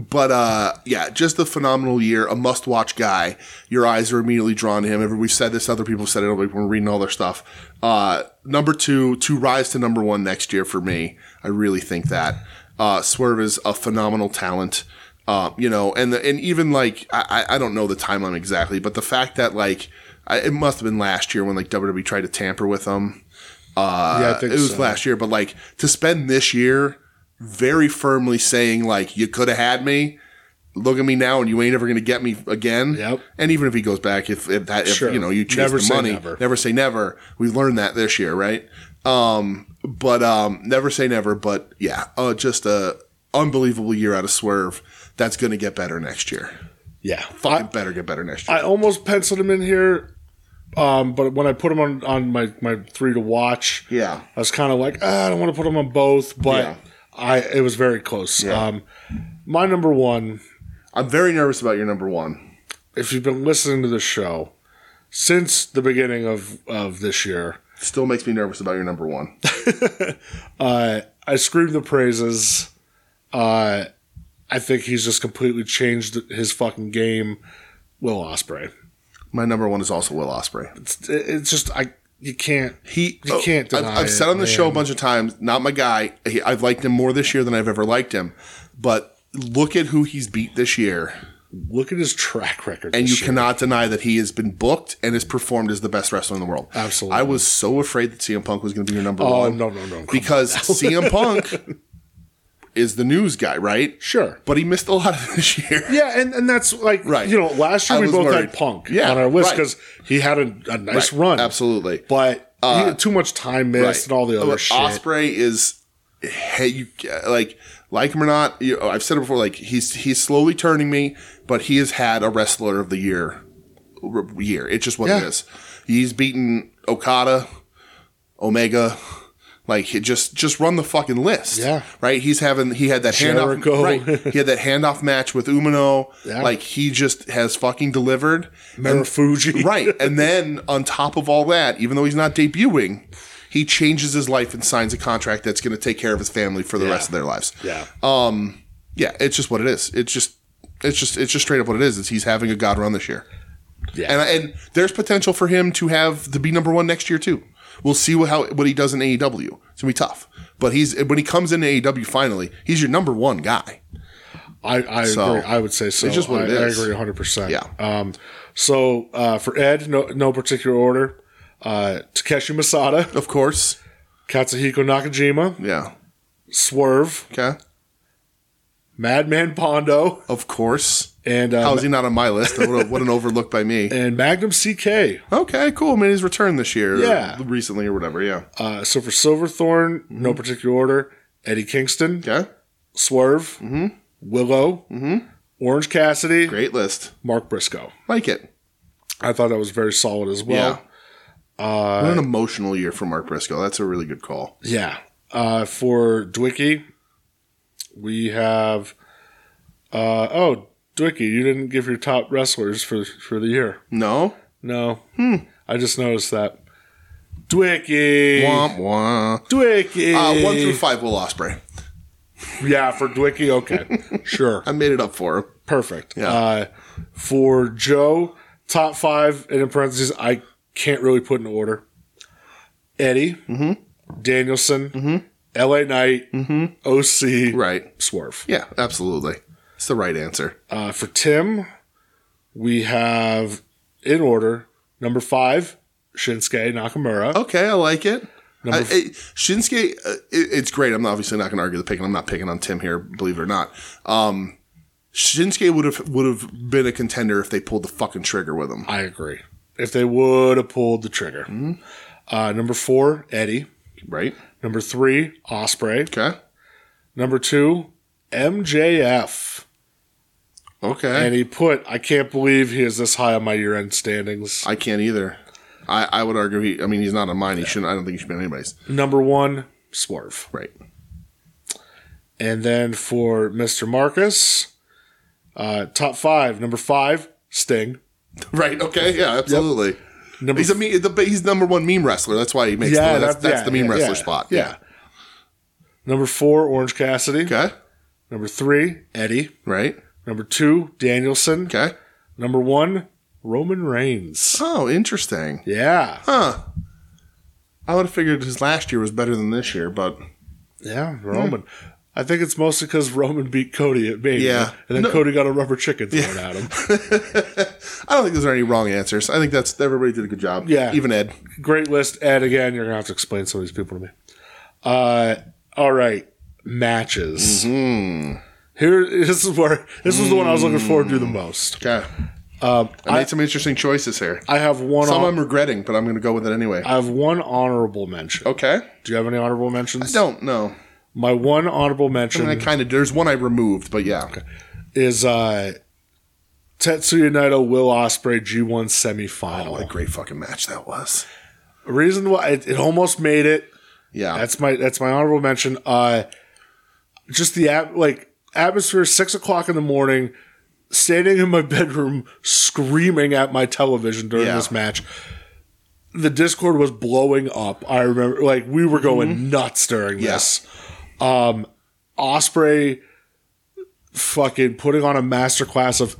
[SPEAKER 2] But uh, yeah, just a phenomenal year. A must watch guy. Your eyes are immediately drawn to him. Every- We've said this. Other people have said it. Like we're reading all their stuff. Uh, number two to rise to number one next year for me. I really think that uh, Swerve is a phenomenal talent. Uh, you know, and the, and even like I, I I don't know the timeline exactly, but the fact that like I, it must have been last year when like WWE tried to tamper with him. Uh,
[SPEAKER 1] Yeah, I think
[SPEAKER 2] it was
[SPEAKER 1] so.
[SPEAKER 2] last year, but like to spend this year very firmly saying like you could have had me. Look at me now, and you ain't ever gonna get me again.
[SPEAKER 1] Yep.
[SPEAKER 2] And even if he goes back, if, if that, if
[SPEAKER 1] Sure.
[SPEAKER 2] you know, you chase
[SPEAKER 1] Never
[SPEAKER 2] the
[SPEAKER 1] say
[SPEAKER 2] money,
[SPEAKER 1] never.
[SPEAKER 2] never say never. We learned that this year, right? Um, but um, never say never. But yeah, uh, just a unbelievable year out of Swerve. That's gonna get better next year.
[SPEAKER 1] yeah.
[SPEAKER 2] Fucking better get better next year.
[SPEAKER 1] I almost penciled him in here, um, but when I put him on, on my, my three to watch,
[SPEAKER 2] Yeah.
[SPEAKER 1] I was kind of like, ah, I don't want to put him on both, but
[SPEAKER 2] Yeah.
[SPEAKER 1] I it was very close. Um, my number one,
[SPEAKER 2] I'm very nervous about your number one.
[SPEAKER 1] if you've been listening to the show since the beginning of, of this year,
[SPEAKER 2] Still makes me nervous about your number one.
[SPEAKER 1] uh, I screamed the praises. Uh, I think he's just completely changed his fucking game. Will Osprey.
[SPEAKER 2] My number one is also Will Osprey.
[SPEAKER 1] It's, it's just I you can't
[SPEAKER 2] He,
[SPEAKER 1] You can't
[SPEAKER 2] Oh, I've,
[SPEAKER 1] deny
[SPEAKER 2] I've
[SPEAKER 1] it,
[SPEAKER 2] said on the
[SPEAKER 1] man.
[SPEAKER 2] show a bunch of times, not my guy. He, I've liked him more this year than I've ever liked him. But look at who he's beat this year,
[SPEAKER 1] look at his track record.
[SPEAKER 2] and you
[SPEAKER 1] this year.
[SPEAKER 2] cannot deny that he has been booked and has performed as the best wrestler in the world.
[SPEAKER 1] Absolutely.
[SPEAKER 2] I was so afraid that CM Punk was going to be your number
[SPEAKER 1] Oh
[SPEAKER 2] one
[SPEAKER 1] no no no! Because
[SPEAKER 2] because CM Punk is the news guy, right?
[SPEAKER 1] sure,
[SPEAKER 2] But he missed a lot of this year.
[SPEAKER 1] yeah, and, and that's like
[SPEAKER 2] Right.
[SPEAKER 1] You know, last year
[SPEAKER 2] I
[SPEAKER 1] we
[SPEAKER 2] was
[SPEAKER 1] both
[SPEAKER 2] worried.
[SPEAKER 1] had Punk
[SPEAKER 2] Yeah,
[SPEAKER 1] on our list
[SPEAKER 2] right.
[SPEAKER 1] because he had a, a nice run,
[SPEAKER 2] Absolutely. Uh,
[SPEAKER 1] but he had too much time missed and all the other
[SPEAKER 2] But
[SPEAKER 1] shit.
[SPEAKER 2] Osprey is hey, you like like him or not. You, I've said it before. Like he's he's slowly turning me, but he has had a wrestler of the year r- year. It's just what it
[SPEAKER 1] Yeah.
[SPEAKER 2] is. He's beaten Okada, Omega. Like he just just run the fucking list.
[SPEAKER 1] Yeah.
[SPEAKER 2] Right. He's having he had that handoff.
[SPEAKER 1] Jericho.
[SPEAKER 2] Right. He had that handoff match with Umino.
[SPEAKER 1] Yeah.
[SPEAKER 2] Like he just has fucking delivered.
[SPEAKER 1] Marufuji.
[SPEAKER 2] Right. And then on top of all that, even though he's not debuting, he changes his life and signs a contract that's going to take care of his family for the
[SPEAKER 1] Yeah.
[SPEAKER 2] rest of their lives.
[SPEAKER 1] Yeah,
[SPEAKER 2] Yeah, it's just what it is. It's just it's just it's just straight up what it is. It's he's having a god run this year.
[SPEAKER 1] yeah.
[SPEAKER 2] And and there's potential for him to have to be number 1 next year too. We'll see what, how what he does in AEW. It's going to be tough. But he's when he comes into AEW finally, he's your number 1 guy.
[SPEAKER 1] I, I
[SPEAKER 2] So,
[SPEAKER 1] agree. I would say so.
[SPEAKER 2] it's just what
[SPEAKER 1] I,
[SPEAKER 2] it is.
[SPEAKER 1] I agree 100. percent
[SPEAKER 2] Yeah.
[SPEAKER 1] Um. So uh, for Ed, no no particular order. Uh, Takeshi Masada,
[SPEAKER 2] Of course.
[SPEAKER 1] Katsuhiko Nakajima,
[SPEAKER 2] Yeah.
[SPEAKER 1] Swerve,
[SPEAKER 2] Okay.
[SPEAKER 1] Madman Pondo,
[SPEAKER 2] Of course.
[SPEAKER 1] and uh,
[SPEAKER 2] How is he not on my list? What, a, what an overlook by me.
[SPEAKER 1] and Magnum CK.
[SPEAKER 2] Okay, cool. I mean, he's returned this year, or
[SPEAKER 1] Yeah.
[SPEAKER 2] recently or whatever. Yeah.
[SPEAKER 1] Uh, so for Silverthorn, no particular order. Eddie Kingston,
[SPEAKER 2] Okay,
[SPEAKER 1] Swerve,
[SPEAKER 2] Mm-hmm.
[SPEAKER 1] Willow, Orange Cassidy,
[SPEAKER 2] great list.
[SPEAKER 1] Mark Briscoe.
[SPEAKER 2] Like it.
[SPEAKER 1] I thought that was very solid as well. Uh,
[SPEAKER 2] yeah. What an emotional year for Mark Briscoe. That's a really good call.
[SPEAKER 1] Yeah. Uh, for Dwicky, we have. Uh, oh, Dwicky, you didn't give your top wrestlers for for the year.
[SPEAKER 2] No.
[SPEAKER 1] No. Hmm. I just noticed that. Dwicky.
[SPEAKER 2] Womp womp.
[SPEAKER 1] Dwicky.
[SPEAKER 2] Uh, one through five. Will Osprey.
[SPEAKER 1] Yeah, for Dwicky. Okay. sure.
[SPEAKER 2] I made it up for him.
[SPEAKER 1] Perfect.
[SPEAKER 2] Yeah.
[SPEAKER 1] Uh, for Joe, top five, and in parentheses, I can't really put in order. Eddie, Danielson, L.A. Knight, O.C.,
[SPEAKER 2] Right.
[SPEAKER 1] Swerve.
[SPEAKER 2] Yeah. Absolutely. It's the right answer.
[SPEAKER 1] Uh, for Tim, we have in order number five, Shinsuke Nakamura.
[SPEAKER 2] Okay, I like it.
[SPEAKER 1] Number
[SPEAKER 2] I-
[SPEAKER 1] f-
[SPEAKER 2] I- Shinsuke, uh, it- it's great. I'm obviously not going to argue the pick, and I'm not picking on Tim here, believe it or not. Um, Shinsuke would have would have been a contender if they pulled the fucking trigger with him.
[SPEAKER 1] I agree. if they would have pulled the trigger. Uh, number four, Eddie.
[SPEAKER 2] Right.
[SPEAKER 1] Number three, Osprey.
[SPEAKER 2] Okay.
[SPEAKER 1] Number two, MJF.
[SPEAKER 2] Okay.
[SPEAKER 1] And he put, I can't believe he is this high on my year end standings.
[SPEAKER 2] I can't either. I, I would argue he. I mean, he's not on mine. He shouldn't. I don't think he should be on anybody's.
[SPEAKER 1] Number one, Swerve.
[SPEAKER 2] Right.
[SPEAKER 1] And then for Mr. Marcus, uh, top five. Number five, Sting.
[SPEAKER 2] Right. Okay. Yeah. Absolutely.
[SPEAKER 1] Number
[SPEAKER 2] He's a me- the, but he's number one meme wrestler. That's why he makes.
[SPEAKER 1] Yeah,
[SPEAKER 2] the, that's,
[SPEAKER 1] that-
[SPEAKER 2] that's
[SPEAKER 1] yeah,
[SPEAKER 2] the meme
[SPEAKER 1] yeah,
[SPEAKER 2] wrestler
[SPEAKER 1] yeah,
[SPEAKER 2] spot.
[SPEAKER 1] yeah. number four, Orange Cassidy.
[SPEAKER 2] yeah. Okay.
[SPEAKER 1] Number three, Eddie.
[SPEAKER 2] Right.
[SPEAKER 1] Number two, Danielson.
[SPEAKER 2] Okay.
[SPEAKER 1] Number one, Roman Reigns.
[SPEAKER 2] Oh, interesting.
[SPEAKER 1] Yeah.
[SPEAKER 2] Huh. I would have figured his last year was better than this year, but
[SPEAKER 1] Yeah, Roman. I think it's mostly because Roman beat Cody at Mania.
[SPEAKER 2] Hmm. Yeah.
[SPEAKER 1] And then
[SPEAKER 2] No-
[SPEAKER 1] Cody got a rubber chicken thrown at him.
[SPEAKER 2] I don't think those are any wrong answers. I think that's everybody did a good job.
[SPEAKER 1] Yeah.
[SPEAKER 2] Even Ed.
[SPEAKER 1] Great list. Ed, again, you're going to have to explain some of these people to me. Uh, all right. Matches.
[SPEAKER 2] Mm-hmm.
[SPEAKER 1] Here, this is where, this is the one I was looking forward
[SPEAKER 2] Mm.
[SPEAKER 1] to the most.
[SPEAKER 2] Okay.
[SPEAKER 1] Um,
[SPEAKER 2] I, made some interesting choices here.
[SPEAKER 1] I have one,
[SPEAKER 2] Some
[SPEAKER 1] hon-
[SPEAKER 2] I'm regretting, but I'm going to go with it anyway.
[SPEAKER 1] I have one honorable mention.
[SPEAKER 2] okay.
[SPEAKER 1] Do you have any honorable mentions?
[SPEAKER 2] Don't know.
[SPEAKER 1] My one honorable mention
[SPEAKER 2] I kind of there's one I removed, but yeah.
[SPEAKER 1] is, uh, Tetsuya Naito Will Osprey G1 semifinal.
[SPEAKER 2] What a great fucking match that was.
[SPEAKER 1] reason why it, it almost made it.
[SPEAKER 2] Yeah.
[SPEAKER 1] That's my that's my honorable mention. Uh, just the at, like atmosphere, six o'clock in the morning, standing in my bedroom screaming at my television during
[SPEAKER 2] Yeah.
[SPEAKER 1] this match. The Discord was blowing up. I remember, like we were going nuts during
[SPEAKER 2] Mm-hmm. Yeah.
[SPEAKER 1] this. Um, Osprey, fucking putting on a masterclass of,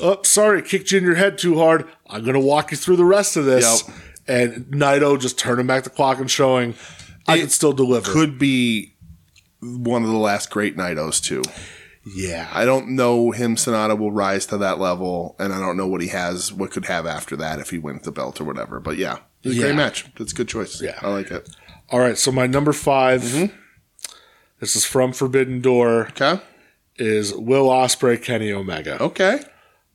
[SPEAKER 1] oh, sorry, kicked you in your head too hard. I'm gonna walk you through the rest of this.
[SPEAKER 2] Yep.
[SPEAKER 1] And Naito just turning back the clock and showing I
[SPEAKER 2] It
[SPEAKER 1] can still deliver.
[SPEAKER 2] could be one of the last great Nidos too.
[SPEAKER 1] yeah.
[SPEAKER 2] I don't know him Sonata will rise to that level, and I don't know what he has, what could have after that if he wins the belt or whatever. But yeah, it's a
[SPEAKER 1] Yeah.
[SPEAKER 2] great match. That's a good choice.
[SPEAKER 1] Yeah.
[SPEAKER 2] I like it.
[SPEAKER 1] All right. So my number 5
[SPEAKER 2] Mm-hmm.
[SPEAKER 1] This is from Forbidden Door.
[SPEAKER 2] Okay,
[SPEAKER 1] Is Will Osprey, Kenny Omega.
[SPEAKER 2] okay,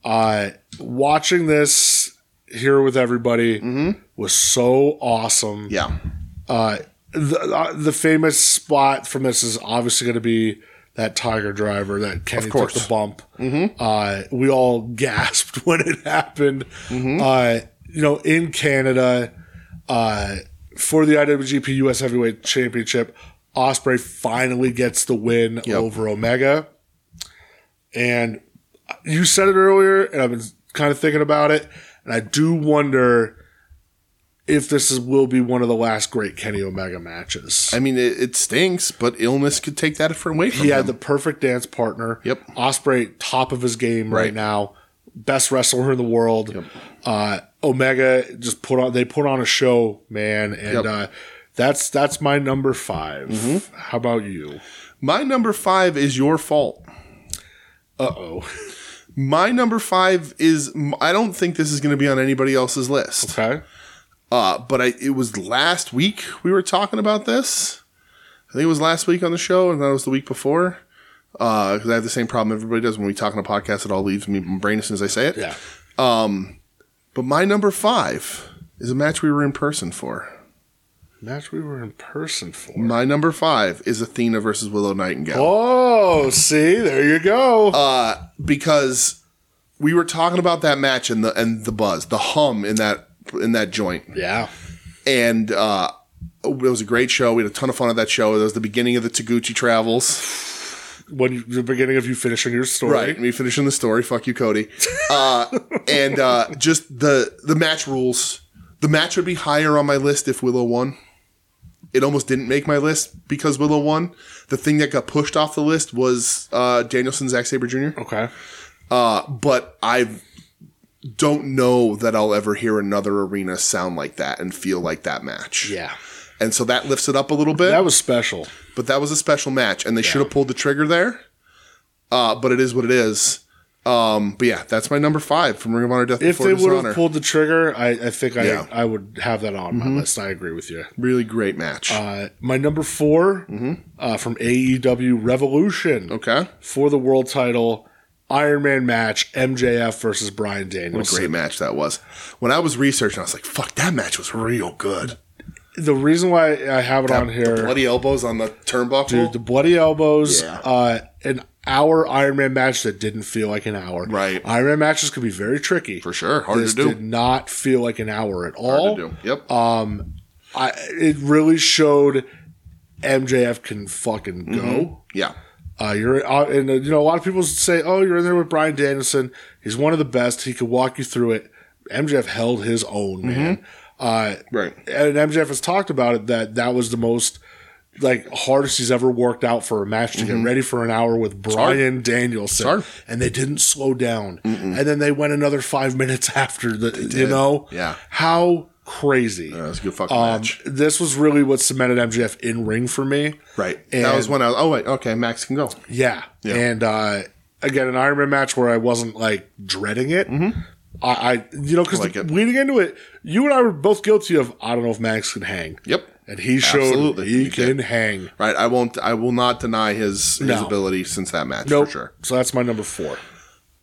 [SPEAKER 1] Uh, watching this here with everybody
[SPEAKER 2] Mm-hmm.
[SPEAKER 1] was so awesome.
[SPEAKER 2] yeah,
[SPEAKER 1] Uh, the uh, the famous spot from this is obviously going to be that Tiger Driver that Kenny took
[SPEAKER 2] course.
[SPEAKER 1] the bump. Uh, we all gasped when it happened. Uh, you know, in Canada, uh, for the IWGP US Heavyweight Championship, Osprey finally gets the win over Omega. And you said it earlier, and I've been kind of thinking about it, and I do wonder if this is, will be one of the last great Kenny Omega matches.
[SPEAKER 2] I mean, it, it stinks, but illness could take that from away from
[SPEAKER 1] He
[SPEAKER 2] him.
[SPEAKER 1] had the perfect dance partner.
[SPEAKER 2] Yep.
[SPEAKER 1] Osprey, top of his game right,
[SPEAKER 2] Right.
[SPEAKER 1] now, best wrestler in the world. Uh, Omega just put on they put on a show, man, and
[SPEAKER 2] Yep. Mm-hmm.
[SPEAKER 1] uh, that's that's my number 5 How about you?
[SPEAKER 2] My number five is your fault.
[SPEAKER 1] Uh oh.
[SPEAKER 2] My number five is I don't think this is going to be on anybody else's list.
[SPEAKER 1] Okay.
[SPEAKER 2] Uh, but I it was last week we were talking about this. I think it was last week on the show, and that was the week before. Because I have the same problem everybody does when we talk on a podcast. It all leaves me my brain as soon as I say it. Um,
[SPEAKER 1] Yeah.
[SPEAKER 2] But my number five is a match we were in person for.
[SPEAKER 1] Match we were in person for.
[SPEAKER 2] My number five is Athena versus Willow Nightingale.
[SPEAKER 1] Oh, see, there you go.
[SPEAKER 2] Uh, because we were talking about that match and the and the buzz, the hum in that in that joint.
[SPEAKER 1] yeah.
[SPEAKER 2] and uh, it was a great show. We had a ton of fun at that show. It was the beginning of the Taguchi travels,
[SPEAKER 1] When you, the beginning of you finishing your story.
[SPEAKER 2] right? Me finishing the story. Fuck you, Cody. Uh, and uh, just the the match rules. The match would be higher on my list if Willow won. It almost didn't make my list because Willow won. The thing that got pushed off the list was uh, Danielson, Zack Saber Jr.
[SPEAKER 1] Okay.
[SPEAKER 2] Uh, but I don't know that I'll ever hear another arena sound like that and feel like that match.
[SPEAKER 1] Yeah.
[SPEAKER 2] And so that lifts it up a little bit.
[SPEAKER 1] That was special.
[SPEAKER 2] but that was a special match, and they should have pulled the trigger there. Uh, but it is what it is. Um, but yeah, that's my number five from Ring of Honor Death
[SPEAKER 1] If
[SPEAKER 2] Before
[SPEAKER 1] they would
[SPEAKER 2] Dishonor.
[SPEAKER 1] have pulled the trigger, I, I think I,
[SPEAKER 2] Yeah. Mm-hmm.
[SPEAKER 1] I would have that on my list. I agree with you.
[SPEAKER 2] really great match.
[SPEAKER 1] Uh, my number 4 uh, from AEW Revolution
[SPEAKER 2] okay,
[SPEAKER 1] for the world title, Iron Man match, MJF versus Brian
[SPEAKER 2] What a
[SPEAKER 1] Danielson.
[SPEAKER 2] great match that was. When I was researching, I was like, fuck, that match was real good.
[SPEAKER 1] The reason why I have it on here,
[SPEAKER 2] The bloody elbows on the turnbuckle.
[SPEAKER 1] dude, the bloody elbows,
[SPEAKER 2] Yeah.
[SPEAKER 1] uh, an hour Iron Man match that didn't feel like an hour.
[SPEAKER 2] Right.
[SPEAKER 1] Iron Man matches could be very tricky
[SPEAKER 2] For sure. Hard
[SPEAKER 1] this
[SPEAKER 2] to do.
[SPEAKER 1] did Uh, not feel like an hour at all.
[SPEAKER 2] Hard to do. Yep.
[SPEAKER 1] I, it really showed MJF can fucking go.
[SPEAKER 2] yeah.
[SPEAKER 1] Uh, you're uh, and uh, you know a lot of people say, "Oh, you're in there with Brian Danielson. He's one of the best. He could walk you through it." MJF held his own,
[SPEAKER 2] Mm-hmm.
[SPEAKER 1] man. Uh,
[SPEAKER 2] Right.
[SPEAKER 1] and MJF has talked about it that that was the most like hardest he's ever worked out for a match to get ready for an hour with
[SPEAKER 2] Mm-hmm. hard.
[SPEAKER 1] Brian Danielson,
[SPEAKER 2] hard.
[SPEAKER 1] and they didn't slow down. And then they went another five minutes after the, you know,
[SPEAKER 2] Yeah.
[SPEAKER 1] how crazy.
[SPEAKER 2] That was a good fucking
[SPEAKER 1] um,
[SPEAKER 2] match.
[SPEAKER 1] this was really what cemented MJF in ring for me.
[SPEAKER 2] Right. that
[SPEAKER 1] and-
[SPEAKER 2] was when I was, oh, wait, okay, Max can go.
[SPEAKER 1] Yeah.
[SPEAKER 2] Yeah.
[SPEAKER 1] And uh, again, an Iron Man match where I wasn't like dreading it. I, I, you know, because
[SPEAKER 2] Mm-hmm. I like it.
[SPEAKER 1] leading into it, you and I were both guilty of I don't know if Max can hang.
[SPEAKER 2] Yep.
[SPEAKER 1] And he showed
[SPEAKER 2] Absolutely.
[SPEAKER 1] he,
[SPEAKER 2] He
[SPEAKER 1] can
[SPEAKER 2] did.
[SPEAKER 1] hang.
[SPEAKER 2] Right. I won't, I will not deny his, his
[SPEAKER 1] No.
[SPEAKER 2] ability since that match
[SPEAKER 1] Nope.
[SPEAKER 2] for sure.
[SPEAKER 1] So that's my number four.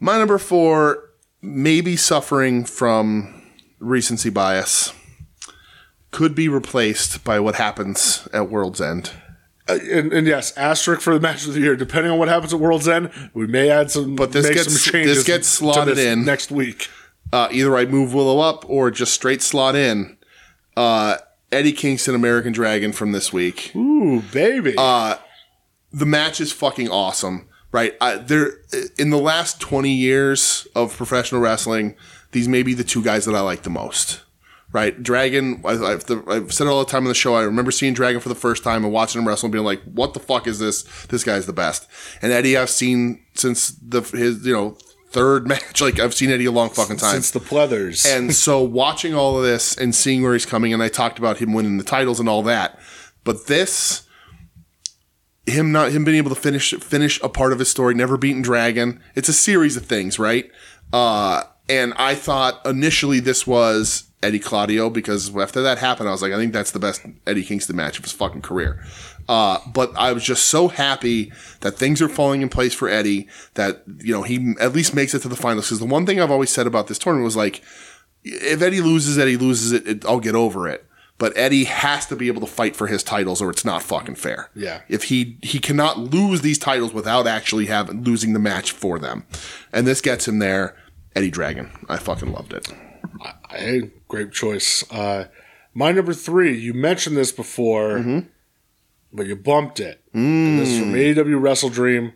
[SPEAKER 2] My number four, maybe suffering from recency bias, could be replaced by what happens at World's End.
[SPEAKER 1] Uh, and, and yes, asterisk for the match of the year. Depending on what happens at World's End, we may add some. But
[SPEAKER 2] this gets- this gets slotted in.
[SPEAKER 1] next week.
[SPEAKER 2] uh, either I move Willow up or just straight slot in uh, Eddie Kingston, American Dragon from this week.
[SPEAKER 1] Ooh, baby.
[SPEAKER 2] Uh, The match is fucking awesome, right? I, there, in the last twenty years of professional wrestling, these may be the two guys that I like the most. Right, Dragon. I, I've, the, I've said it all the time on the show. I remember seeing Dragon for the first time and watching him wrestle, and being like, "What the fuck is this? This guy's the best." And Eddie, I've seen since the his you know third match. Like I've seen Eddie a long fucking time
[SPEAKER 1] Since the pleathers.
[SPEAKER 2] and so watching all of this and seeing where he's coming, and I talked about him winning the titles and all that, but this, him not him being able to finish finish a part of his story, never beaten Dragon. It's a series of things, right? Uh, and I thought initially this was Eddie Claudio because after that happened, I was like, I think that's the best Eddie Kingston match of his fucking career. Uh, but I was just so happy that things are falling in place for Eddie. That you know he at least makes it to the finals. Because the one thing I've always said about this tournament was like, if Eddie loses, Eddie loses it, it. I'll get over it. But Eddie has to be able to fight for his titles, or it's not fucking fair.
[SPEAKER 1] Yeah.
[SPEAKER 2] If he he cannot lose these titles without actually having losing the match for them, and this gets him there. Eddie Dragon, I fucking loved it.
[SPEAKER 1] Hey, great choice. Uh, my number three, you mentioned this before,
[SPEAKER 2] Mm-hmm.
[SPEAKER 1] but you bumped it.
[SPEAKER 2] Mm.
[SPEAKER 1] And This is from AEW Wrestle Dream.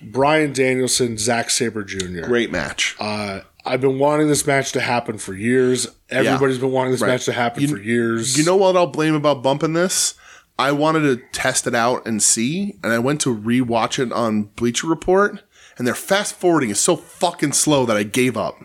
[SPEAKER 1] Brian Danielson, Zack Sabre Jr.
[SPEAKER 2] Mm-hmm. Great match.
[SPEAKER 1] Uh, I've been wanting this match to happen for years. Everybody's been wanting this
[SPEAKER 2] Right.
[SPEAKER 1] match to happen
[SPEAKER 2] You-
[SPEAKER 1] for years.
[SPEAKER 2] you know what I'll blame about bumping this? I wanted to test it out and see, and I went to rewatch it on Bleacher Report, and their fast forwarding is so fucking slow that I gave up.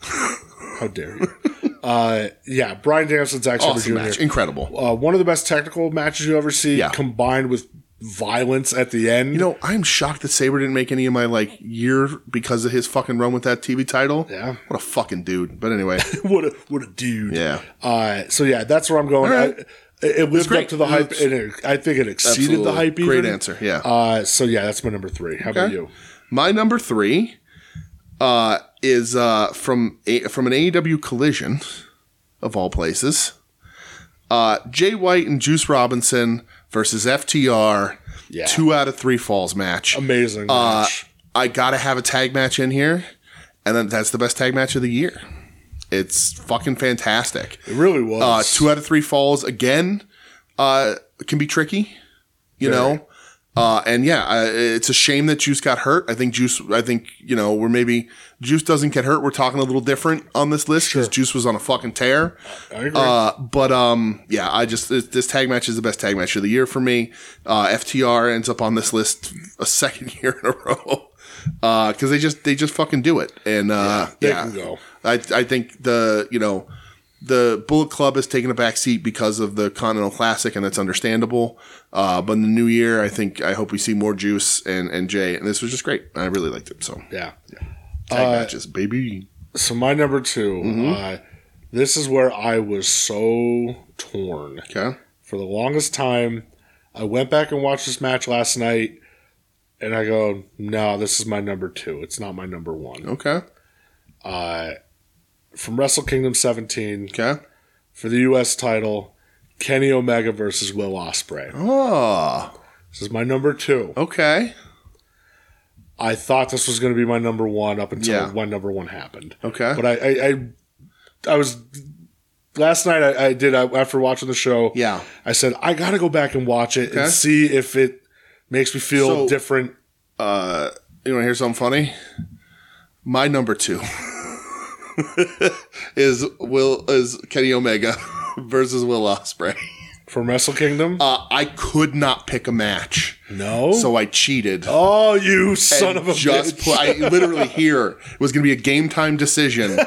[SPEAKER 1] how dare you? uh, yeah, Brian Danielson, Zack
[SPEAKER 2] Awesome
[SPEAKER 1] Sabre
[SPEAKER 2] match,
[SPEAKER 1] Jr.
[SPEAKER 2] incredible.
[SPEAKER 1] Uh, one of the best technical matches you ever see,
[SPEAKER 2] Yeah.
[SPEAKER 1] combined with violence at the end.
[SPEAKER 2] You know, I'm shocked that Saber didn't make any of my like year because of his fucking run with that TV title.
[SPEAKER 1] Yeah.
[SPEAKER 2] what a fucking dude. But anyway,
[SPEAKER 1] what a what a dude.
[SPEAKER 2] yeah,
[SPEAKER 1] Uh, so yeah, that's where I'm going.
[SPEAKER 2] All right.
[SPEAKER 1] I- it, it lived
[SPEAKER 2] great.
[SPEAKER 1] up to the hype,
[SPEAKER 2] It's-
[SPEAKER 1] and it, I think it exceeded the
[SPEAKER 2] Absolutely.
[SPEAKER 1] hype. Even.
[SPEAKER 2] Great answer, yeah.
[SPEAKER 1] Uh, so yeah, that's my number three. How about
[SPEAKER 2] Okay.
[SPEAKER 1] you?
[SPEAKER 2] my number three uh, is uh, from a- from an AEW Collision of all places. Uh, Jay White and Juice Robinson versus FTR.
[SPEAKER 1] Yeah. Um,
[SPEAKER 2] Two out of three falls match.
[SPEAKER 1] Amazing.
[SPEAKER 2] Uh,
[SPEAKER 1] match.
[SPEAKER 2] I gotta have a tag match in here, and then that's the best tag match of the year. It's fucking fantastic.
[SPEAKER 1] It really was.
[SPEAKER 2] Uh, two out of three falls again uh, can be tricky, you know. Uh, and yeah, uh, it's a shame that Juice got hurt. I think Juice. I think you know we're maybe Juice doesn't get hurt. We're talking a little different on this list because Juice was on a fucking tear.
[SPEAKER 1] I agree.
[SPEAKER 2] Uh, but um, yeah, I just this, this tag match is the best tag match of the year for me. Uh, FTR ends up on this list a second year in a row because they just they just fucking do it. And uh,
[SPEAKER 1] they
[SPEAKER 2] yeah,
[SPEAKER 1] can go.
[SPEAKER 2] I I think the you know the Bullet Club has taken a back seat because of the Continental Classic, and that's understandable. Uh, but in the new year, I think I hope we see more Juice and and Jay, and this was just great. I really liked it. So
[SPEAKER 1] yeah.
[SPEAKER 2] tag
[SPEAKER 1] Uh,
[SPEAKER 2] matches, baby.
[SPEAKER 1] So my number 2
[SPEAKER 2] Mm-hmm.
[SPEAKER 1] Uh, this is where I was so torn
[SPEAKER 2] Okay,
[SPEAKER 1] for the longest time. I went back and watched this match last night. And I go, no, this is my number two. It's not my number one.
[SPEAKER 2] Okay.
[SPEAKER 1] Uh, from Wrestle Kingdom 17
[SPEAKER 2] Okay.
[SPEAKER 1] for the U.S. title, Kenny Omega versus Will Ospreay.
[SPEAKER 2] Oh.
[SPEAKER 1] This is my number two.
[SPEAKER 2] Okay.
[SPEAKER 1] I thought this was going to be my number one up until
[SPEAKER 2] Yeah.
[SPEAKER 1] when number one happened.
[SPEAKER 2] Okay.
[SPEAKER 1] But I, I, I, I was last night. I, I did I, after watching the show.
[SPEAKER 2] Yeah.
[SPEAKER 1] I said I got to go back and watch it
[SPEAKER 2] Okay.
[SPEAKER 1] and see if it makes me feel
[SPEAKER 2] So-
[SPEAKER 1] different.
[SPEAKER 2] Uh, you want to hear something funny? My number two is Will is Kenny Omega versus Will Osprey.
[SPEAKER 1] From Wrestle Kingdom,
[SPEAKER 2] Uh, I could not pick a match,
[SPEAKER 1] no.
[SPEAKER 2] so I cheated.
[SPEAKER 1] oh, you son
[SPEAKER 2] and
[SPEAKER 1] of a
[SPEAKER 2] just
[SPEAKER 1] bitch!
[SPEAKER 2] put- I literally here it was going to be a game time decision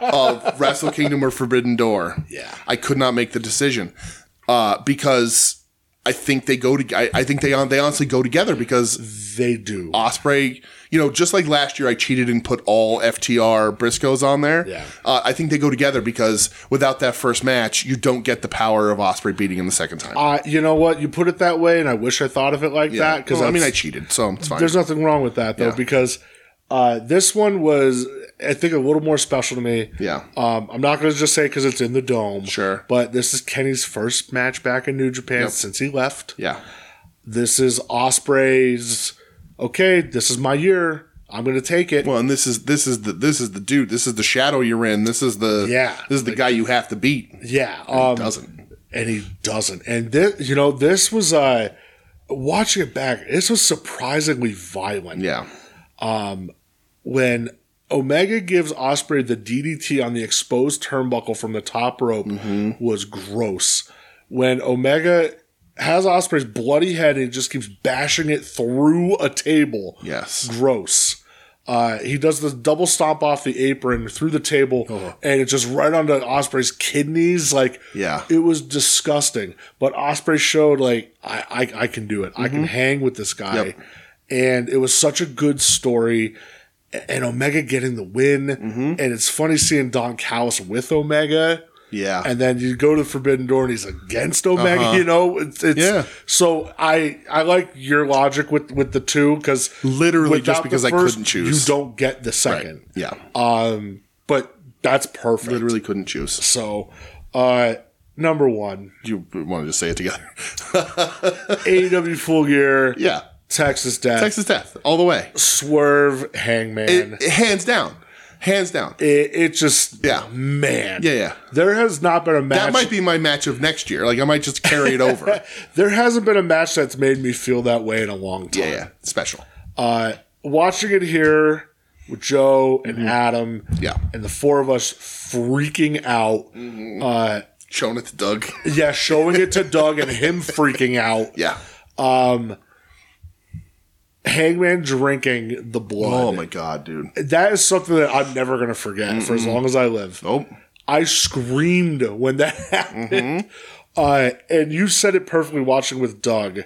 [SPEAKER 2] of Wrestle Kingdom or Forbidden Door.
[SPEAKER 1] Yeah.
[SPEAKER 2] I could not make the decision uh, because I think they go to. I, I think they on they honestly go together because
[SPEAKER 1] they do.
[SPEAKER 2] Osprey. You know, just like last year, I cheated and put all FTR Briscoes on there.
[SPEAKER 1] Yeah.
[SPEAKER 2] Uh, I think they go together because without that first match, you don't get the power of Osprey beating him the second time.
[SPEAKER 1] Uh, you know what? You put it that way, and I wish I thought of it like that because
[SPEAKER 2] because I mean, I cheated, so it's fine.
[SPEAKER 1] There's nothing wrong with that though,
[SPEAKER 2] Yeah.
[SPEAKER 1] because uh, this one was, I think, a little more special to me.
[SPEAKER 2] Yeah.
[SPEAKER 1] Um, I'm not going to just say because it's in the dome.
[SPEAKER 2] Sure.
[SPEAKER 1] But this is Kenny's first match back in New Japan
[SPEAKER 2] Yep.
[SPEAKER 1] since he left.
[SPEAKER 2] yeah.
[SPEAKER 1] This is Osprey's. Okay, this is my year. I'm going to take it.
[SPEAKER 2] Well, and this is this is the this is the dude. This is the shadow you're in. This is the
[SPEAKER 1] Yeah.
[SPEAKER 2] This is the guy you have to beat.
[SPEAKER 1] yeah. Um,
[SPEAKER 2] Doesn't
[SPEAKER 1] and he doesn't. And this, you know, this was uh, watching it back. This was surprisingly violent.
[SPEAKER 2] yeah
[SPEAKER 1] when Omega gives Osprey the DDT on the exposed turnbuckle from the top rope was gross. When Omega has Osprey's bloody head and just keeps bashing it through a table,
[SPEAKER 2] yes
[SPEAKER 1] gross. Uh, he does the double stomp off the apron through the table,
[SPEAKER 2] Uh-huh.
[SPEAKER 1] and it's just right onto Osprey's kidneys. Like,
[SPEAKER 2] Yeah.
[SPEAKER 1] it was disgusting. But Osprey showed like I I, I can do it. I can hang with this guy,
[SPEAKER 2] Mm-hmm. Yep.
[SPEAKER 1] and it was such a good story. A- And Omega getting the win,
[SPEAKER 2] Mm-hmm.
[SPEAKER 1] and it's funny seeing Don Callis with Omega.
[SPEAKER 2] yeah
[SPEAKER 1] And then you go to Forbidden Door, and he's against Omega. You know, it's, it's
[SPEAKER 2] Uh-huh. Yeah.
[SPEAKER 1] So I I like your logic with with the two because
[SPEAKER 2] Literally just because I couldn't choose.
[SPEAKER 1] you don't get the second.
[SPEAKER 2] yeah.
[SPEAKER 1] Um, but that's perfect.
[SPEAKER 2] Literally couldn't choose.
[SPEAKER 1] So, uh, number one,
[SPEAKER 2] You wanted to say it together.
[SPEAKER 1] AEW Full Gear,
[SPEAKER 2] yeah,
[SPEAKER 1] Texas Death,
[SPEAKER 2] Texas Death all the way.
[SPEAKER 1] Swerve, Hangman.
[SPEAKER 2] It,
[SPEAKER 1] It,
[SPEAKER 2] it- hands down, hands down.
[SPEAKER 1] it, just
[SPEAKER 2] Yeah.
[SPEAKER 1] man,
[SPEAKER 2] Yeah, yeah.
[SPEAKER 1] There has not been a match.
[SPEAKER 2] that might be my match of next year. Like I might just carry it over.
[SPEAKER 1] there hasn't been a match that's made me feel that way in a long time.
[SPEAKER 2] yeah, yeah. Special.
[SPEAKER 1] uh, watching it here with Joe and Adam,
[SPEAKER 2] Mm-hmm. Yeah. Mm.
[SPEAKER 1] and the four of us freaking out. Uh,
[SPEAKER 2] Showing it to Doug.
[SPEAKER 1] yeah, showing it to Doug and him freaking out.
[SPEAKER 2] yeah.
[SPEAKER 1] Hangman drinking the blood.
[SPEAKER 2] Oh my god, dude.
[SPEAKER 1] That is something that I'm never gonna forget for
[SPEAKER 2] Mm-hmm.
[SPEAKER 1] as long as I live.
[SPEAKER 2] Nope.
[SPEAKER 1] I screamed when that happened.
[SPEAKER 2] Mm-hmm.
[SPEAKER 1] Uh, and you said it perfectly watching with Doug.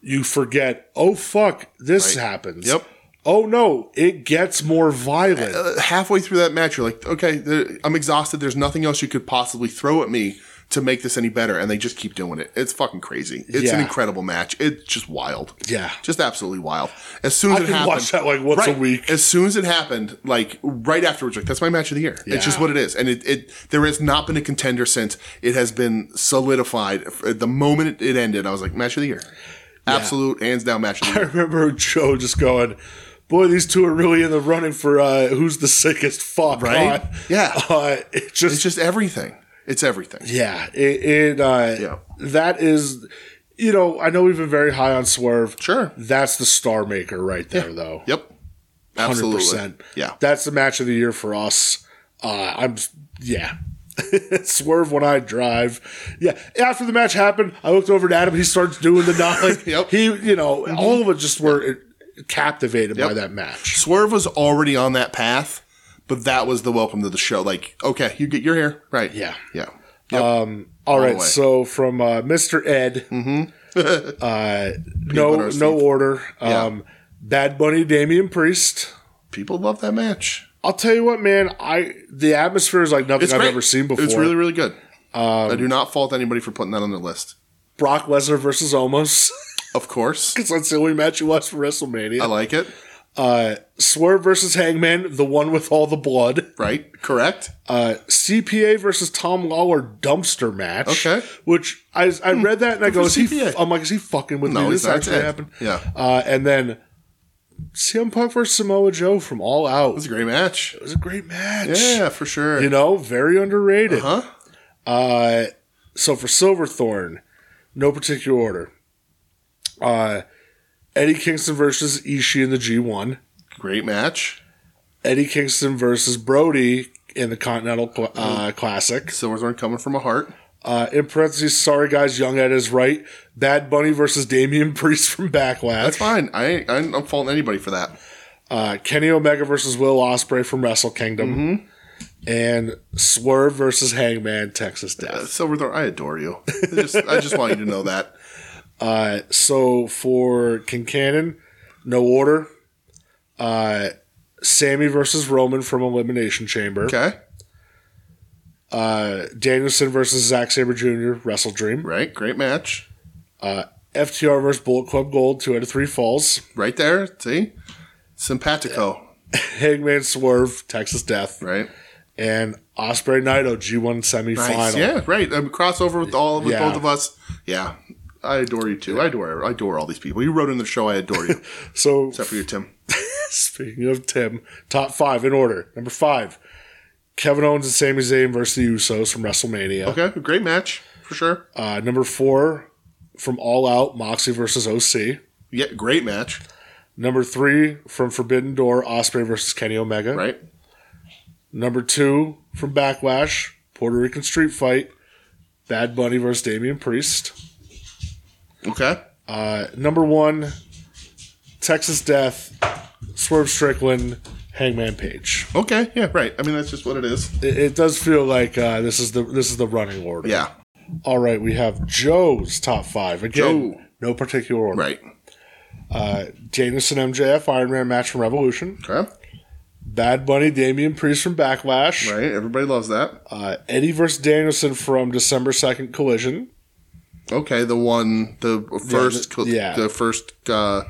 [SPEAKER 1] You forget, oh fuck, this happens.
[SPEAKER 2] Yep.
[SPEAKER 1] Oh no, it gets more violent.
[SPEAKER 2] uh, halfway through that match, you're like, okay, there- I'm exhausted. There's nothing else you could possibly throw at me to make this any better. And they just keep doing it. It's fucking crazy. It's an
[SPEAKER 1] Yeah.
[SPEAKER 2] incredible match. It's just wild.
[SPEAKER 1] Yeah.
[SPEAKER 2] Just absolutely wild. As soon as
[SPEAKER 1] I
[SPEAKER 2] it
[SPEAKER 1] can
[SPEAKER 2] happened.
[SPEAKER 1] watch that, like, once a
[SPEAKER 2] Right.
[SPEAKER 1] week.
[SPEAKER 2] As soon as it happened, like right afterwards, like that's my match of the year. It's just
[SPEAKER 1] Yeah.
[SPEAKER 2] what it is. And it, it, there has not been a contender since it has been solidified. At the moment it ended, I was like, match of the year. Absolute hands down match of the
[SPEAKER 1] I
[SPEAKER 2] year.
[SPEAKER 1] remember Joe just going, "Boy, these two are really in the running for uh, who's the sickest fuck."
[SPEAKER 2] Right?
[SPEAKER 1] Uh,
[SPEAKER 2] Yeah.
[SPEAKER 1] Uh, it just,
[SPEAKER 2] It's just everything. It's everything.
[SPEAKER 1] yeah. It, it uh,
[SPEAKER 2] Yeah.
[SPEAKER 1] That is, you know, I know we've been very high on Swerve.
[SPEAKER 2] Sure.
[SPEAKER 1] That's the star maker right there, though.
[SPEAKER 2] Yep.
[SPEAKER 1] Hundred
[SPEAKER 2] Absolutely.
[SPEAKER 1] percent.
[SPEAKER 2] Yeah.
[SPEAKER 1] That's the match of the year for us. Uh, I'm yeah. Swerve when I drive. Yeah. After the match happened, I looked over at Adam. He starts doing the knock. Like,
[SPEAKER 2] Yep.
[SPEAKER 1] He, you know, all of us just were captivated by
[SPEAKER 2] Yep.
[SPEAKER 1] that match.
[SPEAKER 2] Swerve was already on that path, but that was the welcome to the show. Like, okay, you get you're here, right?
[SPEAKER 1] Yeah.
[SPEAKER 2] yeah.
[SPEAKER 1] All right,
[SPEAKER 2] away.
[SPEAKER 1] so from uh, Mr. Ed, uh, no,
[SPEAKER 2] Mm-hmm. butter
[SPEAKER 1] no
[SPEAKER 2] Steve.
[SPEAKER 1] order. Um, Bad Bunny, Damian Priest.
[SPEAKER 2] People love that match.
[SPEAKER 1] I'll tell you what, man. I the atmosphere is like nothing
[SPEAKER 2] It's
[SPEAKER 1] I've
[SPEAKER 2] great.
[SPEAKER 1] ever seen before. Um,
[SPEAKER 2] It's really really good. I do not fault anybody for putting that on their list.
[SPEAKER 1] Brock Lesnar versus Omos.
[SPEAKER 2] Of course.
[SPEAKER 1] Because that's the only match you watched for WrestleMania.
[SPEAKER 2] I like it.
[SPEAKER 1] uh, Swerve versus Hangman, the one with all the blood.
[SPEAKER 2] Right? Correct?
[SPEAKER 1] Uh, CPA versus Tom Lawler dumpster match.
[SPEAKER 2] Okay. Hmm.
[SPEAKER 1] Which I, I read that and I go,
[SPEAKER 2] for
[SPEAKER 1] is he,
[SPEAKER 2] CPA.
[SPEAKER 1] f- I'm like, is he fucking with
[SPEAKER 2] No,
[SPEAKER 1] me?
[SPEAKER 2] he's
[SPEAKER 1] This
[SPEAKER 2] not
[SPEAKER 1] actually
[SPEAKER 2] dead.
[SPEAKER 1] happened.
[SPEAKER 2] Yeah.
[SPEAKER 1] Uh, and then CM Punk versus Samoa Joe from All Out.
[SPEAKER 2] It's a great match.
[SPEAKER 1] It was a great match.
[SPEAKER 2] Yeah, for sure. Uh-huh.
[SPEAKER 1] You know, very underrated.
[SPEAKER 2] huh?
[SPEAKER 1] Uh, so for Silverthorn, no particular order. Uh, Eddie Kingston versus Ishii in the G1.
[SPEAKER 2] Great match.
[SPEAKER 1] Eddie Kingston versus Brody in the Continental Cl- uh, Classic.
[SPEAKER 2] Silverthorn coming from a heart.
[SPEAKER 1] Uh, in parentheses, sorry guys, Young Ed is right. Bad Bunny versus Damian Priest from
[SPEAKER 2] That's
[SPEAKER 1] Backlash.
[SPEAKER 2] fine. I ain't, I ain't I'm faulting anybody for that.
[SPEAKER 1] Uh, Kenny Omega versus Will Ospreay from Wrestle Kingdom. And Swerve versus Hangman, Texas Death.
[SPEAKER 2] Silverthorn, Uh, I adore you. I just, I just want you to know that.
[SPEAKER 1] Uh, so for Kincannon, no order. Uh, Sammy versus Roman from Elimination Chamber.
[SPEAKER 2] Okay.
[SPEAKER 1] Uh, Danielson versus Zack Sabre Jr., Wrestle Dream. Uh,
[SPEAKER 2] Right? Great match.
[SPEAKER 1] FTR versus Bullet Club Gold, two out of three falls.
[SPEAKER 2] Right there. See? Simpatico.
[SPEAKER 1] Hangman Swerve, Texas Death.
[SPEAKER 2] Right?
[SPEAKER 1] And Osprey Naito, G1 semifinal.
[SPEAKER 2] Nice. Yeah, right. Um, crossover with all with
[SPEAKER 1] Yeah.
[SPEAKER 2] both of us. Yeah. I adore you too. I adore I adore all these people. You wrote in the show I adore you.
[SPEAKER 1] So
[SPEAKER 2] Except for you, Tim.
[SPEAKER 1] speaking of Tim, top five in order. Number five, Kevin Owens and Sami Zayn versus the Usos from WrestleMania.
[SPEAKER 2] Okay, great match for sure.
[SPEAKER 1] Uh, number four, from All Out, Moxie versus OC.
[SPEAKER 2] Yeah, great match.
[SPEAKER 1] Number three, from Forbidden Door, Osprey versus Kenny Omega.
[SPEAKER 2] Right?
[SPEAKER 1] Number two, from Backlash, Puerto Rican Street Fight, Bad Bunny versus Damian Priest.
[SPEAKER 2] Okay.
[SPEAKER 1] Uh, number one, Texas Death, Swerve Strickland, Hangman Page.
[SPEAKER 2] Okay. Yeah. Right. I mean, that's just what it is.
[SPEAKER 1] It, it does feel like uh, this is the this is the running order.
[SPEAKER 2] Yeah.
[SPEAKER 1] All right, we have Joe's top five again.
[SPEAKER 2] Joe.
[SPEAKER 1] No particular order.
[SPEAKER 2] Right.
[SPEAKER 1] Uh, Danielson MJF Iron Man match from Revolution.
[SPEAKER 2] Okay.
[SPEAKER 1] Bad Bunny Damian Priest from Backlash.
[SPEAKER 2] Right. Everybody loves that.
[SPEAKER 1] Uh, Eddie versus Danielson from December second Collision.
[SPEAKER 2] Okay. The one, the first,
[SPEAKER 1] the- yeah.
[SPEAKER 2] the first, uh,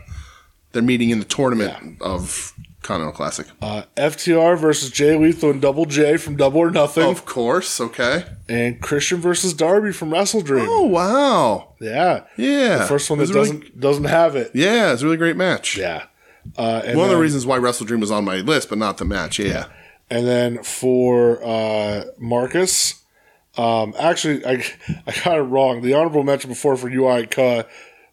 [SPEAKER 2] they're meeting in the tournament of Continental Classic.
[SPEAKER 1] Uh, FTR versus Jay Lethal and Double J from Double or Nothing.
[SPEAKER 2] of course. Okay.
[SPEAKER 1] And Christian versus Darby from Wrestle Dream.
[SPEAKER 2] Oh, wow.
[SPEAKER 1] Yeah.
[SPEAKER 2] Yeah.
[SPEAKER 1] The first one that
[SPEAKER 2] It's really-
[SPEAKER 1] doesn't doesn't have it.
[SPEAKER 2] yeah. It's a really great match.
[SPEAKER 1] Yeah. Uh, and,
[SPEAKER 2] One of
[SPEAKER 1] then,
[SPEAKER 2] the reasons why Wrestle Dream was on my list, but not the match. Yeah.
[SPEAKER 1] and then for uh, Marcus, um, actually, I, I got it wrong. The honorable mention before for UI Ka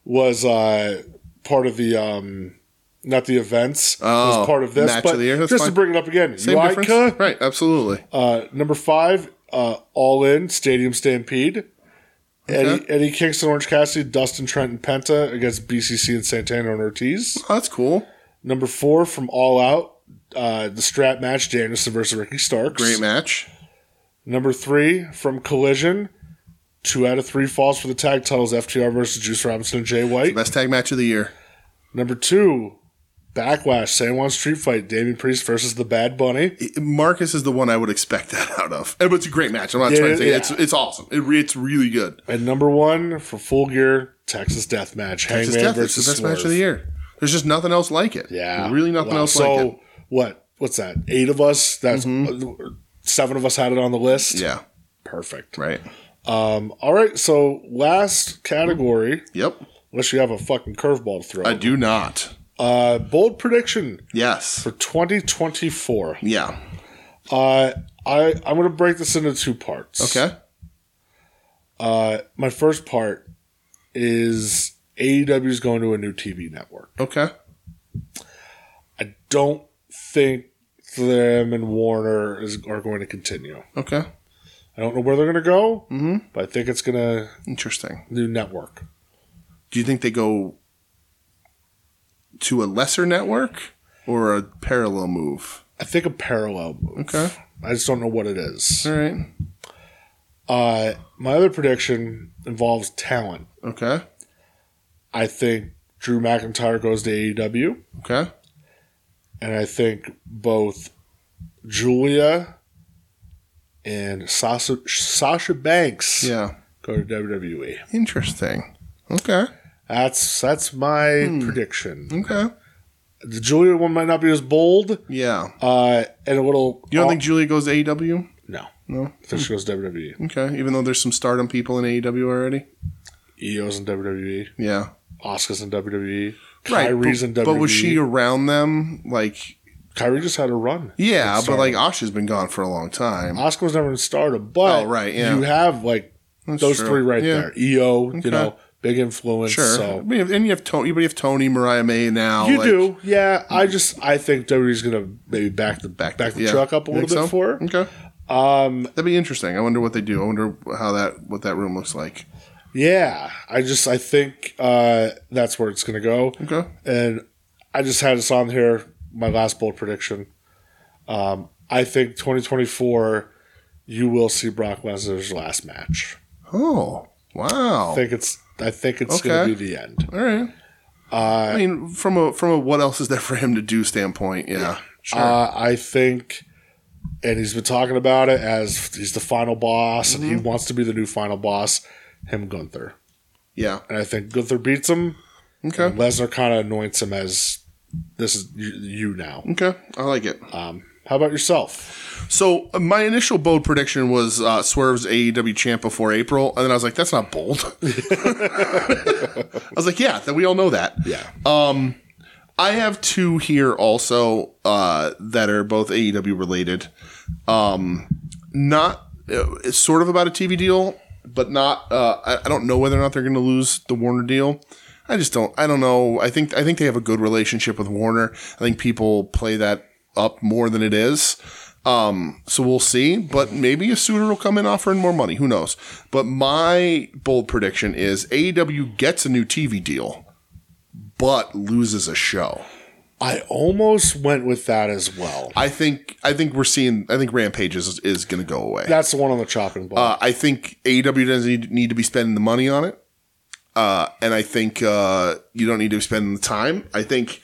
[SPEAKER 1] was uh, part of the, um, not the events. it
[SPEAKER 2] Oh,
[SPEAKER 1] was part of this.
[SPEAKER 2] match
[SPEAKER 1] but
[SPEAKER 2] of the year, that's
[SPEAKER 1] just to
[SPEAKER 2] fine.
[SPEAKER 1] bring it up again,
[SPEAKER 2] Same
[SPEAKER 1] UI
[SPEAKER 2] difference.
[SPEAKER 1] Ka,
[SPEAKER 2] Right. Absolutely.
[SPEAKER 1] uh, number five, uh, All In, Stadium Stampede. Eddie, Eddie Kingston, Orange Cassidy, Dustin Trent, and Penta against BCC and Santana and Ortiz.
[SPEAKER 2] Oh, that's cool.
[SPEAKER 1] Number four from All Out, uh, the strap match, Danielson versus Ricky Starks.
[SPEAKER 2] Great match.
[SPEAKER 1] Number three from Collision, two out of three falls for the tag titles, FTR versus Juice Robinson and Jay White.
[SPEAKER 2] Best tag match of the year.
[SPEAKER 1] Number two, Backlash, San Juan Street Fight, Damian Priest versus the Bad Bunny.
[SPEAKER 2] Marcus is the one I would expect that out of. Eh, But it's a great match. I'm not
[SPEAKER 1] Yeah,
[SPEAKER 2] trying to say
[SPEAKER 1] yeah.
[SPEAKER 2] it's it's awesome. It, re- it's really good.
[SPEAKER 1] And number one for Full Gear, Texas Death Match,
[SPEAKER 2] Texas
[SPEAKER 1] Hangman
[SPEAKER 2] Death is the
[SPEAKER 1] versus
[SPEAKER 2] best
[SPEAKER 1] Swerve.
[SPEAKER 2] match of the year. There's just nothing else like it.
[SPEAKER 1] Yeah,
[SPEAKER 2] There's really nothing
[SPEAKER 1] Wow.
[SPEAKER 2] else
[SPEAKER 1] So
[SPEAKER 2] like it. Mm-hmm.
[SPEAKER 1] what? What's that? Eight of us. That's uh, seven of us had it on the list.
[SPEAKER 2] Yeah,
[SPEAKER 1] perfect. Um,
[SPEAKER 2] right.
[SPEAKER 1] All right, so last category,
[SPEAKER 2] Yep.
[SPEAKER 1] unless you have a fucking curveball to throw.
[SPEAKER 2] I do not.
[SPEAKER 1] uh, bold prediction
[SPEAKER 2] Yes.
[SPEAKER 1] for 2024.
[SPEAKER 2] Yeah.
[SPEAKER 1] Uh, I I'm gonna break this into two parts. Uh,
[SPEAKER 2] Okay.
[SPEAKER 1] My first part is AEW is going to a new TV network.
[SPEAKER 2] Okay.
[SPEAKER 1] I don't think them and Warner is, are going to continue.
[SPEAKER 2] Okay.
[SPEAKER 1] I don't know where they're going to go,
[SPEAKER 2] Mm-hmm.
[SPEAKER 1] but I think it's going to
[SPEAKER 2] Interesting.
[SPEAKER 1] new network.
[SPEAKER 2] Do you think they go to a lesser network or a parallel move?
[SPEAKER 1] I think a parallel move.
[SPEAKER 2] Okay.
[SPEAKER 1] I just don't know what it is.
[SPEAKER 2] All right.
[SPEAKER 1] Uh, my other prediction involves talent.
[SPEAKER 2] Okay.
[SPEAKER 1] I think Drew McIntyre goes to E AEW,
[SPEAKER 2] Okay.
[SPEAKER 1] and I think both Julia and Sasha, Sasha Banks
[SPEAKER 2] Yeah.
[SPEAKER 1] go to WWE.
[SPEAKER 2] Interesting. Okay.
[SPEAKER 1] I That's that's my
[SPEAKER 2] Hmm.
[SPEAKER 1] prediction.
[SPEAKER 2] Okay.
[SPEAKER 1] The Julia one might not be as bold,
[SPEAKER 2] Yeah.
[SPEAKER 1] uh, and a little.
[SPEAKER 2] You don't think Julia goes to AEW?
[SPEAKER 1] No,
[SPEAKER 2] No.
[SPEAKER 1] I think she goes to E. WWE.
[SPEAKER 2] Okay. Even though there's some stardom people in AEW already.
[SPEAKER 1] EO's E in WWE.
[SPEAKER 2] Yeah.
[SPEAKER 1] Oscar's in WWE.
[SPEAKER 2] Right.
[SPEAKER 1] Kyrie's
[SPEAKER 2] but,
[SPEAKER 1] in WWE.
[SPEAKER 2] but was she
[SPEAKER 1] E.
[SPEAKER 2] around them? Like,
[SPEAKER 1] Kyrie just had a run.
[SPEAKER 2] yeah,
[SPEAKER 1] It's
[SPEAKER 2] but like
[SPEAKER 1] stardom.
[SPEAKER 2] Asha's been gone for a long time.
[SPEAKER 1] Oscar was never in Stardom, but
[SPEAKER 2] Oh, right, yeah.
[SPEAKER 1] you have like
[SPEAKER 2] That's
[SPEAKER 1] those
[SPEAKER 2] true.
[SPEAKER 1] three right
[SPEAKER 2] Yeah.
[SPEAKER 1] there. EO,
[SPEAKER 2] Okay.
[SPEAKER 1] you know, big influence.
[SPEAKER 2] Sure. I
[SPEAKER 1] So
[SPEAKER 2] mean, and you have Tony, but you have Tony, Mariah May now.
[SPEAKER 1] you
[SPEAKER 2] like-
[SPEAKER 1] do, yeah. I just I think WWE's gonna maybe back the back, the
[SPEAKER 2] yeah.
[SPEAKER 1] truck up a
[SPEAKER 2] You
[SPEAKER 1] little bit
[SPEAKER 2] think so? Mm-hmm.
[SPEAKER 1] for her.
[SPEAKER 2] Okay. Um, That'd be interesting. I wonder what they do. I wonder how that what that room looks like.
[SPEAKER 1] Yeah, I just I think uh, that's where it's gonna go.
[SPEAKER 2] Okay.
[SPEAKER 1] And I just had this on here. My last bold prediction. Um, I think 2024, you will see Brock Lesnar's last match.
[SPEAKER 2] Oh wow!
[SPEAKER 1] I think it's I think it's
[SPEAKER 2] Okay.
[SPEAKER 1] gonna be the end. Uh,
[SPEAKER 2] All right. I mean, from a from a what else is there for him to do standpoint? Yeah, sure.
[SPEAKER 1] Uh, I think, and he's been talking about it as he's the final boss and he wants to be the new final boss, him, Gunther.
[SPEAKER 2] yeah.
[SPEAKER 1] And I think Gunther beats him.
[SPEAKER 2] Okay.
[SPEAKER 1] Lesnar kind of anoints him as this is you, you now.
[SPEAKER 2] Okay. I like it.
[SPEAKER 1] Um, how about yourself?
[SPEAKER 2] So uh, my initial bold prediction was uh, Swerve's AEW champ before April, and then I was like, "That's not bold." I was like, "Yeah, that we all know that."
[SPEAKER 1] Yeah.
[SPEAKER 2] I have two here also uh, that are both AEW related. Um, not uh, it's sort of about a TV deal, but not. Uh, I, I don't know whether or not they're going to lose the Warner deal. I just don't. I don't know. I think I think they have a good relationship with Warner. I think people play that up more than it is. Um, so we'll see, but maybe a suitor will come in offering more money. Who knows? But my bold prediction is AEW gets a new TV deal, but loses a show.
[SPEAKER 1] I almost went with that as well.
[SPEAKER 2] I think I think we're seeing. I think Rampage is, is going to go away.
[SPEAKER 1] That's the one on the chopping block.
[SPEAKER 2] Uh, I think AEW doesn't need, need to be spending the money on it, uh, and I think uh, you don't need to spend the time. I think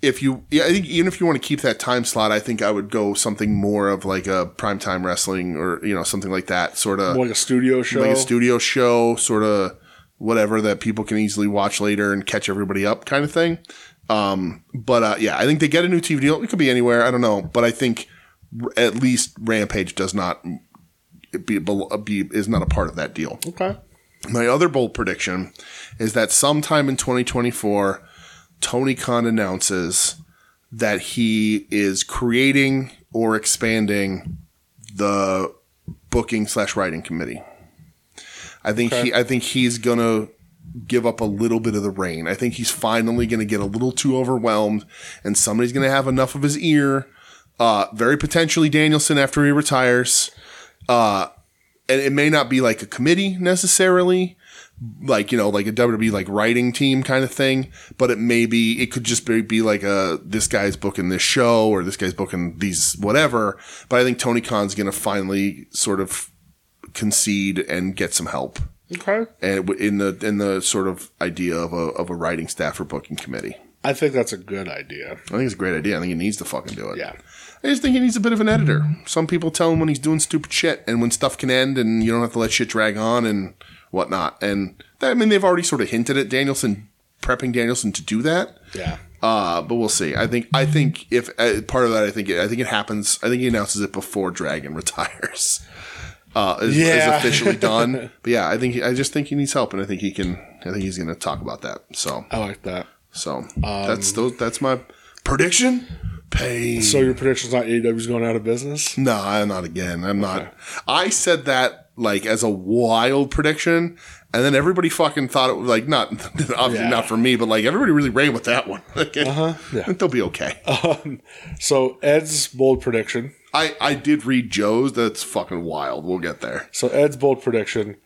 [SPEAKER 2] if you, yeah, I think even if you want to keep that time slot, I think I would go something more of like a primetime wrestling or you know something like that sort of
[SPEAKER 1] More Uh, like a studio show.
[SPEAKER 2] like a studio show, sort of whatever that people can easily watch later and catch everybody up kind of thing. Um, but uh, yeah, I think they get a new TV deal. It could be anywhere. I don't know, but I think r- at least Rampage does not be, be is not a part of that deal.
[SPEAKER 1] okay.
[SPEAKER 2] My other bold prediction is that sometime in 2024, Tony Khan announces that he is creating or expanding the booking slash writing committee. I think he, I think he's gonna give up a little bit of the reign. I think he's finally gonna get a little too overwhelmed, and somebody's gonna have enough of his ear. Uh, very potentially Danielson after he retires and it may not be like a committee necessarily like you know like a WWE like writing team kind of thing but it may be it could just be, be like a this guy's booking this show or this guy's booking these whatever but I think Tony Khan's going to finally sort of concede and get some help
[SPEAKER 1] Okay.
[SPEAKER 2] and w- in the in the sort of idea of a of a writing staff or booking committee
[SPEAKER 1] I think that's a good idea.
[SPEAKER 2] I think it's a great idea I think he needs to fucking do it
[SPEAKER 1] Yeah.
[SPEAKER 2] I just think he needs a bit of an editor. Some people tell him when he's doing stupid shit and when stuff can end and you don't have to let shit drag on and whatnot. And that, I mean, they've already sort of hinted at Danielson prepping Danielson to do that.
[SPEAKER 1] Yeah.
[SPEAKER 2] Uh, but we'll see. I think I think if uh, part of that, I think it, I think it happens. I think he announces it before Dragon retires. Uh, is, is
[SPEAKER 1] Yeah.
[SPEAKER 2] officially done. but yeah, I think he, I just think he needs help, and I think he can. I think he's going to talk about that. So
[SPEAKER 1] I like that.
[SPEAKER 2] so that's those. That's my prediction. Pain.
[SPEAKER 1] So your prediction's not AEW's going out of business?
[SPEAKER 2] No, I'm not again. I'm not. I said that like as a wild prediction, and then everybody fucking thought it was like not obviously
[SPEAKER 1] Yeah. Uh-huh.
[SPEAKER 2] not for me, but like everybody really ran with that one. Like,
[SPEAKER 1] yeah.
[SPEAKER 2] They'll be okay.
[SPEAKER 1] Um, So Ed's bold prediction.
[SPEAKER 2] I I did read Joe's. That's fucking wild. We'll get there.
[SPEAKER 1] So Ed's bold prediction.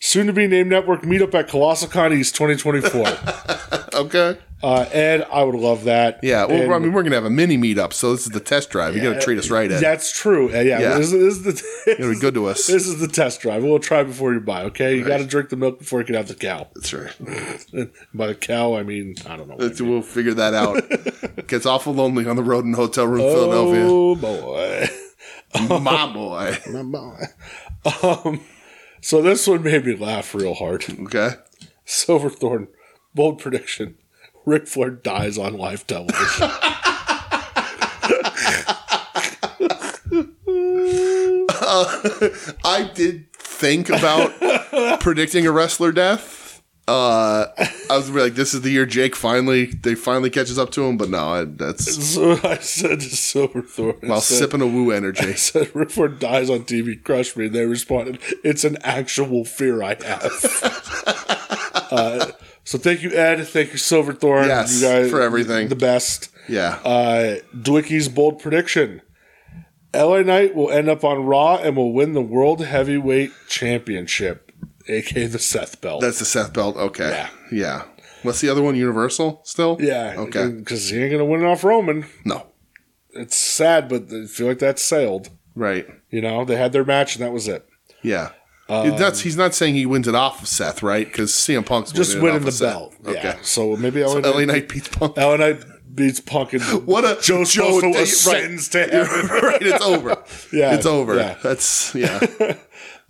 [SPEAKER 1] Soon to be named network meetup at Colossal Con East 2024.
[SPEAKER 2] Okay.
[SPEAKER 1] uh, Ed, I would love that.
[SPEAKER 2] Yeah. Well,
[SPEAKER 1] And-
[SPEAKER 2] I mean, we're gonna have a mini meetup, so this is the test drive. You gotta treat us right, Ed.
[SPEAKER 1] That's true. Uh, yeah,
[SPEAKER 2] Yeah.
[SPEAKER 1] This, is- this is the
[SPEAKER 2] You're gonna be good to us.
[SPEAKER 1] This is the test drive. We'll try before you buy. Okay, you got to drink the milk before you can have the cow.
[SPEAKER 2] That's right.
[SPEAKER 1] By the cow, I mean I don't know. what I
[SPEAKER 2] That's-
[SPEAKER 1] mean.
[SPEAKER 2] We'll figure that out. Gets awful lonely on the road in a hotel room in Philadelphia.
[SPEAKER 1] Oh boy, Oh.
[SPEAKER 2] My boy.
[SPEAKER 1] my boy. Um, so this one made me laugh real hard.
[SPEAKER 2] Okay.
[SPEAKER 1] Silverthorn Bold prediction: Ric Flair dies on live television.
[SPEAKER 2] I did think about predicting a wrestler death. Uh, I was gonna be like, this is the year Jake finally they finally catches up to him, but no, I, that's
[SPEAKER 1] so I said to Silver Thorne. I
[SPEAKER 2] while
[SPEAKER 1] said-
[SPEAKER 2] sipping a woo energy.
[SPEAKER 1] I said Ric Flair dies on TV. Crush me. They responded, "It's an actual fear I have." Uh, so thank you, Ed. Thank you, Silver Thorne.
[SPEAKER 2] Yes,
[SPEAKER 1] you guys
[SPEAKER 2] for everything.
[SPEAKER 1] The best.
[SPEAKER 2] Yeah,
[SPEAKER 1] Uh, Dwicky's bold prediction. LA Knight will end up on Raw and will win the World Heavyweight Championship, aka the Seth Belt.
[SPEAKER 2] that's the Seth belt. Okay, yeah. What's the other one? Universal still?
[SPEAKER 1] yeah,
[SPEAKER 2] Okay.
[SPEAKER 1] because he ain't gonna win it off Roman.
[SPEAKER 2] No.
[SPEAKER 1] It's sad, but I feel like that's sailed.
[SPEAKER 2] Right.
[SPEAKER 1] You know, they had their match and that was it.
[SPEAKER 2] Yeah.
[SPEAKER 1] Um,
[SPEAKER 2] that's he's not saying he wins it off of Seth, right? Because CM Punk's
[SPEAKER 1] Just
[SPEAKER 2] winning, it
[SPEAKER 1] winning the
[SPEAKER 2] off of Seth.
[SPEAKER 1] belt.
[SPEAKER 2] Okay.
[SPEAKER 1] Yeah. So maybe LA,
[SPEAKER 2] LA
[SPEAKER 1] Knight,
[SPEAKER 2] Knight beats Punk.
[SPEAKER 1] LA Knight beats Punk and
[SPEAKER 2] What a
[SPEAKER 1] Joe Joe
[SPEAKER 2] Joe Day- right.
[SPEAKER 1] ascends to heaven.
[SPEAKER 2] right, it's over.
[SPEAKER 1] Yeah,
[SPEAKER 2] it's over.
[SPEAKER 1] yeah.
[SPEAKER 2] That's yeah.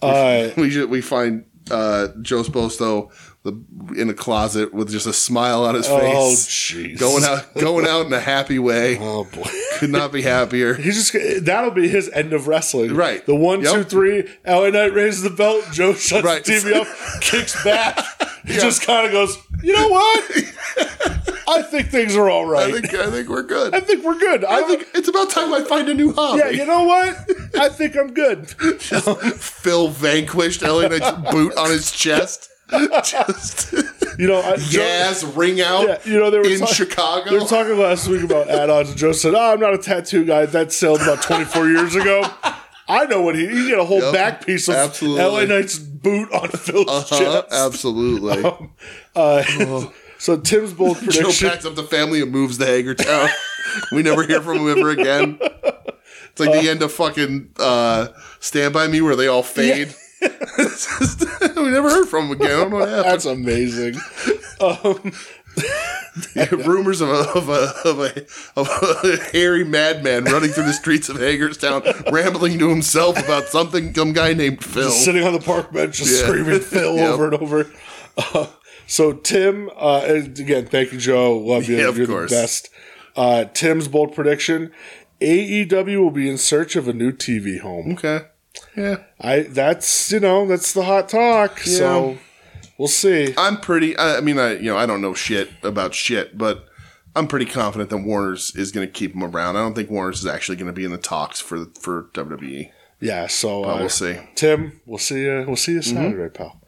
[SPEAKER 1] Uh,
[SPEAKER 2] we should, we find uh, Joe Sposto the, in a closet with just a smile on his
[SPEAKER 1] oh
[SPEAKER 2] face,
[SPEAKER 1] jeez.
[SPEAKER 2] going out going out in a happy way.
[SPEAKER 1] Oh boy.
[SPEAKER 2] Could not be happier.
[SPEAKER 1] He's just that'll be his end of wrestling.
[SPEAKER 2] Right.
[SPEAKER 1] The one,
[SPEAKER 2] Yep.
[SPEAKER 1] two, three. LA Knight raises the belt. Joe shuts
[SPEAKER 2] Right.
[SPEAKER 1] the TV off, kicks back. He just kind of goes, you know what? I think things are all right.
[SPEAKER 2] I think I think we're good.
[SPEAKER 1] we're good.
[SPEAKER 2] I think it's about time I find a new hobby.
[SPEAKER 1] yeah. You know what? I think I'm good.
[SPEAKER 2] Phil vanquished LA Knight's boot on his chest. Just
[SPEAKER 1] You know, I, Joe-
[SPEAKER 2] jazz ring out
[SPEAKER 1] Yeah, you know they were
[SPEAKER 2] in
[SPEAKER 1] talk-
[SPEAKER 2] Chicago.
[SPEAKER 1] They were talking last week about add-ons. Joe said, "Oh, I'm not a tattoo guy. That sailed about 24 years ago." I know what he. He get a whole
[SPEAKER 2] Yep,
[SPEAKER 1] back piece of
[SPEAKER 2] absolutely.
[SPEAKER 1] LA Knight's boot on Phil's
[SPEAKER 2] Huh?
[SPEAKER 1] chest.
[SPEAKER 2] Uh-huh,
[SPEAKER 1] Oh,
[SPEAKER 2] Absolutely.
[SPEAKER 1] Uh, so Tim's bold
[SPEAKER 2] Joe
[SPEAKER 1] prediction.
[SPEAKER 2] packs up the family and moves to Hagertown. we never hear from him ever again. It's like the end of fucking uh, Stand By Me where they all fade. It's just- we never heard from him again. I don't know what happened.
[SPEAKER 1] That's amazing.
[SPEAKER 2] Rumors of a, of, a, of, a, of a hairy madman running through the streets of Hagerstown, rambling to himself about something, some guy named Phil.
[SPEAKER 1] Just sitting on the park bench, just
[SPEAKER 2] Yeah.
[SPEAKER 1] screaming Phil
[SPEAKER 2] Yep.
[SPEAKER 1] over and over. Uh, so Tim, uh, and again, thank you, Joe. Love you.
[SPEAKER 2] Yeah, of
[SPEAKER 1] You're
[SPEAKER 2] course.
[SPEAKER 1] the best. Uh, Tim's bold prediction: AEW will be in search of a new TV home.
[SPEAKER 2] Okay. Yeah.
[SPEAKER 1] I that's you know that's the hot talk. So we'll see.
[SPEAKER 2] I'm pretty. I, I mean, I you know, I don't know shit about shit, but I'm pretty confident that Warner's is going to keep him around. I don't think Warner's is actually going to be in the talks for for E. WWE.
[SPEAKER 1] Yeah. So uh,
[SPEAKER 2] But we'll Mm-hmm. see.
[SPEAKER 1] Tim, we'll see you. We'll see you Saturday, pal.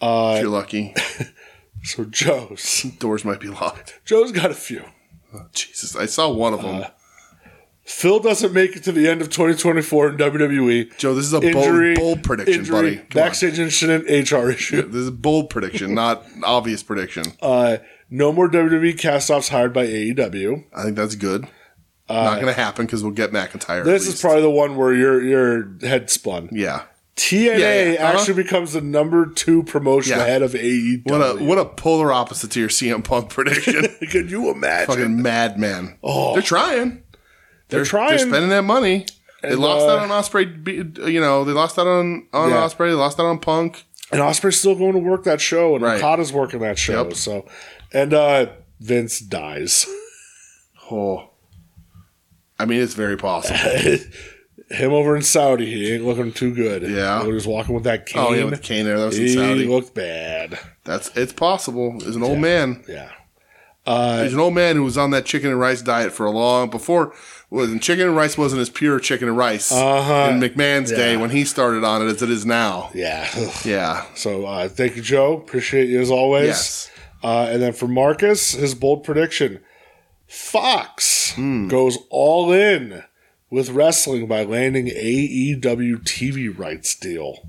[SPEAKER 2] if you're lucky,
[SPEAKER 1] So Joe's
[SPEAKER 2] doors might be locked. Oh,
[SPEAKER 1] Joe's got a few.
[SPEAKER 2] Jesus, I saw one of
[SPEAKER 1] Uh,
[SPEAKER 2] them.
[SPEAKER 1] Phil doesn't make it to the end of 2024 in WWE.
[SPEAKER 2] Joe, this is a
[SPEAKER 1] Injury,
[SPEAKER 2] bold, bold prediction,
[SPEAKER 1] injury,
[SPEAKER 2] buddy. Come on.
[SPEAKER 1] Backstage incident, HR issue.
[SPEAKER 2] This is a bold prediction, not obvious prediction.
[SPEAKER 1] Uh, no more WWE castoffs hired by E AEW.
[SPEAKER 2] I think that's good. not going to happen because we'll get McIntyre. at
[SPEAKER 1] uh, This is
[SPEAKER 2] least.
[SPEAKER 1] probably the one where your your head spun.
[SPEAKER 2] yeah.
[SPEAKER 1] TNA
[SPEAKER 2] Yeah, yeah, uh-huh.
[SPEAKER 1] actually becomes the number two promotion
[SPEAKER 2] Yeah.
[SPEAKER 1] ahead of E AEW.
[SPEAKER 2] What a what a polar opposite to your CM Punk prediction.
[SPEAKER 1] Can you imagine?
[SPEAKER 2] fucking madman.
[SPEAKER 1] Oh.
[SPEAKER 2] they're trying.
[SPEAKER 1] They're trying.
[SPEAKER 2] They're spending that money. they
[SPEAKER 1] And,
[SPEAKER 2] lost
[SPEAKER 1] uh,
[SPEAKER 2] out on Osprey. You know, they lost out on on
[SPEAKER 1] Yeah.
[SPEAKER 2] Osprey. They lost out on Punk.
[SPEAKER 1] and Osprey's still going to work that show, and
[SPEAKER 2] Right.
[SPEAKER 1] Okada's working that show.
[SPEAKER 2] Yep.
[SPEAKER 1] So, and uh, Vince dies.
[SPEAKER 2] Oh, I mean, it's very possible.
[SPEAKER 1] Him over in Saudi, he ain't looking too good.
[SPEAKER 2] Yeah.
[SPEAKER 1] he was walking with that cane.
[SPEAKER 2] oh, yeah, with Kane there. That was in
[SPEAKER 1] he
[SPEAKER 2] Saudi.
[SPEAKER 1] looked bad.
[SPEAKER 2] That's it's possible. He's an old man.
[SPEAKER 1] Yeah,
[SPEAKER 2] He's an old man who was on that chicken and rice diet for a long before. When chicken and rice wasn't as pure chicken and rice
[SPEAKER 1] Uh-huh.
[SPEAKER 2] in McMahon's day when he started on it as it is now.
[SPEAKER 1] yeah.
[SPEAKER 2] Yeah.
[SPEAKER 1] so, uh, thank you, Joe. Appreciate you as always.
[SPEAKER 2] Yes.
[SPEAKER 1] Uh, and then for Marcus, his bold prediction: Fox
[SPEAKER 2] Hmm.
[SPEAKER 1] goes all in with wrestling by landing E AEW TV rights deal.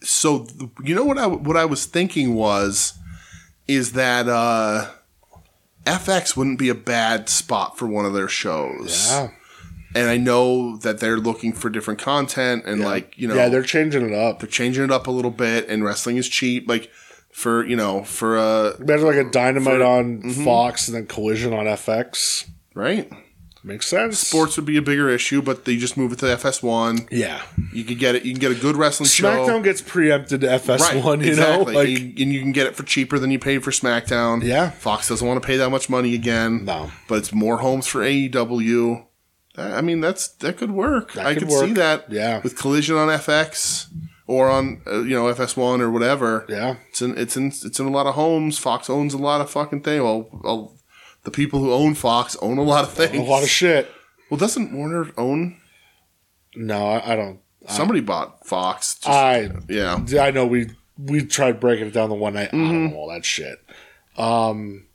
[SPEAKER 2] so th- you know what I what I was thinking was is that uh, FX wouldn't be a bad spot for one of their shows.
[SPEAKER 1] Yeah.
[SPEAKER 2] And I know that they're looking for different content and like, you know,
[SPEAKER 1] Yeah, they're
[SPEAKER 2] they're
[SPEAKER 1] changing it up.
[SPEAKER 2] changing it up a little bit and wrestling is cheap like for, you know, for uh mm-hmm.
[SPEAKER 1] Imagine like a dynamite on Fox and then collision on FX.
[SPEAKER 2] right?
[SPEAKER 1] Makes sense.
[SPEAKER 2] Sports would be a bigger issue, but they just move it to FS1.
[SPEAKER 1] Yeah.
[SPEAKER 2] You could get it. You can get a good wrestling
[SPEAKER 1] SmackDown
[SPEAKER 2] show.
[SPEAKER 1] gets preempted to FS1, you
[SPEAKER 2] exactly.
[SPEAKER 1] know? Like,
[SPEAKER 2] and, you, and you can get it for cheaper than you paid for SmackDown.
[SPEAKER 1] Yeah.
[SPEAKER 2] Fox doesn't want to pay that much money again.
[SPEAKER 1] No.
[SPEAKER 2] But it's more homes for AEW. I I mean, that's that could work. I
[SPEAKER 1] could
[SPEAKER 2] could see
[SPEAKER 1] work.
[SPEAKER 2] that.
[SPEAKER 1] Yeah.
[SPEAKER 2] With Collision on FX or on uh, you know FS1 or whatever.
[SPEAKER 1] yeah.
[SPEAKER 2] It's in it's in it's in a lot of homes. Fox owns a lot of fucking things. Well, well, the people who own Fox own a lot of things.
[SPEAKER 1] A lot of shit.
[SPEAKER 2] well, doesn't Warner own?
[SPEAKER 1] No, I, I don't.
[SPEAKER 2] Somebody bought Fox. Just-
[SPEAKER 1] I
[SPEAKER 2] yeah.
[SPEAKER 1] I know we we tried breaking it down to one night. I
[SPEAKER 2] Mm-hmm.
[SPEAKER 1] don't know all that shit. Um,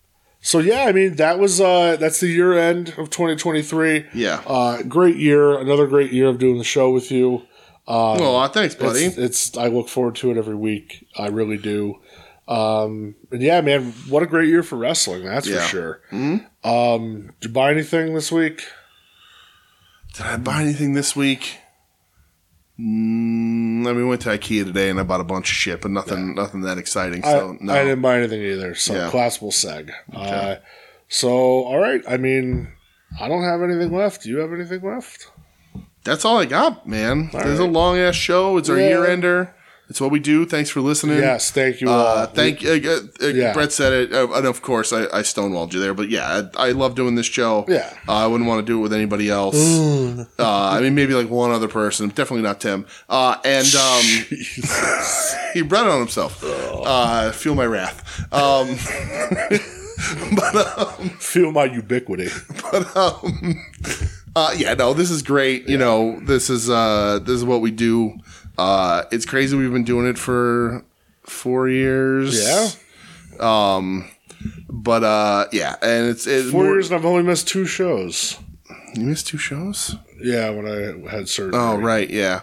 [SPEAKER 1] so yeah, I mean that was uh that's the year end of 2023.
[SPEAKER 2] Yeah.
[SPEAKER 1] uh, great year, another great year of doing the show with you.
[SPEAKER 2] well, uh, thanks, buddy.
[SPEAKER 1] It's, it's I look forward to it every week. I really do. Um, and yeah, man, what a great year for wrestling. That's
[SPEAKER 2] Yeah. Mm-hmm.
[SPEAKER 1] for sure. Um, did you buy anything this week?
[SPEAKER 2] Did I buy anything this week? Mm, I mean, we went to IKEA today and I bought a bunch of shit, but nothing, nothing that exciting. So
[SPEAKER 1] I,
[SPEAKER 2] no.
[SPEAKER 1] I didn't buy anything either. So
[SPEAKER 2] Yeah.
[SPEAKER 1] classical seg. Uh, so all right. I mean, I don't have anything left. Do you have anything left?
[SPEAKER 2] That's all I got, man. This is a
[SPEAKER 1] right.
[SPEAKER 2] long ass show. It's our
[SPEAKER 1] Yeah.
[SPEAKER 2] year ender. It's what we do. Thanks for listening.
[SPEAKER 1] Yes. Thank you. all.
[SPEAKER 2] Uh, thank uh, uh, uh,
[SPEAKER 1] Yeah.
[SPEAKER 2] Brett said it, uh, and of course I, I stonewalled you there. But yeah, I, I love doing this show.
[SPEAKER 1] Yeah. Mm.
[SPEAKER 2] uh, I wouldn't want to do it with anybody else. uh, I mean, maybe like one other person, definitely not Tim. Uh, and um, he brought it on himself.
[SPEAKER 1] Oh.
[SPEAKER 2] Uh, feel my wrath. Um,
[SPEAKER 1] Feel my ubiquity.
[SPEAKER 2] uh, yeah, no, this is great. You know, this is uh, this is what we do. Uh, it's crazy. We've been doing it for four years. Um,
[SPEAKER 1] Yeah.
[SPEAKER 2] But uh, yeah, and it's, it's
[SPEAKER 1] Four
[SPEAKER 2] more-
[SPEAKER 1] years and I've only missed two shows.
[SPEAKER 2] You missed two shows.
[SPEAKER 1] Yeah, when I had surgery.
[SPEAKER 2] Oh right, yeah.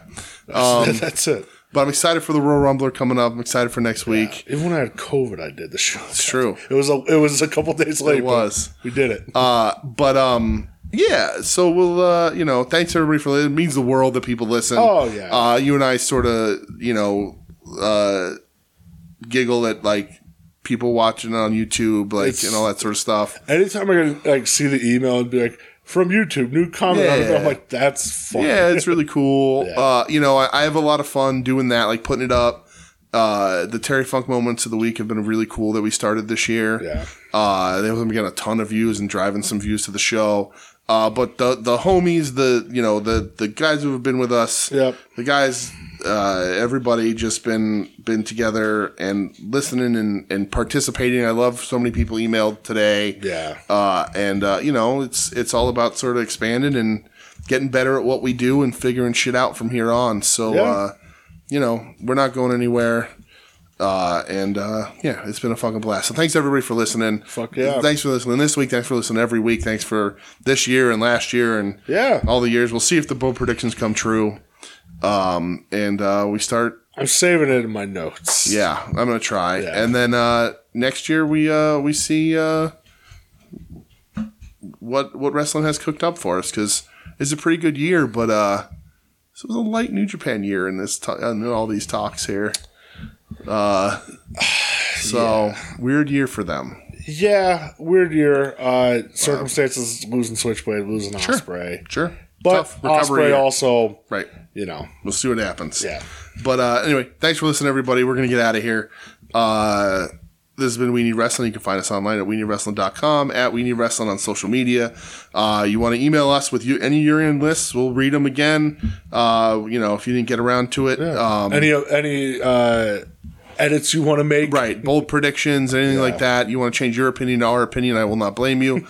[SPEAKER 2] Oh, um,
[SPEAKER 1] that's it.
[SPEAKER 2] But I'm excited for the Royal Rumbler coming up. I'm excited for next week.
[SPEAKER 1] Even when I had COVID, I did the show.
[SPEAKER 2] It's true.
[SPEAKER 1] It was a it was a couple days late. but
[SPEAKER 2] was.
[SPEAKER 1] We did it.
[SPEAKER 2] Uh, but um, yeah. So we'll uh, you know, thanks everybody for it means the world that people listen.
[SPEAKER 1] Oh, yeah.
[SPEAKER 2] Uh, you and I sort of you know, uh, giggle at like people watching on YouTube, like
[SPEAKER 1] It's-
[SPEAKER 2] and all that sort of stuff.
[SPEAKER 1] Anytime I can like see the email and be like from YouTube, new comment. on it,"
[SPEAKER 2] Yeah.
[SPEAKER 1] I'm like, that's fun.
[SPEAKER 2] Yeah, it's really cool.
[SPEAKER 1] Yeah.
[SPEAKER 2] Uh, you know, I, I have a lot of fun doing that, like putting it up. Uh, the Terry Funk moments of the week have been really cool that we started this year.
[SPEAKER 1] Yeah.
[SPEAKER 2] Uh, they have getting a ton of views and driving some views to the show. Uh, but the the homies, the you know the the guys who have been with us,
[SPEAKER 1] Yep.
[SPEAKER 2] the guys, uh, everybody just been been together and listening and, and participating. I love so many people emailed today.
[SPEAKER 1] Yeah.
[SPEAKER 2] Uh, and uh, you know, it's it's all about sort of expanding and getting better at what we do and figuring shit out from here on. So
[SPEAKER 1] Yeah.
[SPEAKER 2] uh, you know, we're not going anywhere. Uh, and uh, yeah, it's been a fucking blast. So thanks everybody for listening.
[SPEAKER 1] Fuck yeah.
[SPEAKER 2] Thanks for listening this week. Thanks for listening every week. Thanks for this year and last year and
[SPEAKER 1] Yeah.
[SPEAKER 2] all the years. We'll see if the bold predictions come true. Um, and uh, we start
[SPEAKER 1] I'm saving it in my notes.
[SPEAKER 2] yeah, I'm gonna try.
[SPEAKER 1] Yeah.
[SPEAKER 2] And then uh, next year we uh, we see uh, what what wrestling has cooked up for us because it's a pretty good year, but uh, this was a light New Japan year in this to- in all these talks here. Uh, so weird year for them.
[SPEAKER 1] Yeah, weird year. Uh, circumstances losing Switchblade, losing Osprey,
[SPEAKER 2] Sure,
[SPEAKER 1] but Osprey
[SPEAKER 2] year.
[SPEAKER 1] also,
[SPEAKER 2] right.
[SPEAKER 1] you know,
[SPEAKER 2] We'll see what happens.
[SPEAKER 1] Yeah.
[SPEAKER 2] But uh, anyway, thanks for listening, everybody. We're going to get out of here. Uh, this has been We Need Wrestling. You can find us online at WeNeedWrestling.com, at We Need Wrestling on social media. Uh, you want to email us with you, any urine lists, we'll read them again. Uh, you know, if you didn't get around to it. Um,
[SPEAKER 1] any any uh, edits you want to make,
[SPEAKER 2] right. Bold predictions, anything like that. You want to change your opinion to our opinion, I will not blame you.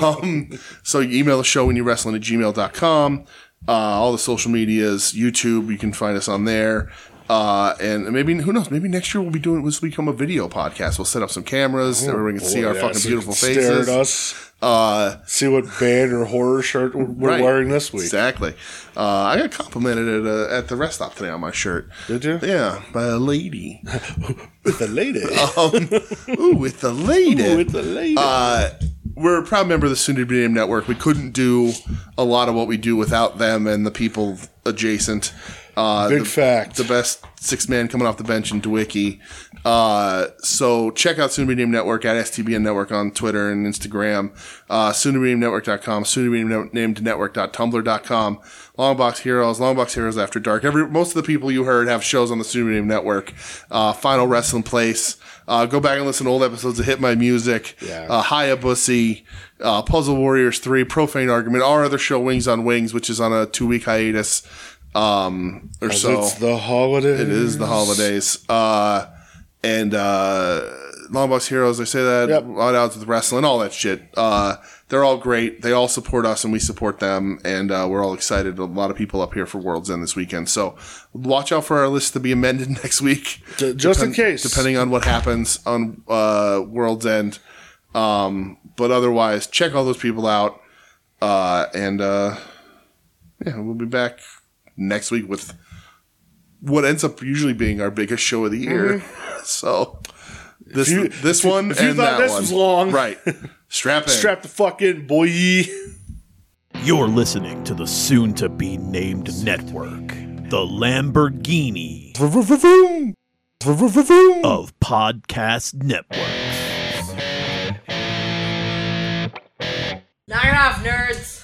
[SPEAKER 2] um, so you email the show when you wrestling at gmail.com. Uh, all the social medias, YouTube, you can find us on there. Uh, and maybe who knows? Maybe next year we'll be doing. This will become a video podcast. We'll set up some cameras. everyone can see
[SPEAKER 1] Oh, Boy,
[SPEAKER 2] our
[SPEAKER 1] yeah,
[SPEAKER 2] fucking
[SPEAKER 1] so you
[SPEAKER 2] beautiful
[SPEAKER 1] can Stare
[SPEAKER 2] faces.
[SPEAKER 1] at us.
[SPEAKER 2] Uh,
[SPEAKER 1] See what band or horror shirt we're we're
[SPEAKER 2] Right.
[SPEAKER 1] wearing this week.
[SPEAKER 2] Exactly. Uh, I got complimented at, uh, at the rest stop today on my shirt.
[SPEAKER 1] Did you?
[SPEAKER 2] Yeah, by a lady. Um,
[SPEAKER 1] With the lady.
[SPEAKER 2] Ooh, with the lady.
[SPEAKER 1] With the lady.
[SPEAKER 2] uh, we're a proud member of the Soon to Be Named Network. We couldn't do a lot of what we do without them and the people adjacent. Uh,
[SPEAKER 1] Big
[SPEAKER 2] the-
[SPEAKER 1] fact.
[SPEAKER 2] The best six man coming off the bench in Dewicki. Uh, so check out Soon to Be Named Network at STBN Network on Twitter and Instagram. Uh, soon to be named network.com, soon to be named network.tumblr.com. Longbox Heroes, Longbox Heroes After Dark. Every most of the people you heard have shows on the Soon to be named network. Uh, Final Wrestling Place. Uh, go back and listen to old episodes of Hit My Music,
[SPEAKER 1] Yeah.
[SPEAKER 2] uh, Hayabusa, uh, Puzzle Warriors 3, Profane Argument, our other show, Wings on Wings, which is on a two week hiatus um, or so.
[SPEAKER 1] it's the holiday.
[SPEAKER 2] It is the holidays. Uh, and uh, Longbox Heroes, I say that,
[SPEAKER 1] Yep.
[SPEAKER 2] Odd Outs with Wrestling, all that shit. Uh, they're all great. They all support us and we support them. And uh, we're all excited. A lot of people up here for World's End this weekend. So watch out for our list to be amended next week.
[SPEAKER 1] D- just in
[SPEAKER 2] Depen-
[SPEAKER 1] case.
[SPEAKER 2] Depending on what happens on uh, World's End. Um, but otherwise, check all those people out. Uh, and uh, yeah, we'll be back next week with what ends up usually being our biggest show of the year. So this
[SPEAKER 1] Mm-hmm. you-
[SPEAKER 2] this one
[SPEAKER 1] if you
[SPEAKER 2] and
[SPEAKER 1] thought
[SPEAKER 2] that
[SPEAKER 1] this
[SPEAKER 2] one.
[SPEAKER 1] was long.
[SPEAKER 2] right? Strap in.
[SPEAKER 1] Strap the fuck in, boy.
[SPEAKER 5] You're listening to the soon to be named network, the Lamborghini of podcast networks.
[SPEAKER 6] Knock it off, nerds!